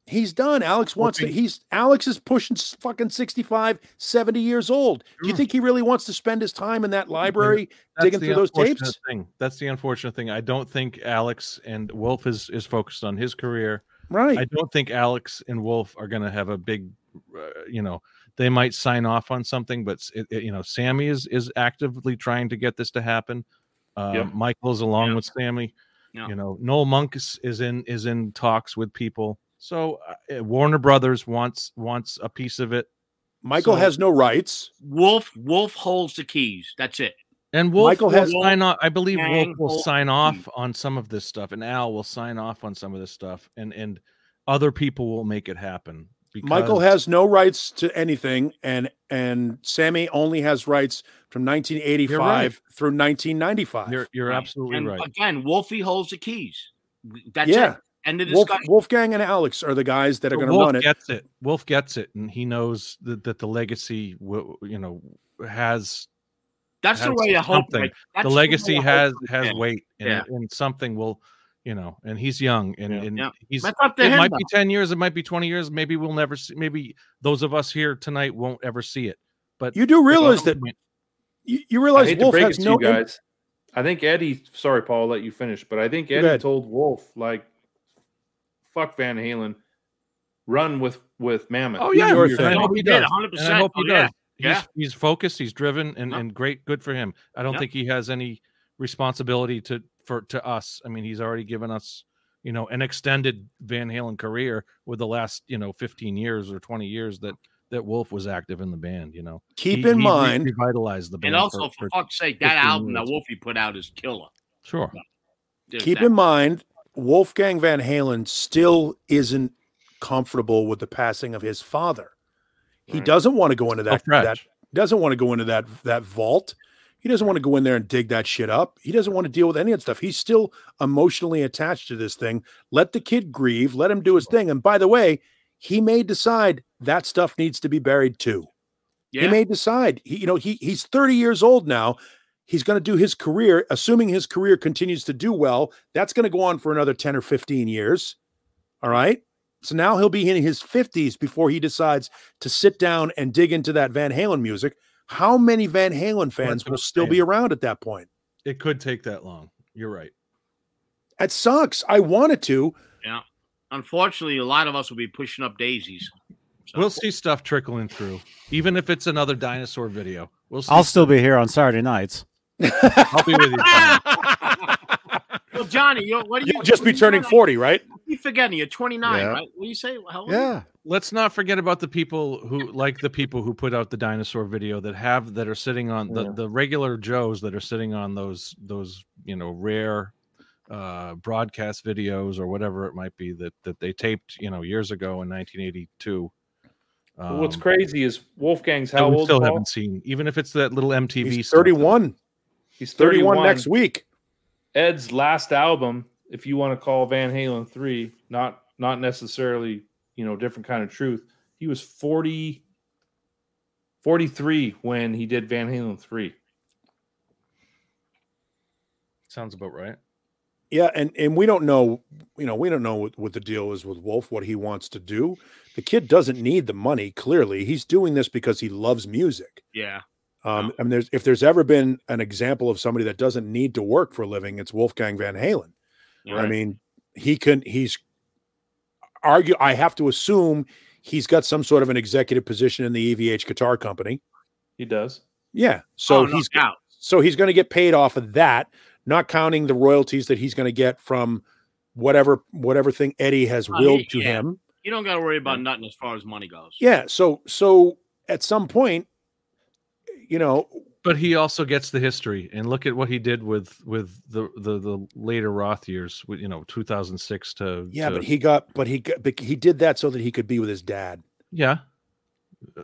S3: He's done. Alex wants to, he's Alex is pushing s- fucking 65, 70 years old. Do you
S2: Sure.
S3: think he really wants to spend his time in that library
S2: that's
S3: digging
S2: the
S3: through those
S2: unfortunate
S3: tapes?
S2: Thing. That's the unfortunate thing. I don't think Alex and Wolf is is focused on his career.
S3: Right.
S2: I don't think Alex and Wolf are going to have a big, uh, you know, they might sign off on something, but s- it, it- you know, Sammy is is actively trying to get this to happen. Uh,
S4: Yep.
S2: Michael's along
S7: Yeah.
S2: with Sammy.
S7: Yeah.
S2: You know, Noel Monk is, is in is in talks with people. So uh, Warner Brothers wants wants a piece of it,
S3: Michael
S2: So-
S3: has no rights.
S7: Wolf Wolf holds the keys. That's it.
S2: and Wolf
S3: Michael
S2: will
S3: has-
S2: sign off. I believe Wolf
S7: Yang
S2: will
S7: will-
S2: sign off on some of this stuff, and Al will sign off on some of this stuff, and and other people will make it happen.
S3: Michael
S2: because-
S3: has no rights to anything, and and Sammy only has rights from 1985 through 1995.
S2: You're, you're
S7: Right.
S2: absolutely
S7: and
S2: right.
S7: Again, Wolfie holds the keys. That's
S3: Yeah.
S7: it. End of
S3: Wolf,
S7: discussion.
S3: Wolfgang and Alex are the guys that are
S2: But
S3: going to
S2: Wolf
S3: run it.
S2: gets it. Wolf gets it, and he knows that, that the legacy, will, you know, has
S7: That's the
S2: has
S7: way I hope.
S2: something.
S7: Like, that's
S2: the
S7: way
S2: legacy
S7: I hope
S2: has
S7: for
S2: has
S7: them.
S2: weight, and,
S7: Yeah.
S2: and something will, you know, and he's young, and,
S4: Yeah.
S2: and
S7: Yeah.
S2: he's.
S7: That's up to
S2: It
S7: him.
S2: might
S7: though.
S2: be ten years. It might be twenty years. Maybe we'll never see. Maybe those of us here tonight won't ever see it. But
S3: You do realize that you, you realize
S4: I hate to
S3: Wolf
S4: break it
S3: has
S4: to
S3: no
S4: you guys. I think Eddie. Sorry, Paul. I'll let you finish, but I think
S3: Go
S4: Eddie
S3: ahead.
S4: told Wolf like, "Fuck Van Halen, run with with Mammoth."
S2: Oh yeah,
S3: your
S2: and I
S3: thing.
S2: hope he
S7: He did,
S2: does.
S7: 100%.
S2: And I hope he
S7: Oh, yeah.
S2: does. He's,
S7: Yeah.
S2: he's focused. He's driven, and,
S7: Yeah.
S2: and great. Good for him. I don't
S7: Yeah.
S2: think he has any responsibility to for to us. I mean, he's already given us, you know, an extended Van Halen career with the last, you know, fifteen years or twenty years that that Wolf was active in the band. You know,
S3: keep
S2: He-
S3: in
S2: he
S3: mind
S2: revitalized the band.
S7: And also, for,
S2: for- for-
S7: fuck's sake, that
S2: 15
S7: album that
S2: years.
S7: Wolfie put out is killer.
S2: sure.
S7: There's
S3: keep
S7: that.
S3: in mind Wolfgang Van Halen still isn't comfortable with the passing of his father. He
S4: Right.
S3: doesn't want to go into
S2: Still
S3: that,
S2: fresh.
S3: that doesn't want to go into that that vault. He doesn't want to go in there and dig that shit up. He doesn't want to deal with any of that stuff. He's still emotionally attached to this thing. Let the kid grieve, let him do his thing. And by the way, he may decide that stuff needs to be buried too. He
S7: yeah.
S3: may decide. He, you know, he he's 30 years old now. He's going to do his career, assuming his career continues to do well. That's going to go on for another 10 or 15 years. All right. So now he'll be in his 50s before he decides to sit down and dig into that Van Halen music. How many Van Halen fans
S2: what
S3: will
S2: I'm
S3: still be
S2: saying.
S3: around at that point?
S2: It could take that long. You're right.
S3: It sucks. I wanted to.
S7: Unfortunately, a lot of us will be pushing up daisies. So-
S2: We'll see stuff trickling through, even if it's another dinosaur video. We'll see.
S1: I'll still be here on Saturday nights.
S2: I'll be with you. Tom.
S7: well, Johnny, you what do you
S3: You'll just be
S7: what do you
S3: turning
S7: mean?
S3: 40, right?
S7: Keep forgetting you're 29,
S2: Yeah.
S7: right? What do you say? How old are you?
S1: Yeah.
S2: let's not forget about the people who like the people who put out the dinosaur video that have that are sitting on the,
S4: Yeah.
S2: the regular joes that are sitting on those those you know rare uh broadcast videos or whatever it might be that that they taped you know years ago in 1982
S4: But What's
S2: Um,
S4: crazy is Wolfgang's
S2: that
S4: how
S2: we
S4: old?
S2: still
S4: Paul?
S2: haven't seen even if it's that little mtv
S3: He's
S2: stuff that-
S3: 31,
S4: He's
S3: 31
S4: 31,
S3: next week.
S4: Ed's last album, if you want to call Van Halen three, not not necessarily you know different kind of truth. He was 40, 43 when he did Van Halen three.
S2: sounds about right
S3: Yeah, and and we don't know, you know, we don't know what, what the deal is with Wolf, what he wants to do. The kid doesn't need the money. Clearly, he's doing this because he loves music.
S7: Yeah.
S3: Um,
S7: Oh.
S3: I mean, there's if there's ever been an example of somebody that doesn't need to work for a living, it's Wolfgang Van Halen. I
S7: Right.
S3: mean, he can. He's argue. I have to assume he's got some sort of an executive position in the EVH guitar company.
S4: He does.
S3: Yeah, so
S7: Oh, no
S3: he's
S7: doubt.
S3: so he's going to get paid off of that, not counting the royalties that he's going to get from whatever whatever thing Eddie has
S7: Oh,
S3: willed
S7: he-
S3: to
S7: yeah.
S3: him.
S7: You don't got to worry about nothing as far as money goes.
S3: Yeah. So so at some point, you know,
S2: but he also gets the history and look at what he did with with the the, the later roth years with you know 2006 to
S3: yeah,
S2: to-
S3: but he got but he got but he did that so that he could be with his dad.
S2: Yeah. Uh,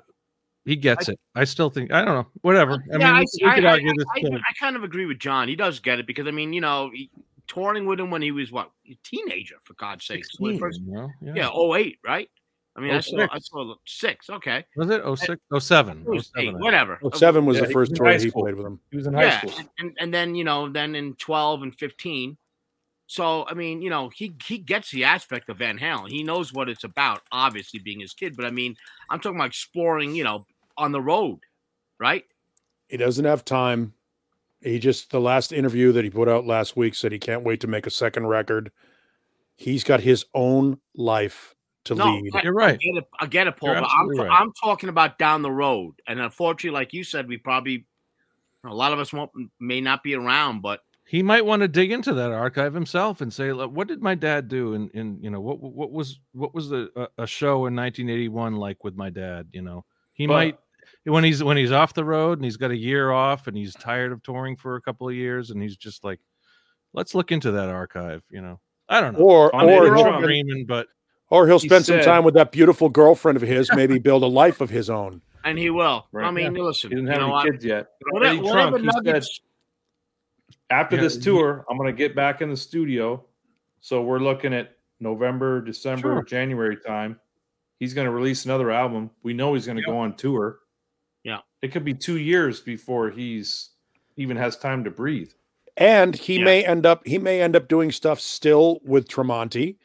S2: He gets it. I still think I don't know. Whatever. I mean, we- we could
S7: I-
S2: argue
S7: I-
S2: this.
S7: I-
S2: thing.
S7: I kind of agree with John. He does get it because I mean, you know, he, touring with him when he was what a teenager, for God's sake.
S2: 16,
S7: First,
S2: you know? yeah.
S7: yeah, oh eight, right? I mean, I saw,
S2: 06.
S7: I saw six. Okay,
S2: Was it 06? 07.
S7: It was
S2: 07,
S7: eight,
S2: I-
S7: whatever.
S3: Oh, seven was
S4: Yeah,
S3: the
S4: he
S3: first
S4: was in
S3: tour
S4: high
S3: he
S4: school.
S3: played with him.
S4: He was in high
S7: yeah,
S4: school.
S7: and, and then you know, then in twelve and fifteen. So I mean, you know, he he gets the aspect of Van Halen. He knows what it's about, obviously being his kid. But I mean, I'm talking about exploring, you know, on the road, right?
S3: He doesn't have time. He just the last interview that he put out last week said he can't wait to make a second record. He's got his own life to lead.
S7: I-
S2: You're right.
S7: I get it, I get it Paul.
S2: You're
S7: But I'm,
S2: absolutely right.
S7: I'm talking about down the road, and unfortunately, like you said, we probably a lot of us won't, may not be around. But
S2: He might want to dig into that archive himself and say, "Look, "What did my dad do?" And and you know what what was what was the a, a show in 1981 like with my dad? You know, he
S4: But-
S2: might when he's when he's off the road and he's got a year off and he's tired of touring for a couple of years and he's just like, "Let's look into that archive." You know, I don't know.
S3: Or
S4: On
S3: or
S4: Eddie
S3: he'll-
S4: Trunk.
S2: dreaming, but
S3: Or he'll
S4: He
S3: spend some
S4: said-
S3: time with that beautiful girlfriend of his, maybe build a life of his own.
S7: and he will. I
S4: Right,
S7: mean, listen,
S4: He
S7: you
S4: didn't have
S7: know,
S4: any
S7: I,
S4: kids yet.
S7: what-
S4: Eddie
S7: whatever
S4: Trunk, he said-
S7: nuggets-
S4: After
S2: Yeah,
S4: this
S2: he-
S4: tour, I'm going to get back in the studio. So we're looking at November, December,
S2: Sure.
S4: January time. He's going to release another album. We know he's going to go on tour.
S7: Yeah.
S4: It could be 2 years before he's even has time to breathe.
S3: And he
S7: Yeah.
S3: may end up he may end up doing stuff still with Tremonti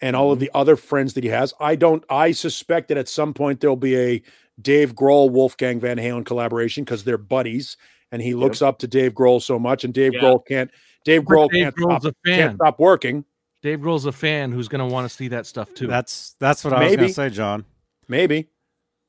S3: and all of the other friends that he has. I don't I suspect that at some point there'll be a Dave Grohl Wolfgang Van Halen collaboration because they're buddies, and he looks up to Dave Grohl so much, and Dave
S7: Yeah.
S3: Grohl can't Dave Grohl
S2: Dave
S3: can't
S2: Grohl's
S3: stop,
S2: a fan.
S3: can't stop working.
S2: Dave Grohl's a fan who's going to want to see that stuff too.
S1: That's that's what I was
S3: Maybe.
S1: gonna say, John.
S3: Maybe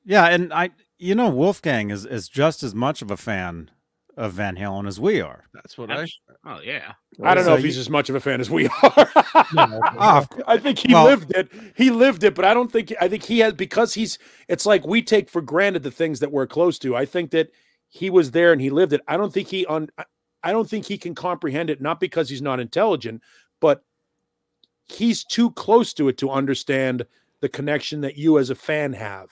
S1: Yeah, and I, you know, Wolfgang is is just as much of a fan of Van Halen as we are.
S2: That's what I.
S7: That's- Oh yeah.
S3: I don't
S1: So
S3: know if
S1: you-
S3: he's as much of a fan as we are.
S1: Ah, of
S3: I think he
S1: Well-
S3: lived it. He lived it, but I don't think I think he has because he's it's like we take for granted the things that we're close to. I think that he was there and he lived it. I don't think he on I don't think he can comprehend it not because he's not intelligent, but he's too close to it to understand the connection that you as a fan have.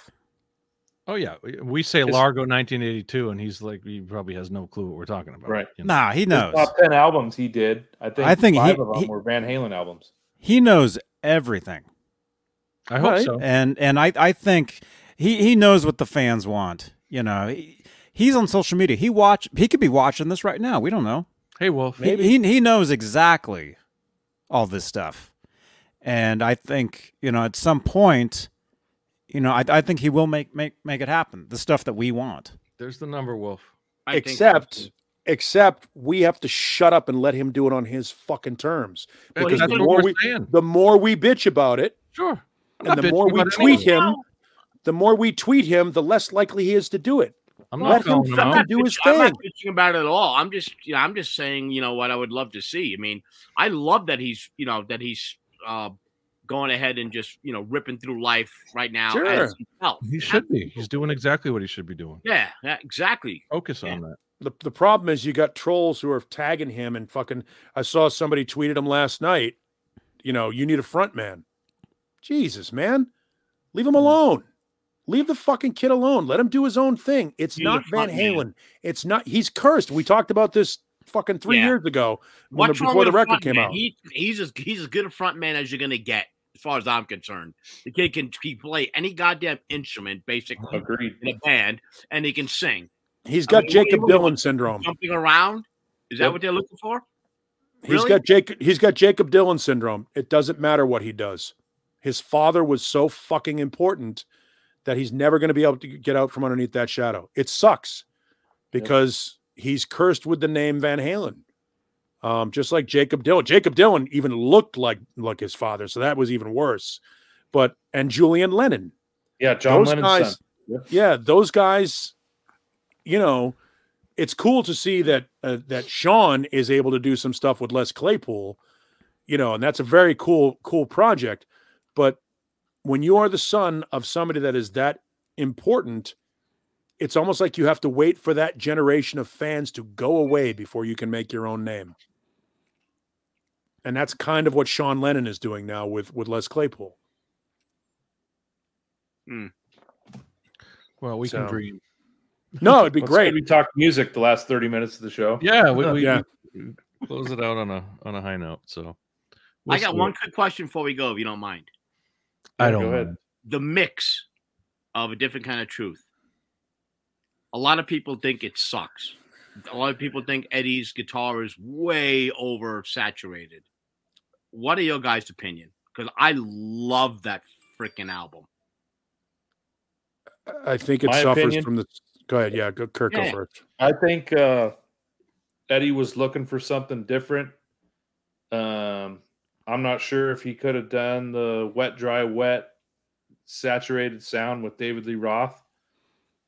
S2: Oh yeah, we- we say Largo 1982, and he's like, he probably has no clue what we're talking about.
S4: Right.
S2: you know?
S1: Nah, he knows.
S4: Top ten albums he did. I think.
S1: I think
S4: five
S1: he-
S4: of them
S1: he-
S4: were Van Halen albums.
S1: He knows everything,
S2: I hope
S3: Right.
S2: so.
S1: and and I I think he he knows what the fans want. You know, he, he's on social media. He watch. He could be watching this right now. We don't know.
S2: Hey Wolf,
S1: He- He, he knows exactly all this stuff. And I think, you know, at some point, you know, I, I think he will make, make make it happen. The stuff that we want.
S2: there's the number, Wolf.
S7: I think so,
S3: except
S7: too.
S3: except we have to shut up and let him do it on his fucking terms.
S7: Well,
S2: Because
S7: he's
S2: that's
S7: gonna-
S2: what we're
S3: we-
S2: saying.
S3: The more we bitch about it,
S2: Sure. I'm
S3: and
S2: not
S3: the more
S2: bitching
S3: we
S2: about
S3: tweet
S2: anyone.
S3: him, the more we tweet him, the less likely he is to do it.
S2: I'm not
S3: let him
S2: calling him
S3: fucking
S2: out.
S3: do his
S7: I'm
S3: thing.
S7: not bitching about it at all. I'm just, you know, I'm just saying, you know, what I would love to see. I mean, I love that he's, you know, that he's uh, going ahead and just, you know, ripping through life right now. As
S3: Sure.
S7: himself.
S4: Mm-hmm.
S2: He should be. He's doing exactly what he should be doing.
S7: Yeah, yeah, exactly.
S2: Focus on that.
S3: The, the problem is you got trolls who are tagging him and fucking. I saw somebody tweeted him last night. You know, you need a front man. Jesus, man, leave
S7: Mm.
S3: him alone. Leave the fucking kid alone. Let him do his own thing. It's
S7: He's a
S3: not Van
S7: front man.
S3: Halen. It's not. He's cursed. We talked about this fucking three
S7: Yeah.
S3: years ago when the,
S7: What's wrong
S3: before
S7: with
S3: the
S7: a
S3: record
S7: front
S3: came
S7: man?
S3: out.
S7: He, he's as he's as good a front man as you're gonna get, as far as I'm concerned. The kid can he play any goddamn instrument, basically,
S3: Uh-huh.
S4: Agreed.
S7: in a band, and he can sing.
S3: He's
S7: I mean,
S3: got
S7: what do you
S3: Jacob
S7: want?
S3: Dylan syndrome.
S7: Jumping around, is
S3: Um,
S7: that
S3: Yep.
S7: what they're looking for?
S3: He's
S7: Really?
S3: got Jacob. He's got Jacob Dylan syndrome. It doesn't matter what he does. His father was so fucking important that he's never going to be able to get out from underneath that shadow. It sucks because he's cursed with the name Van Halen. Um, just like Jacob Dylan. Jacob Dylan even looked like like his father, so that was even worse. But and Julian Lennon,
S4: Yeah, John
S3: Those
S4: Lennon's
S3: guys-
S4: son.
S3: yeah, those guys, you know, it's cool to see that uh, that Sean is able to do some stuff with Les Claypool, you know, and that's a very cool cool project. But when you are the son of somebody that is that important, it's almost like you have to wait for that generation of fans to go away before you can make your own name. And that's kind of what Sean Lennon is doing now with with Les Claypool.
S2: Well, we
S3: So-
S2: can dream.
S3: No, it'd be
S4: Let's
S3: great.
S4: say We talked music the last thirty minutes of the show.
S2: Yeah, we, we,
S3: Yeah.
S2: we close it out on a on a high note. So
S7: I got
S2: Listen,
S7: one quick question before we go, if you don't mind.
S2: I
S4: Yeah,
S2: don't.
S4: go ahead.
S2: mind.
S7: The mix of a different kind of truth. A lot of people think it sucks. A lot of people think Eddie's guitar is way oversaturated. What are your guys' opinion? Because I love that freaking album.
S3: I think it
S4: My
S3: suffers
S4: opinion-
S3: from the. Go ahead, yeah, go Kirk,
S7: Yeah.
S3: go first.
S4: I think uh, Eddie was looking for something different. Um, I'm not sure if he could have done the wet, dry, wet, saturated sound with David Lee Roth.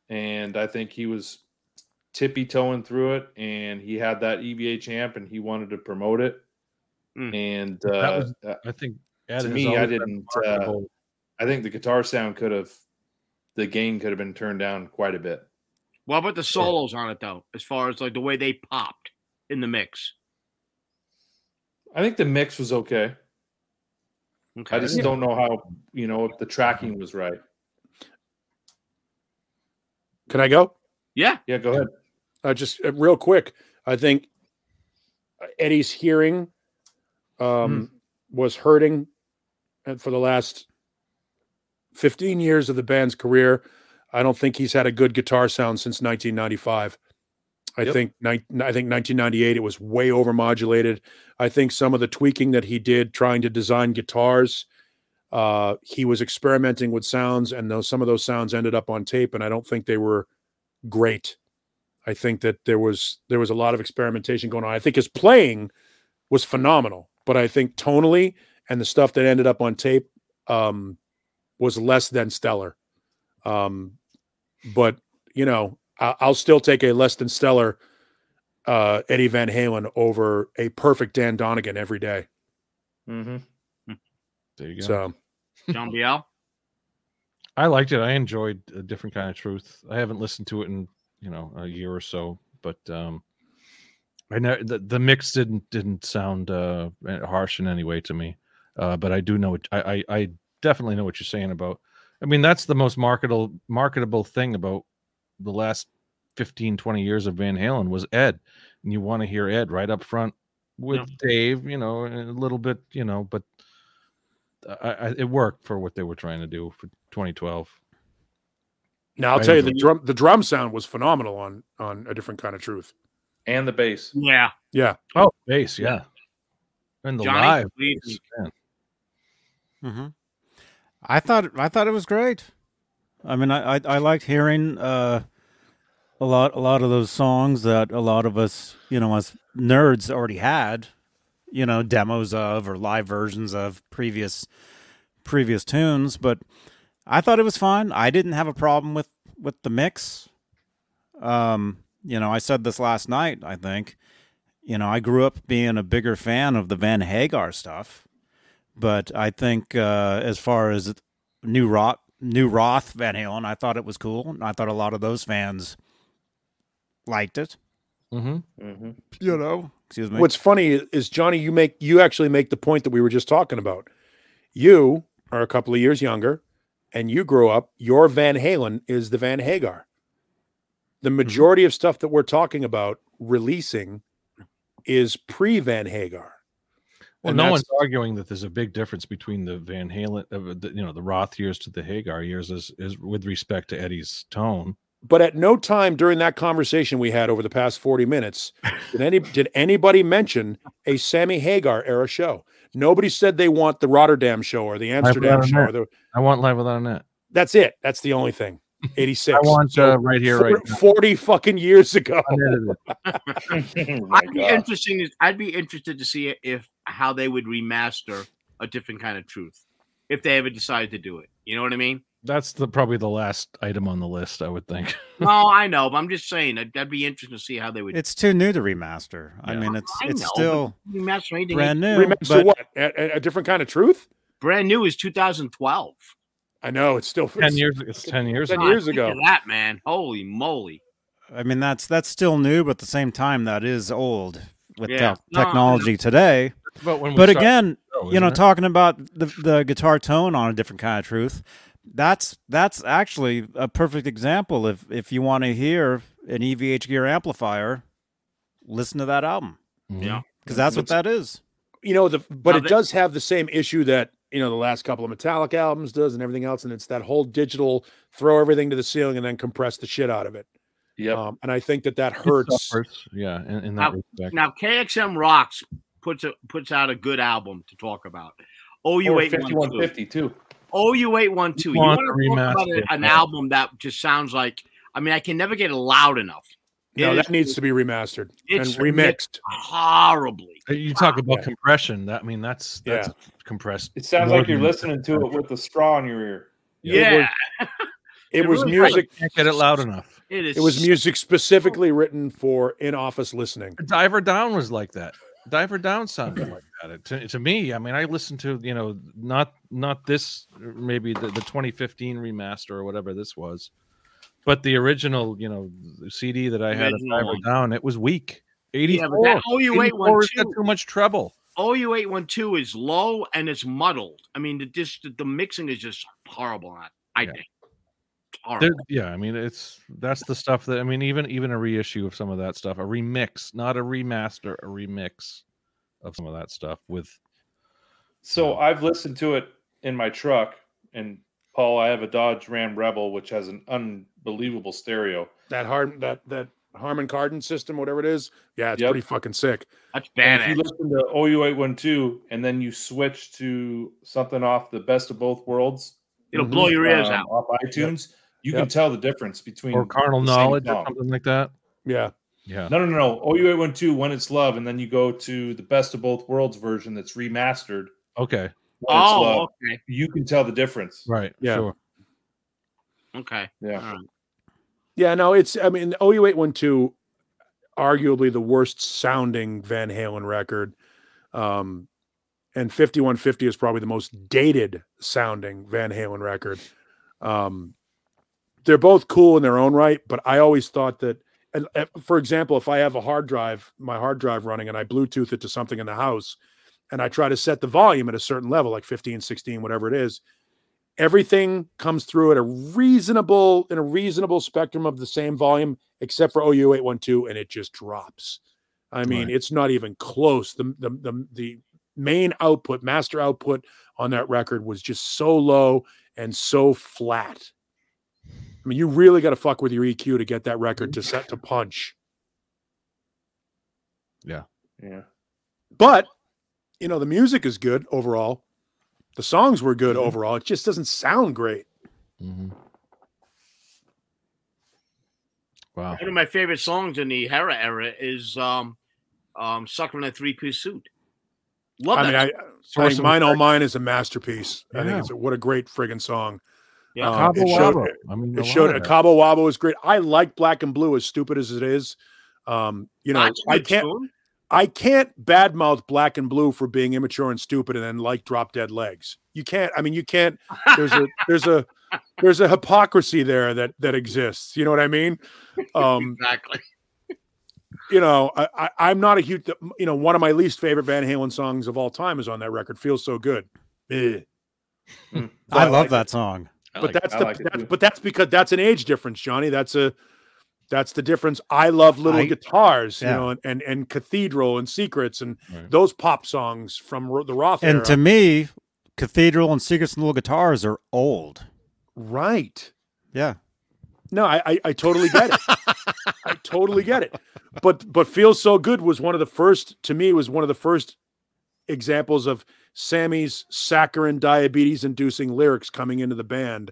S4: And I think he was tippy toeing through it. And he had that EVA champ and he wanted to promote it.
S7: Mm.
S4: And
S2: That
S4: uh,
S2: was- I think Ed
S4: to
S2: has
S4: me, I
S2: always been
S4: didn't, uh,
S2: remarkable.
S4: I think the guitar sound could have, the gain could have been turned down quite a bit.
S7: What about the solos on it though? As far as like the way they popped in the mix.
S4: I think the mix was okay.
S7: Okay.
S4: I just don't know how you know if the tracking was right.
S3: Can I go?
S7: yeah.
S4: Yeah, go ahead.
S3: Uh, just uh, real quick, I think Eddie's hearing um, was hurting uh, for the last 15 years of the band's career. I don't think he's had a good guitar sound since 1995. I
S2: Yep.
S3: think ni- I think 1998 it was way overmodulated. I think some of the tweaking that he did trying to design guitars Uh, he was experimenting with sounds, and those some of those sounds ended up on tape, and I don't think they were great. I think that there was there was a lot of experimentation going on. I think his playing was phenomenal, but I think tonally and the stuff that ended up on tape um, was less than stellar. Um, but you know, I- I'll still take a less than stellar uh, Eddie Van Halen over a perfect Dan Donegan every day.
S4: Mm-hmm.
S2: There you go.
S3: So
S7: John Biel.
S2: I liked it. I enjoyed a different kind of truth. I haven't listened to it in you know a year or so, but um, I know the, the mix didn't didn't sound uh, harsh in any way to me. Uh, but I do know what I, I I definitely know what you're saying about. I mean, that's the most marketable marketable thing about the last 15, 20 years of Van Halen was Ed, and you want to hear Ed right up front with Dave, you know, and a little bit, you know, but I, I, it worked for what they were trying to do for 2012.
S3: now I'll
S2: I
S3: tell you the
S2: agree.
S3: drum the drum sound was phenomenal on on a different kind of truth.
S4: And the bass.
S7: Yeah.
S3: Yeah,
S2: Oh, bass, yeah. And the
S7: Johnny,
S2: live.
S7: what do you
S2: bass,
S7: think?
S2: man.
S1: Mm-hmm. I thought I thought it was great. I mean, I I, I liked hearing uh, a lot a lot of those songs that a lot of us, you know, as nerds already had, you know, demos of or live versions of previous previous tunes. But I thought it was fine. I didn't have a problem with with the mix. Um, you know, I said this last night. I think, you know, I grew up being a bigger fan of the Van Hagar stuff but I think uh, as far as new Roth, new Roth Van Halen, I thought it was cool. and I thought a lot of those fans liked it.
S2: Mhm.
S4: Mm-hmm.
S1: You know, excuse me.
S3: What's funny is Johnny, you make you actually make the point that we were just talking about. You are a couple of years younger, and you grow up. Your Van Halen is the Van Hagar.
S2: Mm-hmm.
S3: The majority of stuff that we're talking about releasing is pre Van Hagar.
S2: Well,
S3: And
S2: no
S3: that's-
S2: one's arguing that there's a big difference between the Van Halen, uh, the, you know, the Roth years to the Hagar years, is, is with respect to Eddie's tone.
S3: But at no time during that conversation we had over the past 40 minutes did any did anybody mention a Sammy Hagar era show. Nobody said they want the Rotterdam show or the Amsterdam
S2: on
S3: show or
S2: that.
S3: the
S2: I want live without a net.
S3: That's it. That's the only thing. 86.
S2: I want
S3: So
S2: uh, right here,
S3: four-
S2: right now.
S3: 40 fucking years ago.
S2: Unedited.
S4: oh my
S7: I'd be
S4: God.
S7: interesting. I'd be interested to see if how they would remaster a different kind of truth if they ever decide to do it. You know what I mean?
S2: That's the probably the last item on the list, I would think.
S7: no, Oh, I know, but I'm just saying that that'd be interesting to see how they would
S1: it's too new to remaster. I mean, it's
S7: I
S1: it's
S7: know, but
S1: still
S7: remaster anything.
S1: brand new.
S3: Remaster
S1: but
S3: what? A, a- a different kind of truth?
S7: Brand new is 2012.
S3: I know it's still
S2: ten years. It's ten years.
S3: Ten
S2: ago.
S7: God,
S3: years
S7: think
S3: ago.
S7: of that man, holy moly!
S1: I mean, that's that's still new, but at the same time, that is old with
S7: Yeah.
S1: tec-
S7: No, I know.
S1: technology today.
S2: But when we
S1: But
S2: started
S1: again,
S2: the show,
S1: you know,
S2: isn't it?
S1: talking about the the guitar tone on a different kind of truth, that's that's actually a perfect example. If if you want to hear an EVH gear amplifier, listen to that album
S2: Mhm.
S7: Yeah.
S1: because that's what that is.
S3: You know, the but
S7: Now
S3: it
S7: they-
S3: does have the same issue that you know the last couple of metallic albums does and everything else, and it's that whole digital throw everything to the ceiling and then compress the shit out of it.
S4: Yep.
S3: Um, and I think that that
S2: It
S3: hurts.
S2: suffers, Yeah, in, in that respect.
S7: Now KXM Rocks puts a, puts out a good album to talk about.
S4: Or
S7: Oh, OU812.
S4: 5150 too.
S7: OU812. Oh, You
S2: You want
S7: want to
S2: the
S7: talk about
S2: remaster,
S7: a- an
S2: yeah.
S7: album that just sounds like I mean I can never get it loud enough.
S3: No,
S7: It
S3: that
S7: is
S3: needs to be remastered and
S7: It's-
S3: remixed.
S7: horribly.
S2: You talk about
S3: Yeah.
S2: compression. That I mean, that's that's compressed.
S4: It sounds
S2: more
S4: like you're
S2: than-
S4: listening to it with a straw in your ear.
S7: Yeah,
S3: It
S7: It
S3: was
S7: really
S3: music.
S2: Can't get it loud enough.
S7: it is.
S3: It was music specifically written for in-office listening.
S2: Diver Down was like that. Diver Down sounded like that. It- to, to me, I mean, I listened to you know not not this or maybe the, the 2015 remaster or whatever this was, but the original you know CD that I had of
S7: Original
S2: Diver
S7: one.
S2: Down, it was weak.
S7: Yeah,
S2: 84.
S7: but that
S2: 84 has got
S7: OU812
S2: too much treble.
S7: OU812 is low and it's muddled. I mean, the just the, the mixing is just horrible on it. I
S2: Yeah.
S7: think.
S2: There-
S7: It's Horrible.
S2: yeah, I mean, it's that's the stuff that I mean, even even a reissue of some of that stuff, a remix, not a remaster, a remix of some of that stuff with
S4: So I've listened to it in my truck, and Paul, I have a Dodge Ram Rebel, which has an unbelievable stereo.
S3: That hard that that Harman Kardon system, whatever it is. Yeah, it's
S4: Yep.
S3: pretty fucking sick.
S7: That's
S4: And if
S7: badass.
S4: you listen to OU812 and then you switch to something off the best of both worlds,
S7: It'll blow your ears
S4: um,
S7: out.
S4: off iTunes, you
S3: Yep.
S4: can tell the difference between
S2: or carnal
S4: the same
S2: knowledge or
S4: song.
S2: something like that.
S3: Yeah.
S2: Yeah.
S4: No, no, no, no. OU812, When It's Love, and then you go to the best of both worlds version that's remastered.
S2: Okay.
S4: When It's
S3: uh,
S7: Oh,
S4: Love.
S7: okay,
S4: You can tell the difference.
S2: Right.
S3: Yeah.
S2: Sure.
S7: okay.
S4: Yeah.
S7: All right.
S3: Yeah, no, it's I mean OU eight one two, arguably the worst sounding Van Halen record, um, and fifty one fifty is probably the most dated sounding Van Halen record. Um, they're both cool in their own right, but I always thought that, and uh, for example, if I have a hard drive, my hard drive running, and I Bluetooth it to something in the house, and I try to set the volume at a certain level, like 15, 16, whatever it is, everything comes through at a reasonable in a reasonable spectrum of the same volume except for OU812 and it just drops. I mean, it's not even close. The, the the the main output, master output on that record was just so low and so flat. I mean, you really got to fuck with your EQ to get that record to set to punch.
S4: Yeah.
S3: But you know, the music is good overall. The songs were good overall. It just doesn't sound great.
S2: Mhm.
S3: Oh.
S2: Wow.
S7: One of my favorite songs in the Hera era is um, um, "Sucker in a Three Piece Suit." Love
S3: I
S7: that.
S3: mean, I, I
S2: Source
S3: think
S2: of
S3: mine, oh mine, is a masterpiece. I
S2: Yeah.
S3: think it's a, what a great friggin' song.
S7: Yeah.
S3: Um, it showed, it,
S2: I mean, a
S3: it
S2: lot
S3: showed
S2: of that.
S3: Cabo Wabo is great. I like Black and Blue, as stupid as it is. Um, you know,
S7: That's a
S3: I
S7: good
S3: can't,
S7: song.
S3: I can't badmouth Black and Blue for being immature and stupid, and then like Drop Dead Legs. You can't. I mean, you can't. There's a there's a there's a hypocrisy there that that exists. You know what I mean? Um,
S7: exactly.
S3: you know, I, I, I'm not a huge, you know, one of my least favorite Van Halen songs of all time is on that record. Feels so good. Eh.
S4: Mm.
S3: But
S1: I
S3: like
S1: love
S3: it.
S1: that song.
S4: I
S3: But
S4: like-
S3: that's
S4: I
S3: the
S4: like it
S3: that's,
S4: too.
S3: but that's because that's an age difference, Johnny. That's a that's the difference. I love little
S1: I-
S3: guitars, you
S1: yeah.
S3: know, and, and and Cathedral and Secrets and
S2: Right.
S3: those pop songs from Ro- the Roth
S1: And
S3: era.
S1: to me, Cathedral and Secrets and Little Guitars are old.
S3: right.
S1: Yeah.
S3: No, I, I I totally get it. I totally get it. But but feels so good was one of the first to me was one of the first examples of Sammy's saccharine diabetes inducing lyrics coming into the band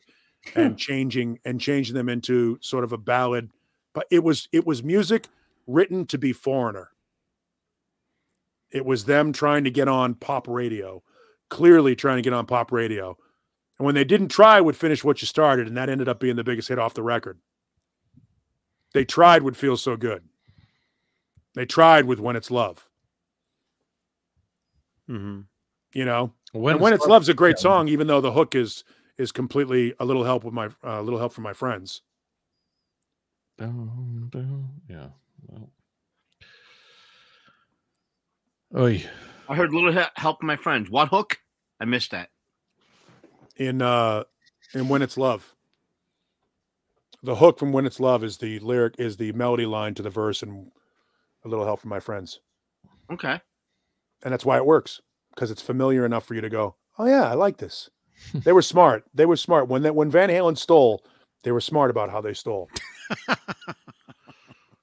S3: and changing and changing them into sort of a ballad. But it was it was music written to be foreigner. It was them trying to get on pop radio, clearly trying to get on pop radio. And when they didn't try, would finish what you started, and that ended up being the biggest hit off the record. They tried would feel so good. They tried with when it's love,
S1: Mm-hmm.
S3: you know.
S2: When
S3: and when it's
S2: Star-
S3: love's a great
S2: yeah,
S3: song, even though the hook is is completely a little help with my uh, little help from my friends.
S2: Dun, dun. Yeah. Well. Oy.
S7: I heard "Little He- Help from My Friends." What hook? I missed that.
S3: In uh, in when it's love, the hook from when it's love is the lyric is the melody line to the verse and a little help from my friends,
S7: Okay.
S3: and that's why it works because it's familiar enough for you to go, oh yeah, I like this. they were smart. They were smart when that when Van Halen stole. They were smart about how they stole.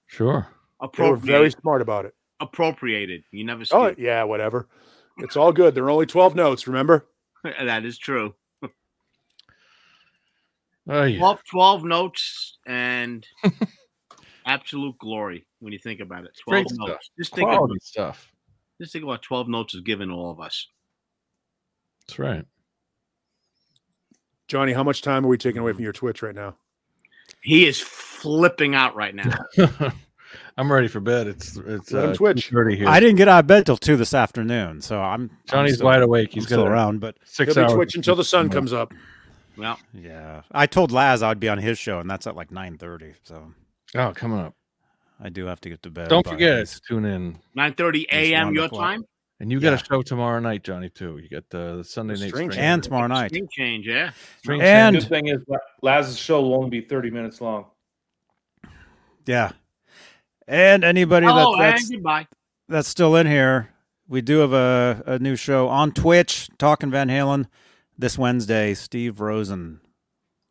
S2: Sure.
S3: They were
S7: Appropriated.
S3: very smart about it.
S7: appropriated. You never see.
S3: Oh yeah, whatever. It's all good. There are only twelve notes. Remember?
S7: that is true.
S2: Oy.
S7: 12, 12 notes and absolute glory when you think about it. Twelve
S2: Great stuff.
S7: notes. Just think about
S2: Quality stuff.
S7: just think about twelve notes is given to all of us.
S2: That's right.
S3: Johnny, how much time are we taking away from your Twitch right now?
S7: He is flipping out right now.
S2: I'm ready for bed. It's it's
S3: Let him
S2: uh,
S3: twitch.
S2: 2:30 here.
S1: I didn't get out of bed till two this afternoon, so I'm I'm
S2: Johnny's
S1: still-
S2: wide awake. He's
S1: I'm still
S2: got around
S1: around, but
S2: 6
S3: He'll
S2: hours.
S3: be Twitch until the sun
S2: Yeah.
S3: comes up.
S7: Well,
S1: yeah, I told Laz I'd be on his show, and that's at like nine thirty, so
S2: Oh, coming up.
S1: I do have to get to bed.
S2: Don't
S1: by at
S2: forget
S1: least-
S2: to tune in.
S7: nine thirty a.m.
S1: one
S7: your
S1: o'clock.
S7: time.
S2: And you got a show tomorrow night, Johnny, too. You got uh, the, the Sunday
S3: The
S2: night
S3: Strange
S2: Stranger.
S1: and tomorrow night.
S7: Game change, yeah.
S2: Strange
S1: and-
S4: Good thing is, La- Laz's show will only be 30 minutes long.
S1: Yeah, and anybody that,
S7: Hello
S1: that's
S7: Oh, and goodbye.
S1: that's still in here, we do have a, a new show on Twitch, Talking Van Halen, this Wednesday. Steve Rosen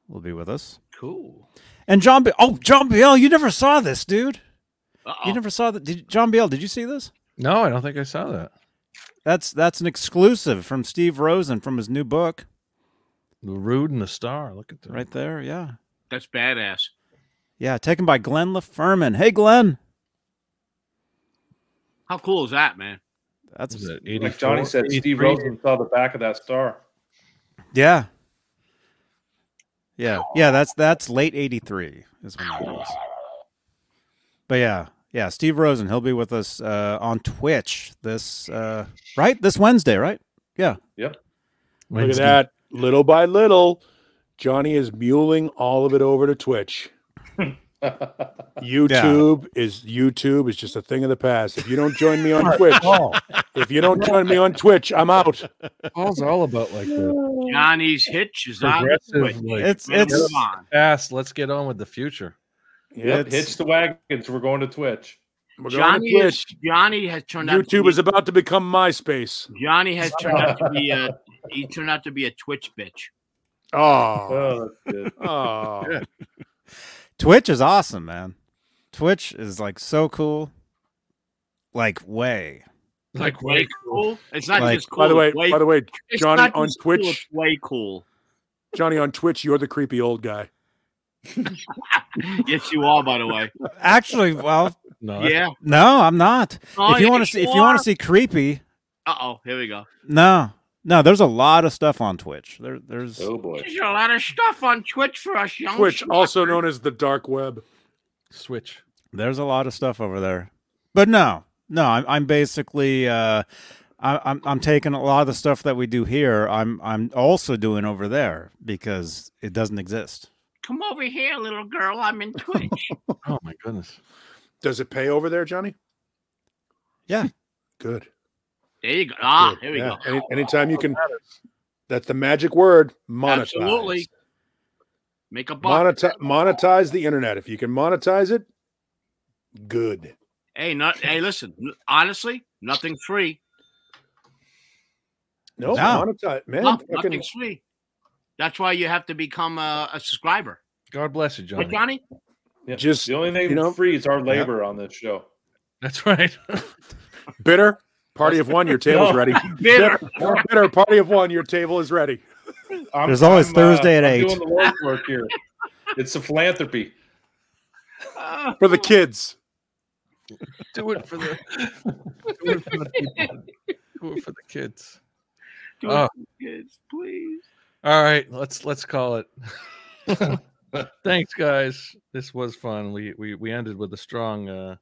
S1: will be with us.
S7: Cool.
S1: And John, B- oh, John Biel, you never saw this, dude. You never saw that? Did John Biel? Did you see this?
S2: No, I don't think I saw that.
S1: That's that's an exclusive from Steve Rosen from his new book.
S2: The Rude and the Star. Look at that.
S1: Right there, yeah,
S7: That's badass.
S1: yeah. Taken by Glenn LaFerman. Hey, Glenn.
S7: How cool is that, man?
S1: That's
S2: Was it
S4: Like Johnny
S2: 84?
S4: said, Steve
S2: 83?
S4: Rosen saw the back of that star.
S1: yeah, yeah, yeah. That's that's late '83 is when that was. But yeah, yeah. Steve Rosen. He'll be with us uh, on Twitch this uh, right this Wednesday, right? Yeah.
S3: Look at
S2: Wednesday.
S3: that. Little by little, Johnny is muling all of it over to Twitch. YouTube is YouTube is just a thing of the past. If you don't join me on Twitch, if you don't join me on Twitch, I'm out.
S2: Paul's all about like the
S7: Johnny's hitch is on. its way.
S2: progressive, like
S1: It's it's
S7: Come on.
S2: fast. Let's get on with the future.
S4: Yep, hitch the wagons. We're going to Twitch.
S3: We're going
S7: Johnny
S3: to
S7: is,
S3: Twitch.
S7: Johnny has turned out to
S3: YouTube
S7: be,
S3: is about to become MySpace.
S7: Johnny has turned out to be a he turned out to be a Twitch bitch.
S3: Oh,
S4: Oh, that's good.
S3: oh.
S1: Twitch is awesome, man. Twitch is like so cool. Like way.
S2: Like
S7: Way cool. It's not
S1: Like-
S7: just cool.
S3: By the way,
S7: it's way,
S3: by the way,
S7: it's
S3: Johnny
S7: not
S3: on
S7: just cool,
S3: Twitch.
S7: it's way cool.
S3: Johnny on Twitch, you're the creepy old guy.
S7: yes, you are. By the way,
S1: Actually, well,
S2: No, that's-
S7: yeah.
S1: no, I'm not.
S7: Oh,
S1: if you
S7: yeah,
S1: want to see, if you want to see creepy,
S7: uh oh, here we go.
S1: no, no. There's a lot of stuff on Twitch. There, there's
S4: Oh boy.
S7: There's a lot of stuff on Twitch for us young.
S3: Twitch,
S7: schmuck.
S3: also known as the dark web.
S2: switch.
S1: there's a lot of stuff over there. But no, no. I'm, I'm basically, uh, I, I'm, I'm taking a lot of the stuff that we do here. I'm, I'm also doing over there because it doesn't exist.
S7: Come over here, little girl. I'm in Twitch.
S2: Oh my goodness.
S3: Does it pay over there, Johnny?
S1: Yeah.
S3: Good.
S7: there you go. Ah,
S3: good.
S7: here we
S3: Yeah.
S7: go. Oh,
S3: Any, anytime you can. That's the magic word. Monetize.
S7: Absolutely. Make a buck.
S3: Monetize, monetize the internet. If you can monetize it, good.
S7: Hey, not hey. Listen, n- honestly, nothing's free.
S3: No,
S1: No.
S3: monetize, man.
S7: No,
S3: fucking-
S7: nothing's free. That's why you have to become a, a subscriber.
S2: God bless you,
S7: Right,
S2: Johnny.
S7: Johnny?
S4: Yeah.
S3: Just,
S4: the only thing
S3: you know-
S4: free is our labor on this show.
S2: That's right.
S3: bitter. Party of one, your table's
S4: No.
S3: ready.
S7: Bitter.
S3: More bitter. Party of one, your table is ready.
S4: I'm-
S1: There's always
S4: I'm, uh,
S1: Thursday at
S4: I'm
S1: 8.
S4: Doing the Lord's work here. It's a philanthropy.
S7: Ah,
S3: For the kids.
S2: Do it for the do it for the people. Do it for the kids.
S7: do it
S2: Oh.
S7: for the kids, please.
S2: All right, let's let's call it. Thanks, guys. This was fun. We we we ended with a strong uh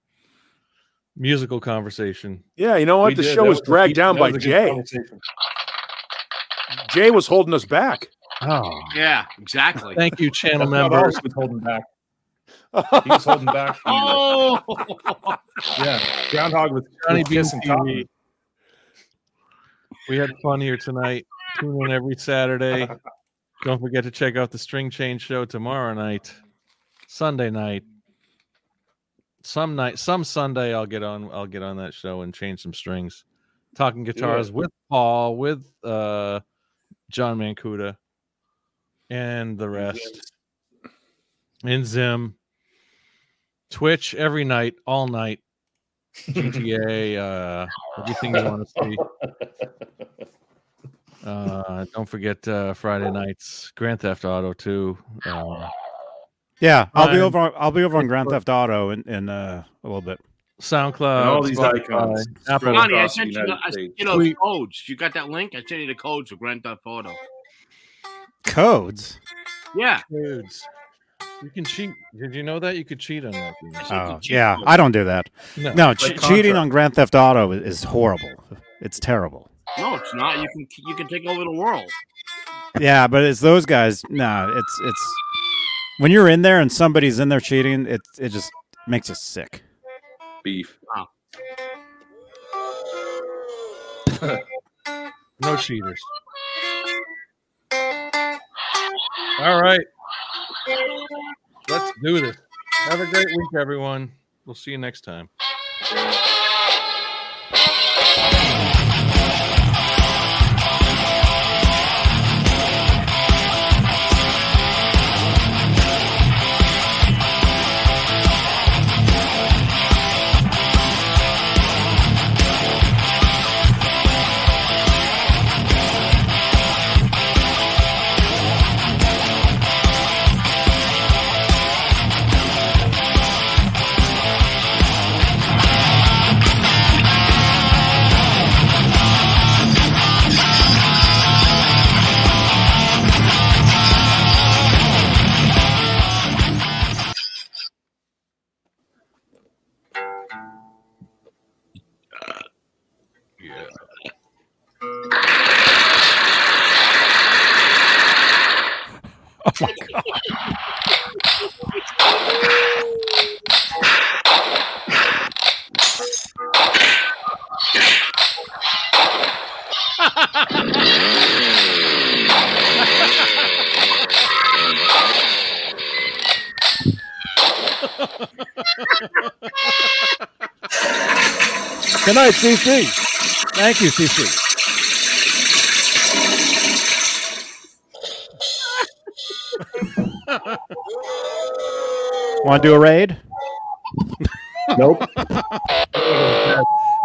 S2: musical conversation.
S3: Yeah, you know what?
S4: We
S3: the
S4: did.
S3: show
S4: That
S3: was
S4: a
S3: dragged
S4: deep-
S3: down
S4: that
S3: by
S4: was a good
S3: Jay.
S4: conversation.
S3: Jay was holding us back.
S2: Oh,
S7: Yeah, exactly.
S2: thank you, channel
S4: That's what
S2: members.
S4: Arnold was holding back. He was holding back. From
S7: Oh,
S4: yeah, Groundhog was
S2: Johnny
S4: was
S2: Bean
S4: kissing
S2: TV.
S4: Cotton.
S2: We had fun here tonight. Tune in every Saturday. Don't forget to check out the String Change Show tomorrow night, Sunday night. Some night, some Sunday, I'll get on. I'll get on that show and change some strings. Talking guitars with Paul, with uh, John Mancuda, and the rest. And Zim. Twitch every night, all night. GTA, uh, everything you want to see. Uh, don't forget uh, Friday nights, Grand Theft Auto 2. Uh,
S1: Yeah, I'll be
S2: Fine.
S1: over. on- I'll be over on Grand Theft Auto in, in uh, a little bit.
S2: SoundCloud,
S4: And all these
S2: Uh, Spotify,
S4: icons
S2: Apple.
S4: spread
S7: Johnny, I
S4: across the
S7: sent you, the,
S4: United
S7: I sent
S4: States.
S7: you those codes. You got that link? I sent you the codes for Grand Theft Auto.
S1: Codes.
S7: Yeah.
S2: Dudes. You can cheat. Did you know that? You could cheat on that. game.
S1: Oh yeah, I don't do that.
S2: No.
S1: No, che-
S4: Like
S1: cheating
S4: Contra.
S1: on Grand Theft Auto is, is horrible. It's terrible.
S7: No, it's not. You can you can take over the world.
S1: Yeah, but it's those guys. No, it's it's when you're in there and somebody's in there cheating, it it just makes us sick.
S4: Beef.
S2: No cheaters. All right. Let's do this. Have a great week, everyone. We'll see you next time.
S12: Good night, CC.
S3: Thank you, CC. Want to do a raid?
S13: Nope.